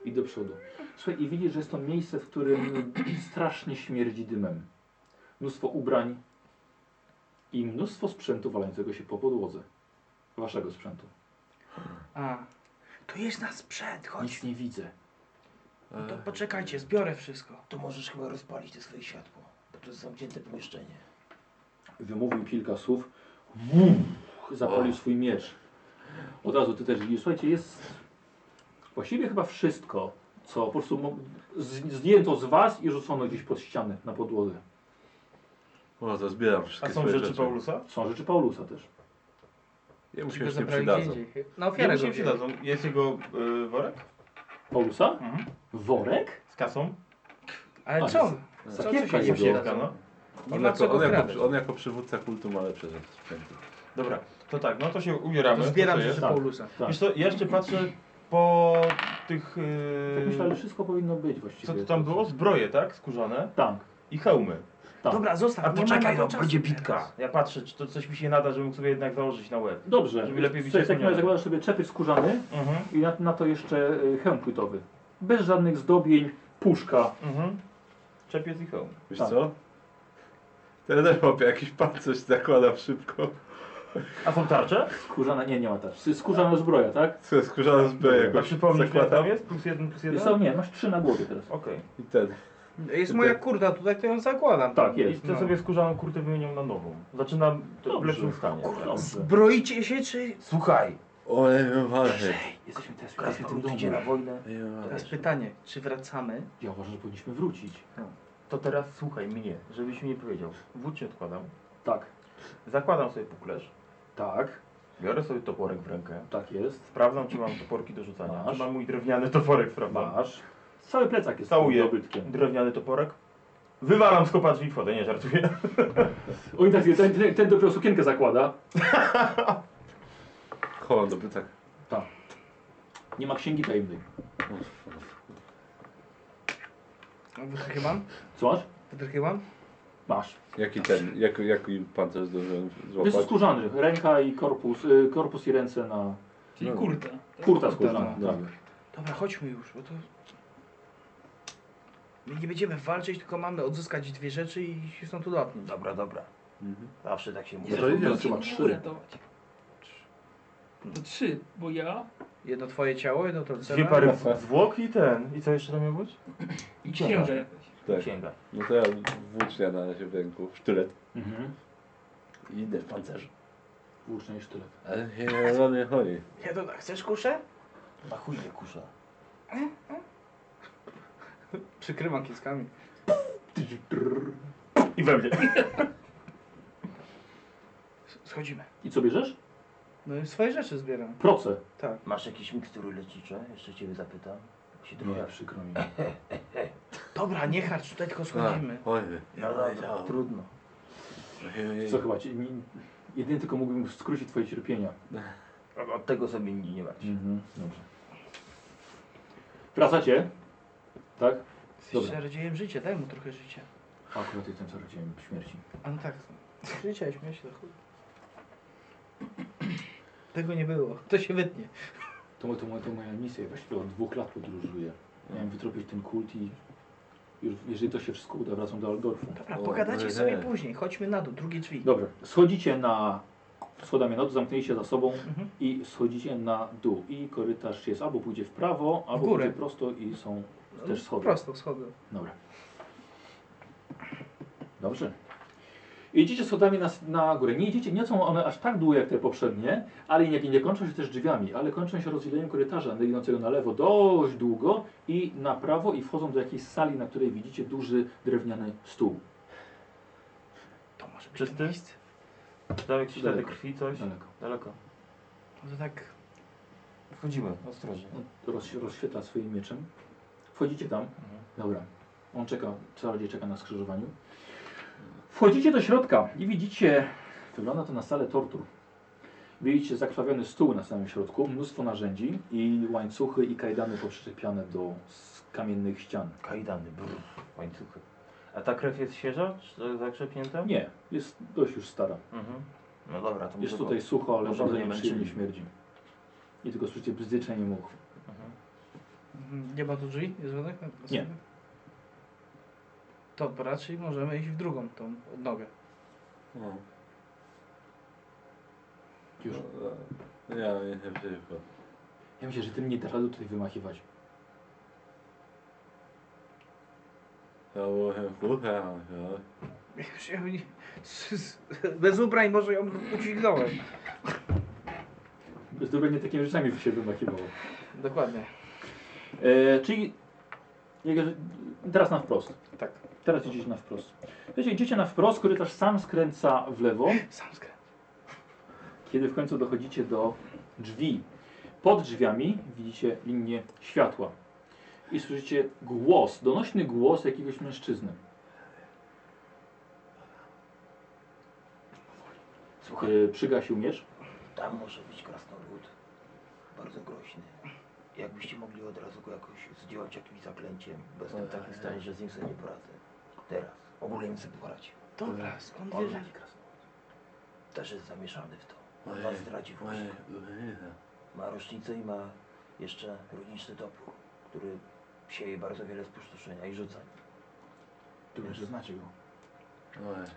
Speaker 1: I do przodu. Słuchaj, i widzisz, że jest to miejsce, w którym strasznie śmierdzi dymem. Mnóstwo ubrań i mnóstwo sprzętu walającego się po podłodze. Waszego sprzętu.
Speaker 5: a, tu jest nasz sprzęt, chodź.
Speaker 1: Nic nie widzę.
Speaker 5: No
Speaker 2: Eee.
Speaker 5: to poczekajcie, zbiorę wszystko.
Speaker 7: To możesz chyba rozpalić to swoje światło, bo to jest zamknięte pomieszczenie.
Speaker 1: wymówił kilka słów, wum, zapalił swój miecz. Od razu ty też widzisz, słuchajcie, jest właściwie chyba wszystko, co po prostu mo- z- zdjęto z was i rzucono gdzieś pod ścianę, na podłogę.
Speaker 2: O, to zbieram
Speaker 3: A
Speaker 2: wszystkie
Speaker 3: są
Speaker 2: swoje
Speaker 3: rzeczy,
Speaker 2: rzeczy.
Speaker 3: Paulusa?
Speaker 1: Są rzeczy Paulusa też.
Speaker 2: Jemu się
Speaker 5: Go
Speaker 2: już nie
Speaker 5: zabrali
Speaker 2: przydadzą.
Speaker 5: gdzie indziej. Na
Speaker 3: Nie
Speaker 5: ofiarę
Speaker 3: mu się
Speaker 5: go wzięli.
Speaker 3: przydadzą. Jest jego y, worek?
Speaker 1: Paulusa?
Speaker 3: Mhm.
Speaker 1: Worek?
Speaker 3: Z kasą?
Speaker 1: A,
Speaker 5: Ale co?
Speaker 2: jest-
Speaker 5: Co, co
Speaker 1: sakiewka
Speaker 5: Tak się nie
Speaker 1: jest
Speaker 5: przydadzą?
Speaker 3: Siewka, no.
Speaker 5: Nie
Speaker 2: On
Speaker 5: ma
Speaker 2: jako,
Speaker 5: czego
Speaker 2: on,
Speaker 5: kraść.
Speaker 2: jako, on jako przywódca kultu ma lepsze rzeczy. sprzętu.
Speaker 3: Dobra, to tak, no to się ubieramy.
Speaker 5: To zbieram
Speaker 3: to
Speaker 5: rzeczy
Speaker 3: jest.
Speaker 1: Tak.
Speaker 5: Paulusa.
Speaker 1: Tak.
Speaker 3: Wiesz co, ja jeszcze patrzę po tych...
Speaker 1: Tak myślę,
Speaker 3: Yy,
Speaker 1: że wszystko powinno być właściwie.
Speaker 3: co to tam było? Zbroje, tak? Skórzane.
Speaker 1: Tank.
Speaker 3: I hełmy.
Speaker 1: Tak.
Speaker 5: Dobra, zostaw,
Speaker 3: A
Speaker 5: nie ma
Speaker 3: poczekaj,
Speaker 5: na to
Speaker 3: no,
Speaker 5: czasu
Speaker 3: będzie
Speaker 5: teraz.
Speaker 3: bitka. Ja patrzę, czy to coś mi się nada, żebym mógł sobie jednak założyć na łeb.
Speaker 1: Dobrze,
Speaker 3: Żeby lepiej
Speaker 1: Słuchaj, w takim razie
Speaker 3: widzieć.
Speaker 1: zakładasz sobie czepy skórzany
Speaker 3: Mhm,
Speaker 1: i na, na to jeszcze y, hełm płytowy. Bez żadnych zdobień, puszka.
Speaker 3: mhm. Czepiec i hełm.
Speaker 2: Wiesz
Speaker 1: Tak.
Speaker 2: co? Ten też łapie jakiś pancerz, zakładam szybko.
Speaker 3: A są tarcze?
Speaker 1: Skórzana, nie, nie ma tarczy. Skórzana zbroja, tak?
Speaker 2: Co, skórzana zbroję
Speaker 3: A
Speaker 2: jakoś
Speaker 3: przypomnij, ile
Speaker 2: zakładam.
Speaker 3: tam jest? Plus jeden, plus jeden?
Speaker 1: Jest, nie, masz trzy na głowie teraz.
Speaker 3: Okej.
Speaker 2: I ten.
Speaker 5: Jest moja kurda tutaj, to ją zakładam. No.
Speaker 1: Tak,
Speaker 3: I
Speaker 1: jest.
Speaker 7: no.
Speaker 3: chcę sobie skórzaną kurtę wymieniam na nową. Zaczynam to w
Speaker 1: Dobrze.
Speaker 3: lepszym stanie. Tak.
Speaker 1: Dobrze.
Speaker 5: Broicie się, czy...
Speaker 7: Słuchaj,
Speaker 2: Ole, nie ważne.
Speaker 1: Jesteśmy teraz jesteśmy w tym
Speaker 7: krasnolud
Speaker 1: domu.
Speaker 7: idzie na wojnę.
Speaker 5: Teraz pytanie, czy wracamy?
Speaker 1: Ja uważam, że powinniśmy wrócić.
Speaker 3: To teraz słuchaj mnie, żebyś mi nie powiedział. Wódź się odkładam.
Speaker 1: Tak,
Speaker 3: Zakładam sobie puklerz.
Speaker 1: tak,
Speaker 3: Biorę sobie toporek w rękę.
Speaker 1: tak jest.
Speaker 3: Sprawdzam, czy mam toporki do rzucania.
Speaker 1: Masz.
Speaker 3: Czy mam mój drewniany toporek,
Speaker 1: No.
Speaker 3: prawda?
Speaker 1: Masz. Cały plecak jest
Speaker 3: Całuję.
Speaker 1: dobytkiem.
Speaker 3: Drewniany toporek. Wywalam z kopa drzwi i wchodzę, nie żartuję.
Speaker 1: Oj, tak, ten, ten, ten dopiero sukienkę zakłada.
Speaker 2: Chowam do pytań.
Speaker 1: Tak. Nie ma księgi tajemnej.
Speaker 5: Wytrychy mam?
Speaker 1: Co masz?
Speaker 5: Wytrychy mam?
Speaker 1: Masz.
Speaker 2: Jaki ten, jak, jaki pancerz zdążyłem
Speaker 1: Jest
Speaker 2: złapać?
Speaker 1: skórzany. Ręka i korpus, y, korpus i ręce na...
Speaker 4: Czyli
Speaker 2: No.
Speaker 4: kurta.
Speaker 1: Kurta
Speaker 5: Kurta,
Speaker 1: skórzana.
Speaker 2: No.
Speaker 1: Tak.
Speaker 5: Dobra, chodźmy już, bo to... My nie będziemy walczyć, tylko mamy odzyskać dwie rzeczy i się stąd ulatnić.
Speaker 7: Dobra, dobra.
Speaker 2: Mhm.
Speaker 7: Zawsze tak się mówi.
Speaker 4: Nie,
Speaker 2: to idziemy,
Speaker 4: to
Speaker 1: trzeba
Speaker 4: nie
Speaker 1: trzy.
Speaker 4: uratować. To trzy, bo ja
Speaker 5: Jedno twoje ciało, jedno to
Speaker 3: Dwie pary zwłok i ten. I co jeszcze tam miał być?
Speaker 4: i
Speaker 7: Księga.
Speaker 4: księga jakaś.
Speaker 2: Tak.
Speaker 3: Księga.
Speaker 2: No to ja włócznia na razie w ręku, sztylet.
Speaker 1: Mhm.
Speaker 2: I idę w pancerzu.
Speaker 1: Włócznia i sztylet.
Speaker 2: Ale nie, nie, no nie chodzi.
Speaker 5: Jedno, tak, chcesz kuszę?
Speaker 7: Na chuj nie kusza.
Speaker 5: Przykrywam kieskami.
Speaker 3: I we mnie.
Speaker 5: S- Schodzimy.
Speaker 1: I co bierzesz?
Speaker 5: No i swoje rzeczy zbieram.
Speaker 1: Proce.
Speaker 5: Tak.
Speaker 7: Masz jakieś mikstury lecznicze? Jeszcze ciebie zapytam. Jak Się
Speaker 1: Nie,
Speaker 7: dowiesz.
Speaker 1: No przykro mi.
Speaker 5: Dobra, nie harcz, tutaj
Speaker 2: Tak.
Speaker 5: tylko schodzimy.
Speaker 2: Ojej.
Speaker 7: No dobra, trudno.
Speaker 1: Co chyba, ci, nie, jedynie tylko mógłbym skrócić twoje cierpienia.
Speaker 7: Od- Od tego sobie nie, nie martw. się.
Speaker 1: Mhm, dobrze. Wracacie? Tak?
Speaker 5: Jesteś
Speaker 1: Dobra.
Speaker 5: czarodziejem życia, daj mu trochę życia.
Speaker 1: Akurat jestem czarodziejem śmierci.
Speaker 5: A no tak. Życia i śmieje się do chuj. Tego nie było. To się wytnie.
Speaker 1: To, mo- to, mo- to moja misja. Właściwie od dwóch lat podróżuję. Miałem wytropić ten kult i już, jeżeli to się wszystko uda, wracam do Aldorfu.
Speaker 5: Dobra,
Speaker 2: O,
Speaker 5: pogadacie
Speaker 2: nie.
Speaker 5: sobie później. Chodźmy na dół, drugie drzwi.
Speaker 1: Dobra, schodzicie na schodami na dół, zamknęli się za sobą
Speaker 5: Mhm.
Speaker 1: i schodzicie na dół. I korytarz jest albo pójdzie w prawo, albo
Speaker 5: górę.
Speaker 1: pójdzie prosto i są
Speaker 5: No,
Speaker 1: też schody.
Speaker 5: Prosto, schody.
Speaker 1: Dobra. Dobrze. Idziecie schodami na, na górę. Nie idziecie, nie są one aż tak długie jak te poprzednie, ale nie, nie kończą się też drzwiami, ale kończą się rozdzieleniem korytarza idącego na lewo dość długo i na prawo i wchodzą do jakiejś sali, na której widzicie duży drewniany stół.
Speaker 5: To może być
Speaker 3: Czysty?
Speaker 5: to miejsce.
Speaker 3: Tam jakieś ślady
Speaker 1: Daleko.
Speaker 3: krwi, coś?
Speaker 1: Daleko.
Speaker 3: Daleko.
Speaker 5: Może tak.
Speaker 3: Wchodzimy, ostrożnie.
Speaker 1: Roz, rozświetla swoim mieczem. Wchodzicie tam.
Speaker 7: Mhm.
Speaker 1: Dobra. On czeka, czarodziej czeka na skrzyżowaniu. Wchodzicie do środka i widzicie, wygląda to na salę tortur. Widzicie zakrwawiony stół na samym środku, mnóstwo narzędzi i łańcuchy i kajdany poprzyczepiane do s- kamiennych ścian.
Speaker 7: Kajdany, brr, łańcuchy.
Speaker 3: A ta krew jest świeża? Czy zakrzepnięta?
Speaker 1: Nie, jest dość już stara.
Speaker 3: Mhm.
Speaker 7: No dobra, to
Speaker 1: Jest
Speaker 7: może
Speaker 1: tutaj sucho, ale
Speaker 7: Może
Speaker 1: bardzo
Speaker 7: nie
Speaker 1: nieprzyjemnie
Speaker 7: męczyli.
Speaker 1: śmierdzi. I tylko słyszycie bzdyczenie much.
Speaker 3: Mhm.
Speaker 5: Mhm, Nie ma tu drzwi? Jest żadnych?
Speaker 1: Nie.
Speaker 5: To raczej możemy iść w drugą tą nogę.
Speaker 2: No.
Speaker 1: Już.
Speaker 2: Ja nie, nie przeciwko.
Speaker 1: Ja myślę, że tym nie da rady tutaj wymachiwać.
Speaker 2: Ja byłem kurwa, ja.
Speaker 5: Już ją nie... Bez ubrań może ją udźwignąłem.
Speaker 1: Zdobędzie takimi rzeczami by się wymachiwało.
Speaker 5: Dokładnie.
Speaker 1: E, czyli jego, teraz na wprost.
Speaker 5: Tak.
Speaker 1: Teraz idziecie na wprost. Wiecie, idziecie na wprost, korytarz sam skręca w lewo,
Speaker 5: Sam skręt.
Speaker 1: kiedy w końcu dochodzicie do drzwi. Pod drzwiami widzicie linię światła i słyszycie głos, donośny głos jakiegoś mężczyzny.
Speaker 7: Słuchaj,
Speaker 1: E, przygasił miecz.
Speaker 7: tam może być krasnolud. Bardzo groźny. Jakbyście mogli od razu go jakoś zdjąć jakimś zaklęciem, bo jestem w takim stanie, że z nim sobie nie poradzę. Teraz. Ogólnie nie chcę poradzić.
Speaker 5: Dobra, skąd
Speaker 7: On
Speaker 5: wiesz?
Speaker 7: taki krasnolud. Też jest zamieszany w to. On nas
Speaker 2: Ojej,
Speaker 7: zdradzi właśnie.
Speaker 2: Ojej, ojej.
Speaker 7: Ma rocznicę i ma jeszcze runiczny topór, który sieje bardzo wiele spustoszenia i rzucań.
Speaker 1: Dobrze, że znacie go.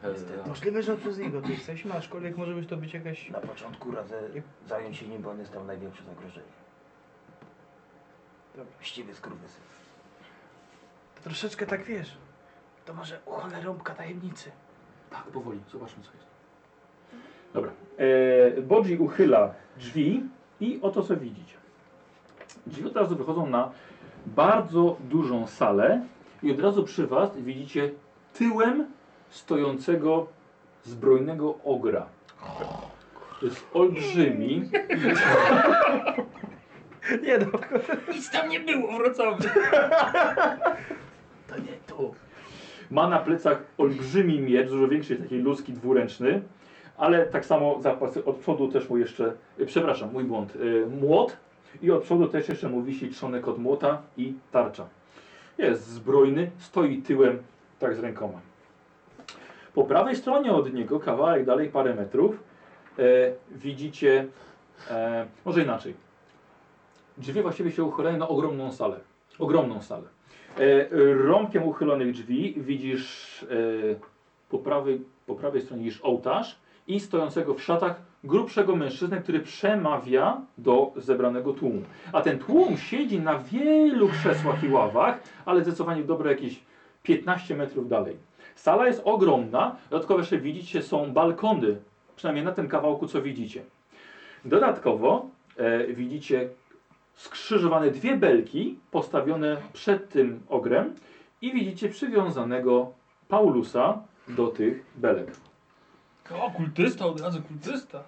Speaker 2: Ojej,
Speaker 5: Możliwe, że przez niego tu jesteśmy, aczkolwiek może być to być jakaś...
Speaker 7: Na początku radzę zająć się nim, bo on jest tam największe zagrożenie.
Speaker 5: Dobra.
Speaker 7: Ściwy skurwysyn.
Speaker 5: To troszeczkę tak wiesz. To może u cholerąbka tajemnicy.
Speaker 1: Tak, powoli, zobaczmy co jest. Dobra. E, Bodzi uchyla drzwi i oto co widzicie. Drzwi od razu wychodzą na bardzo dużą salę i od razu przy was widzicie tyłem stojącego zbrojnego ogra. To jest olbrzymi.
Speaker 5: Nie no,
Speaker 4: Nic tam nie było, wracamy.
Speaker 7: To nie tu.
Speaker 1: Ma na plecach olbrzymi miecz, dużo większy, taki ludzki, dwuręczny. Ale tak samo zapas, od przodu też mu jeszcze, y, przepraszam, mój błąd, y, młot. I od przodu też jeszcze mu wisi trzonek od młota i tarcza. Jest zbrojny, stoi tyłem, tak z rękoma. Po prawej stronie od niego, kawałek dalej, parę metrów, e, widzicie, e, może inaczej. Drzwi właściwie się uchylają na ogromną salę. Ogromną salę. E, rąbkiem uchylonych drzwi widzisz e, po, prawej, po prawej stronie widzisz ołtarz i stojącego w szatach grubszego mężczyznę, który przemawia do zebranego tłumu. A ten tłum siedzi na wielu krzesłach i ławach, ale zdecydowanie dobre jakieś 15 metrów dalej. Sala jest ogromna, dodatkowo jeszcze widzicie są balkony, przynajmniej na tym kawałku co widzicie. Dodatkowo e, widzicie skrzyżowane dwie belki postawione przed tym ogrem i widzicie przywiązanego Paulusa do tych belek.
Speaker 4: O, kultysta, od razu kultysta.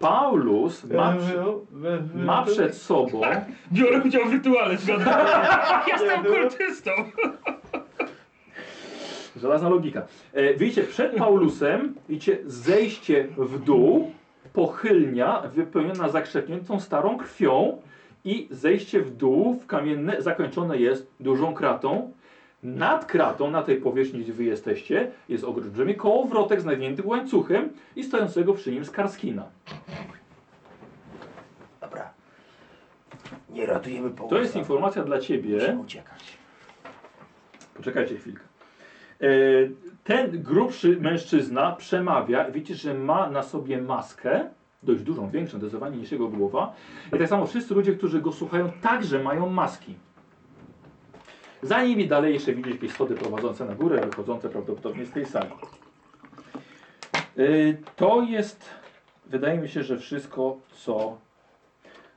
Speaker 1: Paulus ma, przy, ma przed sobą
Speaker 4: Biorę udział w rytuale świątecznym. Jestem kultystą.
Speaker 1: żelazna logika. E, widzicie przed Paulusem widzicie zejście w dół, pochylnia wypełniona zakrzepniętą starą krwią i zejście w dół w kamienne zakończone jest dużą kratą. Nad kratą, na tej powierzchni, gdzie wy jesteście, jest olbrzymi kołowrotek z nawiętym łańcuchem i stojącego przy nim skarskina.
Speaker 7: Dobra. Nie ratujemy połowy.
Speaker 1: To jest informacja dla ciebie.
Speaker 7: Musimy uciekać.
Speaker 1: Poczekajcie chwilkę. E, ten grubszy mężczyzna przemawia. Widzicie, że ma na sobie maskę dość dużą, większą, zdecydowanie niż jego głowa. I tak samo wszyscy ludzie, którzy go słuchają, także mają maski. Za nimi dalej jeszcze widzieć jakieś schody prowadzące na górę, wychodzące prawdopodobnie z tej sali. Y, To jest, wydaje mi się, że wszystko, co,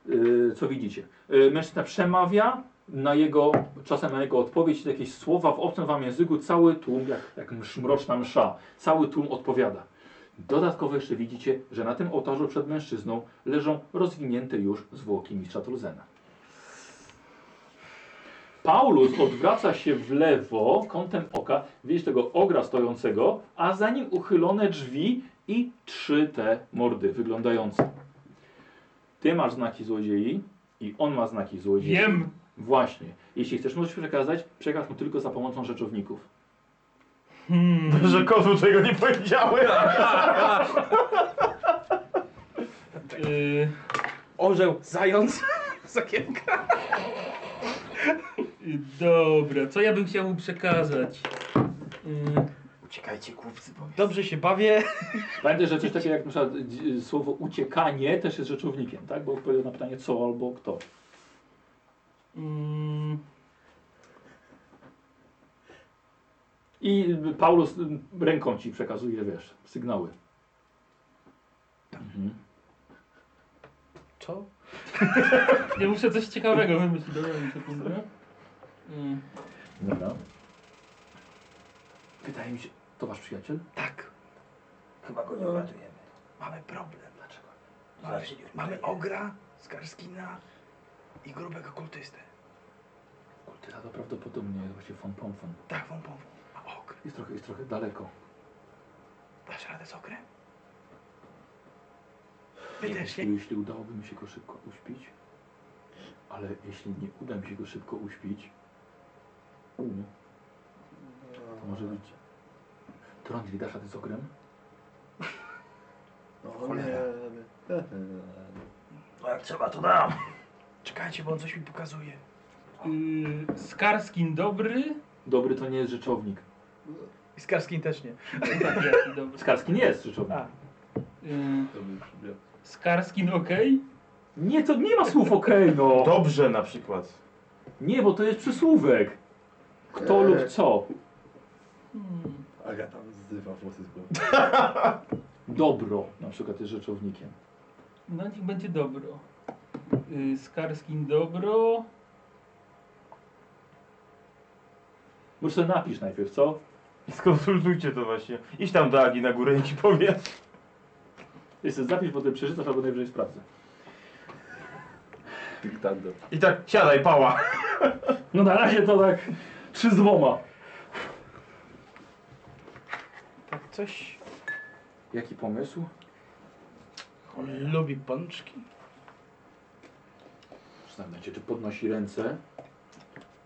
Speaker 1: y, co widzicie. Y, Mężczyzna przemawia, na jego, czasem na jego odpowiedź, jakieś słowa w obcym wam języku, cały tłum, jak, jak msz- mroczna msza, cały tłum odpowiada. Dodatkowo jeszcze widzicie, że na tym ołtarzu przed mężczyzną leżą rozwinięte już zwłoki mistrza Tulzena. Paulus odwraca się w lewo kątem oka, widzisz tego ogra stojącego, a za nim uchylone drzwi i trzy te mordy wyglądające. Ty masz znaki złodziei i on ma znaki złodziei.
Speaker 4: Wiem.
Speaker 1: Właśnie. Jeśli chcesz mu coś przekazać, przekaż mu tylko za pomocą rzeczowników.
Speaker 4: Hmm.
Speaker 3: Że kozu tego nie powiedziałem.
Speaker 4: Y,
Speaker 5: Orzeł, zając, sakiewka.
Speaker 4: y, dobra, co ja bym chciał mu przekazać? Y,
Speaker 7: Uciekajcie, głupcy, bo
Speaker 5: Dobrze się bawię.
Speaker 1: Pamiętaj, że coś takiego jak na przykład y, y, słowo uciekanie też jest rzeczownikiem, tak? Bo odpowiada na pytanie co albo kto.
Speaker 4: mm,
Speaker 1: I y, Paulus y, ręką ci przekazuje, wiesz, sygnały. Mhm.
Speaker 5: Co?
Speaker 4: ja muszę coś ciekawego wymyślić. Dobra, mi sekundę. Y,
Speaker 1: Dobra. Wydaje mi się, to wasz przyjaciel?
Speaker 5: Tak.
Speaker 7: chyba go nie uratujemy.
Speaker 5: Mamy problem. Dlaczego?
Speaker 7: Zaraz się nie
Speaker 5: Mamy
Speaker 7: uratujemy.
Speaker 5: ogra, skarskina i grubego kultystę.
Speaker 1: Kultyra to prawdopodobnie jest właśnie von Pomfon.
Speaker 5: Tak, wam powiem. A ogr,
Speaker 1: Jest trochę, jest trochę daleko.
Speaker 5: dasz radę z ogrem? Wy
Speaker 1: Nie,
Speaker 5: też nie.
Speaker 1: jeśli, jeśli udałoby mi się go szybko uśpić, ale jeśli nie uda mi się go szybko uśpić, mm, to może być. Trondli, dasz radę z ogrem?
Speaker 6: No nie.
Speaker 7: No jak trzeba, to dam.
Speaker 5: Czekajcie, bo on coś mi pokazuje.
Speaker 4: y, Skarskin dobry?
Speaker 1: Dobry to nie jest rzeczownik.
Speaker 5: I Skarskin też nie.
Speaker 4: Tak, jaki dobry.
Speaker 1: Skarski nie jest rzeczownik.
Speaker 5: A.
Speaker 4: Y,
Speaker 6: To by brzmiało.
Speaker 4: Skarskin no okej?
Speaker 1: Nie, to nie ma słów okej, no.
Speaker 3: Dobrze na przykład.
Speaker 1: Nie, bo to jest przysłówek. Kto
Speaker 6: Eee.
Speaker 1: lub co.
Speaker 4: Hmm.
Speaker 6: Agata zdywa włosy z głowy.
Speaker 1: Dobro na przykład jest rzeczownikiem.
Speaker 4: No niech będzie dobro. Y, Skarskin dobro.
Speaker 1: Może sobie napisz najpierw, co?
Speaker 3: Skonsultujcie to właśnie. Idź tam do Agi na górę i ci powie.
Speaker 1: Jest zapisz, potem przeczytasz albo najwyżej sprawdzę.
Speaker 2: Diktando.
Speaker 3: I tak siadaj, pała.
Speaker 1: No na razie to tak trzy z dwoma.
Speaker 5: Tak coś.
Speaker 1: Jaki pomysł?
Speaker 5: On lubi pączki.
Speaker 1: Zastanawiam się, czy podnosi ręce.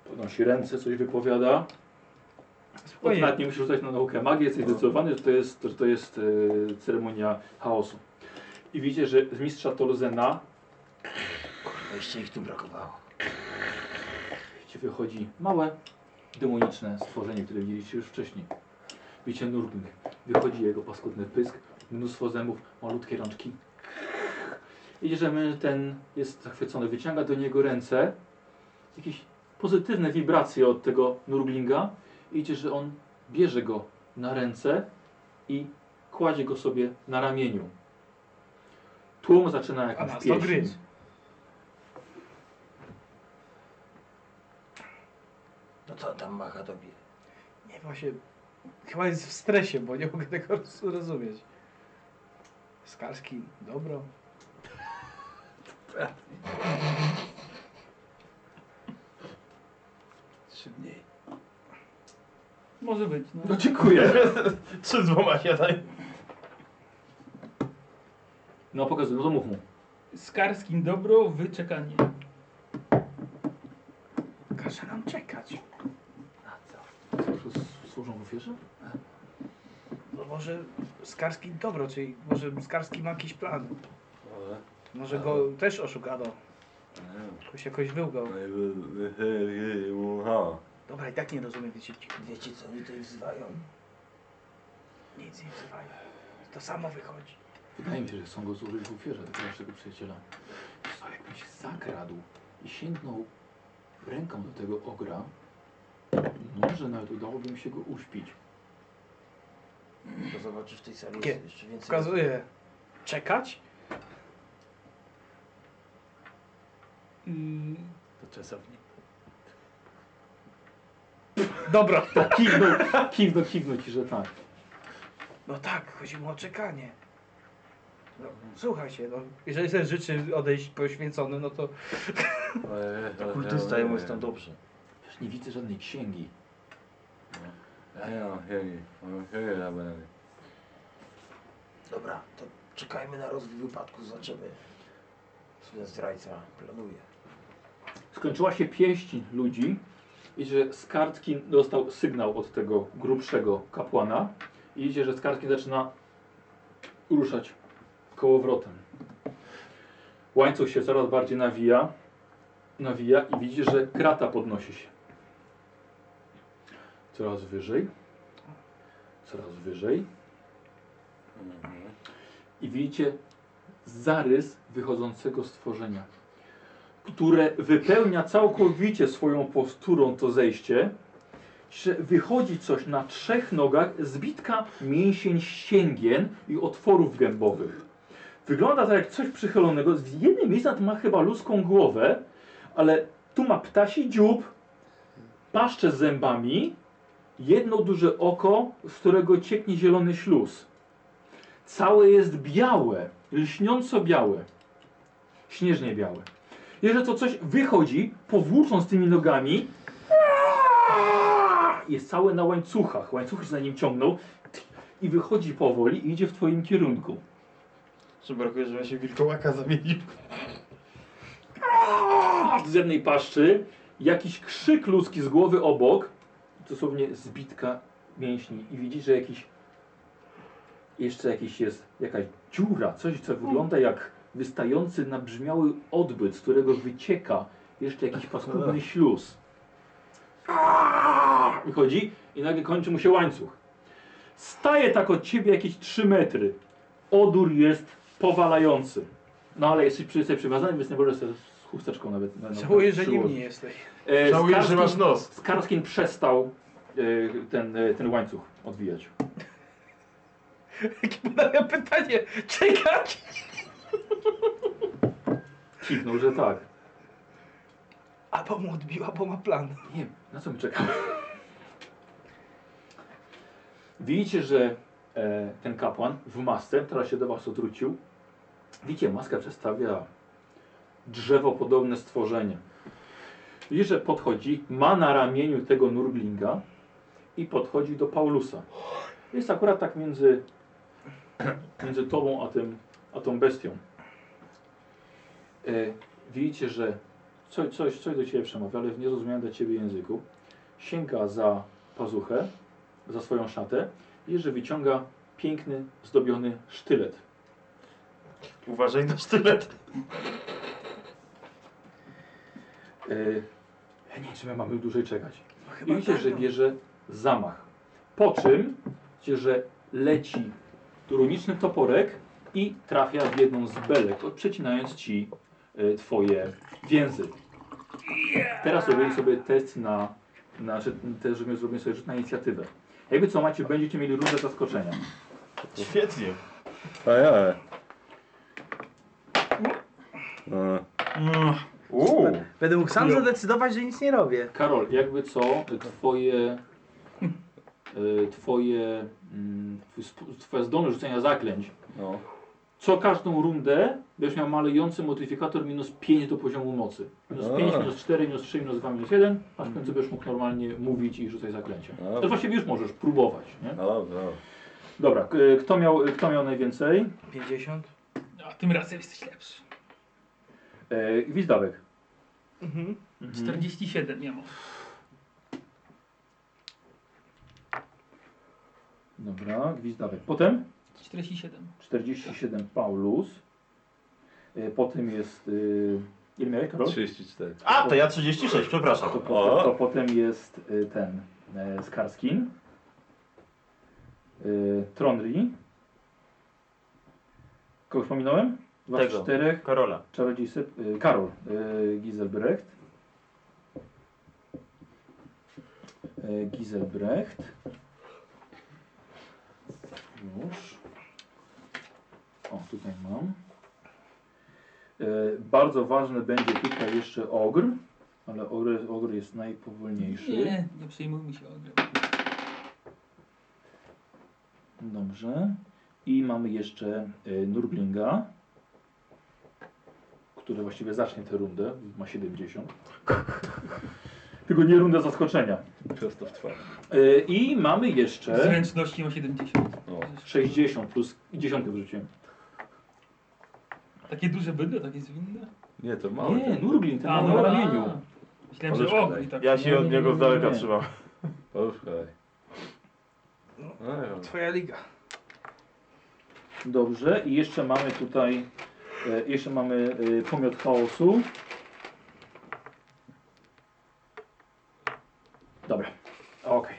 Speaker 1: Podnosi ręce, coś wypowiada.
Speaker 5: Spokojnie.
Speaker 1: Nawet nie musisz rzucać na naukę magii, jesteś zdecydowany, że to jest, że to jest e, ceremonia chaosu. I widzicie, że z mistrza Tolzena
Speaker 7: No Jeszcze ich tu brakowało.
Speaker 1: ci wychodzi małe, demoniczne stworzenie, które widzieliście już wcześniej. Widzicie Nurgling. Wychodzi jego paskudny pysk, mnóstwo zębów, malutkie rączki. Widzicie, że męż- ten jest zachwycony. Wyciąga do niego ręce. Jakieś pozytywne wibracje od tego Nurglinga. I widzicie, że on bierze go na ręce i kładzie go sobie na ramieniu. Tłum zaczyna
Speaker 5: A
Speaker 1: jakąś
Speaker 5: nas to
Speaker 1: pieśń.
Speaker 5: gryz.
Speaker 7: No co tam macha tobie?
Speaker 5: Nie, właśnie. Chyba jest w stresie, bo nie mogę tego roz- rozumieć. Skarskin, dobro. Trzy dni.
Speaker 4: Może być, no.
Speaker 1: No dziękuję.
Speaker 3: Trzy z dwoma siadaj.
Speaker 1: No pokazuję, no to mów mu.
Speaker 4: Skarskin dobro, wyczekanie.
Speaker 5: Każe nam czekać.
Speaker 1: Służą w ofierze?
Speaker 5: No może Skarski dobro, czyli może Skarski ma jakiś plan. Może go też oszukano. Jakoś, jakoś był go. Dobra, i tak nie rozumiem tych szybcich.
Speaker 7: Wiecie co oni tutaj wzywają?
Speaker 5: Nic nie wzywają. To samo wychodzi.
Speaker 1: Wydaje mi się, że chcą go złożyć w ofierze tego naszego przyjaciela. Co jakby się zakradł i sięgnął ręką do tego ogra, może nawet udałoby mi się go uśpić.
Speaker 7: To zobaczysz w tej sali
Speaker 5: Nie.
Speaker 7: jest jeszcze więcej.
Speaker 5: Pokazuję. Czekać?
Speaker 4: Yy,
Speaker 6: To czasownik.
Speaker 5: Dobra.
Speaker 1: Tak, kiwnął, kiwnął, kiwnął ci, że tak.
Speaker 5: No tak, chodzi mu o czekanie. No, słuchaj się, no, jeżeli sobie życzy odejść poświęcony, no to
Speaker 7: To kultysta jemu jest tam dobrze.
Speaker 1: Też nie widzę żadnej księgi.
Speaker 7: Dobra, to czekajmy na rozwój wypadku, zobaczymy. Słynny zdrajca planuje.
Speaker 1: Skończyła się pieściń ludzi i że z kartki dostał sygnał od tego grubszego kapłana i idzie, że z kartki zaczyna ruszać kołowrotem. Łańcuch się coraz bardziej nawija, nawija i widzi, że krata podnosi się. Coraz wyżej, coraz wyżej. I widzicie zarys wychodzącego stworzenia które wypełnia całkowicie swoją posturą to zejście, że wychodzi coś na trzech nogach z bitka mięsień ścięgien i otworów gębowych. Wygląda to jak coś przychylonego. Z jednej miejsca to ma chyba ludzką głowę, ale tu ma ptasi dziób, paszczę z zębami, jedno duże oko, z którego cieknie zielony śluz. Całe jest białe, lśniąco białe, śnieżnie białe. Jeżeli to coś wychodzi, powłócząc tymi nogami, jest całe na łańcuchach. Łańcuchy się za nim ciągną i wychodzi powoli i idzie w twoim kierunku.
Speaker 3: Czy brakuje, żebym się w wilkołaka zamienił?
Speaker 1: Z jednej paszczy jakiś krzyk ludzki z głowy obok, dosłownie zbitka mięśni i widzisz, że jakiś jeszcze jakiś jest jakaś dziura, coś co wygląda jak wystający nabrzmiały odbyt, z którego wycieka jeszcze
Speaker 5: Tak.
Speaker 1: jakiś paskudny śluz. Wychodzi i nagle kończy mu się łańcuch. Staje tak od ciebie jakieś 3 metry. Odór jest powalający. No ale jesteś przy sobie przywiązany, więc nie możesz sobie z chusteczką nawet. na- na-
Speaker 5: żałuję, że nim
Speaker 1: przyłożyć.
Speaker 5: nie jesteś.
Speaker 1: E,
Speaker 3: Żałuję, że
Speaker 1: Skarskin-
Speaker 3: masz nos.
Speaker 1: Skarskin przestał e, ten, e, ten łańcuch odwijać.
Speaker 5: Jakie badania pytanie? Czekać?
Speaker 1: Kiwnął, że tak.
Speaker 5: Albo mu odbiła, bo ma plan.
Speaker 1: Nie wiem, na co my czekamy. Widzicie, że e, ten kapłan w masce, teraz się do was odwrócił, widzicie, maska przedstawia drzewopodobne stworzenie. Widzicie, że podchodzi, ma na ramieniu tego nurglinga i podchodzi do Paulusa. Jest akurat tak między, między tobą a, tym, a tą bestią. E, widzicie, że coś, coś, coś do ciebie przemawia, ale w niezrozumiałym dla ciebie języku. Sięga za pazuchę, za swoją szatę i że wyciąga piękny, zdobiony sztylet.
Speaker 3: Uważaj na sztylet.
Speaker 1: Yy, ja nie wiem, czy my mamy dłużej czekać. I widzicie, że bierze zamach. Po czym widzicie, że leci runiczny toporek i trafia w jedną z belek, przecinając ci y, twoje więzy. Teraz robimy sobie test na, na że- też robimy- zrobimy sobie rzut na inicjatywę. Jakby co macie, będziecie mieli różne zaskoczenia.
Speaker 3: Świetnie.
Speaker 2: A ja. E,
Speaker 3: Uuu.
Speaker 5: Będę mógł sam zadecydować, że nic nie robię.
Speaker 1: Karol, jakby co, twoje, y, twoje, mm, twój sp- twoja zdolność rzucenia zaklęć
Speaker 2: no.
Speaker 1: co każdą rundę będziesz miał malejący modyfikator minus 5 do poziomu mocy. Minus
Speaker 2: A.
Speaker 1: 5, minus 4, minus 3, minus 2, minus 1, a w końcu będziesz mógł normalnie mówić i rzucać zaklęcia.
Speaker 2: A.
Speaker 1: To właściwie już możesz próbować, nie?
Speaker 2: No dobrze, dobrze.
Speaker 1: Dobra, k- y, kto miał, kto miał najwięcej?
Speaker 5: 50?
Speaker 4: a tym razem jesteś lepszy.
Speaker 1: E, Gwizdawek.
Speaker 5: Mhm.
Speaker 4: 47 ja mam.
Speaker 1: Dobra, Gwizdawek. Potem
Speaker 4: 47.
Speaker 1: 47 Paulus. E, Potem jest... y, Ile miałeś, Karol?
Speaker 2: 34.
Speaker 3: A, to ja 36, przepraszam.
Speaker 1: To,
Speaker 2: O.
Speaker 1: po, to potem jest y, ten e, Skarskin. Y, Tronri. Kogoś pominąłem? Was
Speaker 7: Tego.
Speaker 1: czterech.
Speaker 3: Karola.
Speaker 1: Czarodziej Syp... y, Karol y, Giselbrecht. Y, Giselbrecht. Już. O, tutaj mam. Y, bardzo ważny będzie tutaj jeszcze ogr, ale ogr, ogr jest najpowolniejszy.
Speaker 4: Nie, nie przejmujmy się ogrem.
Speaker 1: Dobrze. I mamy jeszcze y, Nurblinga, który właściwie zacznie tę rundę. Ma 70. Tylko nie rundę zaskoczenia.
Speaker 2: Prosto w twarz.
Speaker 1: Y, I mamy jeszcze
Speaker 4: Zręczności ma 70.
Speaker 2: No.
Speaker 1: 60 plus dziesiątkę wrzuciłem.
Speaker 4: Takie duże bydło, takie zwinne?
Speaker 2: Nie, to mało.
Speaker 1: Nie, Nurgling, ten
Speaker 4: A,
Speaker 1: ma
Speaker 4: no,
Speaker 1: na
Speaker 4: a.
Speaker 1: ramieniu.
Speaker 4: Myślałem, że
Speaker 2: Poduszka
Speaker 4: ogr
Speaker 2: daj.
Speaker 4: i tak.
Speaker 3: Ja się od niego z daleka
Speaker 1: Nie.
Speaker 3: trzymam.
Speaker 2: Poruszaj. No,
Speaker 5: Twoja liga.
Speaker 1: Dobrze. I jeszcze mamy tutaj, y, jeszcze mamy y, pomiot chaosu. Dobra. Okej.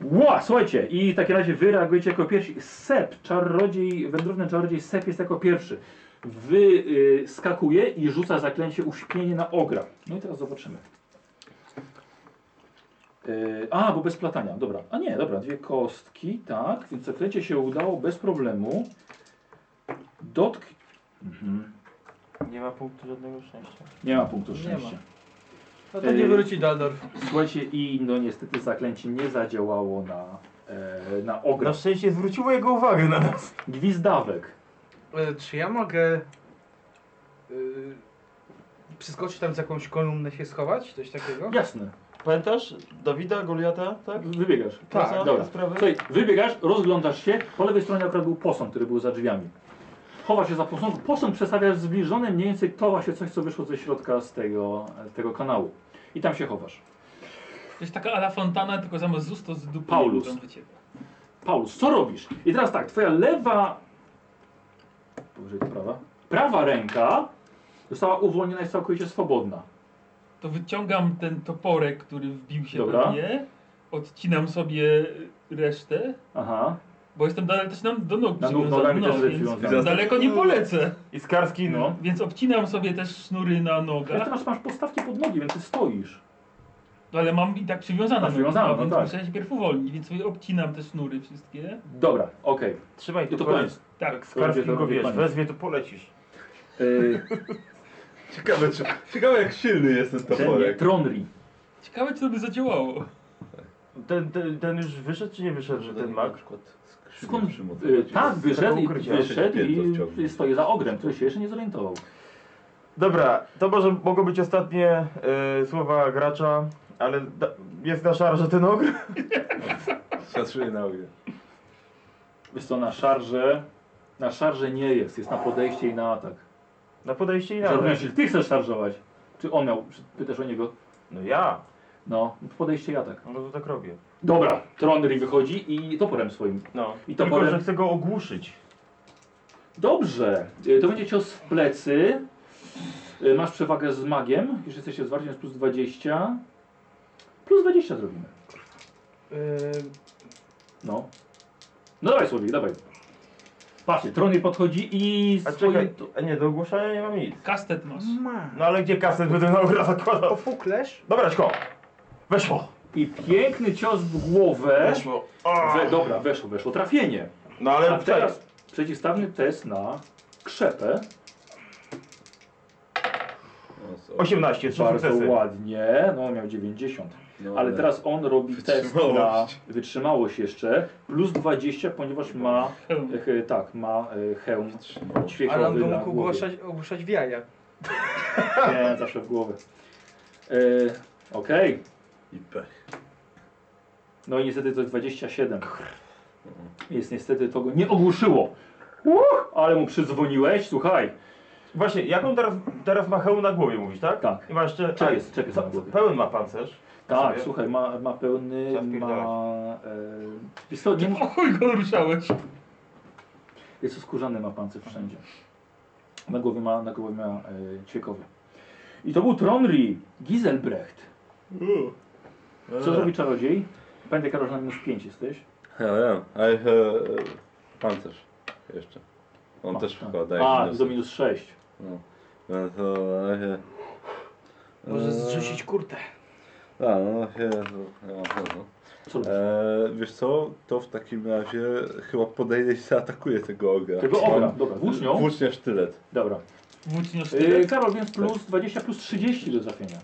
Speaker 1: Ła, słuchajcie, i w takim razie wy reagujecie jako pierwsi. Sep, czarodziej, wędrowny czarodziej Sep jest jako pierwszy. Wy y, skakuje i rzuca zaklęcie uśpienie na ogra. No i teraz zobaczymy. Y, a, bo bez platania, dobra. A nie, dobra, dwie kostki, tak, więc zaklęcie się udało bez problemu. Dotk... Mhm.
Speaker 7: Nie ma punktu żadnego szczęścia.
Speaker 1: Nie ma punktu
Speaker 5: Nie ma.
Speaker 1: szczęścia.
Speaker 5: No to nie
Speaker 1: Ej.
Speaker 5: wróci Daldorf.
Speaker 1: Słuchajcie, i no niestety zaklęcie nie zadziałało na, e, na ogra.
Speaker 3: Na szczęście zwróciło jego uwagę na nas.
Speaker 1: Gwizdawek.
Speaker 5: E, Czy ja mogę y, przeskoczyć tam z jakąś kolumnę się schować? Coś takiego?
Speaker 1: Jasne.
Speaker 7: Pamiętasz Dawida, Goliata, tak?
Speaker 1: Wybiegasz.
Speaker 5: Tak,
Speaker 7: Wraca
Speaker 1: dobra.
Speaker 7: do sprawy?
Speaker 1: Słuchaj, wybiegasz, rozglądasz się, po lewej stronie akurat był posąg, który był za drzwiami. Chowasz się za posąg, posąg przestawiasz zbliżony, mniej więcej towa się coś, co wyszło ze środka z tego, tego kanału. I tam się chowasz.
Speaker 4: To jest taka ala fontana, tylko zamiast z ust to z dupy.
Speaker 1: Paulus.
Speaker 4: tam wycieka.
Speaker 1: Paulus, co robisz? I teraz tak, twoja lewa. Powyżej to prawa. Prawa ręka została uwolniona i jest całkowicie swobodna.
Speaker 4: To wyciągam ten toporek, który wbił się
Speaker 1: Dobra.
Speaker 4: do mnie. Odcinam sobie resztę.
Speaker 1: Aha.
Speaker 4: Bo jestem dalej też nam do nóg
Speaker 1: Na nóg-
Speaker 4: przywiązany,
Speaker 1: nogami też
Speaker 4: więc
Speaker 1: przywiązany.
Speaker 4: Daleko nie polecę.
Speaker 3: Iskarski,
Speaker 1: No.
Speaker 3: no.
Speaker 4: Więc obcinam sobie też sznury na
Speaker 1: Ale ty
Speaker 4: nogach.
Speaker 1: masz, masz postawki pod nogi, więc ty stoisz.
Speaker 4: No, Ale mam i tak przywiązane.
Speaker 1: Masz przywiązane,
Speaker 4: no,
Speaker 1: no
Speaker 4: więc
Speaker 1: tak.
Speaker 4: muszę się pierw uwolnić, więc sobie obcinam te sznury wszystkie.
Speaker 1: Dobra, okej.
Speaker 7: Trzymaj
Speaker 1: I
Speaker 7: to
Speaker 1: to
Speaker 7: koniec.
Speaker 1: koniec.
Speaker 4: Tak,
Speaker 3: Iskarski
Speaker 1: To
Speaker 3: go
Speaker 1: będzie
Speaker 3: wiesz,
Speaker 1: koniec.
Speaker 3: wezwie to polecisz.
Speaker 1: Yy,
Speaker 2: Ciekawe, czy, ciekawe jak silny jest ten
Speaker 1: ten
Speaker 2: toporek.
Speaker 1: Tronri.
Speaker 4: ciekawe czy to by zadziałało.
Speaker 3: Ten, ten, ten już wyszedł czy nie wyszedł, że ten mag?
Speaker 1: Skąd? Yy, tak, wyszedł, i-
Speaker 3: ukrycia.
Speaker 1: wyszedł
Speaker 2: Piętro
Speaker 1: i,
Speaker 2: wciągnął.
Speaker 1: i stoi za ogrem, który się jeszcze nie zorientował.
Speaker 3: Dobra, to może mogą być ostatnie y, słowa gracza, ale da, jest na szarze ten ogr.
Speaker 2: Szacuję na ognie.
Speaker 1: Wiesz co, na szarże. Na szarże nie jest, jest na podejście i na atak.
Speaker 3: Na No podejście i tak. na
Speaker 1: Żartuję, czy ty chcesz szarżować? Czy on miał, pytasz o niego?
Speaker 3: No ja,
Speaker 1: No, podejście i atak.
Speaker 3: no to tak robię.
Speaker 1: Dobra, Tronry wychodzi i toporem swoim.
Speaker 3: No.
Speaker 1: I
Speaker 3: Tylko,
Speaker 1: toporem-
Speaker 3: że chcę go ogłuszyć.
Speaker 1: Dobrze, y, to będzie cios w plecy. Y, Masz przewagę z magiem, jeśli jesteście zwarci, jest plus 20. Plus 20 zrobimy.
Speaker 5: Y,
Speaker 1: No. No dawaj Słowik, dawaj. Patrzcie, Tronry podchodzi i
Speaker 3: A
Speaker 1: swoim...
Speaker 3: czekaj, a nie, do ogłuszania nie mam nic.
Speaker 4: Kastet masz.
Speaker 1: Mhm.
Speaker 5: Ma.
Speaker 3: No ale gdzie kaset będę na ogra zakładał?
Speaker 5: Ofuklesz?
Speaker 3: Dobra, szko. Weszło.
Speaker 1: I piękny cios w głowę.
Speaker 3: Weszło.
Speaker 1: We, dobra, weszło, weszło. Trafienie.
Speaker 3: No
Speaker 1: A
Speaker 3: ale
Speaker 1: teraz przeciwstawny test na krzepę.
Speaker 2: O, sorry.
Speaker 3: 18, trzy
Speaker 1: Bardzo
Speaker 3: sukcesy.
Speaker 1: ładnie. No, miał 90.
Speaker 2: No,
Speaker 1: Ale teraz on robi test na
Speaker 2: Wytrzymałość.
Speaker 1: wytrzymałość jeszcze. Plus 20, ponieważ ma.
Speaker 4: Hełm.
Speaker 1: e, he- Tak, ma e, hełm
Speaker 2: Wytrzymałość.
Speaker 5: A
Speaker 1: ćwiekowy
Speaker 5: nam go
Speaker 1: na
Speaker 5: mógł
Speaker 1: głowie.
Speaker 5: ogłaszać, ogłuszać w jaja.
Speaker 1: Nie, zawsze w głowę. E, Okej.
Speaker 2: I pech.
Speaker 1: No i niestety to jest 27. Jest niestety to go nie ogłuszyło. Uch, ale mu przyzwoniłeś, słuchaj.
Speaker 3: Właśnie, jak on teraz, teraz ma hełm na głowie, mówisz, tak?
Speaker 1: Tak.
Speaker 3: I ma jeszcze...
Speaker 1: Czep jest, czep jest na głowie.
Speaker 3: Pełen ma pancerz.
Speaker 1: Tak,
Speaker 3: Sobie.
Speaker 1: słuchaj, ma, ma pełny,
Speaker 3: Zapierdalać.
Speaker 1: ma... E, jest to, nie,
Speaker 4: O chuj go ruszałeś.
Speaker 1: Jest to skórzany ma pancerz wszędzie. Na głowie ma, na głowie ma e, ćwiekowy. I to był Tronri Giselbrecht. Co robi czarodziej? Pamiętaj Karol, że na minus 5 jesteś.
Speaker 2: Ja wiem, ale e, pancerz jeszcze. On
Speaker 1: A,
Speaker 2: też
Speaker 1: tak.
Speaker 2: chyba daje
Speaker 1: A,
Speaker 2: minusy.
Speaker 1: do minus 6.
Speaker 2: No to na razie...
Speaker 5: Może
Speaker 2: Eee,
Speaker 5: zrzucić kurtę.
Speaker 2: A, no się... No, no, no.
Speaker 1: Co robisz?
Speaker 2: Eee, wiesz co, to w takim razie chyba podejdę i zaatakuje tego ogra.
Speaker 1: Tego ogra,
Speaker 2: Mam
Speaker 1: dobra, włócznią.
Speaker 2: Włócznia sztylet.
Speaker 1: Dobra.
Speaker 4: Włócznio
Speaker 1: Yy,
Speaker 4: 4.
Speaker 1: Karol, więc plus 20 plus 30 do trafienia.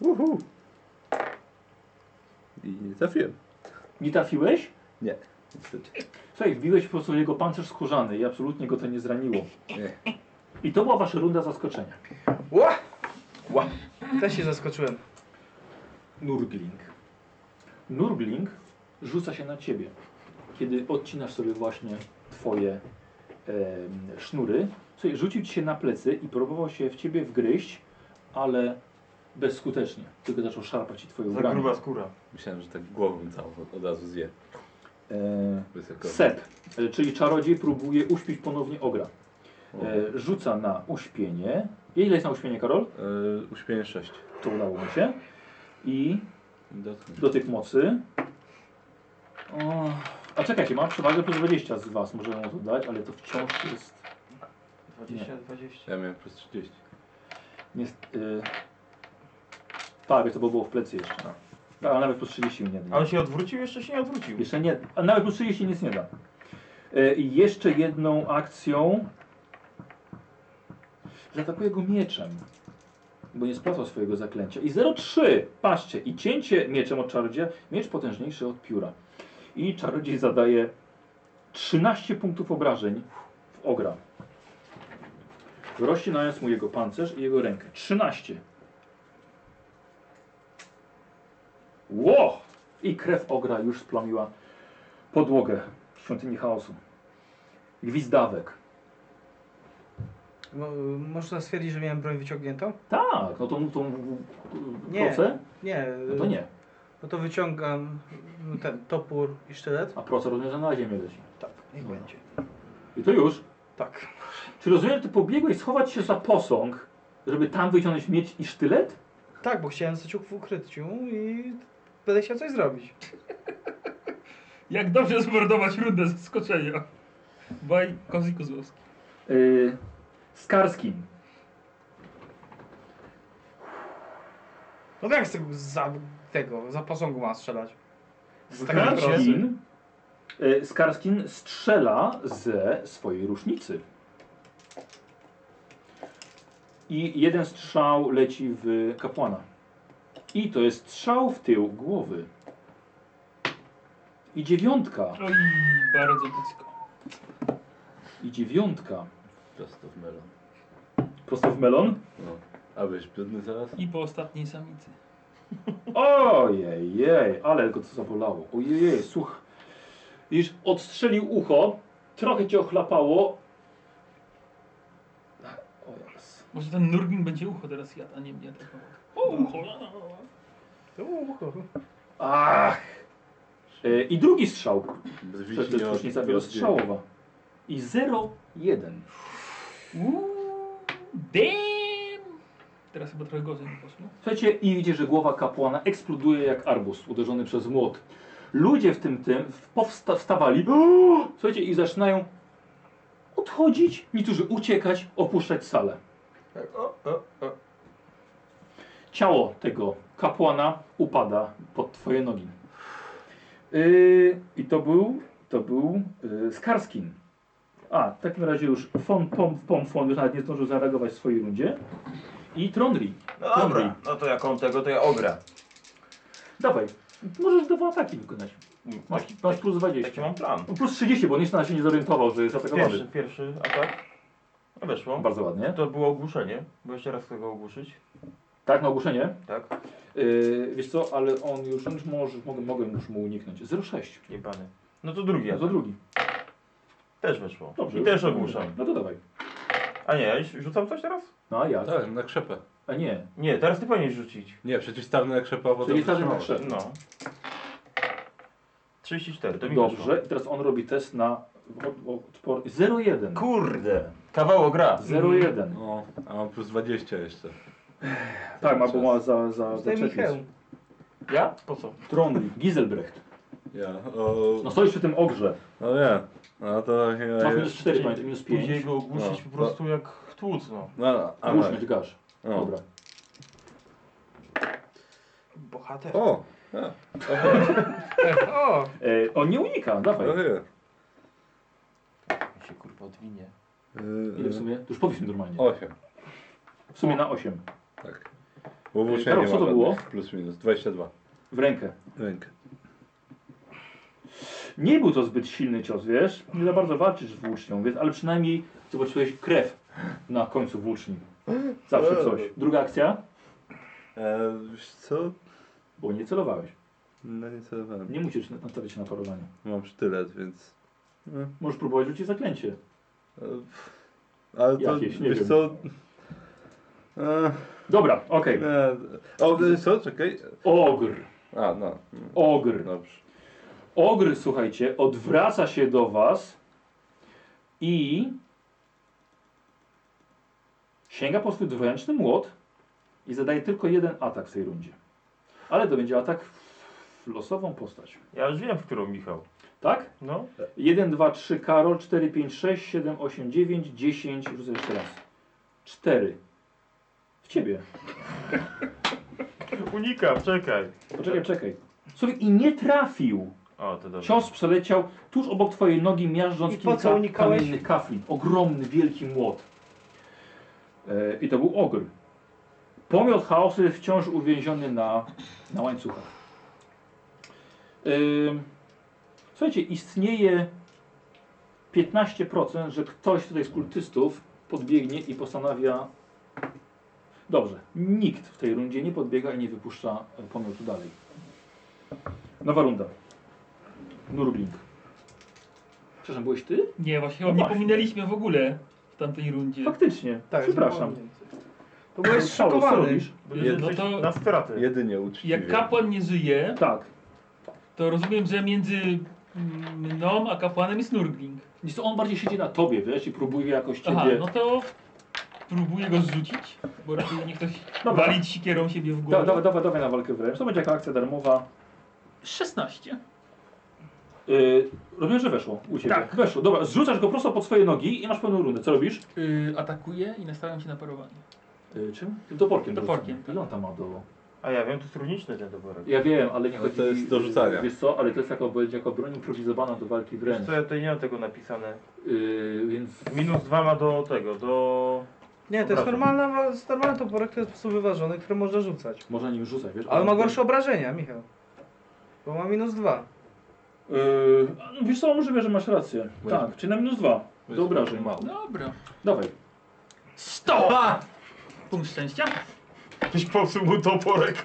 Speaker 2: Uhu. I nie trafiłem.
Speaker 1: Nie trafiłeś?
Speaker 2: Nie, niestety.
Speaker 1: Słuchaj, wbiłeś po prostu w jego pancerz skórzany i absolutnie go to nie zraniło.
Speaker 2: Nie.
Speaker 1: I to była wasza runda zaskoczenia.
Speaker 5: Ła! Ła! Też się zaskoczyłem.
Speaker 6: Nurgling.
Speaker 1: Nurgling rzuca się na ciebie, kiedy odcinasz sobie właśnie twoje em, sznury. Słuchaj, rzucił ci się na plecy i próbował się w ciebie wgryźć, ale bezskutecznie. Tylko zaczął szarpać ci twoje
Speaker 3: Za
Speaker 1: ubranie.
Speaker 3: gruba skóra.
Speaker 2: Myślałem, że tak głową całą od razu zje.
Speaker 1: E,
Speaker 2: Wysoko.
Speaker 1: Sep, e, czyli czarodziej próbuje uśpić ponownie ogra. E, rzuca na uśpienie. Ile jest na uśpienie, Karol?
Speaker 2: Eee, uśpienie 6.
Speaker 1: To udało mu się. I
Speaker 2: Dotknę.
Speaker 1: do tych mocy. O, a czekajcie, mam przewagę plus 20 z was, możemy mu to dać, ale to wciąż jest...
Speaker 5: 20, 20.
Speaker 2: Ja miałem plus 30.
Speaker 1: Nie, y, tak, to by było w plecy jeszcze. Tak, a nawet plus 30 mi nie
Speaker 3: A
Speaker 1: da.
Speaker 3: on się odwrócił? Jeszcze się nie odwrócił.
Speaker 1: Jeszcze nie, a nawet plus 30 nic nie da. E, I jeszcze jedną akcją zaatakuję go mieczem, bo nie sprawdzał swojego zaklęcia. I 0,3, patrzcie, i cięcie mieczem od czarodzieja, miecz potężniejszy od pióra. I czarodziej zadaje 13 punktów obrażeń w ogra. Rozcinając mu jego pancerz i jego rękę. 13. Ło! I krew ogra już splamiła podłogę świątyni chaosu. Gwizdawek.
Speaker 5: Mo, można stwierdzić, że miałem broń wyciągniętą?
Speaker 1: Tak, no tą, tą
Speaker 5: Nie.
Speaker 1: procę?
Speaker 5: Nie.
Speaker 1: No to nie.
Speaker 5: No to wyciągam mm, ten topór i sztylet.
Speaker 1: A proca rozumiem, że na ziemię leci.
Speaker 5: Tak, niech
Speaker 1: Dobra.
Speaker 5: będzie.
Speaker 1: I to już.
Speaker 5: Tak.
Speaker 1: Czy rozumiem, że ty pobiegłeś schować się za posąg, żeby tam wyciągnąć miecz i sztylet?
Speaker 5: Tak, bo chciałem zostać w ukryciu i będę chciał coś zrobić.
Speaker 4: Jak dobrze zmordować rundę zaskoczenia. Baj Kozi Kozłowski.
Speaker 1: Yy, z Karskim.
Speaker 5: No tak z tego, za, tego, za posągu ma strzelać. Z tego
Speaker 3: Wychylam się.
Speaker 5: procy.
Speaker 1: Karskin, yy, Skarskin strzela ze swojej rusznicy. I jeden strzał leci w kapłana. I to jest strzał w tył głowy. I dziewiątka.
Speaker 4: Oj, bardzo blisko.
Speaker 1: I dziewiątka.
Speaker 2: Prosto w melon.
Speaker 1: Prosto w melon.
Speaker 2: No. A byś brudny zaraz?
Speaker 4: I po ostatniej samicy.
Speaker 1: Ojej, jej, ale go to zabolało. Ojej, słuch. Widzisz, odstrzelił ucho, trochę cię ochlapało. Tak, O jas.
Speaker 4: Może ten Nurgin będzie ucho teraz jadł, a nie mnie atakował. O, ucho!
Speaker 5: To było ucho.
Speaker 1: Ach! E, I drugi strzał.
Speaker 2: Brwi
Speaker 1: To
Speaker 2: się
Speaker 1: jest
Speaker 2: nie od-
Speaker 1: różnica
Speaker 2: nie
Speaker 1: wielostrzałowa. I 0,1.
Speaker 4: Uuu, damn! Teraz chyba trochę gorzej mi poszło.
Speaker 1: Słuchajcie, i widzicie, że głowa kapłana eksploduje jak arbus uderzony przez młot. Ludzie w tym tym powsta- wstawali, "O!" słuchajcie, i zaczynają odchodzić, niektórzy uciekać, opuszczać salę.
Speaker 3: O, o, o.
Speaker 1: Ciało tego kapłana upada pod twoje nogi. Yy, I to był, to był yy, Skarskin. A, w takim razie już Fon Pom Pom Fon już nawet nie zdążył zareagować w swojej rundzie. I Trondri.
Speaker 3: No dobra, no to jak on tego, to ja ogra.
Speaker 1: Dawaj, możesz dwa ataki wykonać. Masz, masz plus 20.
Speaker 3: Taki mam plan.
Speaker 1: No Plus 30, bo jeszcze się nie zorientował, że jest
Speaker 3: Tak. Pierwszy,
Speaker 1: atakowany.
Speaker 3: pierwszy atak. No weszło.
Speaker 1: Bardzo ładnie.
Speaker 3: To było ogłuszenie. Bo jeszcze raz chcę go ogłuszyć.
Speaker 1: Tak, na ogłoszenie.
Speaker 3: Tak.
Speaker 1: Yy, wiesz co, ale on już, on już może, mogę, mogę już mu uniknąć. 06.
Speaker 3: Jebany. No to drugi
Speaker 1: Ja to
Speaker 3: atak.
Speaker 1: drugi.
Speaker 3: Też weszło.
Speaker 1: Dobrze.
Speaker 3: I
Speaker 1: już.
Speaker 3: też ogłuszam.
Speaker 1: No to dawaj.
Speaker 3: A nie, ja już rzucam coś teraz?
Speaker 1: No a jak?
Speaker 2: Tak, na krzepę.
Speaker 1: A nie.
Speaker 3: Nie, teraz ty powinieneś rzucić.
Speaker 2: Nie, przeciwstawny na krzepę, a potem
Speaker 1: Czyli stawiam na
Speaker 2: wytrzymałeś.
Speaker 1: krzep.
Speaker 3: No. 34, to mi weszło.
Speaker 1: Dobrze. I teraz on robi test na odpor... 01.
Speaker 3: Kurde. Kawało gra.
Speaker 1: 01.
Speaker 2: No, a mam plus 20 jeszcze.
Speaker 1: Tak, ma, bo ma za, za, za
Speaker 5: Zdejmij
Speaker 1: przepis.
Speaker 5: hełm.
Speaker 3: Ja? Po co?
Speaker 1: Trondli, Giselbrecht.
Speaker 2: Ja, o...
Speaker 1: No stoisz przy tym ogrze.
Speaker 2: No nie, no to chyba
Speaker 1: Masz minus
Speaker 2: jest...
Speaker 1: 4, pamiętaj, minus 5.
Speaker 3: Później go ogłuszyć
Speaker 2: No.
Speaker 3: po prostu jak tłuc, no.
Speaker 2: No, a
Speaker 1: Już dźgasz.
Speaker 2: no.
Speaker 1: Dobra.
Speaker 5: Bohater.
Speaker 2: O,
Speaker 5: O!
Speaker 1: E, on nie unika, dawaj.
Speaker 2: no nie.
Speaker 7: Mi się kurwa odwinie.
Speaker 1: Ile w sumie? To już powiedz mi normalnie.
Speaker 2: Yy, Osiem,
Speaker 1: W sumie na 8.
Speaker 2: tak. Bo włócznia
Speaker 1: Karol,
Speaker 2: nie
Speaker 1: co
Speaker 2: ma
Speaker 1: to było?
Speaker 2: żadnych, Plus minus, 22.
Speaker 1: W rękę.
Speaker 2: Rękę.
Speaker 1: Nie był to zbyt silny cios, wiesz? Nie za bardzo walczysz z włócznią, więc, ale przynajmniej zobaczyłeś krew na końcu włóczni. Zawsze coś.
Speaker 2: Eee.
Speaker 1: Druga akcja?
Speaker 2: E, wiesz co?
Speaker 1: Bo nie celowałeś.
Speaker 2: No nie celowałem.
Speaker 1: Nie musisz na- nastawiać się na parowanie.
Speaker 2: Mam sztylet, więc... No,
Speaker 1: Możesz próbować rzucić zaklęcie.
Speaker 2: e, pff. ale to,
Speaker 1: Jakieś, nie
Speaker 2: wiesz
Speaker 1: wiem.
Speaker 2: co? E,
Speaker 1: Dobra, okej.
Speaker 2: e, o, wiesz co? Czekaj.
Speaker 1: Ogr.
Speaker 2: A, no. mm,
Speaker 1: Ogr.
Speaker 2: Dobrze.
Speaker 1: Ogr, słuchajcie, odwraca się do was i sięga po swój dwuręczny młot i zadaje tylko jeden atak w tej rundzie. Ale to będzie atak w losową postać.
Speaker 3: Ja już wiem, w którą Michał.
Speaker 1: Tak?
Speaker 3: No,
Speaker 1: 1, 2, 3, Karol, 4, 5, 6, 7, 8, 9, 10, rzucę jeszcze raz. 4. W ciebie.
Speaker 3: unika, czekaj.
Speaker 1: Poczekaj, czekaj. Słuchaj, i nie trafił.
Speaker 3: O, to dobrze.
Speaker 1: Cios przeleciał tuż obok twojej nogi, miażdżąc
Speaker 5: I po co
Speaker 1: kilka
Speaker 5: unikałeś?
Speaker 1: kamiennych kafli. Ogromny, wielki młot. E, I to był ogr. Pomiot chaosu jest wciąż uwięziony na, na łańcuchach. Ym, słuchajcie, istnieje 15%, że ktoś tutaj z kultystów podbiegnie i postanawia... Dobrze, nikt w tej rundzie nie podbiega i nie wypuszcza e, pomiotu dalej. Nowa runda. Nurgling. Przepraszam, byłeś ty?
Speaker 4: Nie, właśnie,
Speaker 1: No
Speaker 4: nie
Speaker 1: właśnie.
Speaker 4: pominęliśmy w ogóle w tamtej rundzie.
Speaker 1: Faktycznie.
Speaker 5: Tak,
Speaker 1: Przepraszam.
Speaker 5: To byłeś
Speaker 1: Paulus, co
Speaker 5: szokowany.
Speaker 1: robisz?
Speaker 3: Będziemy
Speaker 4: No
Speaker 3: no
Speaker 4: to-
Speaker 3: na straty.
Speaker 2: Jedynie uczciwie.
Speaker 4: Jak kapłan nie żyje,
Speaker 1: Tak.
Speaker 4: to rozumiem, że między mm, mną a kapłanem jest Nurgling.
Speaker 1: Więc to on bardziej siedzi na tobie, wiesz, i próbuje jakoś ciebie...
Speaker 4: Aha, no to próbuję go zrzucić, bo raczej nie ktoś
Speaker 1: Dobra.
Speaker 4: walić sikierą siebie w
Speaker 1: da,
Speaker 4: głowę.
Speaker 1: dawaj, dawaj, dawaj na walkę wręcz. To będzie jaka akcja darmowa.
Speaker 4: 16.
Speaker 1: Yy, rozumiem, że weszło u ciebie.
Speaker 4: Tak.
Speaker 1: Weszło. Dobra, zrzucasz go prosto pod swoje nogi i masz pełną rundę. Co robisz?
Speaker 4: Yy, atakuję i nastawiam się na parowanie.
Speaker 1: Yy, czym? Doporkiem.
Speaker 4: Doporkiem,
Speaker 1: rzucam. Ile on tam ma do...
Speaker 3: A ja wiem, to jest trudniczny ten doborek.
Speaker 1: Ja wiem, ale nie
Speaker 2: Ale
Speaker 1: chodzi...
Speaker 2: to jest do rzucania.
Speaker 1: Wiesz co, ale to jest jako, jako broń improwizowana do walki
Speaker 3: Wiesz
Speaker 1: wręcz.
Speaker 3: co, ja tutaj nie mam tego napisane.
Speaker 1: Yy, więc...
Speaker 3: Minus dwa ma do tego, do...
Speaker 5: Nie, to jest
Speaker 3: Obrażeń.
Speaker 5: normalna, wa- z- normalny toporek, to jest po prostu wyważony, który można rzucać.
Speaker 1: Można nim rzucać, wiesz?
Speaker 5: Ale ma gorsze obrażenia, Michał. Bo ma minus dwa.
Speaker 1: Yy, no wiesz co, możliwe, że masz rację.
Speaker 2: Bo jest-
Speaker 1: Tak, czyli na minus dwa.
Speaker 2: Bo
Speaker 1: Do
Speaker 2: jest
Speaker 1: obrażeń.
Speaker 2: mało.
Speaker 4: Dobra.
Speaker 1: Dawaj.
Speaker 4: 100! Punkt szczęścia.
Speaker 3: Ktoś popsuł mu toporek.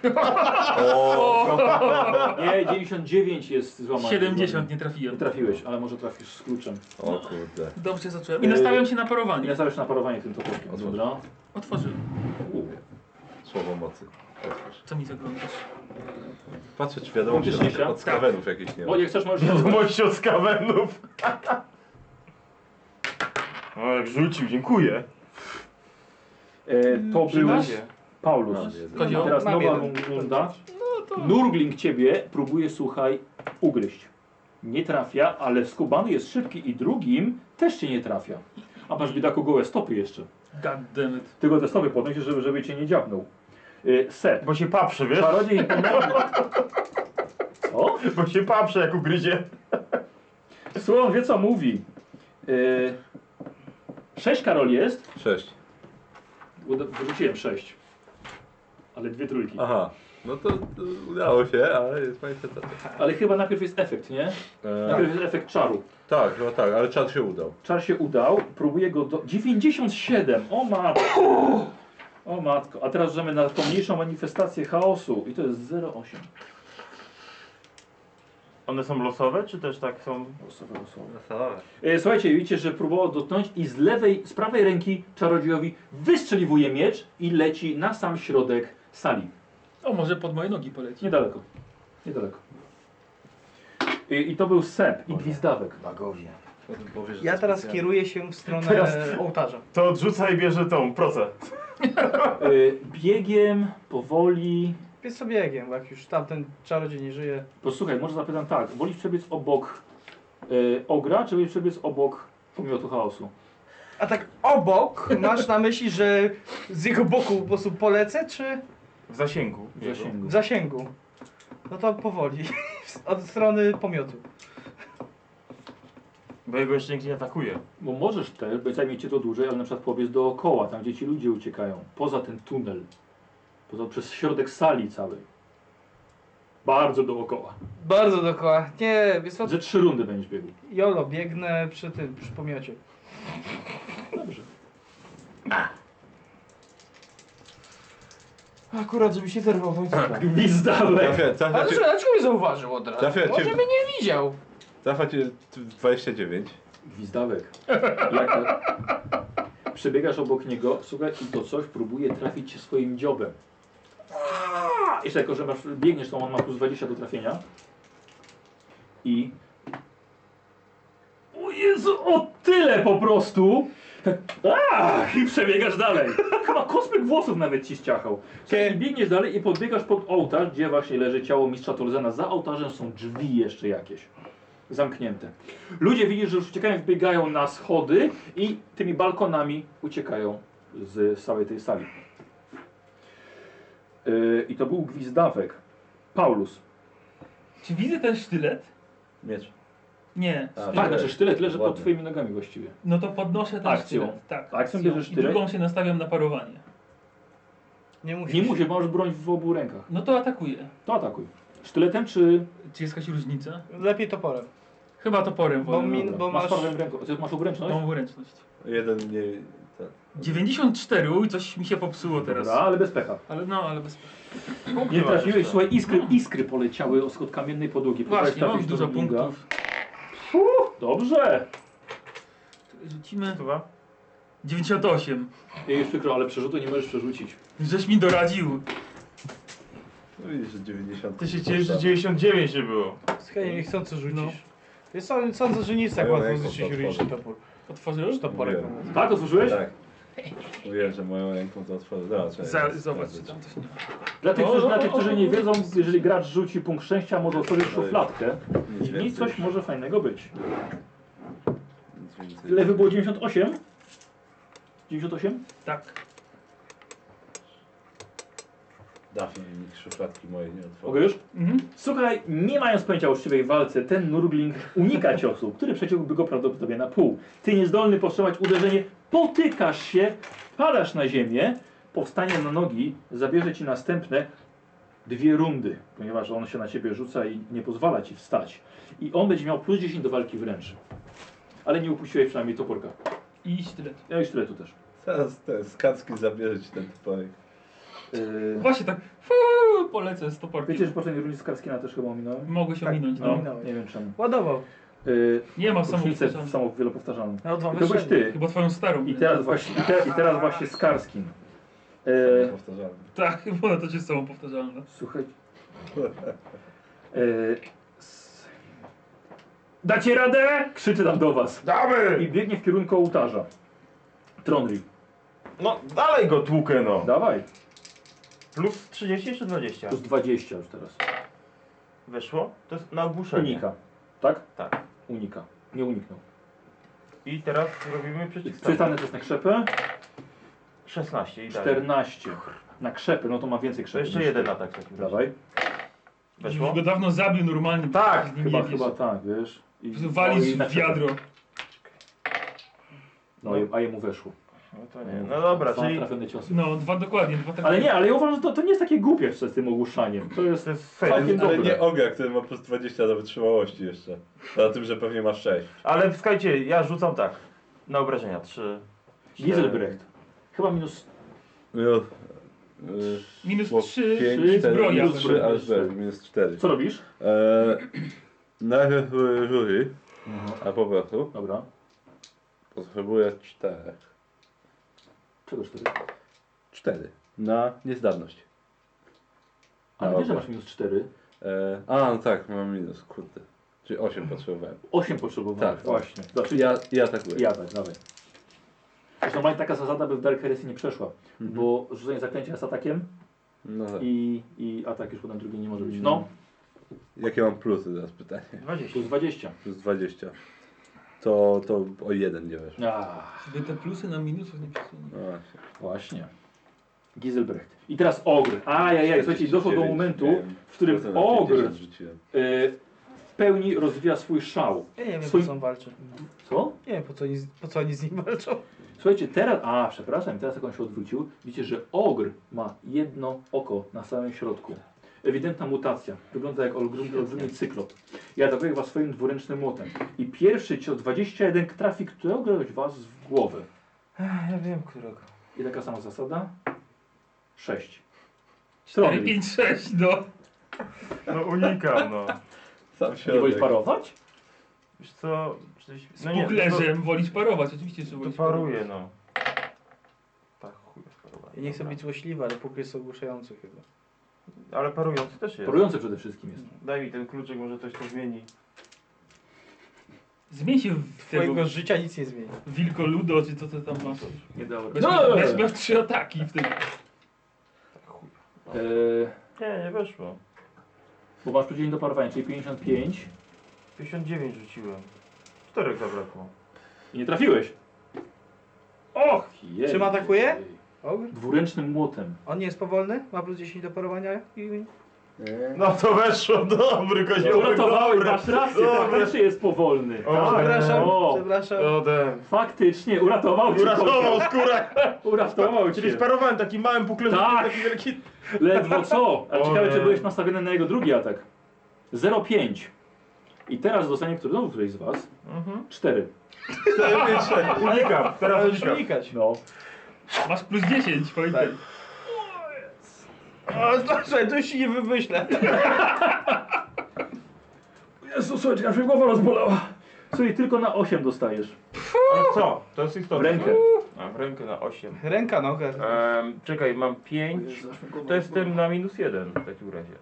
Speaker 1: Nie, 99 jest złamany.
Speaker 4: 70 nie
Speaker 1: Nie
Speaker 4: trafiłem.
Speaker 1: trafiłeś, ale może trafisz z kluczem.
Speaker 2: O kurde.
Speaker 4: Dobrze zacząłem.
Speaker 1: Eee.
Speaker 4: I nastawiam się na
Speaker 1: Nie
Speaker 4: parowanie.
Speaker 1: zostawisz na parowanie tym toporkiem.
Speaker 2: Otwórz.
Speaker 1: Dobra.
Speaker 4: Otworzyłem.
Speaker 1: U,
Speaker 2: Słowo mocy. Otwórz.
Speaker 4: Co mi zaglądasz?
Speaker 2: Patrzę, czy wiadomo, czy
Speaker 1: Faktycznie się?
Speaker 2: od- od skawenów jakichś nie ma.
Speaker 1: Bo jak chcesz, możesz...
Speaker 3: Wiadomości od skawenów. O, No, jak rzucił, dziękuję.
Speaker 1: E, to był
Speaker 5: Przyda się.
Speaker 1: Paulus.
Speaker 4: Kozioł.
Speaker 1: Teraz
Speaker 5: Mam
Speaker 1: nowa
Speaker 5: jeden.
Speaker 1: runda. Nurgling ciebie próbuje, słuchaj, ugryźć. Nie trafia, ale skubany jest szybki i drugim też cię nie trafia. A masz biedaku gołe stopy jeszcze.
Speaker 4: God damn it.
Speaker 1: Tylko te stopy podnosisz, żeby, żeby cię nie dziabnął. Yy, set.
Speaker 3: Bo się paprze, wiesz?
Speaker 1: Czarodziej imperialny. O?
Speaker 3: Bo się paprze, jak ugryzie.
Speaker 1: Słuchaj, on wie co mówi. Yy, sześć Karol jest.
Speaker 2: Sześć.
Speaker 1: Uda- Wyrzuciłem sześć. Ale dwie trójki.
Speaker 2: Aha. No to, to udało się, ale jest państwo tak.
Speaker 1: Ale chyba najpierw jest efekt, nie? Najpierw jest efekt czaru.
Speaker 2: E, Tak, no tak, ale czas się udał.
Speaker 1: Czar się udał, próbuje go do... 97! O matko! O matko. A teraz rzucamy na pomniejszą manifestację chaosu. I to jest 0,8.
Speaker 3: One są losowe, czy też tak są?
Speaker 1: Losowe, losowe. E, Słuchajcie, widzicie, że próbował dotknąć i z lewej, z prawej ręki czarodziejowi wystrzeliwuje miecz i leci na sam środek sali.
Speaker 4: O, może pod moje nogi poleci.
Speaker 1: Niedaleko. Niedaleko. I, i to był sep i gwizdawek.
Speaker 7: Bagowie.
Speaker 5: Ja teraz kieruję się w stronę
Speaker 1: Teraz-
Speaker 5: ołtarza.
Speaker 3: To odrzuca i bierze tą procę.
Speaker 1: E, biegiem, powoli,
Speaker 5: Jest sobie biegiem, bo jak już tamten czarodziej nie żyje.
Speaker 1: Posłuchaj, może zapytam tak. Wolisz przebiec obok y, ogra, czy wolisz przebiec obok pomiotu chaosu?
Speaker 5: A tak obok masz na myśli, że z jego boku po prostu polecę, czy
Speaker 3: W zasięgu.
Speaker 1: W
Speaker 3: jego.
Speaker 1: zasięgu.
Speaker 5: w zasięgu? No to powoli, od strony pomiotu.
Speaker 3: Bo jego jeszcze nikt nie atakuje.
Speaker 1: Bo możesz też, bo zajmie cię to dłużej, ale na przykład powiedz dookoła, tam gdzie ci ludzie uciekają. Poza ten tunel. Poza przez środek sali całej. Bardzo dookoła.
Speaker 5: Bardzo dookoła. Nie, wiesz co,
Speaker 1: Ze trzy rundy będziesz biegł.
Speaker 5: Jolo, biegnę przy tym, przy pomiocie.
Speaker 1: Dobrze.
Speaker 3: Akurat, żeby się zerwał, no i co tam?
Speaker 1: Gwizdałek.
Speaker 2: Trafia, trafia,
Speaker 5: Ale
Speaker 2: cię,
Speaker 5: że dlaczego mnie zauważył od razu?
Speaker 2: Trafia cię-
Speaker 5: Może mnie nie widział.
Speaker 2: trafia cię 29.
Speaker 1: Gwizdałek. Jak to? Przebiegasz obok niego, słuchaj, i to coś próbuje trafić cię swoim dziobem. Aaa! Jeszcze jako, że masz, biegniesz, to on ma plus 20 do trafienia. I... O Jezu, o tyle po prostu! Ach, I przebiegasz dalej. Chyba kospyk włosów nawet ci ściachał. Słuchaj, I biegniesz dalej i podbiegasz pod ołtarz, gdzie właśnie leży ciało mistrza Tolzena. Za ołtarzem są drzwi jeszcze jakieś. Zamknięte. Ludzie widzisz, że już uciekają, wbiegają na schody i tymi balkonami uciekają z całej tej sali. Yy, I to był gwizdawek. Paulus.
Speaker 4: Czy widzę ten sztylet?
Speaker 2: Miecz.
Speaker 4: Nie.
Speaker 2: A,
Speaker 1: Tak,
Speaker 4: sztylet.
Speaker 1: znaczy sztylet leży pod
Speaker 2: Ładnie.
Speaker 1: twoimi nogami właściwie.
Speaker 4: No to podnoszę ten
Speaker 1: Akcją.
Speaker 4: sztylet. Tak,
Speaker 1: Akcją bierzesz
Speaker 4: I
Speaker 1: sztylet?
Speaker 4: drugą się nastawiam na parowanie.
Speaker 5: Nie musisz.
Speaker 1: Nie musisz, bo masz broń w obu rękach.
Speaker 4: No to atakuję.
Speaker 1: To atakuj. Sztyletem czy
Speaker 4: Czy jest jakaś różnica?
Speaker 5: Lepiej toporem.
Speaker 4: Chyba toporem
Speaker 5: Bo,
Speaker 4: wolę.
Speaker 5: min, bo
Speaker 1: masz
Speaker 5: masz...
Speaker 1: prawą ręką? Ty masz obręczność?
Speaker 4: Mam ręczność.
Speaker 2: Jeden tak. nie... Ten.
Speaker 4: 94, uj, coś mi się popsuło teraz.
Speaker 1: Dobra, ale bez pecha.
Speaker 4: Ale no, ale bez...
Speaker 1: Nie trafiłeś, słuchaj, iskry, iskry poleciały od od kamiennej podłogi. Próbowałeś
Speaker 4: Właśnie, mam
Speaker 1: trafić tak, do
Speaker 4: dużo
Speaker 1: Rubinga.
Speaker 4: punktów.
Speaker 1: Dobrze.
Speaker 4: Rzucimy...
Speaker 3: Stuwa?
Speaker 4: 98.
Speaker 1: Jej jest przykro, ale przerzutu nie możesz przerzucić.
Speaker 4: Żeś mi doradził.
Speaker 2: No widzisz, że 90.
Speaker 3: Ty się cieszysz, że 99 nie było.
Speaker 5: Słuchaj, niechcący rzucisz.
Speaker 4: No.
Speaker 5: Wiesz co, sądzę, że nie jest tak
Speaker 2: Moją
Speaker 5: łatwo
Speaker 2: ręką
Speaker 5: zrzucić
Speaker 2: to
Speaker 5: juridiczny
Speaker 2: otworzę.
Speaker 5: topór.
Speaker 4: Otworzyłeś?
Speaker 5: Czy toporek?
Speaker 2: Mówiłem.
Speaker 1: Tak, otworzyłeś?
Speaker 2: Tak. Mówiłem, że moją ręką to otworzę. Dobra, czekaj,
Speaker 4: Za,
Speaker 2: teraz
Speaker 4: zobacz, czy
Speaker 2: sprawdzę.
Speaker 4: tam coś nie ma.
Speaker 1: Dla tych,
Speaker 4: O,
Speaker 1: którzy,
Speaker 4: o,
Speaker 1: dla tych,
Speaker 4: o,
Speaker 1: którzy
Speaker 4: o,
Speaker 1: nie
Speaker 4: o.
Speaker 1: wiedzą, jeżeli gracz rzuci punkt szczęścia, może otworzyć
Speaker 2: Ojej.
Speaker 1: szufladkę
Speaker 2: Nic
Speaker 1: i w niej
Speaker 2: więcej.
Speaker 1: coś może fajnego być.
Speaker 2: Nic więcej.
Speaker 1: Lewy było 98? 98?
Speaker 4: Tak.
Speaker 2: Dafne nikt szufladki mojej nie otworzył.
Speaker 1: Mogę już?
Speaker 4: Mhm.
Speaker 1: Słuchaj, nie mając pojęcia o uczciwej walce, ten nurgling unika ciosu, który przeciąłby go prawdopodobnie na pół. Ty niezdolny powstrzymać uderzenie, potykasz się, padasz na ziemię, powstanie na nogi, zabierze ci następne dwie rundy, ponieważ on się na ciebie rzuca i nie pozwala ci wstać. I on będzie miał plus 10 do walki wręcz. Ale nie upuściłeś przynajmniej toporka.
Speaker 4: I sztylet.
Speaker 1: Ja już tyle tu też.
Speaker 2: Teraz ten skacki zabierze ci ten toporek.
Speaker 1: Yy,
Speaker 4: Właśnie tak, fuu, polecę z toporkiem.
Speaker 1: wiecie, że Tak, poprzedniej rundzie z Karskina też chyba ominąłem?
Speaker 4: Mogły się ominąć, no.
Speaker 5: Ominąłeś.
Speaker 1: Nie wiem czemu.
Speaker 5: Ładował.
Speaker 1: Yy,
Speaker 4: Nie ma
Speaker 1: Rocznicę
Speaker 4: samopowtarzalnych.
Speaker 1: samo wielopowtarzalną.
Speaker 5: No dwa
Speaker 1: I to byłeś
Speaker 5: wyszedł.
Speaker 1: ty.
Speaker 4: Chyba twoją starą.
Speaker 1: I teraz właśnie, i te, i teraz właśnie z Karskim. E,
Speaker 2: Powtarzamy.
Speaker 4: Tak, bo to się z tobą powtarzalne.
Speaker 1: słuchaj. E, s- dacie radę? Krzyczy tam do was.
Speaker 3: Damy!
Speaker 1: I biegnie w kierunku ołtarza. Tronry.
Speaker 3: No dalej go tłukę no.
Speaker 1: Dawaj.
Speaker 3: Plus 30 czy 20?
Speaker 1: Plus 20 już teraz.
Speaker 3: Weszło? To jest na ogłuszenie.
Speaker 1: Unika. Tak?
Speaker 3: Tak.
Speaker 1: Unika. Nie uniknął.
Speaker 3: I teraz robimy przeciwstawkę.
Speaker 1: Czytany to jest na krzepę.
Speaker 3: 16 i dalej.
Speaker 1: 14. Na krzepy, no to ma więcej
Speaker 3: To
Speaker 1: krzepy.
Speaker 3: jeszcze
Speaker 1: niż
Speaker 3: jeden
Speaker 1: ty.
Speaker 3: atak w takim razie.
Speaker 1: Dawaj.
Speaker 3: Weszło?
Speaker 4: Już go dawno zabił normalnie. Tak,
Speaker 1: Chyba, chyba tak, wiesz. I,
Speaker 4: Walisz
Speaker 1: i na
Speaker 4: w
Speaker 1: krzepę.
Speaker 4: wiadro.
Speaker 1: No, a jemu weszło.
Speaker 3: No to nie. No dobra,
Speaker 1: Są
Speaker 3: czyli
Speaker 1: trafione ciosy.
Speaker 4: No, dwa dokładnie, dwa tak.
Speaker 1: Ale nie, ale ja uważam, że to, to nie jest takie głupie z tym ogłuszaniem. To jest
Speaker 3: to jest
Speaker 1: Całkiem
Speaker 3: fail.
Speaker 1: do-
Speaker 2: Ale
Speaker 1: Dobre.
Speaker 2: nie Oga, który ma plus 20 do wytrzymałości jeszcze. Na tym, że pewnie masz 6.
Speaker 3: Ale słuchajcie, ja rzucam tak. Na obrażenia. 3.
Speaker 1: Gieselbrecht. Chyba minus
Speaker 2: No, E,
Speaker 4: Minus
Speaker 2: Bo
Speaker 4: trzy.
Speaker 1: pięć.
Speaker 4: zbroja.
Speaker 2: minus
Speaker 1: Zbroja.
Speaker 2: 3, aż bez, minus 4.
Speaker 1: Co robisz?
Speaker 2: Eee, najpierw były żury, a po prostu
Speaker 1: Dobra.
Speaker 2: potrzebuję 4.
Speaker 1: Czego cztery?
Speaker 2: 4. Na niezdarność.
Speaker 1: Ale
Speaker 2: Dobra.
Speaker 1: wiesz, że masz minus cztery.
Speaker 2: Eee, a, no tak, mam minus, kurde. Czyli 8 potrzebowałem.
Speaker 1: Osiem potrzebowałeś.
Speaker 2: Tak,
Speaker 1: właśnie. Znaczy ja.
Speaker 2: Ja, ja atakuję.
Speaker 1: Ja tak, dawaj. Mhm. Zresztą Mike, taka zasada by w Dark Heresy nie przeszła, bo rzucenie zaklęcia z atakiem
Speaker 2: No tak.
Speaker 1: i, i atak już potem drugi nie może być. No,
Speaker 2: Jakie mam plusy teraz pytanie?
Speaker 7: 20.
Speaker 1: plus 20.
Speaker 2: Plus 20. To, to o jeden nie weszło.
Speaker 1: Ach,
Speaker 4: Żeby te plusy na minusów nie przesunęły.
Speaker 2: No właśnie.
Speaker 1: właśnie. Giselbrecht. I teraz ogr. Ajajaj, słuchajcie, doszło do
Speaker 2: 49
Speaker 1: momentu,
Speaker 2: miałem.
Speaker 1: w którym
Speaker 2: Procent na
Speaker 1: ogr
Speaker 2: 50 rzuciłem.
Speaker 1: y, w pełni rozwija swój szał.
Speaker 5: Ja nie wiem, po
Speaker 1: Swój-
Speaker 5: co on walczy.
Speaker 1: Co?
Speaker 5: Nie wiem, po co oni, z- po co oni z nim walczą.
Speaker 1: Słuchajcie, teraz. A, przepraszam, teraz jak on się odwrócił, widzicie, że ogr ma jedno oko na samym środku. Ewidentna mutacja. Wygląda jak olbrzymi, olbrzymi cyklop. I atakuje was swoim dwuręcznym młotem. I pierwszy cios 21 trafi któregoś was w głowę.
Speaker 5: Ech, Ja wiem, którego.
Speaker 1: I taka sama zasada. 6.
Speaker 4: 4,
Speaker 1: Strony.
Speaker 4: 5, 6, no.
Speaker 3: No unikam, no.
Speaker 2: Sam
Speaker 1: Nie wolisz
Speaker 2: środek.
Speaker 1: parować?
Speaker 3: Wiesz co, przecież...
Speaker 4: Z
Speaker 3: no nie,
Speaker 4: puklerzem wolisz parować, oczywiście, że
Speaker 3: To, to
Speaker 4: wolisz
Speaker 3: paruje, no. Tak, chuj,
Speaker 5: Ja nie chcę być złośliwy, ale póki jest ogłuszający chyba.
Speaker 3: Ale parujący też jest.
Speaker 1: Parujące przede wszystkim jest.
Speaker 3: Daj mi ten kluczyk, może coś to zmieni.
Speaker 4: Zmień się w
Speaker 5: Twojego
Speaker 4: tego
Speaker 5: życia nic nie zmieni.
Speaker 4: wilkoludo, czy co ty tam masz.
Speaker 1: Nie dało.
Speaker 4: Weź,
Speaker 1: No!
Speaker 4: weź, weź trzy ataki w tym.
Speaker 5: No.
Speaker 1: Eee,
Speaker 3: Nie, nie weszło.
Speaker 1: bo masz przeciwnik do parowania, czyli 55.
Speaker 3: 59 rzuciłem. Czterech zabrakło.
Speaker 1: I nie trafiłeś.
Speaker 3: Och!
Speaker 1: Jej.
Speaker 5: Czym atakuje? Ogr?
Speaker 1: Dwuręcznym młotem.
Speaker 5: On nie jest powolny? Ma plus 10 do parowania? I...
Speaker 3: No to weszło, dobry koziołek,
Speaker 1: Uratowałeś,
Speaker 3: dobry.
Speaker 1: No masz rację,
Speaker 3: Dobra.
Speaker 1: faktycznie jest powolny.
Speaker 3: O,
Speaker 1: Tak,
Speaker 5: Przepraszam,
Speaker 1: o, Eee.
Speaker 5: przepraszam.
Speaker 3: Ode.
Speaker 1: Faktycznie, uratował cię.
Speaker 3: Uratował skórę!
Speaker 1: koleś. Uratował
Speaker 3: Czyli
Speaker 1: cię.
Speaker 3: sparowałem takim małym puklerzem,
Speaker 1: Tak.
Speaker 3: taki wielki...
Speaker 1: Ledwo co. A
Speaker 3: O
Speaker 1: ciekawe,
Speaker 3: nie.
Speaker 1: czy byłeś nastawiony na jego drugi atak. 0,5. I teraz dostanie który znowu któryś z was.
Speaker 3: Mhm.
Speaker 1: 4.
Speaker 3: Unikam, teraz
Speaker 5: Możesz
Speaker 3: unikam.
Speaker 5: unikać.
Speaker 1: No.
Speaker 4: Masz plus 10, pamiętaj.
Speaker 5: O, znaczy, to się nie wymyślę.
Speaker 1: Jezu, słuchajcie, aż mi głowa rozbolała. Słuchaj, tylko na 8 dostajesz.
Speaker 3: Ale co? To jest
Speaker 1: W
Speaker 3: istotne.
Speaker 1: rękę.
Speaker 3: A, w rękę na 8.
Speaker 5: Ręka, no, noga.
Speaker 1: Eee.
Speaker 3: Ehm, czekaj, mam 5. To jestem na minus 1 w takim razie.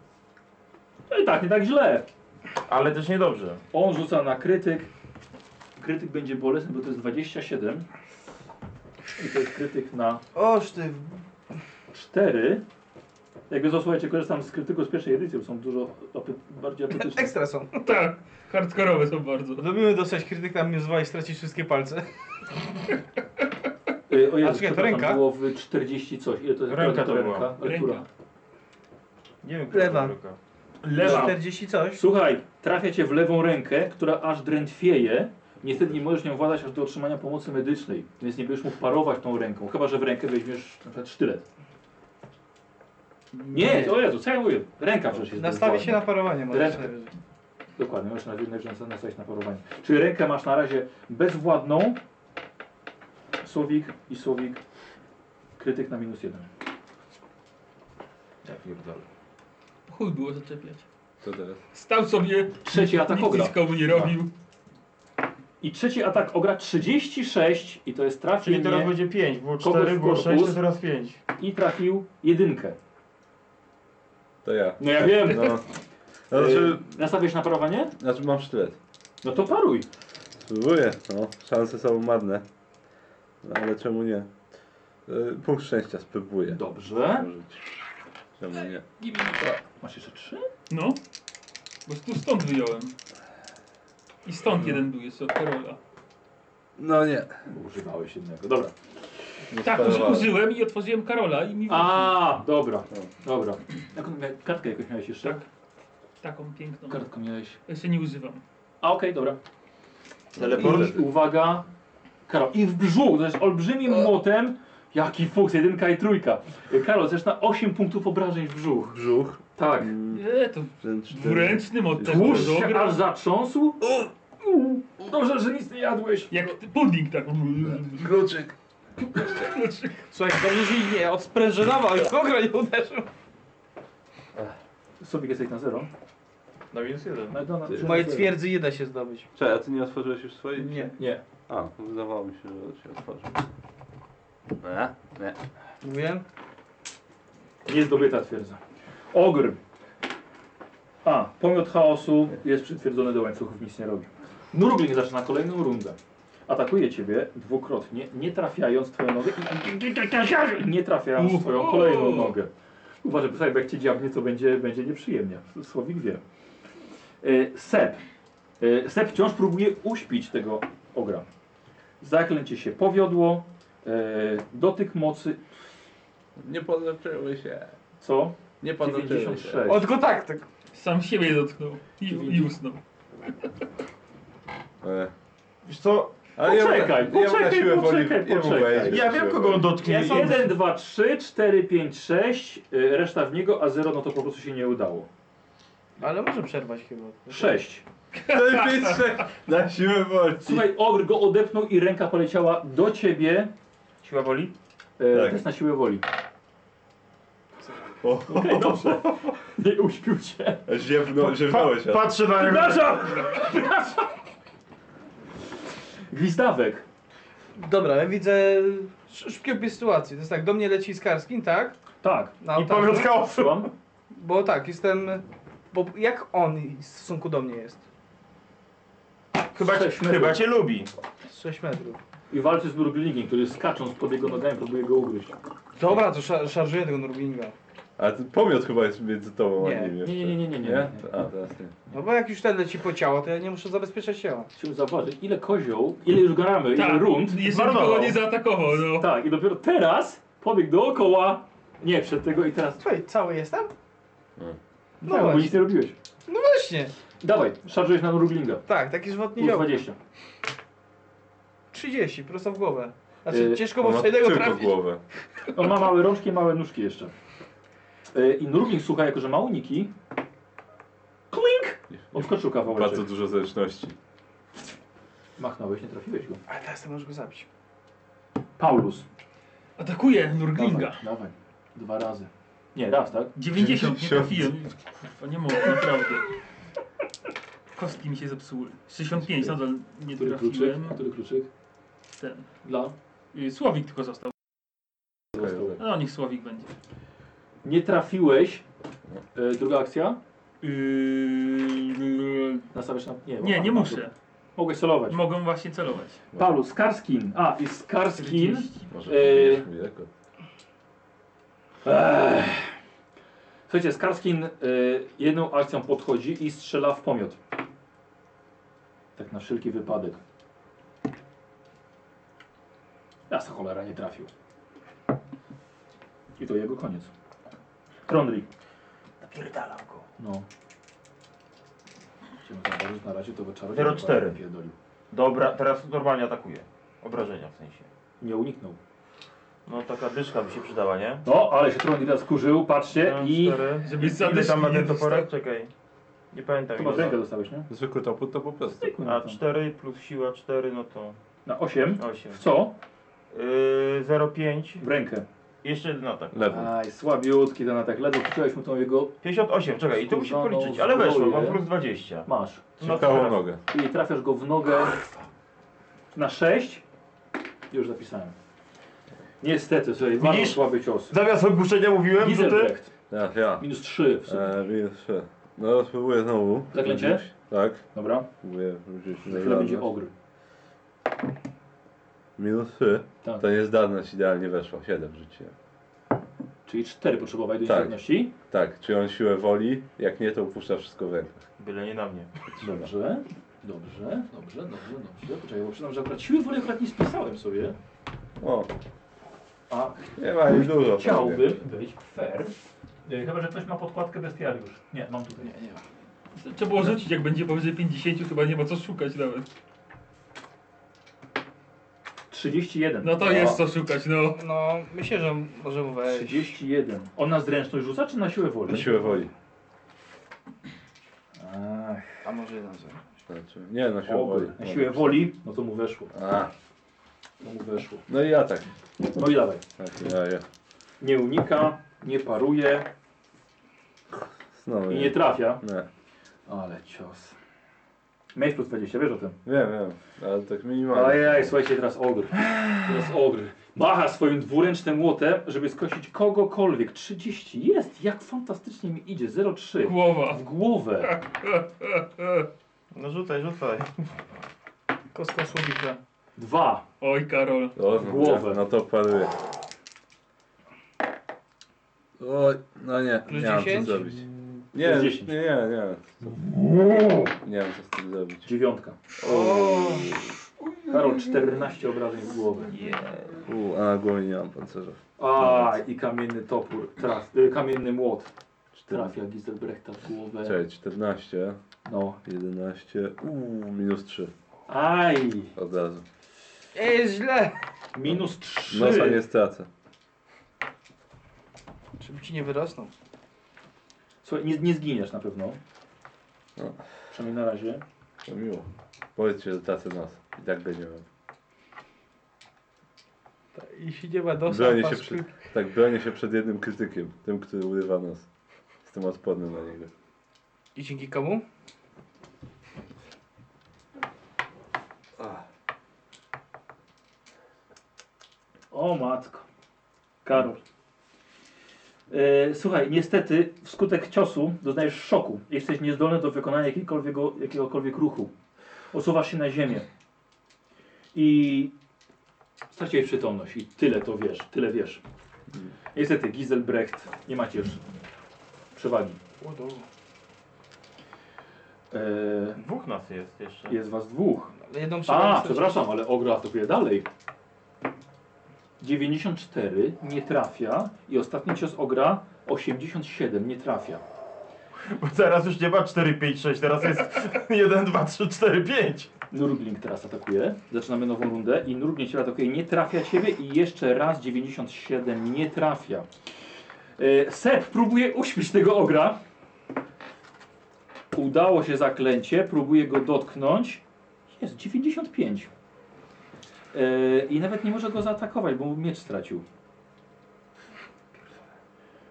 Speaker 1: No i tak, nie tak źle.
Speaker 3: Ale też niedobrze.
Speaker 1: On rzuca na krytyk. Krytyk będzie bolesny, bo to jest 27. I to jest krytyk na
Speaker 5: Oż ty,
Speaker 1: 4. Jakby zasłuchajcie, korzystam z krytyku z pierwszej edycji, bo są dużo apy- bardziej apetyczne.
Speaker 5: ekstra są.
Speaker 4: Tak, hardkorowe są bardzo.
Speaker 5: Lubimy dostać krytyk na mnie zwa i stracić wszystkie palce.
Speaker 1: Y, O
Speaker 5: A
Speaker 1: Jezu,
Speaker 5: czekaj,
Speaker 1: co
Speaker 5: to ręka?
Speaker 1: tam było w 40 coś. Ile to jest
Speaker 3: Ręka
Speaker 1: która
Speaker 3: to
Speaker 1: to
Speaker 3: była.
Speaker 1: ręka? Która?
Speaker 4: Ręka.
Speaker 3: Nie wiem, która
Speaker 5: Lewa.
Speaker 3: to ręka.
Speaker 1: Lewa.
Speaker 5: 40 coś.
Speaker 1: Słuchaj, trafia cię w lewą rękę, która aż drętwieje. Niestety nie możesz nią władać aż do otrzymania pomocy medycznej, więc nie będziesz mógł parować tą ręką, chyba że w rękę weźmiesz na przykład sztylet. Nie, o Jezu, co ja mówię? Ręka przecież jest
Speaker 5: Nastawi się
Speaker 1: drętwiona.
Speaker 5: na parowanie może.
Speaker 1: Ręka. Dokładnie, możesz na jednej ręce nastawić na parowanie. Czyli rękę masz na razie bezwładną. Słowik i słowik. Krytyk na minus jeden.
Speaker 3: Ja pierdolę.
Speaker 4: Chuj było zaczepiać.
Speaker 2: To teraz.
Speaker 4: Stał sobie,
Speaker 1: Trzeci atak
Speaker 4: nic,
Speaker 1: ogra.
Speaker 4: nic komu nie robił.
Speaker 1: I trzeci atak ogra 36 i to jest
Speaker 3: Czyli
Speaker 1: trafienie
Speaker 3: teraz będzie 5, było
Speaker 1: Kogoś
Speaker 3: 4, było
Speaker 1: korpus.
Speaker 3: 6, to teraz 5.
Speaker 1: i trafił jedynkę.
Speaker 2: To ja.
Speaker 1: No ja Y- wiem.
Speaker 2: No. No, znaczy,
Speaker 1: Nastawiasz na parowanie?
Speaker 2: znaczy mam sztylet.
Speaker 1: No to paruj.
Speaker 2: Spróbuję, no. Szanse są marne. No, ale czemu nie? Y, Punkt szczęścia spróbuję.
Speaker 1: Dobrze.
Speaker 2: Użyć. Czemu nie?
Speaker 1: Masz jeszcze trzy?
Speaker 4: No. Bo tu stąd wyjąłem. I stąd jeden był jeszcze od Karola.
Speaker 2: No nie.
Speaker 1: Bo Używałeś jednego. Dobra.
Speaker 2: nie
Speaker 4: Tak, uży,
Speaker 2: sparowałem.
Speaker 4: użyłem i otworzyłem Karola i mi wyszło.
Speaker 1: A, dobra. Dobra. Jaką mia- kartkę jakąś miałeś jeszcze?
Speaker 4: Tak. Taką piękną.
Speaker 1: Kartkę miałeś.
Speaker 4: Ja się nie używam.
Speaker 1: A okej, dobra.
Speaker 2: Teleport.
Speaker 1: I, uwaga. Karol. I w brzuch, to jest olbrzymim młotem. Jaki fuks, jedynka i trójka. Y, Karol, zresztą na 8 punktów obrażeń w brzuch.
Speaker 2: Brzuch.
Speaker 1: Tak.
Speaker 4: Nie, to
Speaker 2: Ten cztery.
Speaker 4: dwuręcznym od tego
Speaker 1: Tłuszcz się
Speaker 4: ogra.
Speaker 1: aż zatrząsł. U, Dobrze, że nic nie jadłeś.
Speaker 4: Jak ty- pudding tak.
Speaker 2: Kluczyk.
Speaker 5: Słuchaj, dobrze się nie odsprężynował i w ogóle nie uderzył.
Speaker 1: Sobie jesteś na zero.
Speaker 3: Na minus 1.
Speaker 1: Na, na, na,
Speaker 5: Moje twierdzy nie da się zdobyć.
Speaker 2: Czekaj, a ty nie otworzyłeś już swojej?
Speaker 5: Nie.
Speaker 1: Nie.
Speaker 2: A, wydawało mi się, że się otworzył. Nie, nie.
Speaker 5: Mówiłem?
Speaker 1: Niezdobyta twierdza. Ogr. A, pomiot chaosu jest przytwierdzony do łańcuchów, nic nie robi. Nurgling zaczyna kolejną rundę. Atakuje ciebie dwukrotnie, nie trafiając twoją nogę i nie trafiając
Speaker 4: Uhu.
Speaker 1: twoją kolejną nogę. Uważaj, bo jak cię dziabnie, to będzie, będzie nieprzyjemnie. Słowik wie. E, Seb. E, Seb wciąż próbuje uśpić tego ogra. Zaklęcie się powiodło. E, dotyk mocy.
Speaker 2: Nie podoczyły się.
Speaker 1: Co?
Speaker 2: Nie podoczyły się.
Speaker 1: 96.
Speaker 5: Od go tak, tak.
Speaker 4: Sam siebie dotknął i, i usnął.
Speaker 2: E.
Speaker 3: Wiesz co?
Speaker 2: Ale ja mu-
Speaker 1: Poczekaj,
Speaker 2: ja mu na
Speaker 1: poczekaj,
Speaker 2: siłę woli-
Speaker 1: poczekaj,
Speaker 2: ja mu
Speaker 1: poczekaj.
Speaker 2: wejść na
Speaker 3: Ja wiem
Speaker 2: siłę
Speaker 3: kogo
Speaker 2: woli.
Speaker 3: on dotknie.
Speaker 1: Jest 1, 2, 3, 4, 5, 6. e, Reszta w niego, a 0 no to po prostu się nie udało.
Speaker 5: Ale może przerwać chyba.
Speaker 1: 6.
Speaker 2: To jest pięć, sześć. Na siłę wolci.
Speaker 1: Słuchaj, ogr go odepnął i ręka poleciała do ciebie.
Speaker 3: Siła woli?
Speaker 1: E,
Speaker 2: Tak.
Speaker 1: Test na siłę woli.
Speaker 2: O,
Speaker 1: Okej, dobrze. Nie uśpił cię.
Speaker 2: Ziewnął, ziewnąłeś. ale-
Speaker 3: Patrzę na niego.
Speaker 1: Przepraszam! Przepraszam! Gwizdawek.
Speaker 5: Dobra, ja widzę sz- szybkie opis sytuacji. To jest tak, do mnie leci Skarskin, tak?
Speaker 1: Tak.
Speaker 5: Na
Speaker 3: I
Speaker 5: ołtarzu.
Speaker 3: pamiątka osób.
Speaker 1: Słucham?
Speaker 5: Bo tak, jestem... Bo jak on w stosunku do mnie jest?
Speaker 3: Chyba, cię-
Speaker 1: Sześć metrów.
Speaker 3: chyba cię lubi.
Speaker 5: Z 6 metrów.
Speaker 1: I walczy z Nurglingiem, który skacząc pod jego nogami próbuje go ugryźć.
Speaker 5: Dobra, to szar szarżuję tego Nurglinga.
Speaker 2: A ten pomiot chyba jest między tobą
Speaker 5: Nie.
Speaker 2: a nim jeszcze.
Speaker 1: Nie, nie, nie, nie, nie, nie.
Speaker 2: Nie? A, teraz nie.
Speaker 5: No bo jak już ten leci po ciało, to ja nie muszę zabezpieczać ciała.
Speaker 1: Chciałbym zauważyć, ile kozioł, ile już gramy,
Speaker 3: Tak.
Speaker 1: ile rund.
Speaker 4: jeszcze
Speaker 3: zmarnował.
Speaker 4: nikogo nie zaatakował, no.
Speaker 1: Tak, i dopiero teraz pobiegł dookoła. Nie, przed tego i teraz.
Speaker 5: Słuchaj, cały jestem?
Speaker 1: No,
Speaker 5: No
Speaker 1: bo nic
Speaker 5: właśnie.
Speaker 1: nie robiłeś.
Speaker 5: No właśnie.
Speaker 1: Dawaj, szarżujesz na Nurglinga.
Speaker 5: Tak, taki żywotny
Speaker 1: Plus
Speaker 5: dział.
Speaker 1: 20.
Speaker 5: 30, prosto w głowę. Znaczy
Speaker 3: Y,
Speaker 1: Yy,
Speaker 5: ciężko,
Speaker 2: On
Speaker 5: bo
Speaker 3: no,
Speaker 2: ma
Speaker 5: w jednego
Speaker 2: tylko
Speaker 5: trafić.
Speaker 2: No, głowę.
Speaker 1: On ma małe rączki, małe nóżki jeszcze. E, I Nurgling, słuchaj, jako że ma uniki. Klink! Odskoczył
Speaker 2: Bardzo
Speaker 1: kawałeczek.
Speaker 2: dużo zależności.
Speaker 1: Machnąłeś, nie trafiłeś go.
Speaker 5: Ale teraz to możesz go zabić.
Speaker 1: Paulus.
Speaker 4: Atakuje Nurglinga.
Speaker 1: Dawaj, dawaj. Dwa razy. Nie, raz, tak?
Speaker 4: 90, nie
Speaker 2: 90.
Speaker 4: trafiłem. Kurwa, nie mogę, naprawdę. Kostki mi się zepsuły. 65, nadal nie
Speaker 1: Który kluczyk?
Speaker 4: trafiłem. no.
Speaker 1: Który kluczyk?
Speaker 4: Ten.
Speaker 1: Dla?
Speaker 4: Y, Słowik tylko został.
Speaker 1: Został.
Speaker 4: No niech Słowik będzie.
Speaker 1: Nie trafiłeś. E, druga akcja?
Speaker 4: Yy,
Speaker 1: Nastawiasz na... Nie,
Speaker 4: nie, nie muszę.
Speaker 1: Mogłeś celować.
Speaker 4: Mogą właśnie celować.
Speaker 1: Paulus, Skarskin. A, i Skarskin.
Speaker 4: 40.
Speaker 2: Może
Speaker 1: Yy.
Speaker 2: yy... mleko.
Speaker 1: Ech. Słuchajcie, Skarskin y, jedną akcją podchodzi i strzela w pomiot. Tak na wszelki wypadek. Jasna cholera, nie trafił. I to jego koniec. Trondri.
Speaker 7: Napierdalam go.
Speaker 1: No. Chciałem zauważyć, na razie tego czarodzieja.
Speaker 3: Zero cztery.
Speaker 1: pierdolił.
Speaker 3: Dobra, teraz normalnie atakuje. Obrażenia w sensie.
Speaker 1: Nie uniknął.
Speaker 3: No taka dyszka by się przydała, nie?
Speaker 1: No, ale się Trondri teraz kurzył, patrzcie i...
Speaker 4: Żeby
Speaker 3: Ile
Speaker 4: zadyszki
Speaker 3: tam ma
Speaker 4: nie
Speaker 3: ten toporek?
Speaker 4: dostał.
Speaker 3: Czekaj. Nie pamiętam
Speaker 1: To masz
Speaker 3: ile.
Speaker 1: rękę dostałeś, nie?
Speaker 2: Zwykły topór to po prostu.
Speaker 3: A 4 plus siła 4, no to
Speaker 1: Na 8.
Speaker 3: 8.
Speaker 1: W co?
Speaker 3: Yy, 0,5.
Speaker 1: W rękę.
Speaker 3: Jeszcze jeden atak.
Speaker 2: Lewy.
Speaker 1: Aj, słabiutki ten atak. Ledwo kuczyłeś mu tą jego...
Speaker 3: 58, czekaj, i to musi
Speaker 1: Skurzoną
Speaker 3: policzyć, ale weszło, mam
Speaker 1: zbroję.
Speaker 3: plus 20.
Speaker 1: Masz.
Speaker 3: No
Speaker 2: Ciekawą
Speaker 3: teraz.
Speaker 2: nogę.
Speaker 1: I trafiasz go w nogę na 6. Już zapisałem. Niestety, słuchaj, bardzo
Speaker 3: Widzisz?
Speaker 1: słaby cios.
Speaker 3: Zamiast ogłuszenia mówiłem, że ty...
Speaker 1: Gizelbrecht.
Speaker 2: Ja, ja.
Speaker 1: Minus 3 w sumie.
Speaker 2: E, więc, e, no spróbuję znowu.
Speaker 1: Zaklęcie?
Speaker 2: Tak.
Speaker 1: Dobra,
Speaker 2: Próbuję wrócić
Speaker 1: za
Speaker 2: na
Speaker 1: chwilę będzie
Speaker 2: zdalność.
Speaker 1: ogry.
Speaker 2: Minus 3.
Speaker 1: Tak.
Speaker 2: To niezdarność idealnie weszła. 7 rzuciłem.
Speaker 1: Czyli 4 potrzebowałeś do
Speaker 2: Tak.
Speaker 1: niezgodności.
Speaker 2: Tak, czy on siłę woli? Jak nie, to upuszcza wszystko w rękach.
Speaker 3: Byle nie na mnie.
Speaker 1: Dobrze. Dobrze, dobrze, dobrze, dobrze. Poczekaj, bo przyznam, że akurat siły woli akurat nie spisałem sobie.
Speaker 2: O,
Speaker 1: A
Speaker 2: nie ma nic dużo.
Speaker 1: chciałbym być fair. E, Chyba, że ktoś ma podkładkę bestiariusz. Nie, mam tutaj. Nie, nie ma.
Speaker 4: Trzeba było rzucić, jak będzie powyżej 50, chyba nie ma co szukać nawet.
Speaker 1: 31.
Speaker 4: No to
Speaker 1: A,
Speaker 4: jest co szukać, no.
Speaker 5: No, myślę, że może mu wejść.
Speaker 1: 31. On na zręczność rzuca, czy na siłę woli?
Speaker 2: Na siłę woli.
Speaker 1: Ach,
Speaker 5: A może jeden zero.
Speaker 2: Znaczy, nie, na siłę
Speaker 1: o,
Speaker 2: woli.
Speaker 1: na siłę woli, no to mu weszło.
Speaker 2: A,
Speaker 1: To mu weszło.
Speaker 2: no i ja tak.
Speaker 1: No i dawaj.
Speaker 2: tak ja, ja.
Speaker 1: Nie unika, nie paruje
Speaker 2: Znowu
Speaker 1: i nie trafia.
Speaker 2: Nie.
Speaker 1: Ale cios. Miałeś plus 20, wiesz o tym.
Speaker 2: Wiem, wiem, ale tak minimalnie.
Speaker 1: Ojej, słuchajcie, teraz ogr. Teraz ogr. Macha swoim dwuręcznym młotem, żeby skosić kogokolwiek. 30 jest, jak fantastycznie mi idzie. 0,3.
Speaker 4: Głowa.
Speaker 1: W głowę.
Speaker 3: No rzucaj, rzucaj.
Speaker 5: Kostka słowika.
Speaker 1: 2.
Speaker 4: Oj, Karol.
Speaker 2: O, no,
Speaker 1: głowę.
Speaker 2: No to paruje. O, no nie,
Speaker 5: Plus
Speaker 2: nie mam co
Speaker 5: 10?
Speaker 2: zrobić. Nie, nie,
Speaker 1: 10.
Speaker 2: nie, nie. Nie wiem co z tym zrobić.
Speaker 1: Dziewiątka. Karol, 14 obrażeń w głowę.
Speaker 2: U, a na głowie nie mam pancerza. No
Speaker 1: A i kamienny topór, traf, y, kamienny młot.
Speaker 2: Czter-
Speaker 1: Trafia Giselbrechta w głowę.
Speaker 2: Czekaj, 14,
Speaker 1: No.
Speaker 2: 11, uuu, minus 3
Speaker 1: Aj!
Speaker 2: od razu.
Speaker 5: Jest źle!
Speaker 1: Minus 3.
Speaker 2: Nosa No, nie stracę.
Speaker 5: Żeby ci nie wyrosną.
Speaker 1: Słuchaj, nie, nie zginiesz na pewno.
Speaker 2: No.
Speaker 1: Przynajmniej na razie.
Speaker 2: To miło. Powiedzcie, że tracę nos. I tak będzie miał.
Speaker 5: Jeśli nie ma dosa,
Speaker 2: Bronię się,
Speaker 5: paskudny.
Speaker 2: przed, tak, bronię się przed jednym krytykiem, tym, który urywa nos. Jestem odporny na niego.
Speaker 5: I dzięki komu?
Speaker 1: O matko. Karol. E, słuchaj, niestety wskutek ciosu doznajesz szoku. Jesteś niezdolny do wykonania jakiegokolwiek, jakiegokolwiek ruchu. Osuwasz się na ziemię. I straciłeś przytomność. I tyle to wiesz, tyle wiesz. Niestety, Giselbrecht, nie macie już przewagi. E,
Speaker 3: Dwóch nas jest jeszcze.
Speaker 1: jest was dwóch.
Speaker 5: Ale Jedną
Speaker 1: A,
Speaker 5: przewagę
Speaker 1: przepraszam, ale ogro atakuje dalej. 94 nie trafia i ostatni cios ogra 87 nie trafia.
Speaker 3: Bo teraz już nie ma 4, 5, 6, teraz jest 1, 2, 3, 4, 5.
Speaker 1: Nurgling teraz atakuje. Zaczynamy nową rundę i Nurgling cię atakuje, nie trafia ciebie i jeszcze raz 97 nie trafia. E, Sep próbuje uśpić tego ogra. Udało się zaklęcie, próbuje go dotknąć. Jest 95. E, I nawet nie może go zaatakować, bo mu miecz stracił.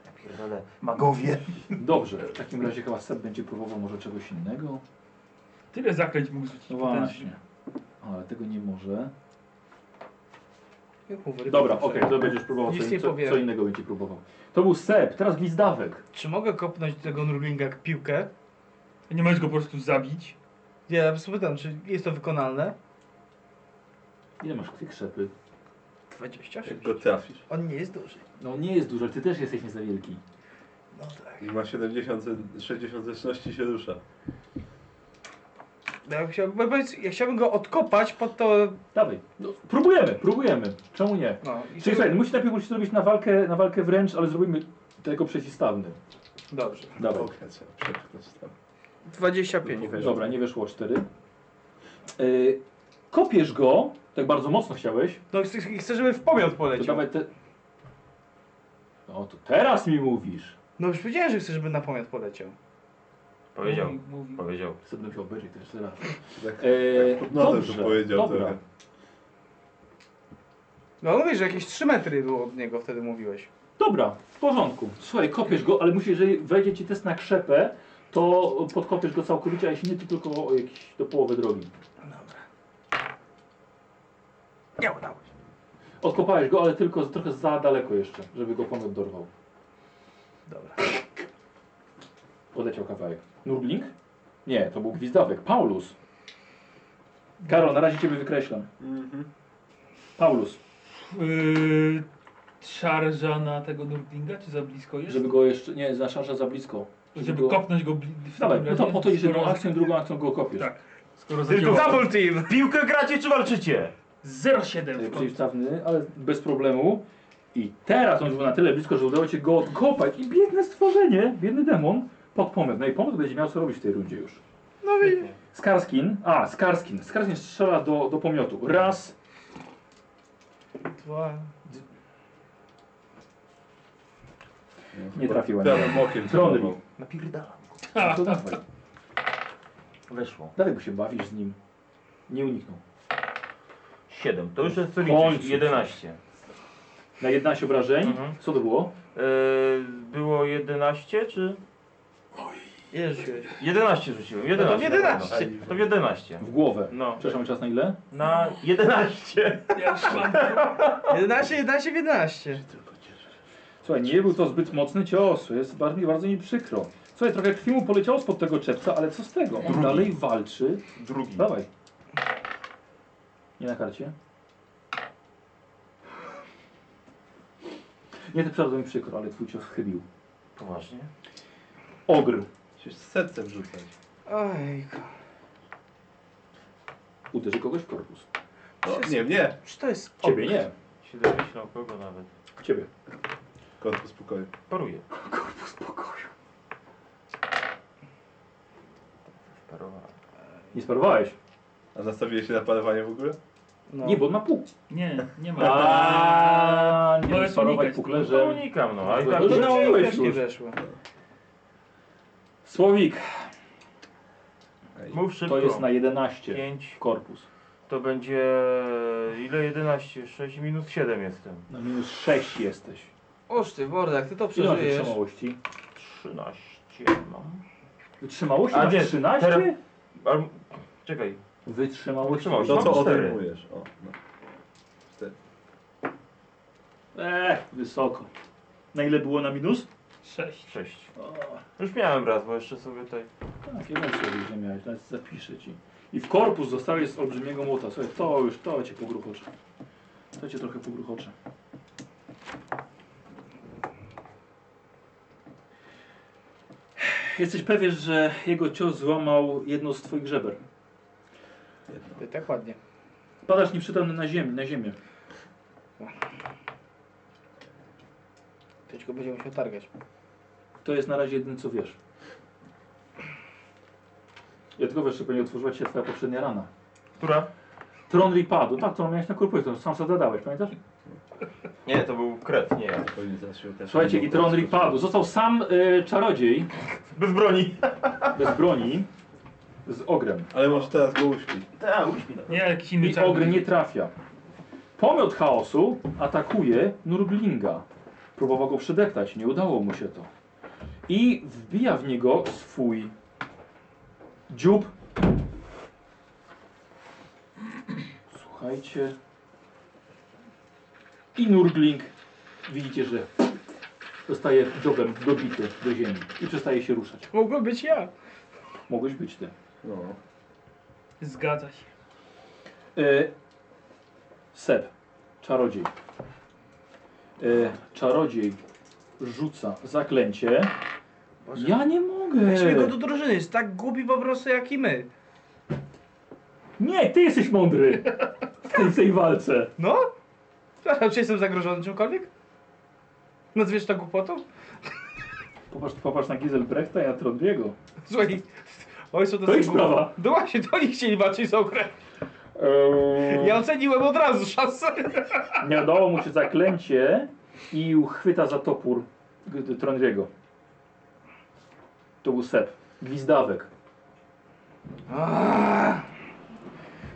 Speaker 7: Ja pierdolę, magowie.
Speaker 1: Dobrze, w takim razie chyba Seb będzie próbował może czegoś innego.
Speaker 4: Tyle zaklęć mógł rzucić.
Speaker 1: No właśnie. Ale tego nie może.
Speaker 5: Jak mówię,
Speaker 1: Dobra,
Speaker 5: dobrze.
Speaker 1: okej, to będziesz próbował
Speaker 5: Nic
Speaker 1: co,
Speaker 5: nie
Speaker 1: co,
Speaker 5: powiem.
Speaker 1: co innego będzie próbował. To był Seb, teraz Gwizdawek.
Speaker 5: Czy mogę kopnąć tego Nurlinga jak piłkę?
Speaker 4: Nie możesz go po prostu zabić.
Speaker 5: Nie, ja sobie pytam, czy jest to wykonalne?
Speaker 1: Ile masz tej krzepy?
Speaker 5: 26.
Speaker 2: Jak go trafisz.
Speaker 5: On nie jest duży.
Speaker 1: No nie jest dużo, ale ty też jesteś nie za wielki.
Speaker 5: No tak.
Speaker 2: I ma 70, 60 zręczności i się rusza.
Speaker 5: No, ja, chciałbym, ja chciałbym go odkopać pod to...
Speaker 1: Dawaj. No, próbujemy, próbujemy. Czemu nie?
Speaker 5: No, i
Speaker 1: Czyli słuchaj, musi najpierw musisz zrobić na walkę, na walkę wręcz, ale zrobimy tego przeciwstawny.
Speaker 5: Dobrze.
Speaker 1: Dawaj.
Speaker 2: Okej, trzeba przepchnąć tam.
Speaker 5: 25 weszło.
Speaker 1: Dobra, nie weszło 4. Yy, kopiesz go, tak bardzo mocno chciałeś.
Speaker 5: No chcę, chcę, żeby w pomiot
Speaker 1: To
Speaker 5: poleciał.
Speaker 1: dawaj te... No to teraz mi mówisz.
Speaker 5: No już powiedziałem, że chcę, żeby na pomiot poleciał.
Speaker 3: Powiedział,
Speaker 4: Mówi, mówi.
Speaker 3: powiedział.
Speaker 1: Chcę bym się obejrzeć też teraz.
Speaker 2: Tak,
Speaker 1: Eee,
Speaker 2: tak pod nosem
Speaker 1: dobrze,
Speaker 2: to powiedział
Speaker 1: dobra.
Speaker 2: trochę.
Speaker 5: No on mówi, że jakieś 3 metry było od niego, wtedy mówiłeś.
Speaker 1: Dobra, w porządku. Słuchaj, kopiesz go, ale musisz, jeżeli wejdzie ci test na krzepę, to podkopiesz go całkowicie, a jeśli nie, to tylko o jakieś, do połowy drogi.
Speaker 5: Nie udało się.
Speaker 1: Odkopałeś go, ale tylko z- trochę za daleko jeszcze, żeby go pomiot dorwał.
Speaker 5: Dobra.
Speaker 1: Odleciał kawałek. Nurgling? Nie, to był gwizdawek. Paulus. Karol, na razie ciebie wykreślam.
Speaker 2: Mhm.
Speaker 1: Paulus,
Speaker 4: Yy, szarża na tego Nurglinga, czy za blisko jest?
Speaker 1: żeby
Speaker 4: Żeby,
Speaker 1: go jeszcze... Nie, za szarza za blisko. go-
Speaker 4: kopnąć go bli- w
Speaker 1: Dawaj,
Speaker 4: takim
Speaker 1: no to
Speaker 4: razie,
Speaker 1: po to idzie
Speaker 4: skoro-
Speaker 1: jedną akcją, drugą akcją go kopiesz.
Speaker 4: Tak, skoro
Speaker 3: Tylko
Speaker 4: zadziałało.
Speaker 3: double team! W Piłkę gracie czy walczycie?
Speaker 4: 0,7
Speaker 1: Yy,
Speaker 4: w końcu.
Speaker 1: przeciwstawny, ale bez problemu. I teraz on już był na tyle blisko, że udało ci się go odkopać i biedne stworzenie, biedny demon, pod pomysł. No i pomysł będzie miał co robić w tej rundzie już.
Speaker 5: No i...
Speaker 1: Skarskin, a Skarskin, Skarskin strzela do, do pomiotu. Raz,
Speaker 5: Dwa...
Speaker 1: nie trafiłem.
Speaker 2: Prawym okiem
Speaker 1: Trony.
Speaker 2: próbował.
Speaker 7: Napierdalam.
Speaker 1: No to dawaj.
Speaker 7: Weszło.
Speaker 1: Dalej bo się bawisz z nim. Nie uniknął.
Speaker 3: 7, to już jest co
Speaker 1: Końcu.
Speaker 3: liczyć. 11.
Speaker 1: Na 11 obrażeń,
Speaker 3: Mhm.
Speaker 1: co to było?
Speaker 3: Yy, było 11 czy?
Speaker 5: Ile rzuciłeś?
Speaker 3: 11 rzuciłem,
Speaker 5: No to
Speaker 3: 11.
Speaker 5: 11.
Speaker 3: To w 11.
Speaker 1: W głowę.
Speaker 3: No,
Speaker 1: Przepraszam, czas na ile?
Speaker 3: na 11.
Speaker 4: Ja już mam
Speaker 5: 11, 11, 11.
Speaker 1: Słuchaj, nie był to zbyt mocny cios, jest bardzo, bardzo mi przykro. Słuchaj, trochę krwi mu poleciało spod tego czepca, ale co z tego? On
Speaker 3: Drugi.
Speaker 1: dalej walczy.
Speaker 3: Drugi.
Speaker 2: No.
Speaker 1: Dawaj. Nie na karcie. Nie, to przepraszam, mi przykro, ale twój cios chybił.
Speaker 7: Poważnie?
Speaker 1: Ogr.
Speaker 2: Musisz z sercem rzucać.
Speaker 5: Ojku.
Speaker 1: Uderzy kogoś w korpus.
Speaker 2: No, nie, nie.
Speaker 5: Czy to jest
Speaker 1: Ciebie nie.
Speaker 3: Się domyślał kogo nawet.
Speaker 1: Ciebie.
Speaker 2: Kąt spokoju.
Speaker 3: Paruje.
Speaker 1: Korpus pokoju.
Speaker 3: Parowała.
Speaker 1: Nie sparowałeś?
Speaker 2: A nastawiłeś się na parowanie w ogóle?
Speaker 5: No.
Speaker 1: Nie, bo on ma pół.
Speaker 4: Nie, nie ma.
Speaker 1: A,
Speaker 4: Bo
Speaker 1: nie
Speaker 4: jest
Speaker 1: sparować
Speaker 4: unikać.
Speaker 1: pukle,
Speaker 3: To
Speaker 1: że...
Speaker 3: unikam, no. A i
Speaker 1: No
Speaker 3: tak
Speaker 1: to
Speaker 3: już-
Speaker 1: na- Rzuciłeś
Speaker 5: Też nie
Speaker 1: już.
Speaker 5: weszło.
Speaker 1: Słowik,
Speaker 3: Mów szybko.
Speaker 1: to jest na 11.
Speaker 3: 5.
Speaker 1: Korpus.
Speaker 3: To będzie... Ile? 11. 6 minus 7 jestem.
Speaker 1: Na minus 6 jesteś.
Speaker 5: Oż ty, mordę, jak ty to
Speaker 1: Ile masz
Speaker 5: przeżyjesz.
Speaker 1: wytrzymałości?
Speaker 3: 13 mam.
Speaker 1: Wytrzymałości
Speaker 3: A
Speaker 1: masz
Speaker 3: nie,
Speaker 1: 13?
Speaker 3: teraz- Albo... Czekaj.
Speaker 1: Wytrzymałości.
Speaker 3: Wytrzymałość.
Speaker 2: To
Speaker 3: Mam
Speaker 2: co
Speaker 3: cztery.
Speaker 2: odejmujesz. O, no. Cztery.
Speaker 1: Ech, wysoko. Na ile było na minus?
Speaker 4: Sześć.
Speaker 3: 6.
Speaker 1: O,
Speaker 3: Już miałem raz, bo jeszcze sobie tutaj...
Speaker 1: tak, jeden słowik, że miałeś, nawet zapiszę ci. I w korpus zostałeś z olbrzymiego młota. Słuchaj, to już, to cię pogruchocze. To cię trochę pogruchocze. Jesteś pewien, że jego cios złamał jedno z twoich żeber.
Speaker 5: Ty, tak ładnie.
Speaker 1: Padasz nieprzytomny na ziemię, na ziemię.
Speaker 5: Tylko będzie musiał targać.
Speaker 1: To jest na razie jedyne, co wiesz. Ja tylko jeszcze pewnie otworzyła ci się twoja poprzednia rana.
Speaker 3: Która?
Speaker 1: Tron Ripadu, tak, którą miałeś na korpusie, to sam sobie dodałeś, pamiętasz?
Speaker 3: Nie, to był krew, nie ja.
Speaker 2: Spokojnie, zaraz się okaże.
Speaker 1: Słuchajcie, i Tron Ripadu. Został sam y, czarodziej,
Speaker 3: Bez broni.
Speaker 1: bez broni, z ogrem.
Speaker 2: Ale może teraz go uśpić.
Speaker 7: Tak, uśpij.
Speaker 4: Nie, jakiś inny
Speaker 1: I
Speaker 4: czarny.
Speaker 1: ogr nie trafia. Pomiot chaosu atakuje Nurglinga. Próbował go przedeptać, nie udało mu się to. I wbija w niego swój dziób. Słuchajcie. I Nurgling widzicie, że zostaje dziobem dobity do ziemi i przestaje się ruszać.
Speaker 5: Mogło być ja.
Speaker 1: Mogłeś być ty.
Speaker 2: No.
Speaker 4: Zgadza się.
Speaker 1: Y, Seb, czarodziej. Y, czarodziej rzuca zaklęcie.
Speaker 5: Boże.
Speaker 1: Ja nie mogę.
Speaker 5: Weźmy go do drużyny, jest tak głupi po prostu jak i my.
Speaker 1: Nie, ty jesteś mądry w tej, w tej walce.
Speaker 5: No? Przepraszam, czy jestem zagrożony czymkolwiek? Nazwiesz to głupotą?
Speaker 1: Popatrz, popatrz na Giselbrechta i na Trondiego.
Speaker 5: Słuchaj, oj są
Speaker 1: To ich sprawa.
Speaker 5: Dła się, to oni chcieli walczyć z okrem. Ja oceniłem od razu szansę.
Speaker 1: Nie udało mu się zaklęcie i uchwyta za topór G- Trondiego. To był Seb. Gwizdawek.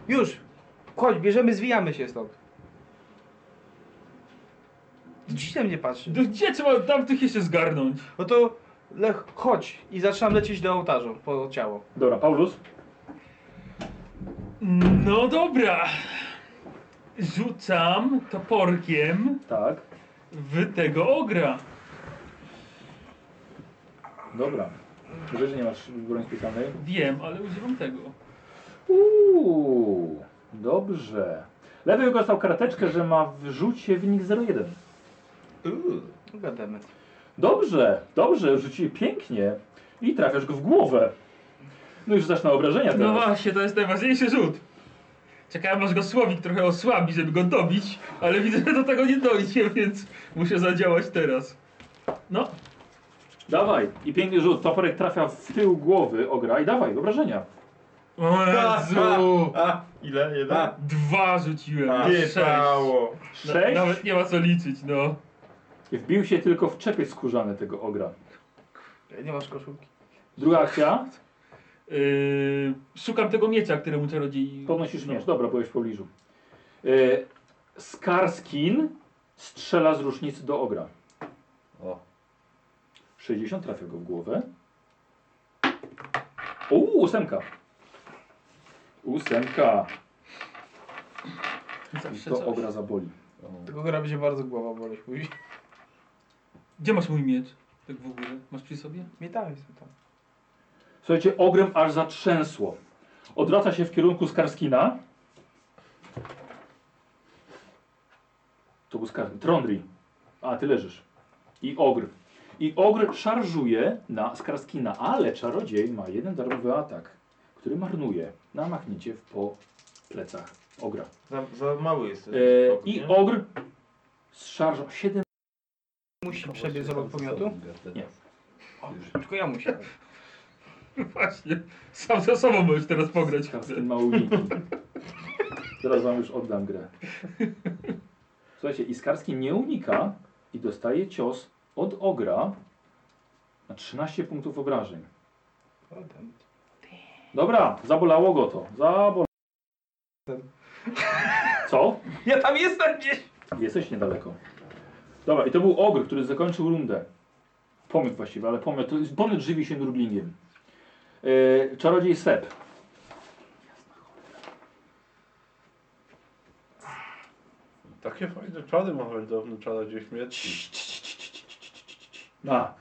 Speaker 5: Już, chodź, bierzemy, zwijamy się stąd. Dziś na mnie patrzy.
Speaker 4: Do gdzie trzeba tamtych jeszcze zgarnąć?
Speaker 5: No to Lech, chodź i zaczynam lecieć do ołtarza po ciało.
Speaker 1: Dobra, Paulus.
Speaker 4: No dobra. Rzucam toporkiem
Speaker 1: Tak.
Speaker 4: w tego ogra.
Speaker 1: Dobra. Wiesz, że nie masz broń specjalnej?
Speaker 4: Wiem, ale używam tego.
Speaker 1: Uuu, dobrze. Lewy wykorzystał karteczkę, że ma w rzucie wynik 0,1.
Speaker 5: No Gadamy.
Speaker 1: Dobrze, dobrze, rzuci pięknie. I trafiasz go w głowę. No i rzucasz na obrażenia
Speaker 4: No
Speaker 1: teraz.
Speaker 4: właśnie, to jest najważniejszy rzut. Czekałem aż go Słowik trochę osłabi, żeby go dobić, ale widzę, że do tego nie dojdzie, więc muszę zadziałać teraz. No,
Speaker 1: Dawaj. I piękny rzut. Toporek trafia w tył głowy ogra i dawaj, obrażenia.
Speaker 4: o Jezu!
Speaker 2: A,
Speaker 3: Ile?
Speaker 2: a.
Speaker 3: Jeden?
Speaker 4: Dwa rzuciłem,
Speaker 2: A,
Speaker 4: nie sześć.
Speaker 3: Piepało.
Speaker 4: Na-
Speaker 1: Sześć.
Speaker 4: No, Nawet nie ma co liczyć, no.
Speaker 1: Wbił się tylko w czepiec skórzany tego ogra.
Speaker 5: Nie masz koszulki.
Speaker 1: Druga akcja.
Speaker 4: Yy, szukam tego miecza, któremu czarodziej...
Speaker 1: Podnosisz
Speaker 4: no.
Speaker 1: miecz. Dobra, byłeś w pobliżu. Yy, Skarskin strzela z rusznicy do ogra.
Speaker 2: O,
Speaker 1: 60 trafia go w głowę. Uuu, ósemka. Ósemka. I
Speaker 4: Zawsze
Speaker 1: to
Speaker 4: coś.
Speaker 1: ogra zaboli.
Speaker 2: o.
Speaker 5: Tylko gra będzie bardzo głowa boleć później.
Speaker 4: Gdzie masz mój miecz? Tak w ogóle. Masz przy sobie?
Speaker 5: Nie tam jestem tam.
Speaker 1: Słuchajcie, ogrem aż zatrzęsło. Odwraca się w kierunku Skarskina. To był Skarski. Trondri. A, ty leżysz. I ogr. I ogr szarżuje na Skarskina, ale czarodziej ma jeden darmowy atak, który marnuje na machnięcie w- po plecach ogra.
Speaker 3: Za, za mały jest. ten
Speaker 1: E,
Speaker 3: skok,
Speaker 1: I
Speaker 3: nie?
Speaker 1: ogr z szarżą 7
Speaker 5: Musi przebiec obok pomiotu.
Speaker 1: Nie.
Speaker 5: O, tylko ja muszę.
Speaker 4: Właśnie. Sam ze sobą możesz teraz pograć.
Speaker 1: Karskin ma uniki. Teraz wam już oddam grę. Słuchajcie, i Skarskin nie unika i dostaje cios od ogra na 13 punktów obrażeń. Dobra, zabolało go to. Zabolało. Co?
Speaker 5: Ja tam jestem gdzieś!
Speaker 1: Jesteś niedaleko. Dobra, i to był ogr, który zakończył rundę. Pomiot właściwie, ale pomiot, to jest- pomiot żywi się druglingiem. Yy, czarodziej Sep.
Speaker 2: Takie fajne czary ma wędrowny czarodziej śmierci.
Speaker 1: A.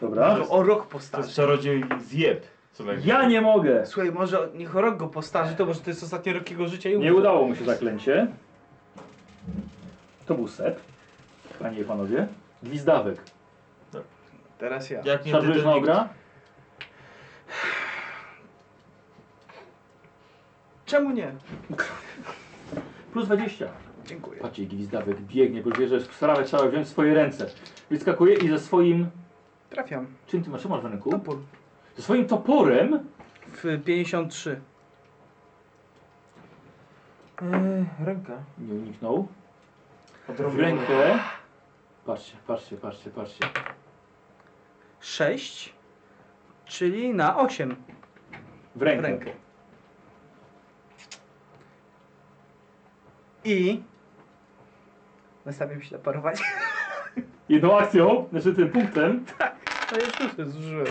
Speaker 1: Dobra.
Speaker 5: O rok
Speaker 3: To jest
Speaker 5: postarzy.
Speaker 3: czarodziej zjeb. Co najmniej.
Speaker 1: Ja nie mogę.
Speaker 5: Słuchaj, może niech o rok go postarzy, to może to jest ostatni rok jego życia i
Speaker 1: Nie
Speaker 5: umrze.
Speaker 1: udało mu się zaklęcie. To był Sep. Panie i panowie. Gwizdawek.
Speaker 5: Teraz ja.
Speaker 3: Jak nie ty,
Speaker 1: Szarżujesz
Speaker 3: to
Speaker 1: na
Speaker 3: nikt.
Speaker 1: ogra?
Speaker 5: Czemu nie?
Speaker 1: Plus 20.
Speaker 5: Dziękuję.
Speaker 1: Patrzcie, gwizdawek biegnie, bo wie, że sprawę trzeba wziąć w swoje ręce. Wyskakuje i ze swoim...
Speaker 5: Trafiam.
Speaker 1: Czym ty masz, co masz w ręku?
Speaker 5: Topór.
Speaker 1: Ze swoim toporem
Speaker 5: W 53.
Speaker 3: Eee, ręka.
Speaker 1: nie uniknął. W
Speaker 3: Odrobił
Speaker 1: rękę. Patrzcie, patrzcie, patrzcie, patrzcie.
Speaker 5: 6, czyli na 8
Speaker 1: W
Speaker 5: w
Speaker 1: rękę.
Speaker 5: rękę. I nastawiam się na parowanie.
Speaker 1: Jedną akcją, znaczy tym punktem.
Speaker 5: No już szósty zużyłem.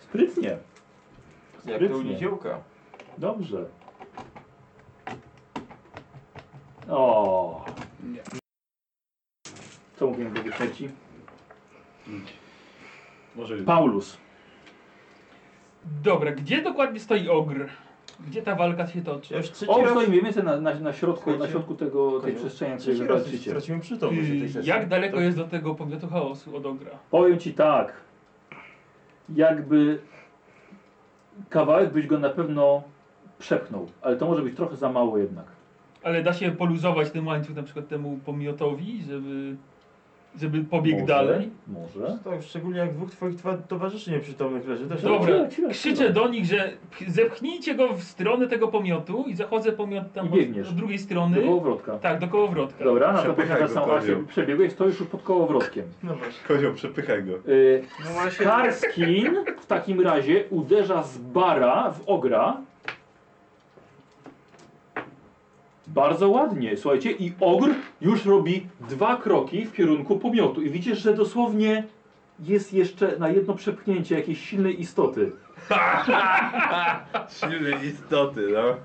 Speaker 1: Sprytnie.
Speaker 3: Jak
Speaker 1: Sprytnie.
Speaker 3: to uniciełka.
Speaker 1: Dobrze. O. Co mówiłem do wyśmieci?
Speaker 2: Może
Speaker 1: Paulus.
Speaker 4: Dobra, gdzie dokładnie stoi ogr? Gdzie ta walka się toczy?
Speaker 3: Ja już trzeci
Speaker 1: O,
Speaker 3: raz,
Speaker 1: stoi mniej więcej na, na, na środku, na
Speaker 3: Słuchajcie.
Speaker 1: środku tego, tej
Speaker 3: Końcu.
Speaker 1: przestrzeni, której
Speaker 3: trzeci
Speaker 1: wy
Speaker 3: raz
Speaker 1: walczycie.
Speaker 3: straciłem przytomność w tej sesji.
Speaker 4: Jak daleko
Speaker 3: To-
Speaker 4: jest do tego powiatu chaosu od ogra?
Speaker 1: Powiem ci tak. Jakby kawałek byś go na pewno przepchnął, ale to może być trochę za mało jednak.
Speaker 4: Ale da się poluzować ten łańcuch na przykład temu pomiotowi, żeby, żeby pobiegł
Speaker 1: Może,
Speaker 4: dalej?
Speaker 1: Może.
Speaker 3: Tak, szczególnie jak dwóch twoich twa- towarzyszy nieprzytomnych leży. Też
Speaker 4: Dobra,
Speaker 1: Chwila, chwila,
Speaker 4: krzyczę
Speaker 1: chwila.
Speaker 4: do nich, że zepchnijcie go w stronę tego pomiotu i zachodzę pomiot tam
Speaker 1: I biegniesz.
Speaker 4: od, od drugiej
Speaker 1: Do
Speaker 4: strony.
Speaker 1: kołowrotka.
Speaker 4: Tak, do kołowrotka.
Speaker 1: Dobra, na to
Speaker 2: Przepychaj
Speaker 1: pewno
Speaker 2: go,
Speaker 1: samą
Speaker 2: Paweł.
Speaker 1: akcję przebiegłeś, to już pod kołowrotkiem.
Speaker 3: No właśnie.
Speaker 2: Kozioł, przepychaj go.
Speaker 1: Yy,
Speaker 5: No właśnie.
Speaker 1: Karskin w takim razie uderza z bara w ogra. Bardzo ładnie, słuchajcie, i ogr już robi dwa kroki w kierunku pomiotu. I widzisz, że dosłownie jest jeszcze na jedno przepchnięcie jakiejś silnej istoty.
Speaker 2: Silne istoty, no.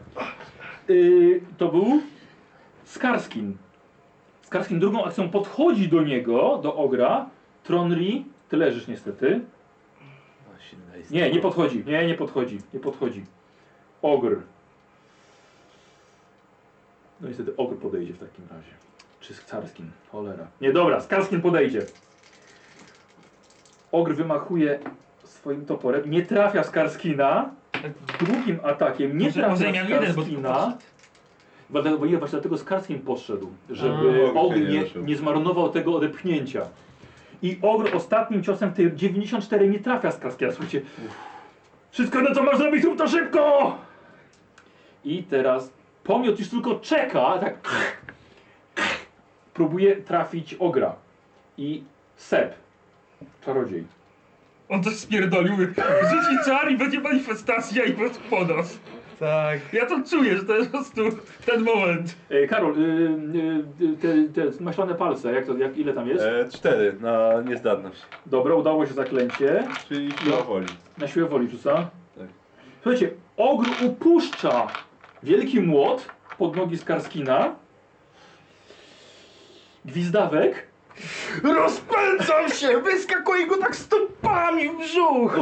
Speaker 1: Yy, to był Skarskin. Skarskin drugą akcją podchodzi do niego, do ogra. Tronri, ty leżysz niestety.
Speaker 2: Silne
Speaker 1: Nie, nie podchodzi. Nie, nie podchodzi. Nie podchodzi. Ogr. No niestety ogr podejdzie w takim razie. Czy z Carskim? Cholera. Nie, dobra, z Carskim podejdzie. Ogr wymachuje swoim toporem. Nie trafia Skarskina. Drugim atakiem nie
Speaker 4: Tak. Może, może
Speaker 1: trafia
Speaker 4: miał jeden, bo
Speaker 1: Skarskina. Bo dlatego- bo ja właśnie dlatego z Karskim podszedł, żeby
Speaker 2: A. Ogr
Speaker 1: ogr
Speaker 2: się nie
Speaker 1: nie,
Speaker 2: ruszył.
Speaker 1: nie zmarnował tego odepchnięcia. I ogr ostatnim ciosem w tej 94 nie trafia z Karskiego. Słuchajcie, wszystko no co masz zrobić, rób to szybko! I teraz pomiot już tylko czeka, tak próbuje trafić ogra. I Sep, czarodziej.
Speaker 4: On coś spierdolił. Rzuci czar i będzie manifestacja i będzie po nas.
Speaker 5: Tak.
Speaker 4: Ja to czuję, że to jest po prostu ten moment.
Speaker 1: E, Karol, y, y, te, te maślane palce, jak to, jak, ile tam jest?
Speaker 2: E, cztery na niezdarność.
Speaker 1: Dobra, udało się zaklęcie.
Speaker 2: Czyli siła woli.
Speaker 1: Na siłę woli rzuca.
Speaker 2: Tak.
Speaker 1: Słuchajcie, ogr upuszcza wielki młot pod nogi Skarskina. Gwizdawek.
Speaker 5: Rozpędzam się! Wyskakuje go tak stopami w brzuch!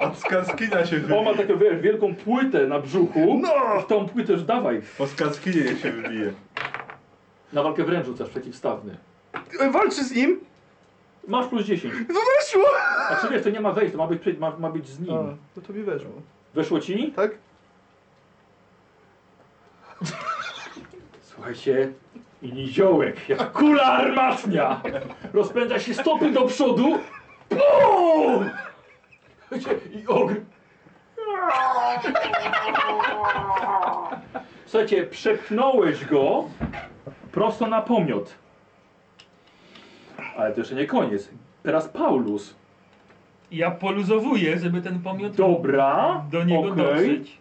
Speaker 2: Od Skarskina się
Speaker 1: On ma
Speaker 2: wybije.
Speaker 1: taką wiesz, wielką płytę na brzuchu.
Speaker 5: No!
Speaker 1: W tą płytę już dawaj.
Speaker 2: Po Skarskinie się wybije.
Speaker 1: Na walkę wręcz rzucasz przeciwstawny.
Speaker 5: Walczy z nim?
Speaker 1: Masz plus 10.
Speaker 5: No weszło!
Speaker 1: A czy wiesz, to nie ma wejść, to ma być, przed- ma, ma być z nim.
Speaker 5: A, no to mi weszło.
Speaker 1: Weszło ci?
Speaker 5: Tak?
Speaker 1: Słuchajcie, i niziołek, jak kula armatnia, rozpędza się stopy do przodu, BUM! Słuchajcie, i ogr... Słuchajcie, przepchnąłeś go prosto na pomiot. Ale to jeszcze nie koniec. Teraz Paulus.
Speaker 4: Ja poluzowuję, żeby ten pomiot
Speaker 1: Dobra,
Speaker 4: do niego
Speaker 1: okej.
Speaker 4: dotrzeć.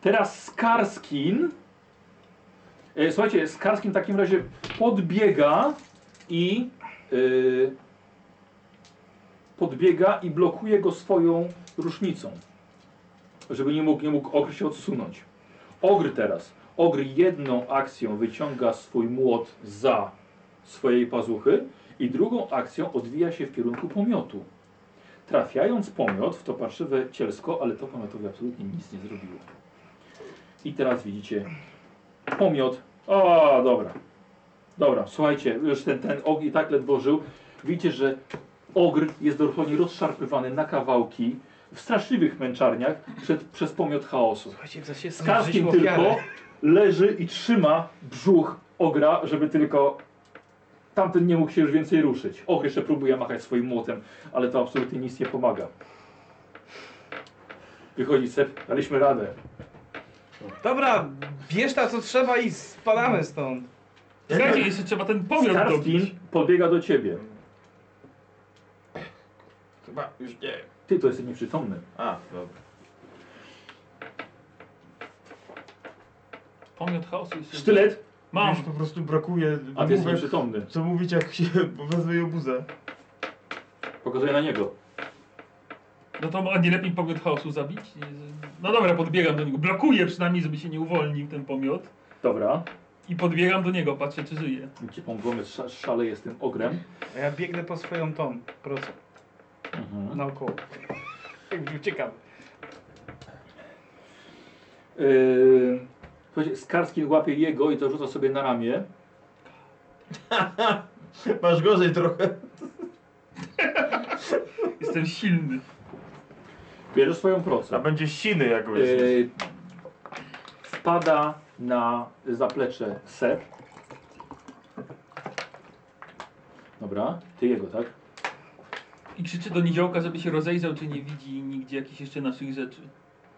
Speaker 1: Teraz Skarskin. E, Słuchajcie, Skarskin w takim razie podbiega i e, podbiega i blokuje go swoją rusznicą, żeby nie mógł, nie mógł ogr się odsunąć. Ogr teraz. Ogr jedną akcją wyciąga swój młot za swojej pazuchy i drugą akcją odwija się w kierunku pomiotu. Trafiając pomiot w to parszywe cielsko, ale to pomiotowi absolutnie nic nie zrobiło. I teraz widzicie pomiot. O, dobra. Dobra, słuchajcie, już ten, ten og i tak ledwo żył. Widzicie, że ogr jest dosłownie rozszarpywany na kawałki w straszliwych męczarniach przed, przez pomiot chaosu.
Speaker 5: Słuchajcie, za się
Speaker 1: Z kaskiem tylko leży i trzyma brzuch ogra, żeby tylko tamten nie mógł się już więcej ruszyć. Och, jeszcze próbuje machać swoim młotem, ale to absolutnie nic nie pomaga. Wychodzi Sep, daliśmy radę.
Speaker 5: Dobra, bierz ta co trzeba i spadamy stąd.
Speaker 4: Słuchajcie, jeszcze trzeba ten pomiot
Speaker 1: Skarskin
Speaker 4: dobić.
Speaker 1: podbiega do ciebie.
Speaker 3: Chyba już nie.
Speaker 1: Ty to jesteś nieprzytomny.
Speaker 3: A, no. dobra.
Speaker 4: Pomiot chaosu jest...
Speaker 1: Sztylet,
Speaker 4: Mam.
Speaker 3: Już po prostu brakuje.
Speaker 1: a ty jesteś
Speaker 3: wymówek,
Speaker 1: nieprzytomny.
Speaker 3: Co mówić, jak się bo wezmę ją buzę.
Speaker 1: Pokazuję na niego.
Speaker 4: No to a nie lepiej pomiot chaosu zabić? No dobra, podbiegam do niego. Blokuję przynajmniej, żeby się nie uwolnił ten pomiot.
Speaker 1: Dobra.
Speaker 4: I podbiegam do niego, patrzę czy żyje.
Speaker 1: Cię pomogłem, szaleje z tym ogrem.
Speaker 5: A ja biegnę po swoją tą procę
Speaker 1: Mhm.
Speaker 5: naokoło. Jakby Uciekam.
Speaker 1: Yy, słuchajcie, Skarskin łapie jego i to rzuca sobie na ramię.
Speaker 3: Masz gorzej trochę.
Speaker 4: Jestem silny.
Speaker 1: Bierze swoją
Speaker 3: A
Speaker 1: procę.
Speaker 3: będzie siny jak weźmiesz.
Speaker 1: Yy, wpada na zaplecze Sep. Dobra, ty jego, tak?
Speaker 4: I krzyczy do niziołka, żeby się rozejrzał, czy nie widzi nigdzie jakichś jeszcze naszych rzeczy.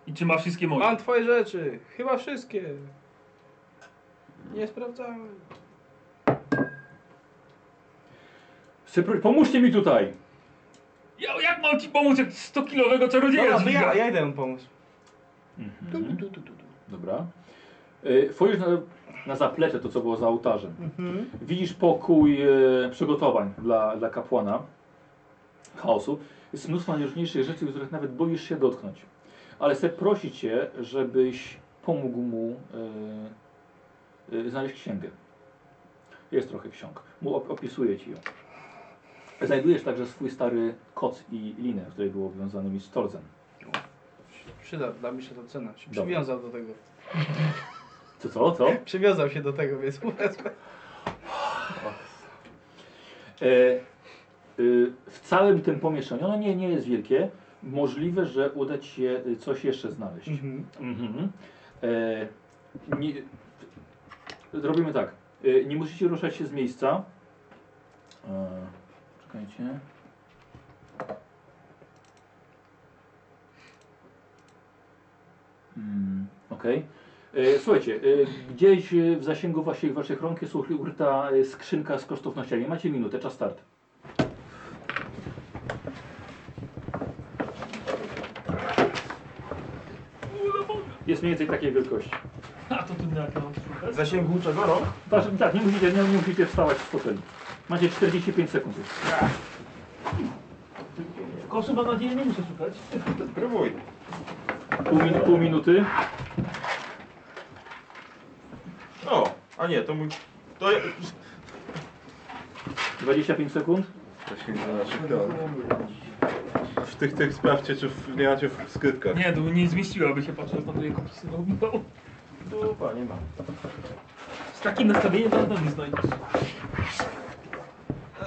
Speaker 4: I czy ma wszystkie moje.
Speaker 5: Mam twoje rzeczy. Chyba wszystkie. Nie sprawdzałem.
Speaker 1: Sep, pomóżcie mi tutaj!
Speaker 4: Ja, jak mam ci pomóc, jak 100-kilowego czarodzieja
Speaker 5: Dobra, to ja,
Speaker 4: dźwiga?
Speaker 5: ja idę mu pomóc.
Speaker 1: Mhm. Dobra. Yy, wchodzisz na, na zaplecze, to co było za ołtarzem. Widzisz pokój e, przygotowań dla, dla kapłana chaosu. Jest mnóstwo najróżniejszych rzeczy, których nawet boisz się dotknąć. Ale se prosi cię, żebyś pomógł mu e, e, znaleźć księgę. Jest trochę ksiąg. Mu op opisuję ci ją. Znajdujesz także swój stary koc i linę, w której był obwiązany mistrz Torzen.
Speaker 5: Przyda dla mi się ta cena. Się
Speaker 1: Dobra.
Speaker 5: przywiązał do tego.
Speaker 1: Co, co, co?
Speaker 5: Przywiązał się do tego, więc wezmę.
Speaker 1: E, e, w całym tym pomieszczeniu, ono nie, nie jest wielkie, możliwe, że uda ci się e, coś jeszcze znaleźć.
Speaker 5: Mhm.
Speaker 1: Mhm. E, nie, robimy tak. E, nie musicie ruszać się z miejsca. E, czekajcie. Mm, Okej. E, Słuchajcie, e, gdzieś e, w zasięgu waszych, waszych rąk jest ukryta e, skrzynka z kosztownościami. Macie minutę, czas start. Jest mniej więcej takiej wielkości.
Speaker 4: A to tu na jak mam
Speaker 3: W
Speaker 4: szukać?
Speaker 3: zasięgu czego rok?
Speaker 1: Wasz- Tak, nie musicie, nie, nie musicie wstawać z foteli. Macie 45 sekund.
Speaker 4: W koszu mam nadzieję nie muszę szukać.
Speaker 3: Spróbuj.
Speaker 1: Pół, min- pół minuty.
Speaker 3: O, a nie, to mój. To ja-
Speaker 1: 25 sekund.
Speaker 2: To się nie da szybko. W tych, tych sprawdźcie, czy w, nie macie w skrytkach.
Speaker 4: Nie, to nie zmieściłaby się, patrząc na to, jak opisywał.
Speaker 3: Dupa, nie ma.
Speaker 4: Z takim nastawieniem to na pewno nie znajdziesz.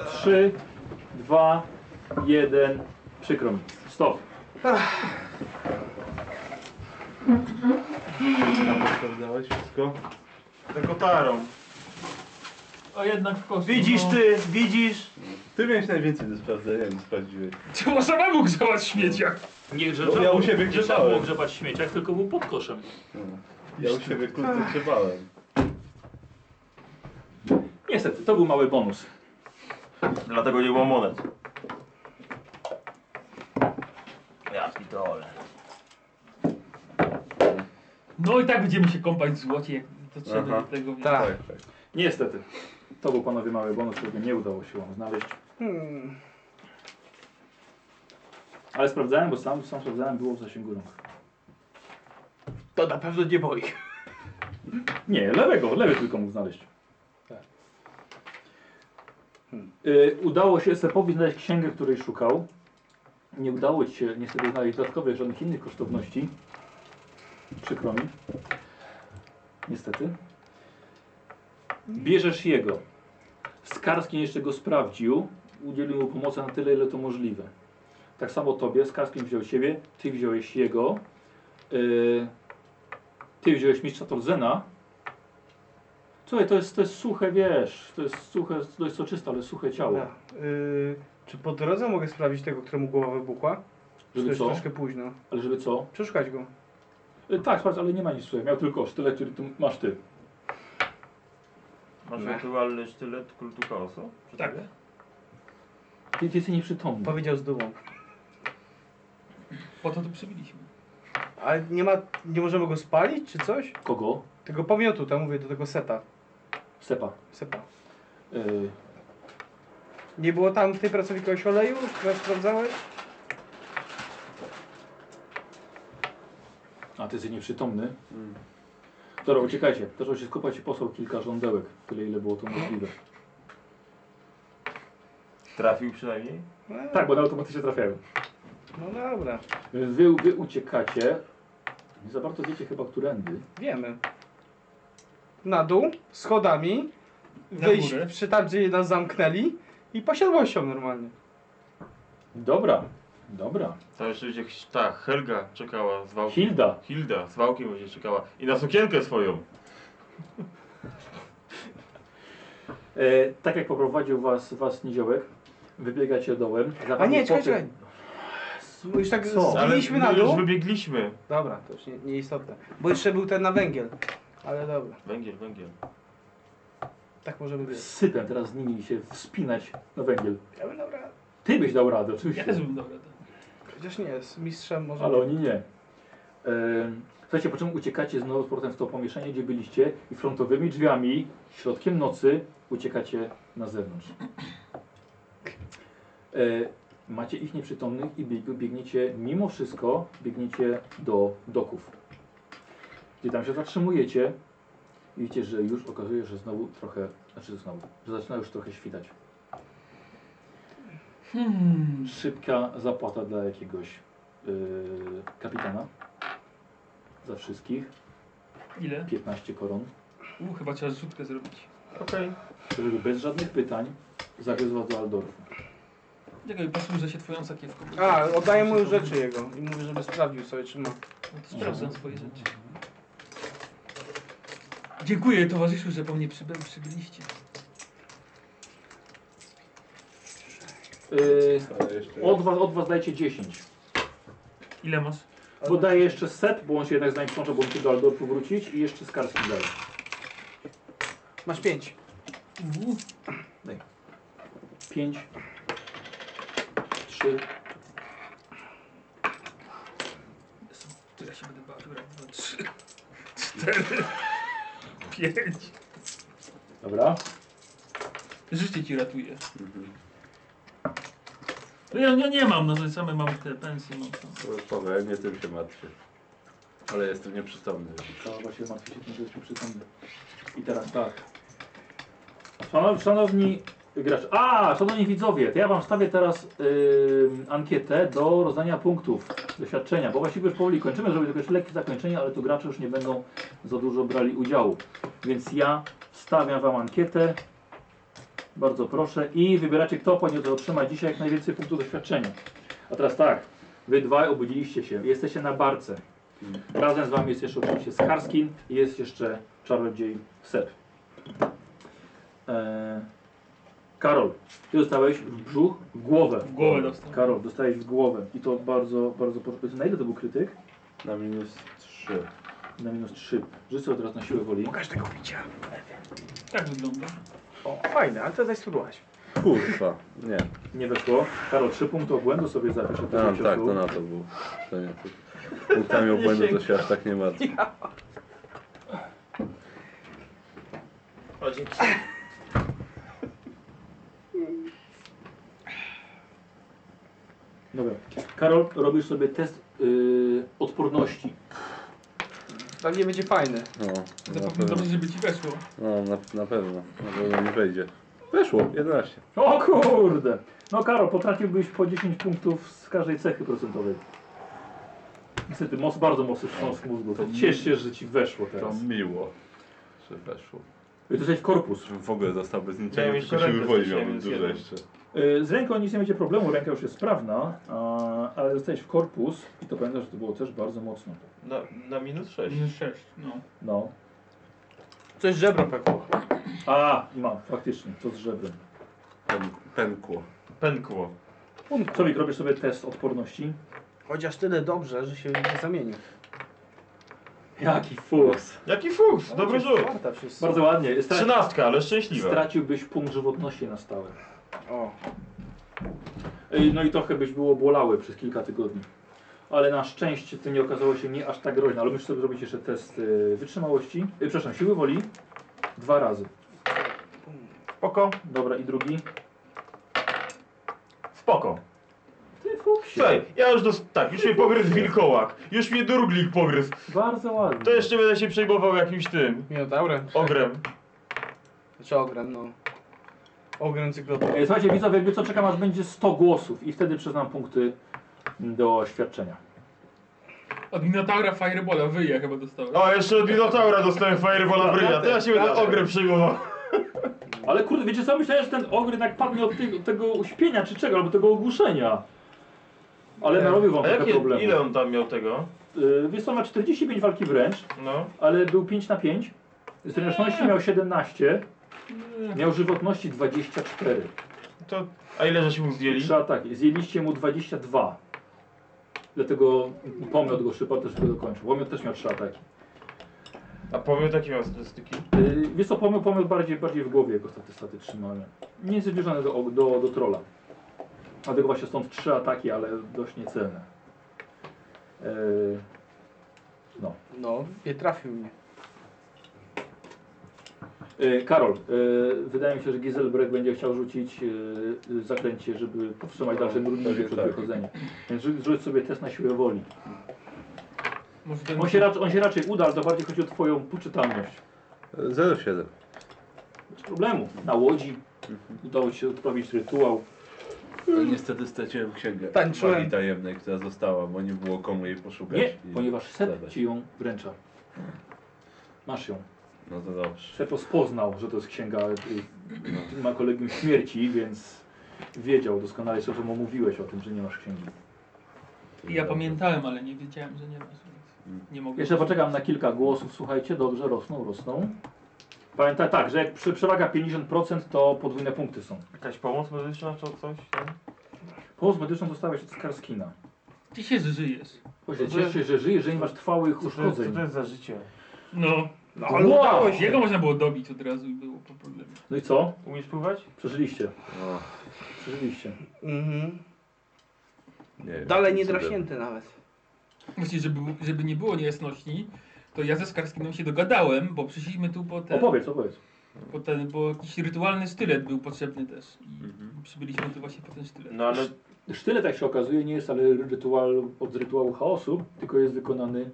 Speaker 1: Trzy, dwa, jeden. Przykro mi. Stop.
Speaker 2: Sprawdzałeś wszystko?
Speaker 3: Tylko tarą.
Speaker 4: A jednak w końcu.
Speaker 7: Widzisz
Speaker 4: no.
Speaker 7: ty, widzisz?
Speaker 2: Ty miałeś najwięcej do sprawdzenia, nie sprawdziłeś.
Speaker 4: Trzeba samemu grzebać w śmieciach.
Speaker 10: Nie
Speaker 2: No,
Speaker 10: grzeczał,
Speaker 2: ja u siebie
Speaker 10: nie trzeba
Speaker 2: grzebałem.
Speaker 10: było grzebać w śmieciach, tylko był pod koszem.
Speaker 2: Ja u siebie kurde trzebałem.
Speaker 1: Niestety, to był mały bonus.
Speaker 3: Dlatego nie było monet.
Speaker 7: Ja pitole.
Speaker 4: No i tak będziemy się kąpać w złocie. To trzeba
Speaker 2: Aha.
Speaker 4: do tego wiedzieć.
Speaker 5: Tak.
Speaker 2: tak.
Speaker 1: Niestety. To był panowie mały bonus, którego nie udało się wam znaleźć.
Speaker 5: Hmm.
Speaker 1: Ale sprawdzałem, bo sam, sam sprawdzałem, było w zasięgu rąk.
Speaker 5: To na pewno nie boi.
Speaker 1: Nie, lewego, lewy tylko mógł znaleźć.
Speaker 5: Tak.
Speaker 1: Y, udało się Sepowi znaleźć księgę, której szukał. Nie udało ci się niestety znaleźć dodatkowych żadnych innych kosztowności. Przykro mi. Niestety. Bierzesz jego. Skarski jeszcze go sprawdził. Udzielił mu pomocy na tyle, ile to możliwe. Tak samo tobie. Skarskim wziął siebie, ty wziąłeś jego. Y, ty wziąłeś mistrza Torzena. Słuchaj, to jest, to jest suche, wiesz, to jest suche, dość soczyste, ale suche ciało.
Speaker 5: Dobra. Y, czy po drodze mogę sprawdzić tego, któremu głowa wybuchła? Czy to
Speaker 1: Żeby
Speaker 5: już
Speaker 1: co?
Speaker 5: troszkę późno?
Speaker 1: Ale żeby co?
Speaker 5: Przeszukać go.
Speaker 1: E, tak, sprawdź, ale nie ma nic słuchaj. Miał tylko sztylet, który tu masz ty.
Speaker 3: Masz
Speaker 5: Ne.
Speaker 3: rytualny sztylet kultu chaosu? Przy
Speaker 4: Tak.
Speaker 3: tobie?
Speaker 1: Ty, ty jesteś nieprzytomny.
Speaker 5: Powiedział z dumą.
Speaker 4: Po to to przybiliśmy.
Speaker 5: A nie ma, nie możemy go spalić czy coś?
Speaker 1: Kogo?
Speaker 5: Tego pomiotu, tam mówię, do tego seta.
Speaker 1: Sepa.
Speaker 5: Sepa.
Speaker 1: E,
Speaker 5: Nie było tam w tej pracowni kogoś oleju, która sprawdzałeś?
Speaker 1: a ty jesteś nieprzytomny. Dobra, uciekajcie. Zaczął się skupać i posłał kilka żądełek. Tyle, ile było to możliwe.
Speaker 3: Trafił przynajmniej?
Speaker 5: No,
Speaker 1: Tak, bo na automatycznie trafiają.
Speaker 5: No dobra,
Speaker 1: Więc Y, wy, wy uciekacie. Nie za bardzo wiecie chyba, którędy.
Speaker 5: wiemy. Na dół, schodami,
Speaker 4: Na
Speaker 5: wyjść
Speaker 4: górę.
Speaker 5: przy tam, gdzie nas zamknęli i posiadłością normalnie.
Speaker 1: Dobra, dobra.
Speaker 3: To jeszcze będzie ch- ta Helga czekała z wałkiem.
Speaker 1: Hilda.
Speaker 3: Hilda z wałkiem będzie czekała. I na sukienkę swoją.
Speaker 1: E, tak jak poprowadził was, was niziołek, wybiegacie dołem. Za
Speaker 5: A
Speaker 1: wami
Speaker 5: nie, czekaj,
Speaker 1: potem-
Speaker 5: czekaj. Bo już tak
Speaker 1: Co?
Speaker 3: Ale
Speaker 5: zbiliśmy na
Speaker 3: my już
Speaker 5: dół.
Speaker 3: wybiegliśmy.
Speaker 5: Dobra, to już nie, nieistotne. Bo jeszcze był ten na węgiel. Ale dobra,
Speaker 3: Węgiel, węgiel.
Speaker 5: tak możemy
Speaker 1: Z
Speaker 5: być.
Speaker 1: sypem teraz z nimi się wspinać na węgiel.
Speaker 5: Ja bym dobra,
Speaker 1: Ty byś dał radę,
Speaker 4: Ja
Speaker 1: oczywiście.
Speaker 4: też bym dobra.
Speaker 5: chociaż nie jest, mistrzem może.
Speaker 1: Ale oni nie. Em, Słuchajcie, po czym uciekacie znowu z powrotem w to pomieszczenie, gdzie byliście i frontowymi drzwiami, środkiem nocy, uciekacie na zewnątrz. E, macie ich nieprzytomnych i bieg, biegniecie, mimo wszystko, biegniecie do doków. Gdy tam się zatrzymujecie, widzicie, że już okazuje, że znowu trochę, znaczy znowu, że zaczyna już trochę świtać.
Speaker 4: Hmm.
Speaker 1: Szybka zapłata dla jakiegoś yy, kapitana. Za wszystkich.
Speaker 4: Ile?
Speaker 1: 15 koron.
Speaker 4: U, chyba trzeba zrzutkę zrobić.
Speaker 3: Okej.
Speaker 1: Żeby bez żadnych pytań zawiózł was do Aldorfu.
Speaker 4: Czekaj, posłużę się twoją sakiewką.
Speaker 5: A, oddaję mu już rzeczy jego i mówię, żeby sprawdził sobie, czy ma.
Speaker 4: No to sprawdzam swoje rzeczy. Dziękuję towarzyszu, że po mnie przyby- przybyliście.
Speaker 1: Yy,
Speaker 2: Ale jeszcze...
Speaker 1: od, was, od was dajcie 10.
Speaker 4: Ile masz?
Speaker 1: Bo daję jeszcze set, bo on się jednak z nami włącza, bo on musi do Aldorfu wrócić i jeszcze Skarski daje.
Speaker 5: Masz pięć.
Speaker 4: U,
Speaker 1: 5 3
Speaker 4: to ja się będę bawił. Raz, dwa, trzy, cztery, pięć.
Speaker 1: Dobra.
Speaker 4: Życie ci ratuje. No ja, ja nie mam, no że same mam te pensje. No, to...
Speaker 2: Powiem, nie tym się martwię. Ale jestem nieprzytomny.
Speaker 1: To właśnie martwi się tym, że jesteśmy przytomni. I teraz tak. Szanow, szanowni Gracz. A, szanowni widzowie, to ja wam stawię teraz ym, ankietę do rozdania punktów doświadczenia, bo właściwie już powoli kończymy, żeby tylko jeszcze lekkie zakończenie, ale to gracze już nie będą za dużo brali udziału. Więc ja stawiam wam ankietę. Bardzo proszę i wybieracie kto powinien otrzymać dzisiaj jak najwięcej punktów doświadczenia. A teraz tak, wy dwaj obudziliście się, jesteście na barce. Razem z wami jest jeszcze oczywiście Skarskin i jest jeszcze czarodziej Sep. Eee, Karol, ty dostałeś w brzuch, w głowę.
Speaker 4: W głowę dostał.
Speaker 1: Karol, dostałeś w głowę i to bardzo, bardzo... po- Na ile to był krytyk?
Speaker 2: Na minus 3.
Speaker 1: Na minus 3. Rzucę to teraz na siłę woli.
Speaker 5: Pokaż tego picia.
Speaker 4: Tak wygląda.
Speaker 5: O, fajne, ale to daj spróbować.
Speaker 2: Kurwa, nie.
Speaker 1: Nie weszło. Karol, 3 punkty obłędu sobie zapisz. jak
Speaker 2: A,
Speaker 1: się
Speaker 2: tak,
Speaker 1: odbył.
Speaker 2: to na to był. To nie, to... Punktami obłędu to się aż tak nie martwi.
Speaker 3: O, dzięki.
Speaker 1: Dobra. Karol, robisz sobie test yy, odporności.
Speaker 5: Pewnie Tak będzie fajny.
Speaker 2: No, na
Speaker 4: Zapewne
Speaker 2: pewno.
Speaker 4: dobrze, żeby ci weszło.
Speaker 2: No, na, na pewno. Na pewno nie wejdzie. Weszło, 11.
Speaker 1: O kurde! No Karol, potrafiłbyś po 10 punktów z każdej cechy procentowej. Niestety, moc, bardzo mocny wstrząs mózgu. Tak. To ciesz się, że ci weszło
Speaker 2: To
Speaker 1: teraz.
Speaker 2: miło, że weszło.
Speaker 1: Dostałeś korpus.
Speaker 2: Żebym w ogóle został bez niczego,
Speaker 3: Miałem
Speaker 2: ja
Speaker 3: jeszcze
Speaker 2: się
Speaker 3: rękę
Speaker 2: wywoli
Speaker 3: straciłem,
Speaker 2: miałbym
Speaker 3: więc
Speaker 2: dużo
Speaker 3: jeden.
Speaker 2: jeszcze.
Speaker 1: Yy, z ręką nic nie będzie problemu, ręka już jest sprawna, a, ale dostałeś w korpus i to pamiętam, że to było też bardzo mocno.
Speaker 3: Na, na minus 6.
Speaker 4: Minus 6, no.
Speaker 1: No.
Speaker 5: Coś żebro pekło.
Speaker 1: A, i mam, faktycznie, to z żebrem.
Speaker 2: Pen, pękło.
Speaker 3: Pękło.
Speaker 1: Sobie robisz sobie test odporności.
Speaker 5: Chociaż tyle dobrze, że się nie zamienił.
Speaker 1: Jaki furs.
Speaker 3: Jaki fuks, dobry rzut.
Speaker 5: Warta wszyscy.
Speaker 1: Bardzo ładnie. Straci,
Speaker 3: Trzynastka, ale szczęśliwa.
Speaker 1: straciłbyś punkt żywotności na stałe.
Speaker 5: O,
Speaker 1: Ej, No i trochę byś było bolały przez kilka tygodni. Ale na szczęście to nie okazało się nie aż tak groźne. Ale musisz sobie zrobić jeszcze test y, wytrzymałości. Y, przepraszam, siły woli. Dwa razy.
Speaker 3: Spoko,
Speaker 1: Dobra, i drugi.
Speaker 3: spoko.
Speaker 1: Ty fuksie.
Speaker 3: Słuchaj, ja już dos... Tak, już mnie pogryzł wilkołak. Już mnie druglik pogryzł.
Speaker 1: Bardzo ładnie.
Speaker 3: To jeszcze będę się przejmował jakimś tym...
Speaker 5: minotaurem.
Speaker 3: Ogrem.
Speaker 5: Znaczy ogrem, no. Ogrem cyklopa.
Speaker 1: Ej, E, Słuchajcie, widzowie, jakby co czekam aż będzie 100 głosów i wtedy przyznam punkty do świadczenia.
Speaker 4: Od Minotaura Fireballa wyje chyba dostałem.
Speaker 3: O, jeszcze od Minotaura dostałem Fireballa Bryja. To ja się będę ogrem przejmował.
Speaker 1: Ale kurde, wiecie co, myślałem, że ten ogry tak padnie od tego, tego uśpienia czy czego, albo tego ogłuszenia. Ale
Speaker 5: Nie.
Speaker 1: narobił wam
Speaker 3: A
Speaker 1: trochę
Speaker 3: jakie,
Speaker 1: problemu.
Speaker 3: ile on tam miał tego?
Speaker 1: Y, Wiesz co, ma 45 walki wręcz,
Speaker 3: No.
Speaker 1: ale był 5 na 5. Zręczności miał 17, miał żywotności 24.
Speaker 3: To... A ile żeśmy mu zdjęli?
Speaker 1: Trzy ataki. tak, Zjedliście mu 22. Dlatego pomiot go szybko też go dokończył. Pomiot też miał 3 ataki.
Speaker 3: A powiem takie miał statystyki.
Speaker 1: Yy, Wiesz co, pomiot, pomiot bardziej, bardziej w głowie jako statystaty trzymane. Nie jest zbliżony do, do, do trola. Dlatego właśnie stąd 3 ataki, ale dość niecelne. Yy, No.
Speaker 5: No, nie trafił mnie.
Speaker 1: E, Karol, e, wydaje mi się, że Giselbrecht będzie chciał rzucić e, zaklęcie, żeby powstrzymać
Speaker 2: No,
Speaker 1: dalsze brudnicy
Speaker 2: pewnie
Speaker 1: przed
Speaker 2: tak.
Speaker 1: wychodzeniem. Więc rzu- rzuć sobie test na siłę woli.
Speaker 4: Może ten...
Speaker 1: On się, rac- on się raczej uda, ale to bardziej chodzi o twoją poczytalność.
Speaker 2: 07.
Speaker 1: Bez problemu. Na łodzi
Speaker 2: Mhm.
Speaker 1: udało ci się odprawić rytuał.
Speaker 2: Niestety straciłem księgę
Speaker 5: Tańczyłem.
Speaker 2: magii tajemnej, która została, bo nie było komu jej poszukać.
Speaker 1: Nie,
Speaker 2: I-
Speaker 1: ponieważ Sep
Speaker 2: zadać.
Speaker 1: ci ją wręcza. Masz ją.
Speaker 2: No to dobrze.
Speaker 1: Sep rozpoznał, że to jest księga, y, ma kolegium śmierci, więc wiedział doskonale, co mu mówiłeś o tym, że nie masz księgi.
Speaker 4: Ja pamiętałem, ale nie wiedziałem, że nie masz.
Speaker 2: Mm.
Speaker 4: więc Nie mogę.
Speaker 1: Jeszcze poczekam na kilka głosów. Słuchajcie, dobrze, rosną, rosną. Pamiętaj tak, że jak przy- przewaga 50% to podwójne punkty są.
Speaker 3: Jakaś pomoc medyczna czy coś? Tam?
Speaker 1: Pomoc medyczną dostałeś od Skarskina.
Speaker 4: Ty się żyjesz.
Speaker 1: Boże, cieszę się, że żyjesz, że nie masz trwałych
Speaker 3: Co to, jest, co
Speaker 1: uszkodzeń.
Speaker 3: to jest za życie?
Speaker 4: No.
Speaker 5: No, ale
Speaker 1: Wow!
Speaker 5: udało się.
Speaker 4: Jego można było dobić od razu i było po problemie.
Speaker 1: No i co?
Speaker 3: Umiesz pływać?
Speaker 1: Przeżyliście.
Speaker 2: O,
Speaker 1: Przeżyliście.
Speaker 5: Mhm.
Speaker 2: nie wiem,
Speaker 5: Dalej nie
Speaker 2: cudem.
Speaker 5: draśnięty nawet.
Speaker 4: Właśnie, żeby, żeby nie było niejasności, to ja ze Skarskinem się dogadałem, bo przyszliśmy tu po ten,
Speaker 1: Opowiedz, opowiedz.
Speaker 4: po ten, bo jakiś rytualny sztylet był potrzebny też. I przybyliśmy tu właśnie po ten sztylet.
Speaker 3: No ale
Speaker 1: Sztylet, jak tak się okazuje, nie jest ale rytual od rytuału chaosu, tylko jest wykonany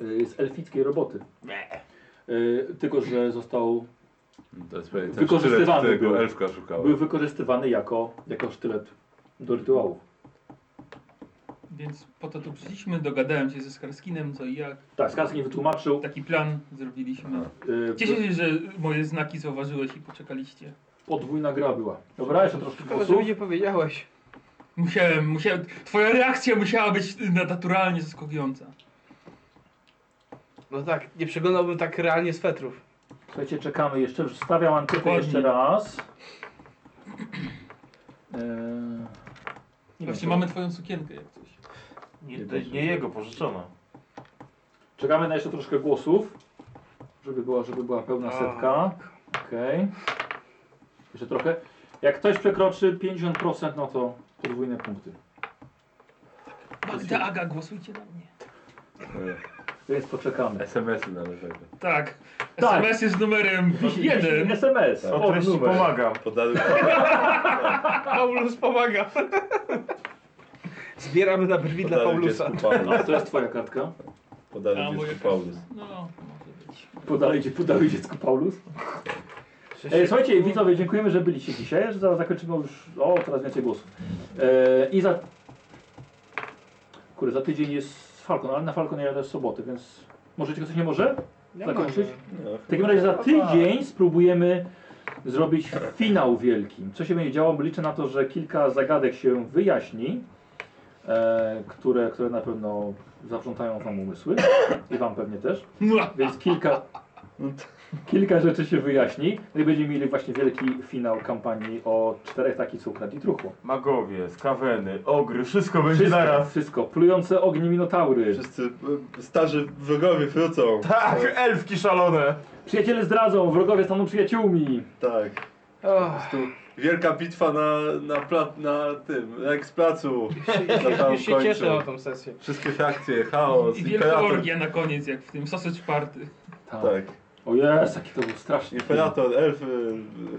Speaker 1: e, y, z elfickiej roboty. Y, Tylko, że E, został
Speaker 2: To jest pewnie ten sztylet,
Speaker 1: Wykorzystywany
Speaker 2: którego
Speaker 1: był.
Speaker 2: elfka szukała.
Speaker 1: Był wykorzystywany jako, jako sztylet do rytuałów.
Speaker 4: Więc po to tu przyszliśmy, dogadałem się ze Skarskinem co i jak.
Speaker 1: Tak, Skans nie wytłumaczył.
Speaker 4: Taki plan zrobiliśmy.
Speaker 2: No.
Speaker 1: y,
Speaker 4: Cieszę się, że moje znaki zauważyłeś i poczekaliście.
Speaker 1: Podwójna gra była. Dobra, jeszcze troszkę
Speaker 5: Tylko, że
Speaker 1: głosu.
Speaker 5: mi nie powiedziałeś.
Speaker 4: Musiałem, musiałem. Twoja reakcja musiała być y, naturalnie zaskakująca.
Speaker 5: No tak, nie przeglądałbym tak realnie swetrów.
Speaker 1: Słuchajcie, czekamy jeszcze. Wstawiam ankietę
Speaker 4: Dokładnie.
Speaker 1: jeszcze raz. Eee,
Speaker 5: Znaczy,
Speaker 4: Właśnie mamy twoją sukienkę jak coś.
Speaker 3: Nie, nie, nie jego, pożyczona.
Speaker 1: Czekamy na jeszcze troszkę głosów, żeby była, żeby była pełna setka. Okej. Jeszcze trochę. Jak ktoś przekroczy 50%, no to podwójne punkty.
Speaker 4: Magda, Aga, głosujcie na mnie.
Speaker 1: Więc poczekamy.
Speaker 2: SMS-y należały.
Speaker 4: Tak.
Speaker 1: Tak.
Speaker 4: SMS jest numerem
Speaker 1: Wisi- wisi
Speaker 4: jeden.
Speaker 1: SMS.
Speaker 2: Tak.
Speaker 1: od
Speaker 3: O treści
Speaker 1: numer.
Speaker 3: pomaga.
Speaker 2: Podany
Speaker 5: Paulus pomaga. Zbieramy na brwi dla
Speaker 2: podany dziecku
Speaker 5: Paulusa.
Speaker 1: A
Speaker 2: Paulus.
Speaker 1: to jest twoja kartka.
Speaker 4: A,
Speaker 2: Podany
Speaker 4: moja
Speaker 2: dziecku Paulus.
Speaker 4: No, może być.
Speaker 1: Podalej, dzie- podalej dziecku Paulus. E, słuchajcie, widzowie, dziękujemy, że byliście dzisiaj. Zaraz zakończymy już. O, coraz więcej głosów. E, I za. Kurde, za tydzień jest Falcon, ale na Falcon ja jadę w soboty, więc. Możecie ktoś nie może?
Speaker 5: Ja
Speaker 1: Zakończyć?
Speaker 5: mogę.
Speaker 2: No,
Speaker 1: W takim razie za tydzień spróbujemy zrobić finał wielki. Co się będzie działo? Liczę na to, że kilka zagadek się wyjaśni, e, które, które na pewno zawrzątają wam umysły i wam pewnie też.
Speaker 4: Mua.
Speaker 1: Więc kilka,
Speaker 2: no,
Speaker 1: kilka rzeczy się wyjaśni. No i będziemy mieli właśnie wielki finał kampanii o czterech takich cukrach i truchło.
Speaker 3: Magowie, skaweny, ogry, wszystko będzie
Speaker 1: Wszystko,
Speaker 3: naraz.
Speaker 1: wszystko. Plujące ognie minotaury.
Speaker 2: Wszyscy y, starzy wrogowie wrócą.
Speaker 3: Tak, elfki szalone.
Speaker 1: Przyjaciele zdradzą, wrogowie staną przyjaciółmi.
Speaker 2: Tak.
Speaker 5: Och,
Speaker 2: Wielka bitwa na, na, pla, na tym, na eksplacu. Na
Speaker 5: już,
Speaker 2: tam
Speaker 5: już się cieszę na
Speaker 2: końcu.
Speaker 5: tą sesję.
Speaker 2: Wszystkie frakcje, chaos,
Speaker 4: I wielka
Speaker 2: imperator.
Speaker 4: orgia na koniec, jak w tym Sausage Party.
Speaker 1: Tak.
Speaker 2: Tak.
Speaker 1: O jest, jaki to był straszny.
Speaker 2: Imperator, elfy,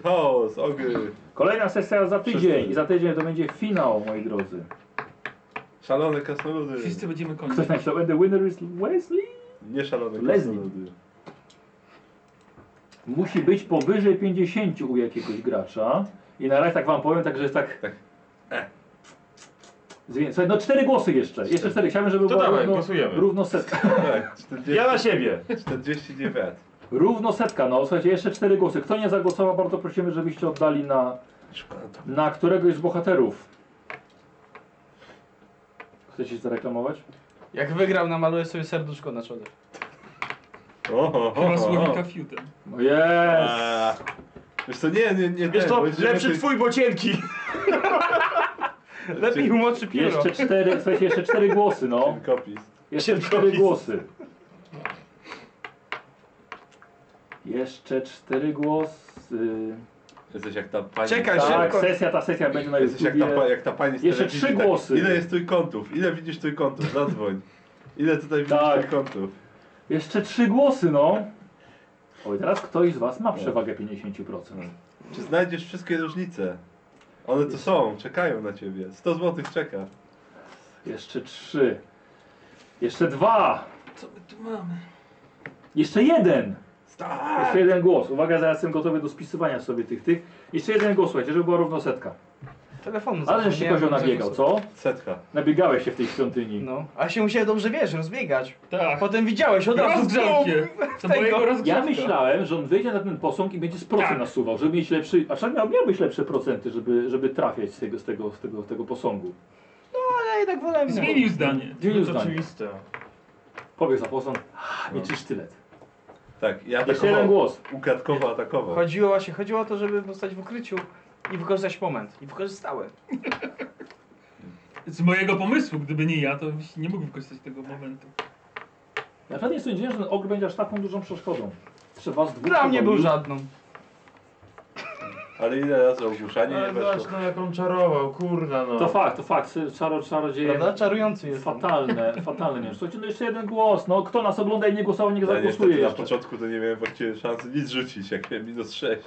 Speaker 2: chaos, ogry.
Speaker 1: Kolejna sesja za tydzień.
Speaker 2: Wszyscy.
Speaker 1: I za tydzień to będzie finał, moi drodzy.
Speaker 2: Szalone krasnoludy.
Speaker 4: Wszyscy będziemy kończyć.
Speaker 1: Ktoś napisał, będę winner is Wesley?
Speaker 2: Nie szalone
Speaker 1: Leslie.
Speaker 2: krasnoludy.
Speaker 1: Musi być powyżej 50 u jakiegoś gracza. I na razie tak wam powiem, także jest tak... Zmienię. Słuchaj, no cztery głosy jeszcze. Jeszcze cztery. Chciałbym, żeby
Speaker 3: To
Speaker 1: była
Speaker 3: dawaj,
Speaker 1: równo,
Speaker 3: głosujemy.
Speaker 1: równo setka.
Speaker 2: Tak, 40,
Speaker 3: Ja na siebie.
Speaker 2: 49.
Speaker 1: Równo setka, no słuchajcie, jeszcze cztery głosy. Kto nie zagłosował, bardzo prosimy, żebyście oddali na, na któregoś z bohaterów. Chcecie się zareklamować?
Speaker 5: Jak wygram, namaluję sobie serduszko na czole.
Speaker 2: Oho,
Speaker 4: Chyba słowika fiutem.
Speaker 1: No Jest!
Speaker 2: Eee. Wiesz co, nie, nie, nie.
Speaker 3: Wiesz
Speaker 2: ten,
Speaker 3: to,
Speaker 2: będziemy
Speaker 3: lepszy
Speaker 2: tej-
Speaker 3: twój, bo cienki.
Speaker 5: Lepiej umoczy pióro.
Speaker 1: Jeszcze cztery, słuchajcie, jeszcze cztery głosy, no.
Speaker 2: ten kopis.
Speaker 1: Jeszcze
Speaker 3: Ciężko
Speaker 1: cztery
Speaker 3: pisać.
Speaker 1: głosy. Jeszcze cztery głosy.
Speaker 2: Jesteś jak ta pani.
Speaker 5: Czekaj,
Speaker 1: Tak,
Speaker 5: szybko.
Speaker 1: sesja, ta sesja będzie na
Speaker 2: Jesteś jak ta,
Speaker 1: YouTubie.
Speaker 2: pa- jak ta pani z
Speaker 1: Jeszcze
Speaker 2: telewizji,
Speaker 1: trzy
Speaker 2: tak,
Speaker 1: głosy.
Speaker 2: Ile jest trójkątów? Ile widzisz trójkątów? Zadzwoń. Ile tutaj widzisz
Speaker 1: Tak.
Speaker 2: trójkątów?
Speaker 1: Jeszcze trzy głosy, no. Oj, teraz ktoś z was ma przewagę 50%.
Speaker 2: Czy znajdziesz wszystkie różnice? One tu są, czekają na ciebie. 100 złotych czeka.
Speaker 1: Jeszcze trzy. Jeszcze dwa.
Speaker 4: Co my tu mamy?
Speaker 1: Jeszcze jeden.
Speaker 2: Stać!
Speaker 1: Jeszcze jeden głos. Uwaga, zaraz jestem gotowy do spisywania sobie tych, tych. Jeszcze jeden głos, słuchajcie, żeby była równo setka.
Speaker 5: Telefonu
Speaker 1: Ale żeś się
Speaker 5: zapomniałem,
Speaker 1: kozioł nabiegał, co?
Speaker 2: Setka.
Speaker 1: Nabiegałeś się w tej świątyni.
Speaker 5: No, a się musiałeś dobrze, wiesz, rozbiegać.
Speaker 4: Tak.
Speaker 5: Potem widziałeś od razu.
Speaker 4: Rozgrzał się. To była jego rozgrzewka.
Speaker 1: Ja myślałem, że on wyjdzie na ten posąg i będzie z procent
Speaker 4: Tak.
Speaker 1: nasuwał, żeby mieć lepszy. A miał, miał być lepsze procenty, żeby, żeby trafiać z tego, z tego, z tego, z tego posągu.
Speaker 5: Ja jednak No, tak wolałem.
Speaker 4: Zmienił zdanie.
Speaker 1: Zmienił
Speaker 3: To
Speaker 1: zdanie.
Speaker 3: oczywiste.
Speaker 1: Pobiegł za posąg.
Speaker 5: No.
Speaker 1: A, Mieczy sztylet.
Speaker 2: Tak, ja
Speaker 1: Jeszcze jeden
Speaker 2: atakował.
Speaker 1: głos.
Speaker 2: Ukradkowo atakował.
Speaker 5: Chodziło właśnie, chodziło o to, żeby zostać w ukryciu i wykorzystać moment. I wykorzystałem.
Speaker 4: Z mojego pomysłu, gdyby nie ja, to byś nie mógł wykorzystać tego momentu.
Speaker 1: Ja naprawdę nie sądziłem, że ten ogr będzie aż taką dużą przeszkodą. Trzeba z dwóch
Speaker 5: Dla mnie był
Speaker 1: powoli-
Speaker 5: żadną.
Speaker 2: Ale ile razy ogłuszanie nie
Speaker 3: Ale
Speaker 2: weszło.
Speaker 3: zobacz, no jak on czarował, kurna no.
Speaker 1: To fakt, to fakt. Czaro, czarodzieje.
Speaker 5: Prawda? Czarujący jest.
Speaker 1: Fatalne, fatalne. Nie. Słuchajcie, no jeszcze jeden głos. No kto nas ogląda i nie głosował, niech
Speaker 2: Ja
Speaker 1: zagłosuje
Speaker 2: niestety na
Speaker 1: jeszcze.
Speaker 2: początku to nie miałem właściwie szansy nic rzucić, jak miałem minus 6.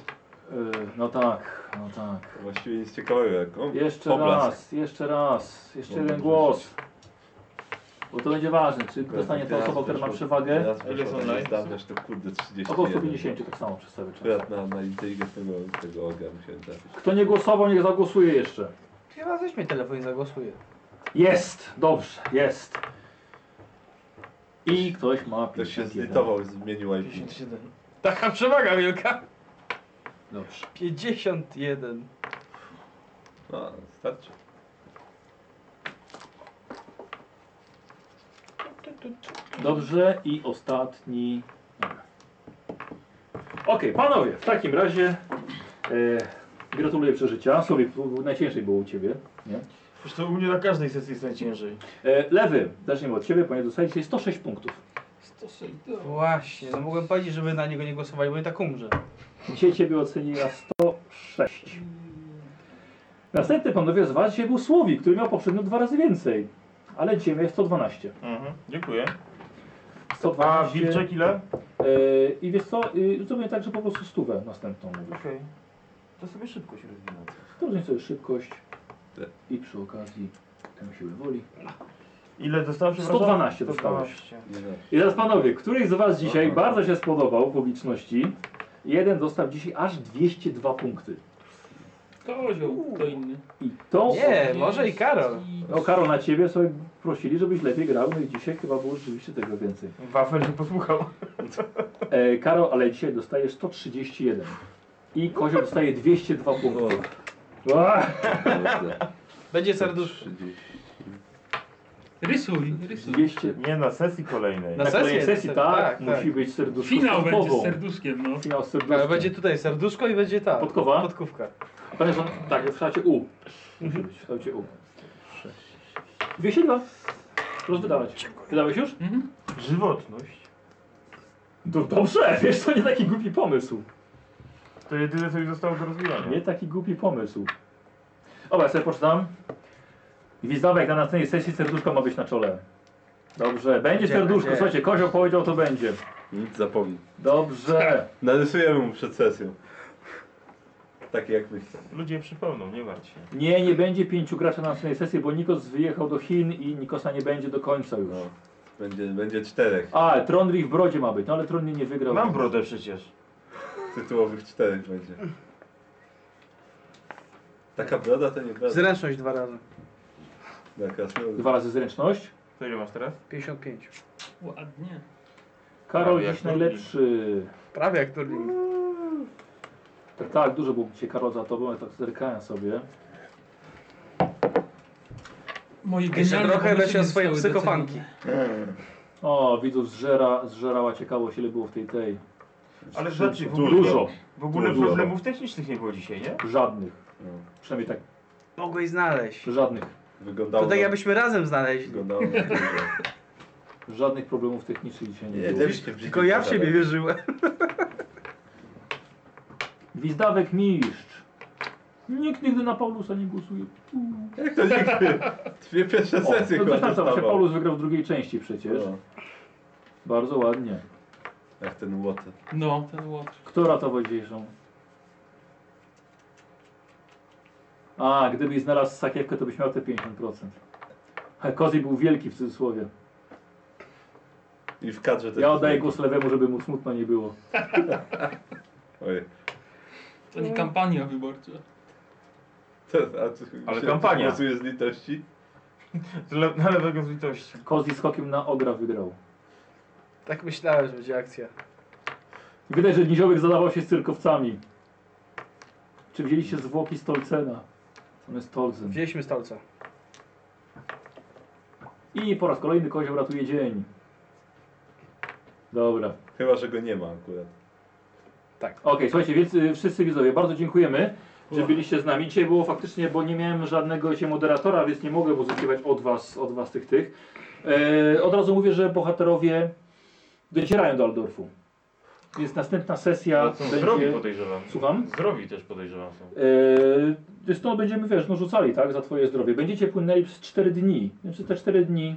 Speaker 1: Yy, no tak, no tak.
Speaker 2: Właściwie nic ciekawego. Jak, o,
Speaker 1: Jeszcze
Speaker 2: poblask.
Speaker 1: raz, jeszcze raz, jeszcze
Speaker 2: No,
Speaker 1: jeden
Speaker 2: dobrze.
Speaker 1: głos. Bo to będzie ważne, czy dostanie ta
Speaker 2: Teraz
Speaker 1: osoba, która ma
Speaker 2: wyszło-
Speaker 1: przewagę.
Speaker 2: Teraz
Speaker 3: Ile są
Speaker 2: wyszło, jak
Speaker 3: live?
Speaker 2: Zdawiasz to kurde 30.
Speaker 1: Około 150 tak samo przez cały czas.
Speaker 2: Akurat na, na inteligentnego tego oga musiałem trafić.
Speaker 1: Kto nie głosował, niech zagłosuje jeszcze.
Speaker 5: Chyba weźmie telefon i zagłosuję.
Speaker 1: Jest! Dobrze, jest. I ktoś ma
Speaker 2: Ktoś się
Speaker 1: 51.
Speaker 2: zlitował, zmienił IP.
Speaker 5: 57. Taka przewaga wielka.
Speaker 1: Dobrze.
Speaker 5: 51.
Speaker 2: No, starczy.
Speaker 1: Dobrze i ostatni. Dobra. Okej, panowie, w takim razie e, gratuluję przeżycia. Sobie najciężej było u ciebie. Nie?
Speaker 3: Zresztą u mnie na każdej sesji jest najciężej.
Speaker 1: E, lewy, zaczniemy od ciebie, ponieważ dostaliście 106 punktów.
Speaker 4: 106 do...
Speaker 5: Właśnie, no mogłem powiedzieć, żeby na niego nie głosowali, bo i tak umrze.
Speaker 1: Dzisiaj ciebie oceniła 106. Następny panowie z was dzisiaj był Słowik, który miał poprzednio dwa razy więcej. Ale dzisiaj miał 112.
Speaker 3: Mhm, dziękuję. A
Speaker 1: 112
Speaker 3: Wilczek ile?
Speaker 1: e, I wiesz co, e, zrobię tak, że po prostu stówę następną mówisz.
Speaker 7: Okej. To sobie szybko się rozwinę.
Speaker 1: Dobrze sobie szybkość
Speaker 2: Tak.
Speaker 1: i przy okazji tę siłę woli.
Speaker 3: Ile dostałem? Przepraszam?
Speaker 1: 112 dostałeś.
Speaker 3: 112.
Speaker 2: Nie wiem.
Speaker 1: I teraz panowie, któryś z was dzisiaj
Speaker 2: Aha.
Speaker 1: bardzo się spodobał publiczności? Jeden dostał dzisiaj aż 202 punkty.
Speaker 4: Kozioł, kto inny.
Speaker 1: I tą
Speaker 5: Nie, może i Karol.
Speaker 1: No Karol, na ciebie sobie prosili, żebyś lepiej grał, no i dzisiaj chyba było rzeczywiście tego więcej.
Speaker 3: Wafel nie posłuchał.
Speaker 1: E, Karol, ale dzisiaj dostajesz 131. I Kozioł dostaje 202
Speaker 2: O,
Speaker 1: punkty. Ua!
Speaker 2: kurde.
Speaker 5: Będzie serduszko.
Speaker 2: 30.
Speaker 4: Rysuj, rysuj.
Speaker 1: 200.
Speaker 3: Nie, na sesji kolejnej.
Speaker 5: Na
Speaker 1: Na kolejnej
Speaker 5: sesję,
Speaker 1: sesji,
Speaker 5: na
Speaker 1: tak,
Speaker 5: sesję, tak,
Speaker 1: musi być serduszko
Speaker 4: Finał
Speaker 1: z
Speaker 4: będzie z
Speaker 1: podkową.
Speaker 4: serduszkiem, no.
Speaker 1: Finał z
Speaker 5: Ale
Speaker 1: serduszkiem.
Speaker 5: będzie tutaj serduszko i będzie ta.
Speaker 1: Podkowa?
Speaker 5: Podkówka.
Speaker 1: Pamiętam, tak, w kształcie U. Musi być w kształcie U. 202. Proszę wydawać. Wydałeś już?
Speaker 4: Mhm.
Speaker 3: Żywotność.
Speaker 1: Do, dobrze, wiesz, to nie taki głupi pomysł.
Speaker 3: To jedyne co mi zostało do rozwijania.
Speaker 1: Nie taki głupi pomysł. Dobra, sobie poczytam. Gwizdawek na następnej sesji serduszko ma być na czole. Dobrze, będzie serduszko,
Speaker 5: będzie.
Speaker 1: słuchajcie, kozioł powiedział to będzie.
Speaker 2: Nic zapomnij.
Speaker 1: Dobrze.
Speaker 2: Narysujemy mu przed sesją. Takie jak myślę.
Speaker 3: Ludzie przypomną, nie martw się.
Speaker 1: Nie, nie będzie pięciu graczy na następnej sesji, bo Nikos wyjechał do Chin i Nikosa nie będzie do końca już.
Speaker 2: No. Będzie, będzie czterech.
Speaker 1: A, Tronry w brodzie ma być, no ale Tronry nie wygrał.
Speaker 3: Mam brodę przecież.
Speaker 2: Tytułowych czterech będzie. Taka broda to nie broda.
Speaker 5: Zręczność dwa razy.
Speaker 2: Na krasnolud.
Speaker 1: Dwa razy zręczność.
Speaker 3: To ile masz teraz?
Speaker 5: 55.
Speaker 4: Ładnie.
Speaker 1: Karol
Speaker 3: Prawie
Speaker 1: dziś
Speaker 3: jak
Speaker 1: najlepszy.
Speaker 5: Prawie jak turniej.
Speaker 1: Tak, tak, dużo był dzisiaj Karol za tobą, ja tak zerkałem sobie.
Speaker 4: Moje
Speaker 5: Jeszcze
Speaker 4: genialne
Speaker 5: trochę
Speaker 4: pomysły
Speaker 5: leci na
Speaker 4: nie
Speaker 5: swoje
Speaker 4: zostały
Speaker 5: psychofanki.
Speaker 4: docenione.
Speaker 2: Hmm.
Speaker 1: O, widzów zżera, zżerała ciekawość, ile było w tej tej.
Speaker 3: Ale znaczy, w ogóle,
Speaker 1: Dużo,
Speaker 3: W ogóle
Speaker 1: Dużo.
Speaker 3: problemów technicznych nie było dzisiaj, nie?
Speaker 1: żadnych.
Speaker 2: No.
Speaker 1: Przynajmniej tak,
Speaker 5: Mogłeś znaleźć.
Speaker 1: żadnych.
Speaker 2: Wyglądało
Speaker 5: To tak
Speaker 2: na-
Speaker 5: jakbyśmy razem znaleźli.
Speaker 2: Wyglądało na dużo.
Speaker 1: Żadnych problemów technicznych dzisiaj nie
Speaker 2: Nie,
Speaker 1: było.
Speaker 2: też się brzydzi
Speaker 5: Tylko ja w
Speaker 2: pogadać.
Speaker 5: siebie wierzyłem.
Speaker 1: Gwizdawek mistrz. Nikt nigdy na Paulusa nie głosuje. Uuu.
Speaker 2: Jak to nigdy? Dwie pierwsze
Speaker 1: O, no
Speaker 2: sesje
Speaker 1: to
Speaker 2: chyba
Speaker 1: coś tam, co właśnie
Speaker 2: dostawał.
Speaker 1: Paulus wygrał w drugiej części przecież.
Speaker 2: No,
Speaker 1: Bardzo ładnie.
Speaker 2: Jak ten łotr.
Speaker 4: No, ten łotr.
Speaker 1: Kto ratował dzisiejszą? A, gdybyś znalazł sakiewkę, to byś miał te 50%. A Kozi był wielki w cudzysłowie.
Speaker 2: I w kadrze też.
Speaker 1: Ja oddaję głos lewemu, żeby mu smutno nie było.
Speaker 2: Oj.
Speaker 4: To nie kampania wyborcza.
Speaker 2: To, a ty,
Speaker 3: Ale
Speaker 2: się-
Speaker 3: kampania.
Speaker 2: Głosuje z litości?
Speaker 3: Z Le na lewego z litości.
Speaker 1: Kozi skokiem na ogra wygrał.
Speaker 5: Tak myślałem, że będzie akcja.
Speaker 1: Widać, że Niziołek zadawał się z cyrkowcami. Czy wzięliście zwłoki Stolcena? On jest Stolcen.
Speaker 5: Wzięliśmy stolca.
Speaker 1: I po raz kolejny kozioł ratuje dzień. Dobra.
Speaker 2: Chyba, że go nie ma akurat.
Speaker 1: Okej, słuchajcie, więc y, wszyscy widzowie, bardzo dziękujemy, że byliście z nami. Dzisiaj było faktycznie, bo nie miałem żadnego się moderatora, więc nie mogę uzyskiwać od was, od was tych tych. E, od razu mówię, że bohaterowie docierają do Aldorfu. Więc następna
Speaker 2: No
Speaker 1: sesja
Speaker 3: Są zdrowi
Speaker 1: będzie...
Speaker 3: podejrzewam.
Speaker 1: Słucham?
Speaker 3: Zdrowi też podejrzewam są.
Speaker 1: Yy, więc to będziemy, wiesz, no rzucali, tak, za twoje zdrowie. Będziecie płynęli przez 4 dni. Znaczy te 4 dni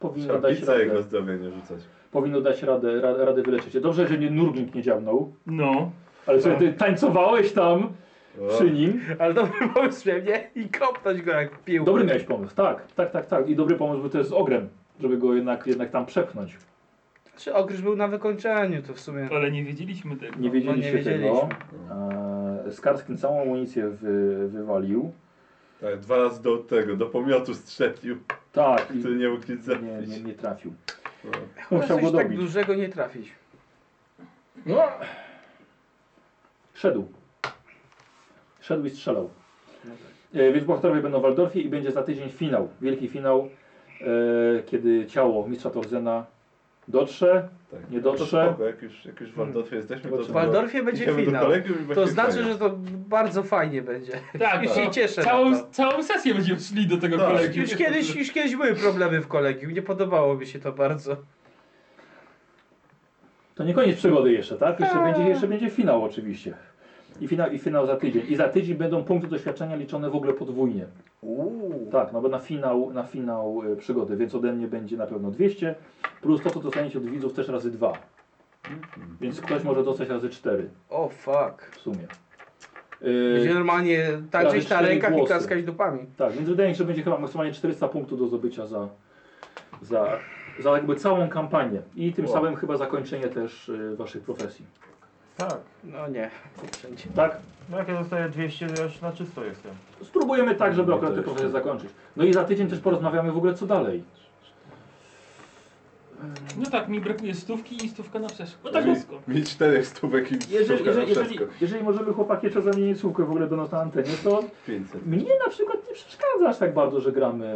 Speaker 1: powinno
Speaker 2: Trzeba
Speaker 1: dać
Speaker 2: pizza jego
Speaker 1: no radę,
Speaker 2: zdrowia nie rzucać.
Speaker 1: powinno dać radę, radę, radę wyleczyć. Dobrze, że nie Nurgling nie dziabnął,
Speaker 4: No.
Speaker 1: ale sobie ty tańcowałeś tam
Speaker 2: O,
Speaker 1: przy nim.
Speaker 5: Ale dobry pomysł miał, nie? I kopnąć go jak pił.
Speaker 1: Dobry miałeś pomysł, tak, tak, tak, tak. I dobry pomysł był też z ogrem. żeby go jednak, jednak tam przepchnąć.
Speaker 5: Znaczy, Ogryż był na wykończeniu, to w sumie...
Speaker 4: Ale nie wiedzieliśmy tego.
Speaker 1: Nie wiedzieliście
Speaker 5: No, nie
Speaker 1: tego. Eee, Skarskin całą amunicję wy, wywalił.
Speaker 2: Tak, dwa razy do tego, do pomiotu strzelił,
Speaker 1: Tak, i
Speaker 2: który nie mógł nic
Speaker 1: nie,
Speaker 2: zrobić.
Speaker 1: nie, nie trafił.
Speaker 2: No.
Speaker 1: Musiał go
Speaker 5: Coś tak
Speaker 1: dobić.
Speaker 5: dużego nie trafić.
Speaker 1: No. Szedł. Szedł i strzelał.
Speaker 5: No tak.
Speaker 1: E, więc bohaterowie będą w Waldorfie i będzie za tydzień finał. Wielki finał, e, kiedy ciało mistrza Torzena dotrze.
Speaker 2: Tak.
Speaker 1: Nie dotrze.
Speaker 2: No to spoko, Jak już, jak już w Waldorfie jesteśmy, to
Speaker 1: Zobaczymy.
Speaker 5: W Waldorfie będzie
Speaker 2: idziemy do
Speaker 5: finał.
Speaker 2: kolegium i
Speaker 5: To
Speaker 2: właśnie
Speaker 5: znaczy,
Speaker 2: finał.
Speaker 5: że to bardzo fajnie będzie.
Speaker 4: Tak,
Speaker 5: I się cieszę na to.
Speaker 4: Całą, całą sesję będziemy szli do tego
Speaker 2: Tak.
Speaker 4: kolegi.
Speaker 5: Już kiedyś, już kiedyś były problemy w kolegium, nie podobało mi się to bardzo.
Speaker 1: To nie koniec przygody jeszcze, tak? Jeszcze, będzie, jeszcze będzie finał oczywiście. I finał, I finał za tydzień. I za tydzień będą punkty doświadczenia liczone w ogóle podwójnie.
Speaker 5: Uuu.
Speaker 1: Tak, no bo na finał, na finał e, przygody, więc ode mnie będzie na pewno 200, plus to, co dostaniecie od widzów też razy 2. Więc ktoś może dostać razy 4
Speaker 5: O fuck.
Speaker 1: w sumie.
Speaker 2: Y,
Speaker 5: Będzie
Speaker 1: E,
Speaker 5: normalnie tak
Speaker 2: tak,
Speaker 5: tańczyć na
Speaker 1: cztery
Speaker 5: rękach i
Speaker 1: głosy.
Speaker 5: klaskać dupami.
Speaker 1: tak, więc wydaje mi się, że będzie chyba maksymalnie 400 punktów do zdobycia za, za, za jakby całą kampanię. I tym
Speaker 2: Wow.
Speaker 1: samym chyba zakończenie też e, waszych profesji.
Speaker 3: Tak.
Speaker 5: No nie, wszędzie.
Speaker 1: Tak?
Speaker 3: No jak ja dostaję 200, to ja już na czysto jestem.
Speaker 1: Spróbujemy tak, żeby
Speaker 2: No
Speaker 1: akurat
Speaker 2: to
Speaker 1: tę
Speaker 2: jeszcze-
Speaker 1: profesję zakończyć. No i za tydzień też porozmawiamy w ogóle co dalej.
Speaker 4: No tak, mi brakuje stówki i stówka na przeszkodę. No tak
Speaker 2: Mi-
Speaker 4: blisko.
Speaker 2: Mi czterech stówek i
Speaker 1: Jeżeli,
Speaker 2: stówka na
Speaker 1: jeżeli, jeżeli,
Speaker 2: wszystko.
Speaker 1: jeżeli możemy chłopaki jeszcze zamienić słówkę w ogóle do nas na antenie, to
Speaker 2: 500.
Speaker 1: Mnie na przykład nie przeszkadza aż tak bardzo, że gramy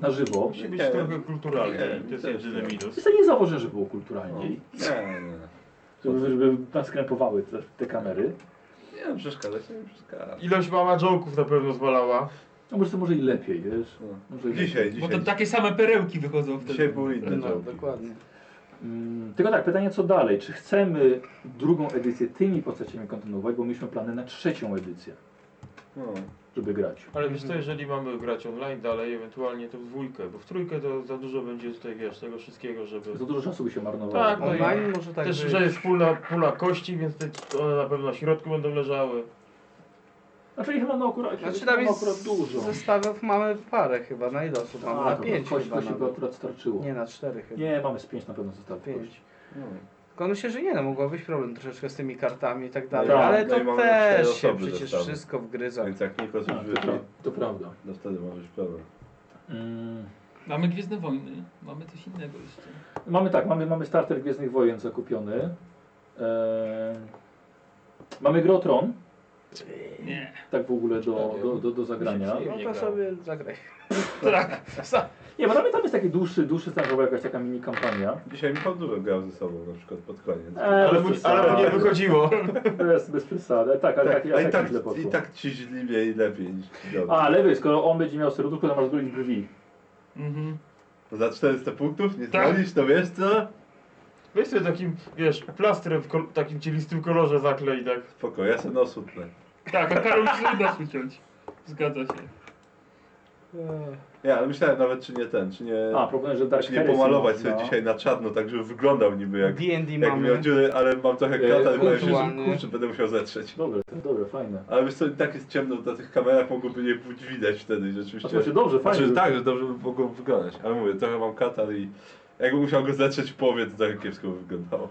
Speaker 1: na żywo.
Speaker 3: Musi być
Speaker 2: Nie.
Speaker 3: trochę kulturalny.
Speaker 2: Nie,
Speaker 3: To jest
Speaker 2: też
Speaker 3: jedyny
Speaker 2: nie.
Speaker 3: minus.
Speaker 1: Jestem nie założę, żeby było kulturalniej,
Speaker 2: Nie, nie.
Speaker 1: żeby, żeby nas krępowały te, te kamery.
Speaker 2: Nie, nie przeszkadza się, nie przeszkadza.
Speaker 3: Ilość mama joków na pewno zmalała.
Speaker 1: No może to może i lepiej, wiesz?
Speaker 2: No.
Speaker 1: Może i lepiej.
Speaker 2: Dzisiaj,
Speaker 4: Bo
Speaker 2: dzisiaj.
Speaker 4: to tak- takie same perełki wychodzą wtedy.
Speaker 2: Dzisiaj były inne
Speaker 5: No,
Speaker 2: działki.
Speaker 5: dokładnie.
Speaker 1: Mm, tylko tak, pytanie co dalej? Czy chcemy drugą edycję tymi postaciami kontynuować, bo mieliśmy plany na trzecią edycję,
Speaker 2: No.
Speaker 1: żeby grać.
Speaker 3: Ale wiesz co, jeżeli mamy grać online dalej, ewentualnie to w dwójkę, bo w trójkę to za dużo będzie tutaj, wiesz, tego wszystkiego, żeby...
Speaker 1: Za dużo czasu by się marnowało.
Speaker 3: Tak, no i
Speaker 5: Online może tak
Speaker 3: też,
Speaker 5: być.
Speaker 3: że jest wspólna pula kości, więc te, one na pewno na środku będą leżały.
Speaker 1: Znaczy chyba no akurat,
Speaker 5: Znaczy
Speaker 1: chyba
Speaker 5: tam
Speaker 1: no
Speaker 5: jest
Speaker 1: akurat dużo.
Speaker 5: zestawów mamy parę chyba, na ile osób? Mamy
Speaker 1: A,
Speaker 2: Tak,
Speaker 5: na
Speaker 1: to
Speaker 5: pięć
Speaker 1: kości,
Speaker 5: chyba
Speaker 1: kości by
Speaker 5: nawet.
Speaker 1: akurat starczyło.
Speaker 5: Nie,
Speaker 1: Nie,
Speaker 5: na cztery chyba.
Speaker 1: mamy z pięć na pewno zostało.
Speaker 5: Pięć.
Speaker 2: No.
Speaker 5: Tylko myślę, że nie, no mogło być problem troszeczkę z tymi kartami i tak dalej,
Speaker 1: Tak,
Speaker 5: ale
Speaker 2: no
Speaker 5: to
Speaker 2: i mamy cztery
Speaker 5: też się
Speaker 2: osoby
Speaker 5: przecież
Speaker 2: zestawu.
Speaker 5: wszystko wgryza.
Speaker 2: Więc jak Niko
Speaker 1: A,
Speaker 2: coś
Speaker 1: to, pra-
Speaker 2: wyrzuci,
Speaker 1: to prawda.
Speaker 2: no wtedy ma być problem.
Speaker 1: Mm.
Speaker 4: Mamy Gwiezdne Wojny, mamy coś innego jeszcze.
Speaker 1: Mamy tak, mamy, mamy starter Gwiezdnych Wojen zakupiony. Eee, mamy Grotron,
Speaker 4: Nie.
Speaker 1: tak w ogóle do, do, do, do zagrania.
Speaker 5: No
Speaker 3: Nie
Speaker 5: to
Speaker 3: gra.
Speaker 5: sobie zagraj.
Speaker 4: Tak.
Speaker 1: Nie, bo tam, tam jest taki dłuższy, dłuższy stan, była jakaś taka mini kampania.
Speaker 2: Dzisiaj mi pan dużo grał ze sobą, na przykład pod koniec.
Speaker 1: Eee,
Speaker 3: Ale,
Speaker 1: bez
Speaker 3: mu,
Speaker 1: przesady.
Speaker 3: ale mu nie wychodziło.
Speaker 1: Bez, bez przesady, tak, ale tak,
Speaker 2: Tak,
Speaker 1: tak,
Speaker 2: a i tak,
Speaker 1: źle poszło.
Speaker 2: i tak ci źliwie i lepiej niż ci dobrze.
Speaker 1: A, lewy, skoro on będzie miał serduszko, to masz zgolić brwi.
Speaker 4: Mhm.
Speaker 2: Za 400 punktów nie
Speaker 4: Tak.
Speaker 2: zwalisz, to wiesz co?
Speaker 3: Weź sobie takim, wiesz, plastrem w kol- takim cielistym kolorze zaklej, tak.
Speaker 2: Spoko, ja se nos utnę.
Speaker 4: Tak, a Karol się uda uciąć. Zgadza się.
Speaker 5: Eee,
Speaker 2: Ja, ale myślałem nawet czy nie ten, czy nie...
Speaker 1: A, problem, że Dark
Speaker 2: czy nie
Speaker 1: Heresy no.
Speaker 2: pomalować
Speaker 1: można.
Speaker 2: sobie dzisiaj na czarno, tak żeby wyglądał niby
Speaker 5: E,
Speaker 2: jak...
Speaker 5: D&D
Speaker 2: Jak
Speaker 5: mamy.
Speaker 2: miał dziury, ale mam trochę
Speaker 1: E,
Speaker 2: krata, ale powiem się, że
Speaker 5: punktualny.
Speaker 2: kurczę, będę musiał zetrzeć.
Speaker 1: Dobre, dobre, fajne.
Speaker 2: Ale wiesz co, i tak jest ciemno, na tych kamerach mogłoby nie być widać wtedy i
Speaker 1: A
Speaker 2: rzeczywiście...
Speaker 1: to się dobrze, fajnie.
Speaker 2: Znaczy
Speaker 1: że-
Speaker 2: tak, że dobrze by mogło wyglądać, ale mówię, trochę mam katar i jakbym musiał go zetrzeć w połowie, to trochę kiepsko by wyglądało.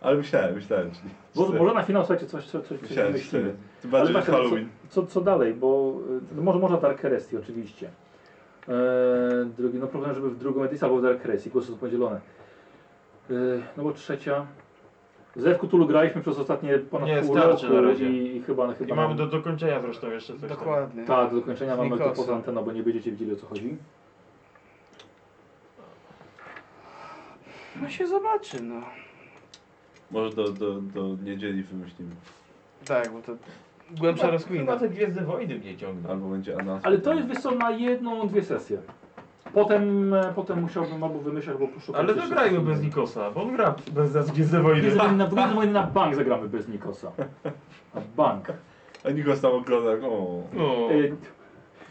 Speaker 2: Ale myślałem, myślałem, czyli...
Speaker 1: Bo, może na finał, słuchajcie, coś, coś, coś, coś
Speaker 2: Myślałem, że
Speaker 1: myślimy.
Speaker 2: cztery. Tym bardziej,
Speaker 1: Ale
Speaker 2: że
Speaker 1: właśnie, no
Speaker 2: Halloween.
Speaker 1: Co, co dalej, bo y, no może, może Dark Heresy oczywiście. Eee, drugi, no problem, żeby w drugą edycję albo w Dark Heresy, głosy są podzielone. Eee, no bo trzecia. Zew Cthulhu graliśmy przez ostatnie ponad
Speaker 3: Nie,
Speaker 1: pół
Speaker 3: starczy
Speaker 1: roku
Speaker 3: na razie.
Speaker 1: i, i chyba, chyba
Speaker 3: I mamy
Speaker 1: nam-
Speaker 3: do dokończenia zresztą jeszcze coś tam.
Speaker 5: Dokładnie.
Speaker 1: Tak, do dokończenia mamy to
Speaker 5: Nikosem.
Speaker 1: poza anteną, bo nie będziecie widzieli o co chodzi.
Speaker 5: No się zobaczy, no.
Speaker 2: Może do, do, do niedzieli wymyślimy.
Speaker 5: Tak, bo to głębsza rozkmina.
Speaker 3: Chyba te Gwiezdne Wojny mnie ciągną.
Speaker 2: Albo będzie Anas.
Speaker 1: Ale to jest wysoko na jedną, dwie sesje. Potem, e, potem musiałbym albo wymyślać, albo poszukać.
Speaker 3: Ale
Speaker 1: jeszcze
Speaker 3: zagrajmy
Speaker 1: czegoś
Speaker 3: bez
Speaker 1: innego.
Speaker 3: Nikosa, bo on gra bez nas Gwiezdne Wojny.
Speaker 1: Gwiezdne Wojny na- Gwiezdne Wojny na bank zagramy bez Nikosa. Na bank.
Speaker 2: A Nikos tam ogląda, o.
Speaker 3: No.
Speaker 1: Y,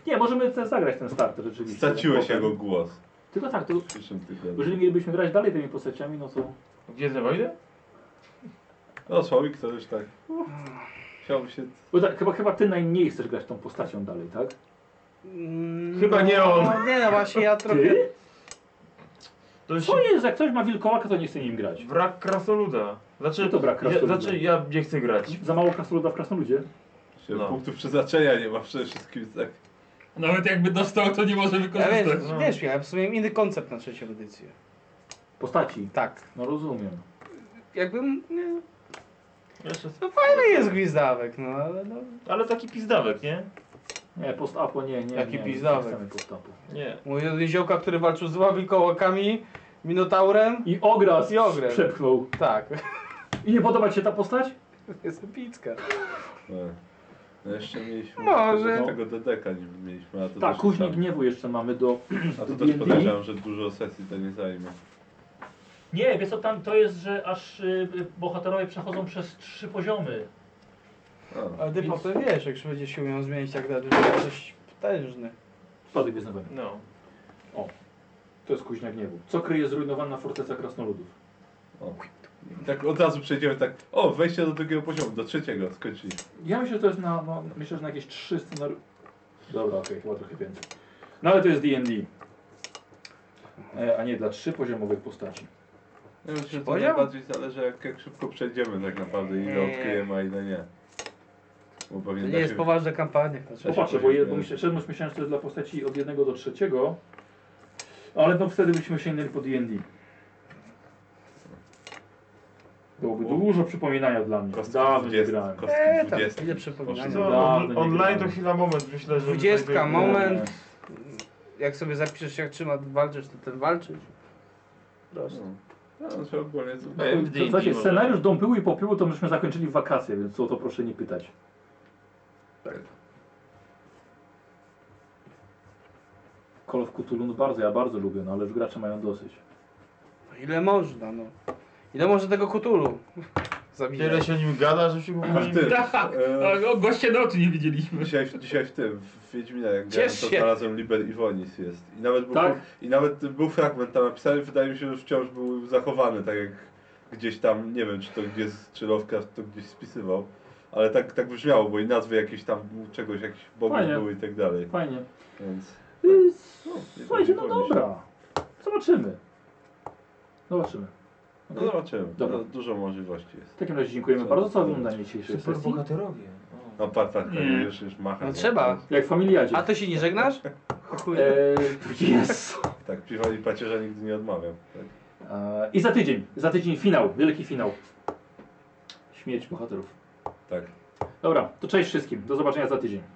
Speaker 1: Nie, możemy te- zagrać ten starter rzeczywiście.
Speaker 2: Straciłeś
Speaker 1: Potem.
Speaker 2: jego głos
Speaker 1: Tylko tak, to
Speaker 2: w przyszłym tygodniu.
Speaker 1: jeżeli mielibyśmy grać dalej tymi postaciami, no to...
Speaker 3: Gwiezdne Wojny?
Speaker 2: No Sławik to już tak. Chciałbym się...
Speaker 1: Bo tak, chyba, chyba ty najmniej chcesz grać tą postacią dalej, tak?
Speaker 5: Mm,
Speaker 3: Chyba nie on.
Speaker 5: No, nie no właśnie, ja trochę...
Speaker 3: To się...
Speaker 1: Co jest, jak ktoś ma wilkołaka, to nie chce nim grać.
Speaker 3: Brak krasnoluda. Znaczy,
Speaker 1: Co No to brak krasnoluda?
Speaker 3: Ja, znaczy ja nie chcę grać.
Speaker 1: Za mało krasnoluda w krasnoludzie.
Speaker 2: Się
Speaker 3: No.
Speaker 2: Punktów przeznaczenia nie ma przede wszystkim, tak?
Speaker 4: Nawet jakby dostał, to nie może
Speaker 5: Ja
Speaker 4: wykorzystać.
Speaker 5: wiesz, wiesz, ja w sumie inny koncept na trzecią edycję.
Speaker 1: Postaci.
Speaker 5: Tak.
Speaker 1: No rozumiem.
Speaker 5: Jakbym... Nie,
Speaker 3: Jeszcze...
Speaker 5: no fajny jest gwizdawek, no ale no...
Speaker 3: Ale taki pizdawek, nie?
Speaker 1: Nie, post-apo nie, nie.
Speaker 5: Jaki
Speaker 1: nie,
Speaker 5: pizdawek.
Speaker 1: Nie chcemy post-apu.
Speaker 3: Nie.
Speaker 5: Mój jeden ziołka, który walczył z dwoma wilkołakami, minotaurem...
Speaker 1: I ogras
Speaker 5: I ogres.
Speaker 1: przepchnął.
Speaker 5: Tak,
Speaker 1: I nie podoba ci się ta postać?
Speaker 5: jestem picka.
Speaker 2: No. No jeszcze mieliśmy
Speaker 5: Może.
Speaker 2: tego, tego DDK nie mieliśmy, a to
Speaker 1: Tak,
Speaker 2: też
Speaker 1: kuźni
Speaker 2: tam-
Speaker 1: gniewu jeszcze mamy do
Speaker 2: A to
Speaker 1: do
Speaker 2: też
Speaker 1: D&D.
Speaker 2: podejrzewam, że dużo sesji to nie zajmie.
Speaker 10: Nie, wiesz co tam to jest, że aż y, bohaterowie przechodzą przez trzy poziomy.
Speaker 2: A.
Speaker 5: Ale ty
Speaker 10: Więc-
Speaker 5: potem wiesz, jak się będziesz się umiał zmienić tak dalej, to jest coś potężny.
Speaker 1: Spadek Gwiezdnej Wojny.
Speaker 3: No.
Speaker 1: To jest kuźnia gniewu. Co kryje zrujnowana forteca krasnoludów?
Speaker 2: O. I Tak od razu przejdziemy tak, o wejście do drugiego poziomu, do trzeciego, skończyli.
Speaker 1: Ja myślę, że to jest na, no, myślę, że na jakieś trzy scenariusze. Dobra, okej, chyba trochę więcej. No ale to jest D&D. E, a nie dla trzypoziomowych postaci.
Speaker 2: Ja myślę, że to
Speaker 5: Poziom?
Speaker 2: najbardziej zależy jak, jak szybko przejdziemy tak naprawdę, ile
Speaker 5: Nie.
Speaker 2: odkryjemy, a ile nie. Bo
Speaker 5: To
Speaker 2: pewnie da
Speaker 5: nie jest
Speaker 2: się-
Speaker 5: poważna kampania.
Speaker 2: się
Speaker 1: Popatrzę, bo, je, bo myślę, że myślałem, że to jest dla postaci od jednego do trzeciego. Ale no wtedy byśmy sięgnęli po D&D. Byłoby dużo przypominania dla mnie.
Speaker 2: Kostki
Speaker 1: Dawno nie
Speaker 2: 20,
Speaker 1: grałem.
Speaker 5: Eee,
Speaker 2: Kostki
Speaker 5: tam,
Speaker 2: 20.
Speaker 5: ile przypominania.
Speaker 2: Poszli
Speaker 3: Co?
Speaker 2: za-
Speaker 1: Dawno nie
Speaker 3: On, online to
Speaker 1: grałem.
Speaker 3: chwila moment, myślę, że...
Speaker 5: Dwudziestka,
Speaker 3: tutaj-
Speaker 5: moment. Jak sobie zapiszesz, jak trzyma walczysz, to ten walczysz. Proste.
Speaker 2: No, no, trzeba było nie zupełnie.
Speaker 3: Ej, w D&D
Speaker 1: Słuchajcie,
Speaker 3: może.
Speaker 1: scenariusz Dom Pyłu i Popyłu to myśmy zakończyli w wakacje, więc o to proszę nie pytać. Call of Cthulhu no bardzo, ja bardzo lubię, no ale już gracze mają dosyć.
Speaker 5: No Ile można, no. Ile może tego kutulu
Speaker 3: Tyle
Speaker 5: zabijać?
Speaker 3: się o nim gada, że się w ogóle...
Speaker 2: A ty,
Speaker 4: Tak,
Speaker 2: e,
Speaker 4: ale gościa na oczy nie widzieliśmy.
Speaker 2: dzisiaj, w- dzisiaj w tym, w Wiedźminie, jak
Speaker 5: Ciesz
Speaker 2: grałem, to
Speaker 5: się.
Speaker 2: znalazłem Liber Iwonis jest. I nawet, był,
Speaker 1: Tak?
Speaker 2: I nawet był fragment tam napisany, wydaje mi się, że wciąż był zachowany, tak jak gdzieś tam, nie wiem, czy to gdzieś, czy Lovecraft to gdzieś spisywał. Ale tak, tak brzmiało, bo i nazwy jakieś tam czegoś, jakichś bogów
Speaker 1: Fajnie.
Speaker 2: były i tak dalej.
Speaker 1: Fajnie.
Speaker 2: Więc
Speaker 1: Y,
Speaker 2: nie
Speaker 1: Słuchajcie, no
Speaker 2: powinniśmy.
Speaker 1: dobra. Zobaczymy. Zobaczymy.
Speaker 2: no zobaczymy.
Speaker 1: Dobra.
Speaker 2: No, dużo możliwości jest.
Speaker 1: W takim razie dziękujemy
Speaker 2: Co?
Speaker 1: bardzo za oglądanie dzisiejszej sesji.
Speaker 7: bohaterowie.
Speaker 2: No partach
Speaker 4: Nie.
Speaker 2: już, już macha.
Speaker 5: No trzeba.
Speaker 1: Jak w familiadzie.
Speaker 5: A to się nie żegnasz? Chuj.
Speaker 1: E, yes.
Speaker 2: Tak, piwa i pacierza nigdy nie odmawiam. Tak?
Speaker 1: E, I za tydzień, za tydzień finał, wielki finał. Śmierć bohaterów.
Speaker 2: tak.
Speaker 1: Dobra, to cześć wszystkim. Do zobaczenia za tydzień.